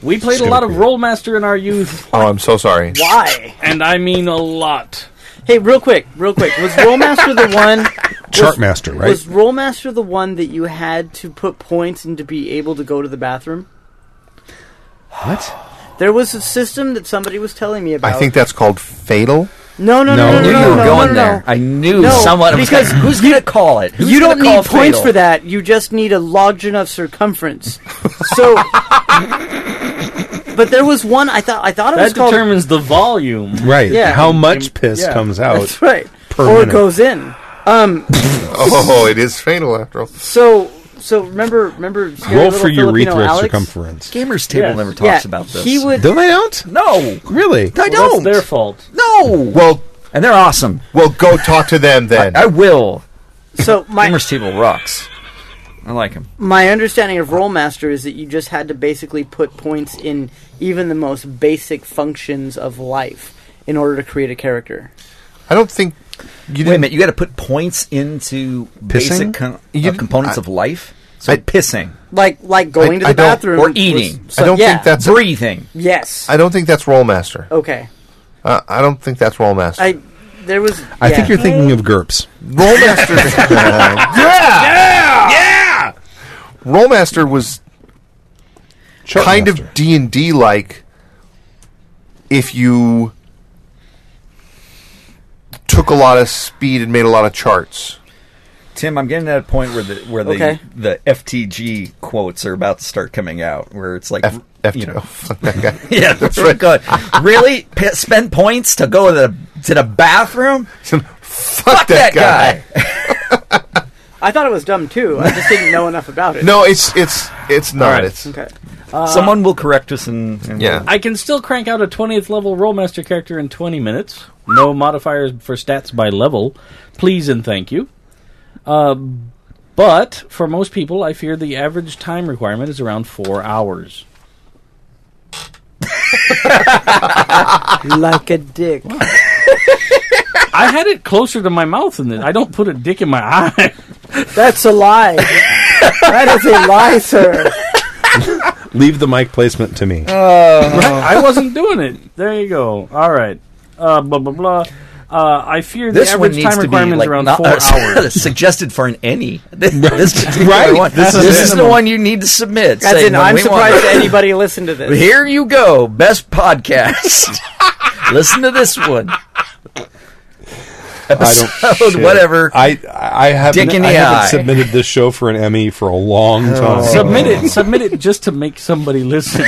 [SPEAKER 7] We played a
[SPEAKER 8] gonna
[SPEAKER 7] lot of Rollmaster in our youth.
[SPEAKER 8] Oh, I'm so sorry.
[SPEAKER 6] Why?
[SPEAKER 7] And I mean a lot.
[SPEAKER 6] Hey, real quick, real quick. Was Rollmaster the one?
[SPEAKER 3] Chartmaster, right?
[SPEAKER 6] Was Rollmaster the one that you had to put points in to be able to go to the bathroom?
[SPEAKER 3] What?
[SPEAKER 6] There was a system that somebody was telling me about.
[SPEAKER 8] I think that's called fatal.
[SPEAKER 6] No, no, no, no, no, no, no, no, no, no.
[SPEAKER 23] I knew
[SPEAKER 6] No,
[SPEAKER 23] someone was
[SPEAKER 6] because
[SPEAKER 23] like, who's going to call it? Who's
[SPEAKER 6] you
[SPEAKER 23] gonna
[SPEAKER 6] don't
[SPEAKER 23] call
[SPEAKER 6] need points
[SPEAKER 23] Fatal?
[SPEAKER 6] for that. You just need a large enough circumference. So, but But there was one I thought I thought it was
[SPEAKER 7] That
[SPEAKER 6] called
[SPEAKER 7] determines the volume.
[SPEAKER 3] Right. How much piss
[SPEAKER 6] Yeah.
[SPEAKER 3] comes out?
[SPEAKER 6] That's right.
[SPEAKER 3] per
[SPEAKER 6] or
[SPEAKER 3] minute.
[SPEAKER 6] goes in. Um
[SPEAKER 8] Oh, it is fatal after all.
[SPEAKER 6] so so remember remember Scary
[SPEAKER 8] Roll
[SPEAKER 6] Little
[SPEAKER 8] for
[SPEAKER 6] Filipino
[SPEAKER 8] urethra
[SPEAKER 6] Alex?
[SPEAKER 8] circumference.
[SPEAKER 5] Gamers Table
[SPEAKER 6] Yes.
[SPEAKER 5] never talks
[SPEAKER 6] Yeah,
[SPEAKER 5] about this.
[SPEAKER 6] He would
[SPEAKER 3] Don't they don't?
[SPEAKER 5] No.
[SPEAKER 3] Really?
[SPEAKER 5] I don't.
[SPEAKER 7] their fault.
[SPEAKER 5] No.
[SPEAKER 8] Well,
[SPEAKER 5] and they're awesome.
[SPEAKER 8] Well, go talk to them then.
[SPEAKER 5] I, I will.
[SPEAKER 6] So my
[SPEAKER 5] Gamers Table rocks. I like him.
[SPEAKER 6] My understanding of Rollmaster is that you just had to basically put points in even the most basic functions of life in order to create a character.
[SPEAKER 8] I don't think.
[SPEAKER 5] You Wait a minute. You got to put points into basic con- uh, components of life. So pissing,
[SPEAKER 6] Like like going to the bathroom
[SPEAKER 5] or
[SPEAKER 6] was-
[SPEAKER 5] eating.
[SPEAKER 6] so- yeah.
[SPEAKER 5] breathing.
[SPEAKER 6] Yes.
[SPEAKER 8] I don't think that's Rollmaster.
[SPEAKER 6] Okay.
[SPEAKER 8] Uh, I don't think that's Rollmaster.
[SPEAKER 6] I there was
[SPEAKER 3] I think
[SPEAKER 6] yeah.
[SPEAKER 3] you're thinking of GURPS.
[SPEAKER 8] Rollmaster. yeah! Yeah! Rollmaster was kind of D and D like. If you took a lot of speed and made a lot of charts,
[SPEAKER 5] Tim, I'm getting at a point where the where the
[SPEAKER 8] Okay.
[SPEAKER 5] the FTG quotes are about to start coming out, where it's like you know, yeah,
[SPEAKER 8] That's
[SPEAKER 5] that's
[SPEAKER 8] right.
[SPEAKER 5] right. Good. really, P- spend points to go to the to the bathroom?
[SPEAKER 8] Fuck,
[SPEAKER 5] that,
[SPEAKER 8] that
[SPEAKER 5] guy.
[SPEAKER 8] guy.
[SPEAKER 6] I thought it was dumb too. I just didn't know enough about it.
[SPEAKER 8] no, it's it's it's not. It's
[SPEAKER 6] Okay.
[SPEAKER 5] Someone will correct us, and, and
[SPEAKER 8] Yeah.
[SPEAKER 7] I can still crank out a 20th level Rollmaster character in 20 minutes. No modifiers for stats by level. Please and thank you. Uh, but for most people, I fear the average time requirement is around four hours.
[SPEAKER 6] like a dick.
[SPEAKER 7] I had it closer to my mouth than this. I don't put a dick in my eye.
[SPEAKER 6] That's a lie. that is a lie, sir.
[SPEAKER 3] Leave the mic placement to me.
[SPEAKER 7] I wasn't doing it. There you go. All right. Uh, blah blah blah. Uh, I fear the
[SPEAKER 5] This one
[SPEAKER 7] average
[SPEAKER 5] needs
[SPEAKER 7] time
[SPEAKER 5] to be
[SPEAKER 7] requirement
[SPEAKER 5] like
[SPEAKER 7] is around
[SPEAKER 5] not-
[SPEAKER 7] four
[SPEAKER 5] uh,
[SPEAKER 7] hours.
[SPEAKER 5] suggested for an any. This, this particular
[SPEAKER 7] Right.
[SPEAKER 5] one.
[SPEAKER 7] This
[SPEAKER 5] This,
[SPEAKER 7] is
[SPEAKER 5] is the
[SPEAKER 7] minimum.
[SPEAKER 5] one you need to submit.
[SPEAKER 6] As
[SPEAKER 5] saying
[SPEAKER 6] in,
[SPEAKER 5] when
[SPEAKER 6] I'm
[SPEAKER 5] we want-
[SPEAKER 6] surprised anybody listened to this.
[SPEAKER 5] Here you go, best podcast. Listen to this one. Episode
[SPEAKER 3] shit.
[SPEAKER 5] whatever.
[SPEAKER 3] I I haven't,
[SPEAKER 5] Dick in the
[SPEAKER 3] I haven't
[SPEAKER 5] eye.
[SPEAKER 3] submitted this show for an Emmy for a long time.
[SPEAKER 7] submit it. Submit it just to make somebody listen.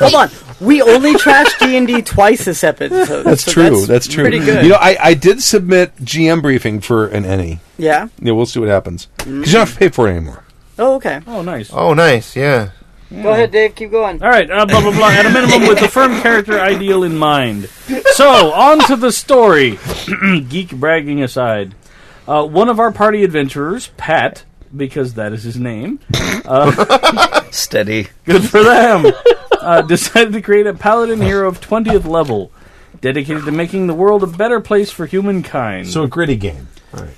[SPEAKER 6] Hold on. We only trashed D and D twice this episode.
[SPEAKER 3] That's
[SPEAKER 6] so
[SPEAKER 3] true. That's, true.
[SPEAKER 6] Pretty good.
[SPEAKER 3] You know, I, I did submit GM briefing for an Emmy.
[SPEAKER 6] Yeah?
[SPEAKER 3] Yeah, we'll see what happens. 'Cause you don't have to pay for it anymore.
[SPEAKER 6] oh, okay.
[SPEAKER 7] Oh, nice.
[SPEAKER 8] Oh, nice. Yeah.
[SPEAKER 6] Go ahead, Dave. Keep going.
[SPEAKER 7] All right, uh, blah blah blah. At a minimum, with the firm character ideal in mind. So, on to the story. Geek bragging aside, uh, one of our party adventurers, Pat, because that is his name. Uh,
[SPEAKER 5] Steady.
[SPEAKER 7] Good for them. Uh, decided to create a paladin hero of twentieth level, dedicated to making the world a better place for humankind.
[SPEAKER 3] So a gritty game.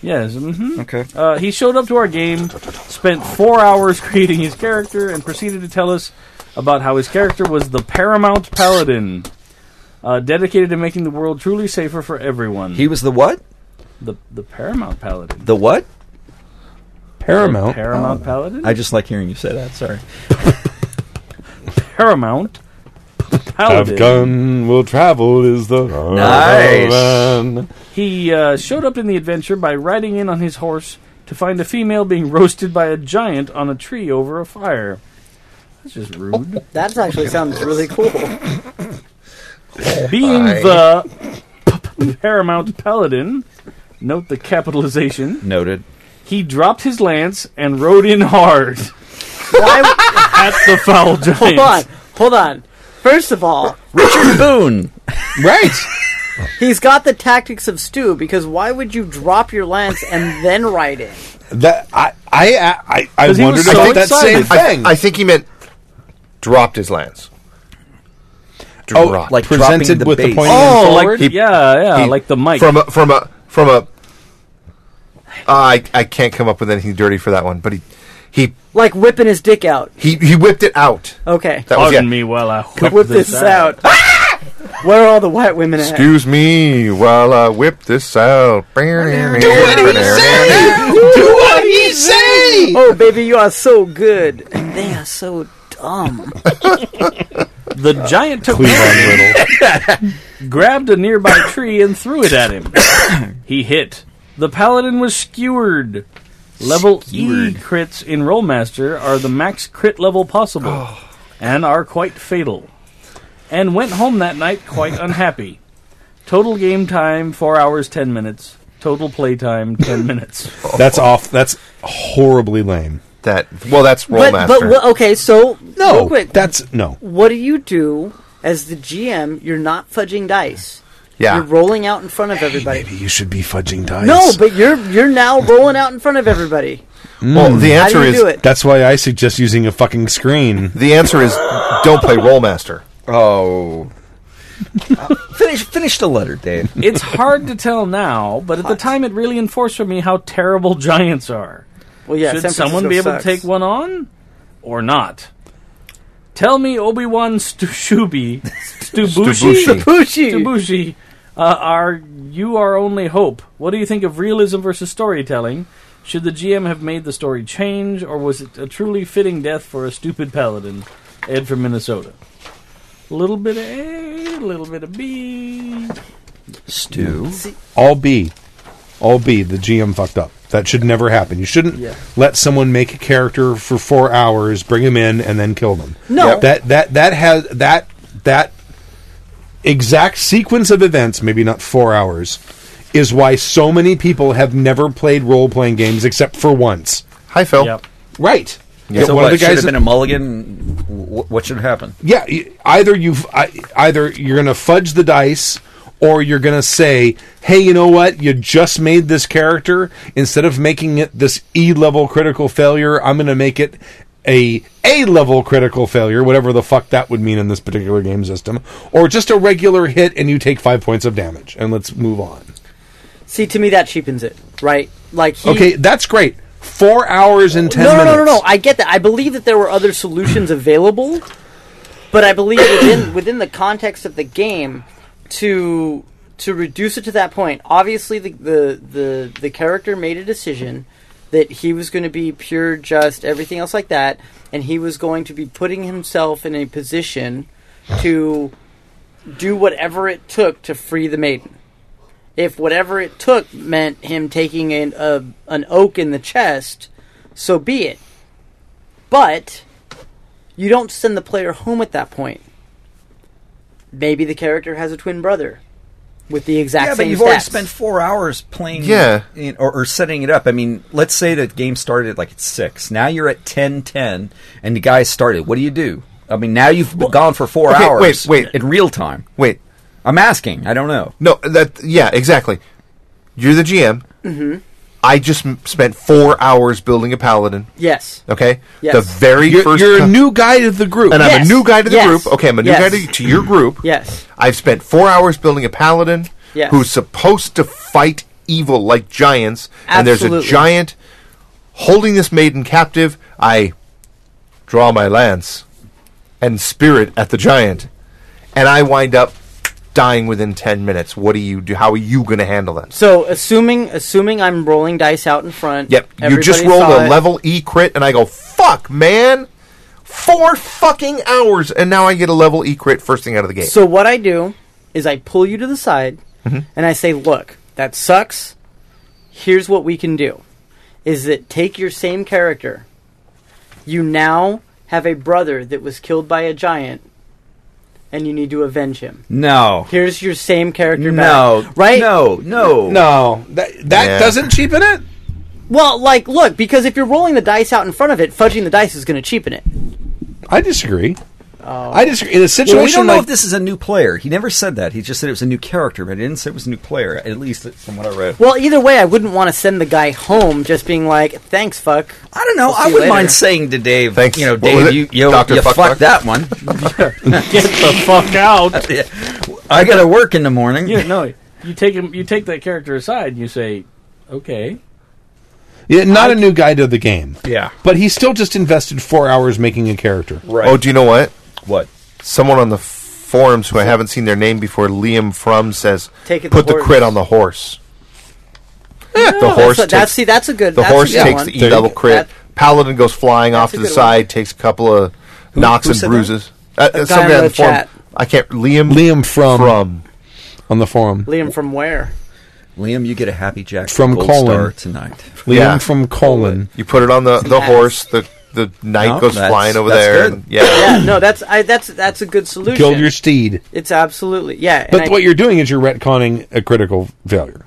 [SPEAKER 7] Yes. hmm
[SPEAKER 5] Okay.
[SPEAKER 7] Uh, he showed up to our game, spent four hours creating his character, and proceeded to tell us about how his character was the paramount paladin, uh, dedicated to making the world truly safer for everyone.
[SPEAKER 5] He was the what?
[SPEAKER 7] the the paramount paladin.
[SPEAKER 5] The what?
[SPEAKER 3] Paramount.
[SPEAKER 7] Paramount Paladin?
[SPEAKER 5] I just like hearing you say that. Sorry.
[SPEAKER 7] Paramount
[SPEAKER 3] Have
[SPEAKER 7] paladin.
[SPEAKER 3] gun will travel is the
[SPEAKER 7] Nice. He uh, showed up in the adventure by riding in on his horse to find a female being roasted by a giant on a tree over a fire. That's just rude.
[SPEAKER 6] That actually sounds really cool.
[SPEAKER 7] Being
[SPEAKER 5] Hi.
[SPEAKER 7] the p- paramount paladin, note the capitalization.
[SPEAKER 5] Noted.
[SPEAKER 7] He dropped his lance and rode in hard. At the foul giant.
[SPEAKER 6] Hold on. Hold on. First of all,
[SPEAKER 5] Richard Boone.
[SPEAKER 3] right.
[SPEAKER 6] He's got the tactics of Stu because why would you drop your lance and then ride in?
[SPEAKER 3] That I I I, I
[SPEAKER 8] 'Cause he
[SPEAKER 3] wondered
[SPEAKER 8] was so
[SPEAKER 3] about that same
[SPEAKER 8] excited. I-
[SPEAKER 3] thing.
[SPEAKER 8] I think he meant dropped his lance.
[SPEAKER 3] Oh, like Presented dropping the with the base. pointy end
[SPEAKER 8] Oh,
[SPEAKER 3] forward?
[SPEAKER 8] like
[SPEAKER 7] yeah, yeah, like the mic
[SPEAKER 8] from a from a from a. I I can't come up with anything dirty for that one, but he he
[SPEAKER 6] Like whipping his dick out.
[SPEAKER 8] he, he whipped it out.
[SPEAKER 6] Okay.
[SPEAKER 8] That was, oh, yeah.
[SPEAKER 7] me while I
[SPEAKER 6] Whip, this, out. Ah! Where are all the white women at?
[SPEAKER 8] Excuse me while I whip this out. Do what he
[SPEAKER 6] Do
[SPEAKER 3] what he say!
[SPEAKER 6] Oh, baby, you are so good. And they are so dumb.
[SPEAKER 7] The giant took grabbed a nearby tree and threw it at him. he hit. The paladin was skewered. Level E crits in Rollmaster are the max crit level possible and are quite fatal. and went home that night quite unhappy. Total game time, 4 hours, 10 minutes. Total play time, 10 minutes.
[SPEAKER 3] That's off. That's horribly lame.
[SPEAKER 8] That well, that's
[SPEAKER 7] Rollmaster.
[SPEAKER 6] But, but wha- okay, so real
[SPEAKER 3] no,
[SPEAKER 6] quick,
[SPEAKER 3] that's no.
[SPEAKER 6] what do you do as the GM? You're not fudging dice.
[SPEAKER 3] Yeah.
[SPEAKER 6] you're rolling out in front of everybody.
[SPEAKER 3] You should be fudging dice.
[SPEAKER 6] no, but you're you're now rolling out in front of everybody.
[SPEAKER 8] Well, the
[SPEAKER 6] How do
[SPEAKER 8] answer
[SPEAKER 6] you do
[SPEAKER 8] is
[SPEAKER 6] it?
[SPEAKER 3] that's why I suggest using a fucking screen.
[SPEAKER 8] The answer is don't play Rollmaster.
[SPEAKER 5] Oh. Uh, finish finish the letter, Dave.
[SPEAKER 7] It's hard to tell now, but at the time it really enforced for me how terrible giants are.
[SPEAKER 6] Well, yeah,
[SPEAKER 7] Should
[SPEAKER 6] San
[SPEAKER 7] someone
[SPEAKER 6] Francisco
[SPEAKER 7] be able
[SPEAKER 6] sucks.
[SPEAKER 7] to take one on or not? Tell me, Obi Wan Stushubi,
[SPEAKER 6] Stubushi.
[SPEAKER 7] Stubushi,
[SPEAKER 6] Stubushi.
[SPEAKER 7] Stubushi, uh, are you our only hope? What do you think of realism versus storytelling? Should the GM have made the story change, or was it a truly fitting death for a stupid paladin? Ed from Minnesota. A little bit of A, a little bit of B.
[SPEAKER 3] Stew. All B. All B. The GM fucked up. That should never happen. You shouldn't
[SPEAKER 7] Yeah.
[SPEAKER 3] let someone make a character for four hours, bring him in, and then kill them.
[SPEAKER 6] No. Yep.
[SPEAKER 3] That that that has that that exact sequence of events, maybe not four hours, is why so many people have never played role playing games except for once.
[SPEAKER 8] Hi Phil.
[SPEAKER 3] Right.
[SPEAKER 5] So
[SPEAKER 3] One
[SPEAKER 5] what,
[SPEAKER 3] of the guys
[SPEAKER 5] should have
[SPEAKER 3] that-
[SPEAKER 5] been a mulligan? Wh- What should happen?
[SPEAKER 3] yeah, y- either you've I- either you're going to fudge the dice or you're going to say, "Hey, you know what? You just made this character. Instead of making it this E-level critical failure, I'm going to make it a A-level critical failure, whatever the fuck that would mean in this particular game system, or just a regular hit and you take 5 points of damage and let's move on."
[SPEAKER 6] See, to me that cheapens it, right? Like he,
[SPEAKER 3] okay, that's great. 4 hours and 10
[SPEAKER 6] no, no,
[SPEAKER 3] minutes.
[SPEAKER 6] no, no, no. I get that. I believe that there were other solutions available, but I believe within within the context of the game to to reduce it to that point. Obviously, the the the, the character made a decision that he was going to be pure, just everything else like that, and he was going to be putting himself in a position to do whatever it took to free the maiden. If whatever it took meant him taking an a, an oak in the chest, so be it. But you don't send the player home at that point. Maybe the character has a twin brother with the exact
[SPEAKER 5] yeah,
[SPEAKER 6] same
[SPEAKER 5] but you've
[SPEAKER 6] stats.
[SPEAKER 5] already spent four hours playing,
[SPEAKER 6] Yeah.
[SPEAKER 5] in- or, or setting it up. I mean, let's say the game started at like at six. Now you're at ten ten, and the guy started. What do you do? I mean, now you've gone for four
[SPEAKER 8] okay,
[SPEAKER 5] hours.
[SPEAKER 8] wait, wait.
[SPEAKER 5] in real time.
[SPEAKER 8] Wait.
[SPEAKER 5] I'm asking. I don't know.
[SPEAKER 8] No, that yeah, exactly. You're the GM.
[SPEAKER 6] Mhm.
[SPEAKER 8] I just m- spent four hours building a paladin.
[SPEAKER 6] Yes.
[SPEAKER 8] Okay.
[SPEAKER 6] Yes.
[SPEAKER 8] The very
[SPEAKER 6] You're-
[SPEAKER 8] first.
[SPEAKER 6] you're a
[SPEAKER 3] new guy to the group,
[SPEAKER 8] and I'm
[SPEAKER 6] Yes.
[SPEAKER 8] a new guy to the
[SPEAKER 6] Yes.
[SPEAKER 8] group. Okay, I'm a new
[SPEAKER 6] Yes.
[SPEAKER 8] guy to, to your group.
[SPEAKER 6] Yes.
[SPEAKER 8] I've spent four hours building a paladin
[SPEAKER 6] Yes.
[SPEAKER 8] who's supposed to fight evil like giants, and there's
[SPEAKER 6] Absolutely.
[SPEAKER 8] a giant holding this maiden captive. I draw my lance and spirit at the giant, and I wind up dying within ten minutes. What do you do? How are you going to handle that?
[SPEAKER 6] So assuming assuming I'm rolling dice out in front.
[SPEAKER 8] Yep, you just
[SPEAKER 6] everybody
[SPEAKER 8] rolled
[SPEAKER 6] saw
[SPEAKER 8] a
[SPEAKER 6] it.
[SPEAKER 8] level E crit, and I go, "Fuck, man." Four fucking hours, and now I get a level E crit first thing out of the game.
[SPEAKER 6] So what I do is I pull you to the side
[SPEAKER 8] Mm-hmm.
[SPEAKER 6] and I say, "Look, that sucks. Here's what we can do: is that take your same character. You now have a brother that was killed by a giant, and you need to avenge him.
[SPEAKER 5] No.
[SPEAKER 6] Here's your same character.
[SPEAKER 5] No.
[SPEAKER 6] back. right?
[SPEAKER 5] No. No.
[SPEAKER 3] No. That that
[SPEAKER 5] Yeah.
[SPEAKER 3] doesn't cheapen it?
[SPEAKER 6] Well, like, look, because if you're rolling the dice out in front of it, fudging the dice is going to cheapen it.
[SPEAKER 3] I disagree.
[SPEAKER 6] Oh.
[SPEAKER 3] I disagree. In a
[SPEAKER 5] Well, we don't
[SPEAKER 3] situation
[SPEAKER 5] know
[SPEAKER 3] like
[SPEAKER 5] if this is a new player. He never said that. He just said it was a new character, but he didn't say it was a new player. At least from what I read.
[SPEAKER 6] Well, either way, I wouldn't want to send the guy home just being like, "Thanks, fuck."
[SPEAKER 5] I don't know. I wouldn't mind saying to Dave, you know,
[SPEAKER 6] What
[SPEAKER 5] Dave,
[SPEAKER 6] was it?
[SPEAKER 5] you, you,
[SPEAKER 6] Dr.
[SPEAKER 5] you
[SPEAKER 6] Fuck
[SPEAKER 5] fucked
[SPEAKER 6] Fuck?
[SPEAKER 5] that one.
[SPEAKER 7] Get the fuck out.
[SPEAKER 5] I got to work in the morning.
[SPEAKER 7] Yeah, no. You take him. You take that character aside, and you say, "Okay."
[SPEAKER 3] Yeah, not a new guy to the game.
[SPEAKER 7] Yeah.
[SPEAKER 3] But he still just invested four hours making a character.
[SPEAKER 8] Oh, do you know what?
[SPEAKER 5] What?
[SPEAKER 8] Someone on the f- forums who I haven't seen their name before, Liam Frum, says,
[SPEAKER 6] Take it the
[SPEAKER 8] "Put the,
[SPEAKER 6] horse."
[SPEAKER 8] crit on the horse." the
[SPEAKER 6] that's
[SPEAKER 8] horse.
[SPEAKER 6] a-
[SPEAKER 8] takes,
[SPEAKER 6] Oh, that's- see, that's a good-
[SPEAKER 8] The
[SPEAKER 6] that's a
[SPEAKER 8] horse
[SPEAKER 6] good
[SPEAKER 8] takes
[SPEAKER 6] one.
[SPEAKER 8] the E
[SPEAKER 6] There you
[SPEAKER 8] double
[SPEAKER 6] go.
[SPEAKER 8] crit.
[SPEAKER 6] That-
[SPEAKER 8] Paladin goes flying off
[SPEAKER 6] a
[SPEAKER 8] to the
[SPEAKER 6] good
[SPEAKER 8] side, takes a couple of
[SPEAKER 5] Who-
[SPEAKER 8] knocks
[SPEAKER 5] who
[SPEAKER 8] and
[SPEAKER 5] said that?
[SPEAKER 8] bruises. Uh,
[SPEAKER 5] A guy
[SPEAKER 8] somebody
[SPEAKER 5] in
[SPEAKER 8] on
[SPEAKER 5] the
[SPEAKER 8] the forum.
[SPEAKER 5] chat.
[SPEAKER 8] I can't. Liam.
[SPEAKER 3] Liam from
[SPEAKER 8] From.
[SPEAKER 3] on the forum
[SPEAKER 6] Liam from where?
[SPEAKER 5] Liam, you get a happy jack
[SPEAKER 3] from
[SPEAKER 5] gold
[SPEAKER 3] Colin
[SPEAKER 5] star tonight.
[SPEAKER 3] Liam from Colin.
[SPEAKER 8] You put it on the, the
[SPEAKER 6] Yes.
[SPEAKER 8] horse. The the knight
[SPEAKER 3] No,
[SPEAKER 8] goes
[SPEAKER 3] that's-
[SPEAKER 8] flying over
[SPEAKER 3] that's
[SPEAKER 8] there.
[SPEAKER 3] good.
[SPEAKER 8] And, yeah.
[SPEAKER 6] yeah, no, that's I, that's that's a good solution.
[SPEAKER 3] Kill your steed.
[SPEAKER 6] It's absolutely yeah. and
[SPEAKER 3] But
[SPEAKER 6] I-
[SPEAKER 3] what you're doing is you're retconning a critical failure.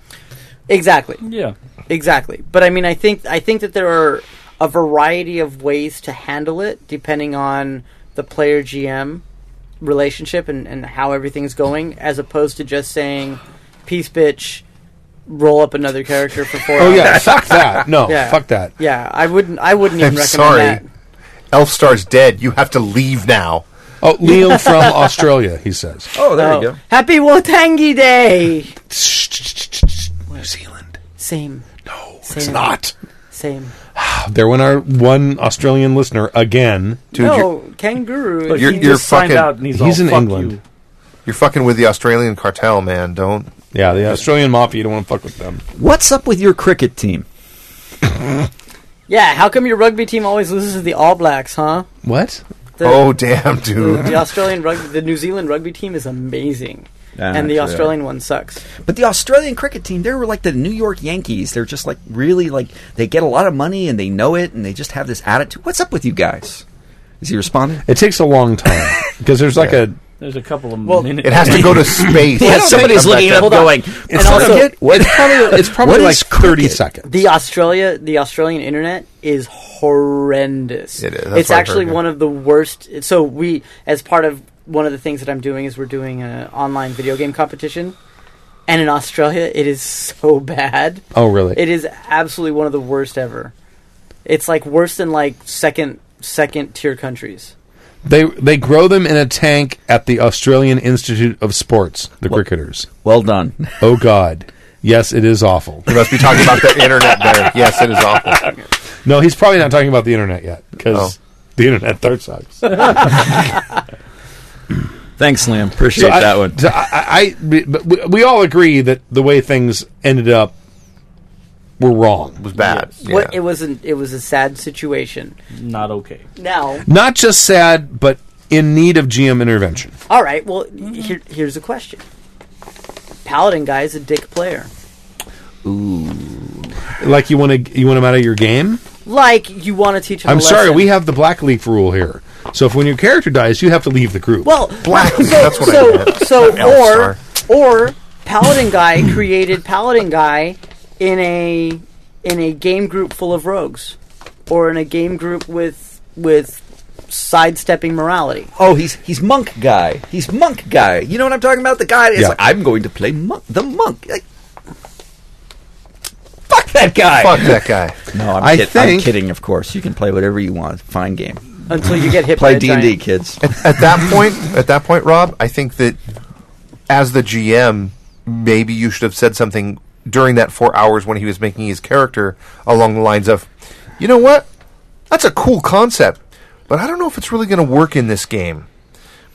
[SPEAKER 6] Exactly.
[SPEAKER 7] Yeah.
[SPEAKER 6] Exactly. But I mean, I think I think that there are a variety of ways to handle it depending on the player GM relationship and, and how everything's going, as opposed to just saying, "Peace, bitch." Roll up another character for four.
[SPEAKER 3] Oh, yeah,
[SPEAKER 6] hours."
[SPEAKER 3] fuck that. No,
[SPEAKER 6] Yeah.
[SPEAKER 3] fuck that.
[SPEAKER 6] Yeah, I wouldn't. I wouldn't even
[SPEAKER 8] I'm
[SPEAKER 6] recommend
[SPEAKER 8] sorry.
[SPEAKER 6] that.
[SPEAKER 8] Elfstar's dead. You have to leave now.
[SPEAKER 3] Oh, Leo from Australia, he says.
[SPEAKER 8] Oh,
[SPEAKER 6] Oh. Happy Wotangi Day.
[SPEAKER 3] New Zealand.
[SPEAKER 6] Same.
[SPEAKER 3] No,
[SPEAKER 6] Same.
[SPEAKER 3] it's not.
[SPEAKER 6] Same.
[SPEAKER 3] There went our one Australian listener again.
[SPEAKER 6] no, kangaroo.
[SPEAKER 8] You're, you're fucking.
[SPEAKER 3] in England.
[SPEAKER 8] You. are fucking with the Australian cartel, man. Don't.
[SPEAKER 3] Yeah, the Australian mafia. You don't want to fuck with them.
[SPEAKER 5] What's up with your cricket team?
[SPEAKER 6] Yeah, how come your rugby team always loses to the All Blacks, huh?
[SPEAKER 3] What?
[SPEAKER 6] The-
[SPEAKER 8] oh damn,
[SPEAKER 6] The,
[SPEAKER 8] dude.
[SPEAKER 6] the Australian rugby, the New Zealand rugby team is amazing,
[SPEAKER 5] Yeah,
[SPEAKER 6] and the
[SPEAKER 5] actually,
[SPEAKER 6] Australian one sucks.
[SPEAKER 5] But the Australian cricket team, they were like the New York Yankees. They're just like really like they get a lot of money and they know it and they just have this attitude. What's up with you guys? Is he responding?
[SPEAKER 3] It takes a long time because there's like a
[SPEAKER 7] There's a couple of
[SPEAKER 5] Well,
[SPEAKER 7] minutes.
[SPEAKER 5] it has to go to space.
[SPEAKER 3] Yeah, somebody's looking
[SPEAKER 5] up going,
[SPEAKER 3] It's cricket? What- It's probably- it's probably what like is cricket? 30 seconds.
[SPEAKER 6] The Australia, the Australian internet is horrendous.
[SPEAKER 3] It is. That's
[SPEAKER 6] It's
[SPEAKER 3] what I've
[SPEAKER 6] actually
[SPEAKER 3] heard, yeah.
[SPEAKER 6] one of the worst. So we, as part of one of the things that I'm doing, is we're doing an online video game competition, and in Australia, it is so bad.
[SPEAKER 3] Oh, really?
[SPEAKER 6] It is absolutely one of the worst ever. It's like worse than like second second tier countries.
[SPEAKER 3] they they grow them in a tank at the Australian Institute of Sports. The cricketers.
[SPEAKER 5] Well done.
[SPEAKER 3] Oh God. Yes, it is awful.
[SPEAKER 8] You must be talking about the internet there. Yes, it is awful.
[SPEAKER 3] No, he's probably not talking about the internet yet because the internet there sucks.
[SPEAKER 5] Thanks, Liam. Appreciate
[SPEAKER 3] So I-
[SPEAKER 5] that one.
[SPEAKER 3] so I, I- I- but we, we all agree that the way things ended up were wrong.
[SPEAKER 8] was bad.
[SPEAKER 6] What it wasn't. It was a sad situation.
[SPEAKER 7] Not okay.
[SPEAKER 6] Now,
[SPEAKER 3] Not just sad, but in need of GM intervention.
[SPEAKER 6] all right. Well, here, here's a question. Paladin guy is a dick player.
[SPEAKER 3] Ooh. Like you want to you want him out of your game?
[SPEAKER 6] Like you want to teach him.
[SPEAKER 3] I'm
[SPEAKER 6] a
[SPEAKER 3] sorry,
[SPEAKER 6] lesson.
[SPEAKER 3] we have the black leaf rule here. So if when your character dies, you have to leave the group.
[SPEAKER 6] Well,
[SPEAKER 8] black.
[SPEAKER 6] So,
[SPEAKER 8] that's what I
[SPEAKER 6] so,
[SPEAKER 8] meant. Not
[SPEAKER 6] so
[SPEAKER 8] Elstar.
[SPEAKER 6] or or paladin guy created paladin guy in a in a game group full of rogues, or in a game group with with sidestepping morality.
[SPEAKER 5] Oh, he's he's monk guy. He's monk guy. You know what I'm talking about? The guy is
[SPEAKER 6] Yeah.
[SPEAKER 5] like, I'm going to play monk, the monk. Like, fuck that guy.
[SPEAKER 8] Fuck that guy.
[SPEAKER 5] No, I'm,
[SPEAKER 8] I
[SPEAKER 5] kid- I'm
[SPEAKER 8] think-
[SPEAKER 5] kidding. Of course, you can play whatever you want. Fine game.
[SPEAKER 6] Until you get hit by
[SPEAKER 5] play
[SPEAKER 6] a
[SPEAKER 5] D and D,
[SPEAKER 6] giant.
[SPEAKER 5] kids.
[SPEAKER 8] At, at that point, at that point, Rob, I think that as the GM, maybe you should have said something during that four hours when he was making his character along the lines of, you know what, that's a cool concept, but I don't know if it's really going to work in this game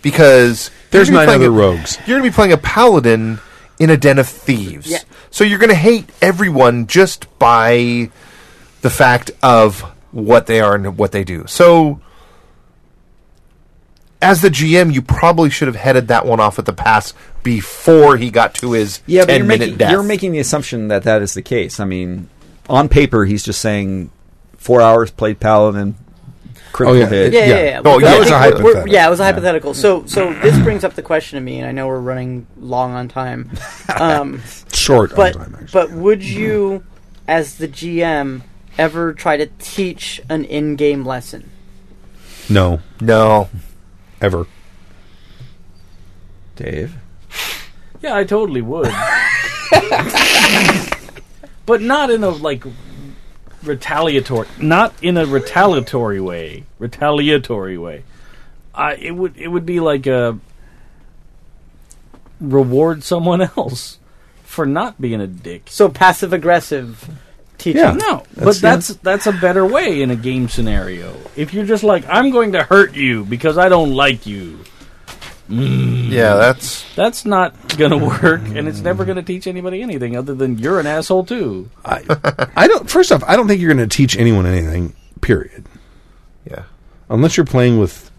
[SPEAKER 8] because
[SPEAKER 3] There's
[SPEAKER 8] you're gonna be
[SPEAKER 3] nine
[SPEAKER 8] playing
[SPEAKER 3] other
[SPEAKER 8] a-
[SPEAKER 3] rogues.
[SPEAKER 8] You're going to be playing a paladin in a den of thieves,
[SPEAKER 6] Yeah.
[SPEAKER 8] so you're going to hate everyone just by the fact of what they are and what they do. So as the GM, you probably should have headed that one off at the pass before he got to his
[SPEAKER 5] Yeah, but
[SPEAKER 8] 10
[SPEAKER 5] you're
[SPEAKER 8] minute
[SPEAKER 5] making,
[SPEAKER 8] death.
[SPEAKER 5] you're making the assumption that that is the case. I mean, on paper, he's just saying four hours played paladin,
[SPEAKER 8] Oh,
[SPEAKER 5] critical hit.
[SPEAKER 6] Yeah, yeah, yeah. Because I think we're- we're- Yeah, it was a
[SPEAKER 5] Yeah.
[SPEAKER 6] hypothetical. So, so this brings up the question to me, and I know we're running long on time. Um,
[SPEAKER 3] Short on
[SPEAKER 6] but,
[SPEAKER 3] time,
[SPEAKER 6] But would you, as the GM, ever try to teach an in-game lesson?
[SPEAKER 3] No.
[SPEAKER 8] No.
[SPEAKER 3] Ever.
[SPEAKER 5] Dave.
[SPEAKER 7] Yeah, I totally would. but not in a like retaliatory, not in a retaliatory way. Retaliatory way. I it would it would be like a reward someone else for not being a dick.
[SPEAKER 6] So passive aggressive teaching.
[SPEAKER 7] no, but that's that's a better way in a game scenario. If you're just like, I'm going to hurt you because I don't like you. Mm.
[SPEAKER 8] Yeah, that's
[SPEAKER 7] that's not gonna work, and it's never gonna teach anybody anything other than you're an asshole too.
[SPEAKER 3] I don't. First off, I don't think you're going to teach anyone anything. Period.
[SPEAKER 8] Yeah.
[SPEAKER 3] Unless you're playing with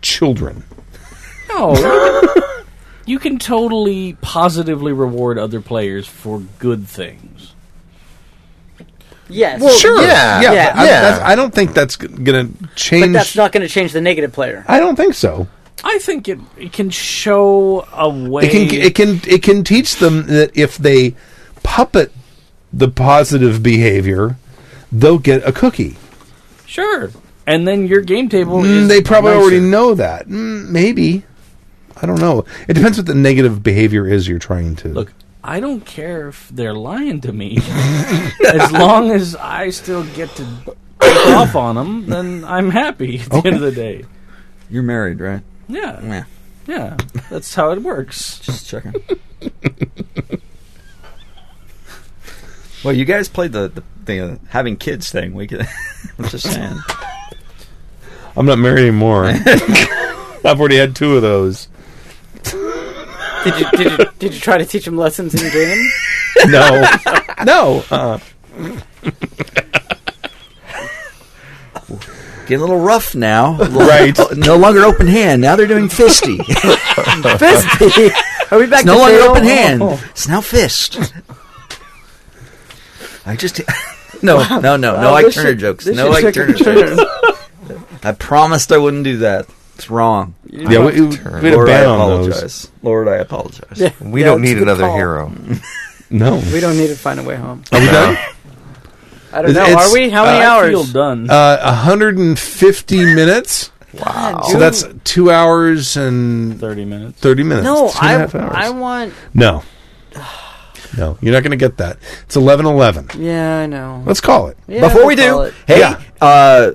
[SPEAKER 3] children.
[SPEAKER 7] No, you can totally positively reward other players for good things.
[SPEAKER 6] Yes.
[SPEAKER 3] sure.
[SPEAKER 6] Yeah.
[SPEAKER 3] yeah.
[SPEAKER 6] Yeah.
[SPEAKER 3] but I, that's- I don't think that's g- gonna change.
[SPEAKER 6] But that's not going to change the negative player.
[SPEAKER 3] I don't think so.
[SPEAKER 7] I think it it can show a way.
[SPEAKER 3] It can it can it can teach them that if they puppet the positive behavior, they'll get a cookie.
[SPEAKER 7] sure. And then your game table
[SPEAKER 3] Mm,
[SPEAKER 7] is
[SPEAKER 3] they probably
[SPEAKER 7] nicer.
[SPEAKER 3] already know that. Mm, maybe. I don't know. It depends what the negative behavior is you're trying to look.
[SPEAKER 7] I don't care if they're lying to me. as long as I still get to take off on them, then I'm happy at the end of the day.
[SPEAKER 5] You're married, right?
[SPEAKER 7] Yeah.
[SPEAKER 5] Yeah.
[SPEAKER 7] Yeah. That's how it works.
[SPEAKER 5] Just checking. Well, you guys played the the, the uh, having kids thing. We could. I'm just saying.
[SPEAKER 3] I'm not married anymore. I've already had two of those.
[SPEAKER 6] Did you did you did you try to teach him lessons in game?
[SPEAKER 3] No, no. Uh,
[SPEAKER 5] Getting a little rough now. A little- uh,
[SPEAKER 3] Right.
[SPEAKER 5] No longer open hand. Now they're doing fisty.
[SPEAKER 25] Fisty? Are we back
[SPEAKER 5] It's no
[SPEAKER 25] to
[SPEAKER 5] longer
[SPEAKER 25] Phil?
[SPEAKER 5] open hand.
[SPEAKER 25] Oh.
[SPEAKER 5] It's now fist. I just. No,
[SPEAKER 25] Wow.
[SPEAKER 5] no, no, no
[SPEAKER 25] Wow,
[SPEAKER 5] Ike
[SPEAKER 25] this
[SPEAKER 5] Turner
[SPEAKER 25] shit-
[SPEAKER 5] jokes.
[SPEAKER 25] this
[SPEAKER 5] No
[SPEAKER 25] shit
[SPEAKER 5] Ike
[SPEAKER 25] took
[SPEAKER 5] Turner
[SPEAKER 25] a turn.
[SPEAKER 5] jokes. I promised I wouldn't do that. It's wrong.
[SPEAKER 3] Yeah, we- we had a
[SPEAKER 5] Lord,
[SPEAKER 3] ban
[SPEAKER 5] I
[SPEAKER 3] on those.
[SPEAKER 5] apologize. Lord, I apologize.
[SPEAKER 6] Yeah. We Yeah, don't it's a need good another call. hero.
[SPEAKER 3] no.
[SPEAKER 6] We don't need to find a way home.
[SPEAKER 3] Are we done?
[SPEAKER 6] I don't know. Are we? How many hours?
[SPEAKER 3] Uh, 150 minutes.
[SPEAKER 6] God,
[SPEAKER 3] So
[SPEAKER 6] dude.
[SPEAKER 3] that's two hours and
[SPEAKER 7] 30 minutes.
[SPEAKER 3] 30 minutes.
[SPEAKER 6] No,
[SPEAKER 3] Two and a half
[SPEAKER 6] I-
[SPEAKER 3] hours.
[SPEAKER 6] I want-
[SPEAKER 3] No. No, you're not going to get that. It's 11 11.
[SPEAKER 6] Yeah, I know.
[SPEAKER 3] Let's call it.
[SPEAKER 6] Yeah,
[SPEAKER 5] Before we
[SPEAKER 6] we'll
[SPEAKER 5] do,
[SPEAKER 6] call it.
[SPEAKER 5] hey, uh,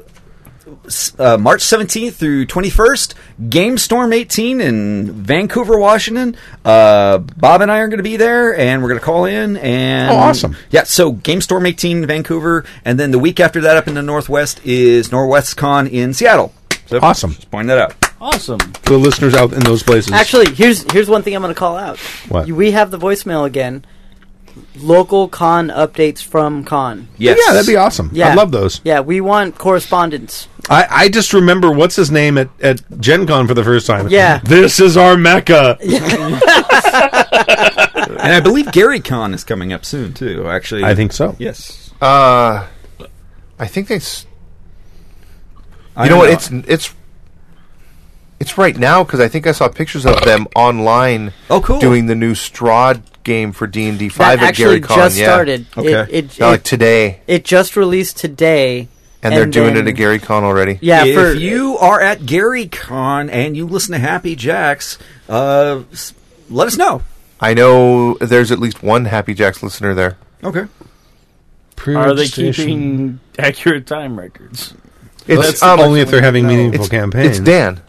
[SPEAKER 5] s- uh, March 17th through 21st, Game Storm 18 in Vancouver, Washington. Uh, Bob and I are going to be there, and we're going to call in. And
[SPEAKER 3] Oh, awesome.
[SPEAKER 5] Yeah, so Game Storm 18 in Vancouver, and then the week after that up in the Northwest is NorwestCon in Seattle. So
[SPEAKER 3] awesome.
[SPEAKER 5] Just point that out.
[SPEAKER 7] Awesome.
[SPEAKER 3] To the listeners out in those places.
[SPEAKER 6] Actually, here's here's one thing I'm going to call out.
[SPEAKER 3] What?
[SPEAKER 6] We have the voicemail again. Local con updates from con.
[SPEAKER 3] Yes. Yeah, that'd be awesome. I'd love those.
[SPEAKER 6] Yeah, we want correspondence.
[SPEAKER 3] I, I just remember what's his name at, at Gen Con for the first time.
[SPEAKER 6] Yeah.
[SPEAKER 3] This is our Mecca.
[SPEAKER 5] and I believe Gary Con is coming up soon, too, actually.
[SPEAKER 3] I think so.
[SPEAKER 5] Yes.
[SPEAKER 8] Uh, I think they. S-
[SPEAKER 5] I
[SPEAKER 8] you know
[SPEAKER 5] don't
[SPEAKER 8] what?
[SPEAKER 5] know.
[SPEAKER 8] It's it's it's right now because I think I saw pictures of them online.
[SPEAKER 5] Oh, cool!
[SPEAKER 8] Doing the new Strahd game for D and D five
[SPEAKER 6] that
[SPEAKER 8] at Gary
[SPEAKER 6] actually
[SPEAKER 8] Con.
[SPEAKER 6] just
[SPEAKER 8] yeah.
[SPEAKER 6] started. It, it,
[SPEAKER 8] No,
[SPEAKER 6] it-
[SPEAKER 8] like today,
[SPEAKER 6] It just released today.
[SPEAKER 8] and, they're doing
[SPEAKER 6] then-
[SPEAKER 8] it at Gary Con already.
[SPEAKER 6] Yeah,
[SPEAKER 5] if
[SPEAKER 6] for-
[SPEAKER 5] you are at GaryCon and you listen to Happy Jacks, uh, s- let us know.
[SPEAKER 8] I know there's at least one Happy Jacks listener there.
[SPEAKER 5] Okay.
[SPEAKER 7] Are they
[SPEAKER 8] Pre-registration.
[SPEAKER 7] keeping accurate time records?
[SPEAKER 8] It's um,
[SPEAKER 3] only if they're having
[SPEAKER 8] no.
[SPEAKER 3] meaningful
[SPEAKER 8] It's-
[SPEAKER 3] campaigns.
[SPEAKER 8] It's Dan.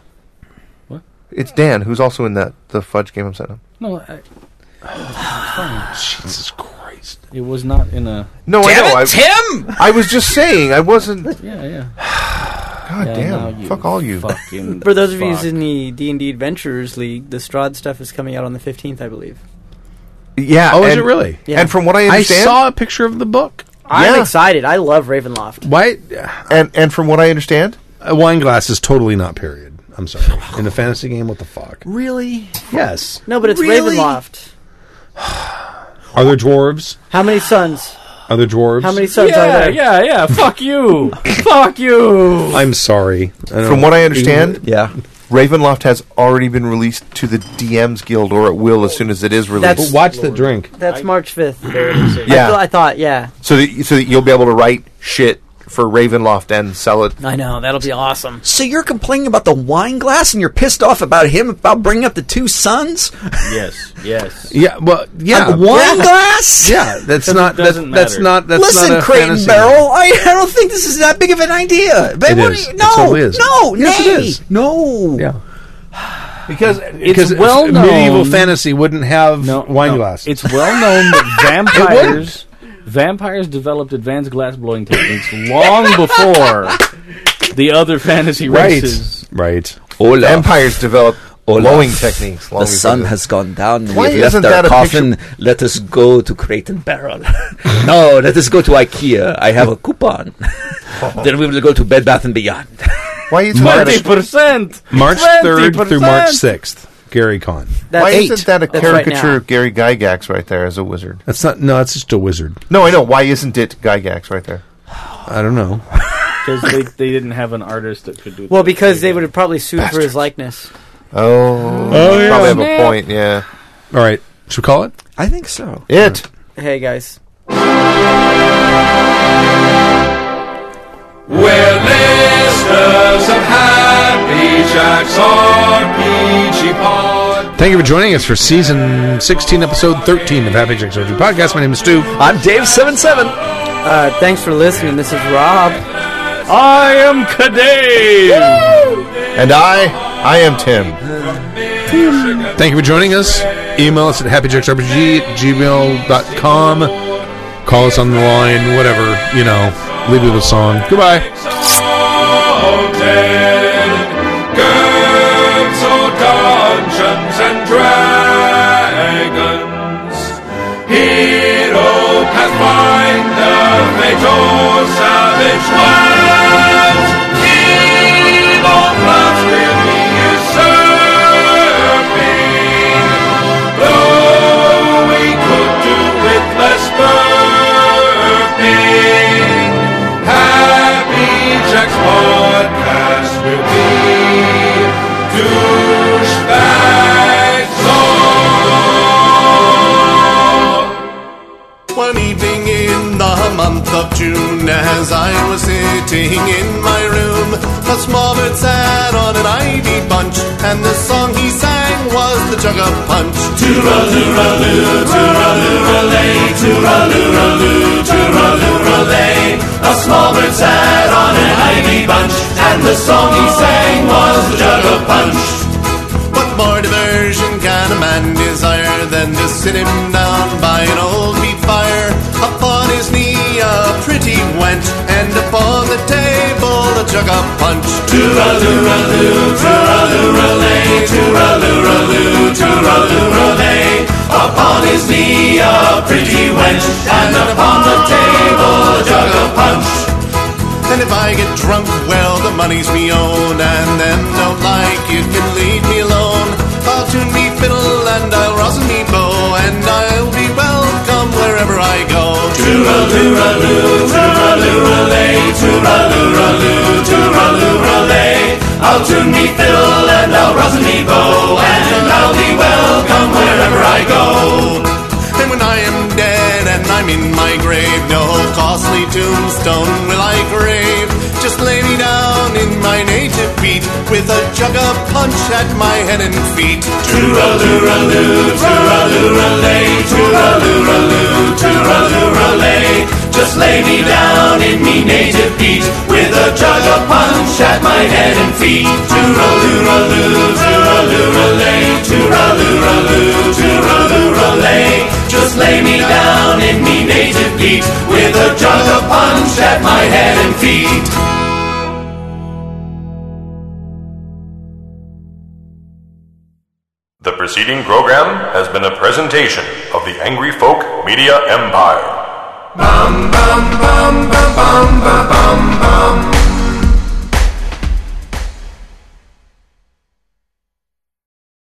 [SPEAKER 7] What?
[SPEAKER 8] It's Dan who's also in that the fudge game I'm setting up.
[SPEAKER 7] No. I, Jesus Christ! It was not in a.
[SPEAKER 8] No,
[SPEAKER 7] Damn
[SPEAKER 8] I know.
[SPEAKER 7] it,
[SPEAKER 8] I, Tim. I was just saying. I wasn't.
[SPEAKER 7] Yeah, yeah.
[SPEAKER 8] God damn! Fuck all you.
[SPEAKER 6] For those of you in the D and D Adventurers League, the Strahd stuff is coming out on the 15th, I believe.
[SPEAKER 8] Yeah.
[SPEAKER 3] Oh, is
[SPEAKER 8] and-
[SPEAKER 3] it really?
[SPEAKER 6] Yeah.
[SPEAKER 8] And from what I understand,
[SPEAKER 3] saw a picture of the book.
[SPEAKER 6] I'm
[SPEAKER 8] Yeah.
[SPEAKER 6] excited. I love Ravenloft.
[SPEAKER 3] Why?
[SPEAKER 8] And and from what I understand,
[SPEAKER 3] a wine glass is totally not period. I'm sorry. In a fantasy game, what the fuck?
[SPEAKER 5] Really?
[SPEAKER 3] Yes.
[SPEAKER 6] No, but it's
[SPEAKER 5] Really?
[SPEAKER 6] Ravenloft.
[SPEAKER 3] Are there dwarves?
[SPEAKER 6] How many sons?
[SPEAKER 3] Are there dwarves?
[SPEAKER 6] How many sons
[SPEAKER 7] yeah,
[SPEAKER 6] are there?
[SPEAKER 7] yeah, yeah. Fuck you. Fuck you.
[SPEAKER 3] I'm sorry. I
[SPEAKER 8] from what I understand,
[SPEAKER 5] yeah,
[SPEAKER 8] Ravenloft has already been released to the DM's Guild, or it will as soon as it is released.
[SPEAKER 6] That's-
[SPEAKER 3] watch the drink.
[SPEAKER 6] That's March 5th.
[SPEAKER 8] Yeah.
[SPEAKER 6] I, thought- I thought, yeah.
[SPEAKER 8] so that so that you'll be able to write shit for Ravenloft and sell it.
[SPEAKER 6] I know. That'll be awesome.
[SPEAKER 5] So you're complaining about the wine glass and you're pissed off about him about bringing up the two sons?
[SPEAKER 7] Yes. Yes.
[SPEAKER 3] Yeah. Well. Yeah.
[SPEAKER 5] A wine glass?
[SPEAKER 3] Yeah. That's not. That's,
[SPEAKER 7] doesn't
[SPEAKER 3] that's
[SPEAKER 7] matter.
[SPEAKER 3] not. That's
[SPEAKER 5] Listen,
[SPEAKER 3] not a
[SPEAKER 5] Crate and
[SPEAKER 3] fantasy.
[SPEAKER 5] Barrel, I, I don't think this is that big of an idea. But
[SPEAKER 3] It
[SPEAKER 5] what
[SPEAKER 3] is.
[SPEAKER 5] Are you,
[SPEAKER 3] It
[SPEAKER 5] no,
[SPEAKER 3] totally is.
[SPEAKER 5] no,
[SPEAKER 3] Yes, it
[SPEAKER 5] nay,
[SPEAKER 3] is.
[SPEAKER 5] no.
[SPEAKER 3] Yeah.
[SPEAKER 7] Because
[SPEAKER 3] Because
[SPEAKER 7] it's well known.
[SPEAKER 3] medieval fantasy wouldn't have wine
[SPEAKER 7] no.
[SPEAKER 3] glasses.
[SPEAKER 7] It's well known that vampires vampires developed advanced glass blowing techniques long before the other fantasy
[SPEAKER 3] Right.
[SPEAKER 7] races.
[SPEAKER 3] Right.
[SPEAKER 5] Olaf.
[SPEAKER 8] Vampires develop
[SPEAKER 5] Olaf,
[SPEAKER 8] blowing techniques. Long
[SPEAKER 5] The
[SPEAKER 8] before
[SPEAKER 5] sun
[SPEAKER 8] this.
[SPEAKER 5] has gone down.
[SPEAKER 8] Why
[SPEAKER 5] We've left
[SPEAKER 8] isn't
[SPEAKER 5] our
[SPEAKER 8] that a
[SPEAKER 5] coffin. Let us go to Crate and Barrel. no, let us go to IKEA. I have a coupon. then we will go to Bed Bath and Beyond.
[SPEAKER 8] Why is
[SPEAKER 3] March-
[SPEAKER 8] that?
[SPEAKER 7] Twenty percent.
[SPEAKER 3] March 3rd through March 6th. Gary Con.
[SPEAKER 8] Why is isn't that a caricature of Gary Gygax right there as a wizard?
[SPEAKER 3] That's not. No, that's just a wizard.
[SPEAKER 8] No, I know. Why isn't it Gygax right there?
[SPEAKER 3] I don't know.
[SPEAKER 7] because they, they didn't have an artist that could do.
[SPEAKER 6] Well, because they would have probably sued for his likeness.
[SPEAKER 8] Oh,
[SPEAKER 6] Oh, yeah.
[SPEAKER 8] probably have
[SPEAKER 6] Snap.
[SPEAKER 8] a point. Yeah.
[SPEAKER 3] All right. Should we call it?
[SPEAKER 5] I think so.
[SPEAKER 8] It.
[SPEAKER 6] Hey guys.
[SPEAKER 10] Well, listeners of Happy Jack's RPG Pod.
[SPEAKER 3] Thank you for joining us for season 16, episode 13 of Happy Jack's Surgery Podcast. My name is Stu.
[SPEAKER 5] I'm Dave77.
[SPEAKER 6] Uh, thanks for listening. This is Rob.
[SPEAKER 7] I am Kadave.
[SPEAKER 8] And I, I am Tim.
[SPEAKER 3] Thank you for joining us. Email us at happyjacksrpg at gmail.com. Call us on the line, whatever, you know. Leave with a song. Goodbye.
[SPEAKER 10] Games or Dungeons and Dragons. Hero Pathfinder, Major Savage Wild. Evil plans will be usurping. Though we could do with less burping. Happy Jack's podcast will be douchebags all.
[SPEAKER 27] One evening in the month of June, as I was sitting in my room, a small bird sat on an ivy bunch, and the song he sang was the jug of punch. Tooraloo, tooraloo,
[SPEAKER 10] Tooraloo-raloo, tooraloo-ralay. A small bird sat on an ivy bunch, and the song he sang was the jug of punch.
[SPEAKER 27] What more diversion can a man desire than to sit him down by an old peat fire? Upon his knee a pretty wench, and upon the table a jug of punch.
[SPEAKER 10] Tooraloo-raloo, tooraloo-ralay, tooraloo-raloo, tooraloo-ralay. Upon his knee a pretty wench, and upon the table a jug of punch.
[SPEAKER 27] And if I get drunk, well, the money's me own, and then don't like you can leave me alone. I'll tune me fiddle and I'll rosin me bow, and I'll be welcome wherever I go.
[SPEAKER 10] Tooraloo-raloo, tooraloo-ralay, tooraloo-raloo, tooraloo-ralay. I'll tune me fiddle and I'll rosin me bow, and I'll be welcome wherever I go.
[SPEAKER 27] And when I am dead and I'm in my grave, no costly tombstone will I crave. Just lay me down in my native beat with a jug of punch at my head and feet.
[SPEAKER 10] Tooraloo-raloo, tooraloo-ralay, tooraloo-raloo, tooraloo-ralay. Just lay me down in me native beat with a jug of punch at my head and feet. Tooraloo-raloo, tooraloo-ralay, tooraloo-raloo, tooraloo-ralay. Just lay me down in me native beat with a jug of punch at my head and feet.
[SPEAKER 28] The preceding program has been a presentation of the Angry Folk Media Empire.
[SPEAKER 10] bum bum bum bum bum bum bum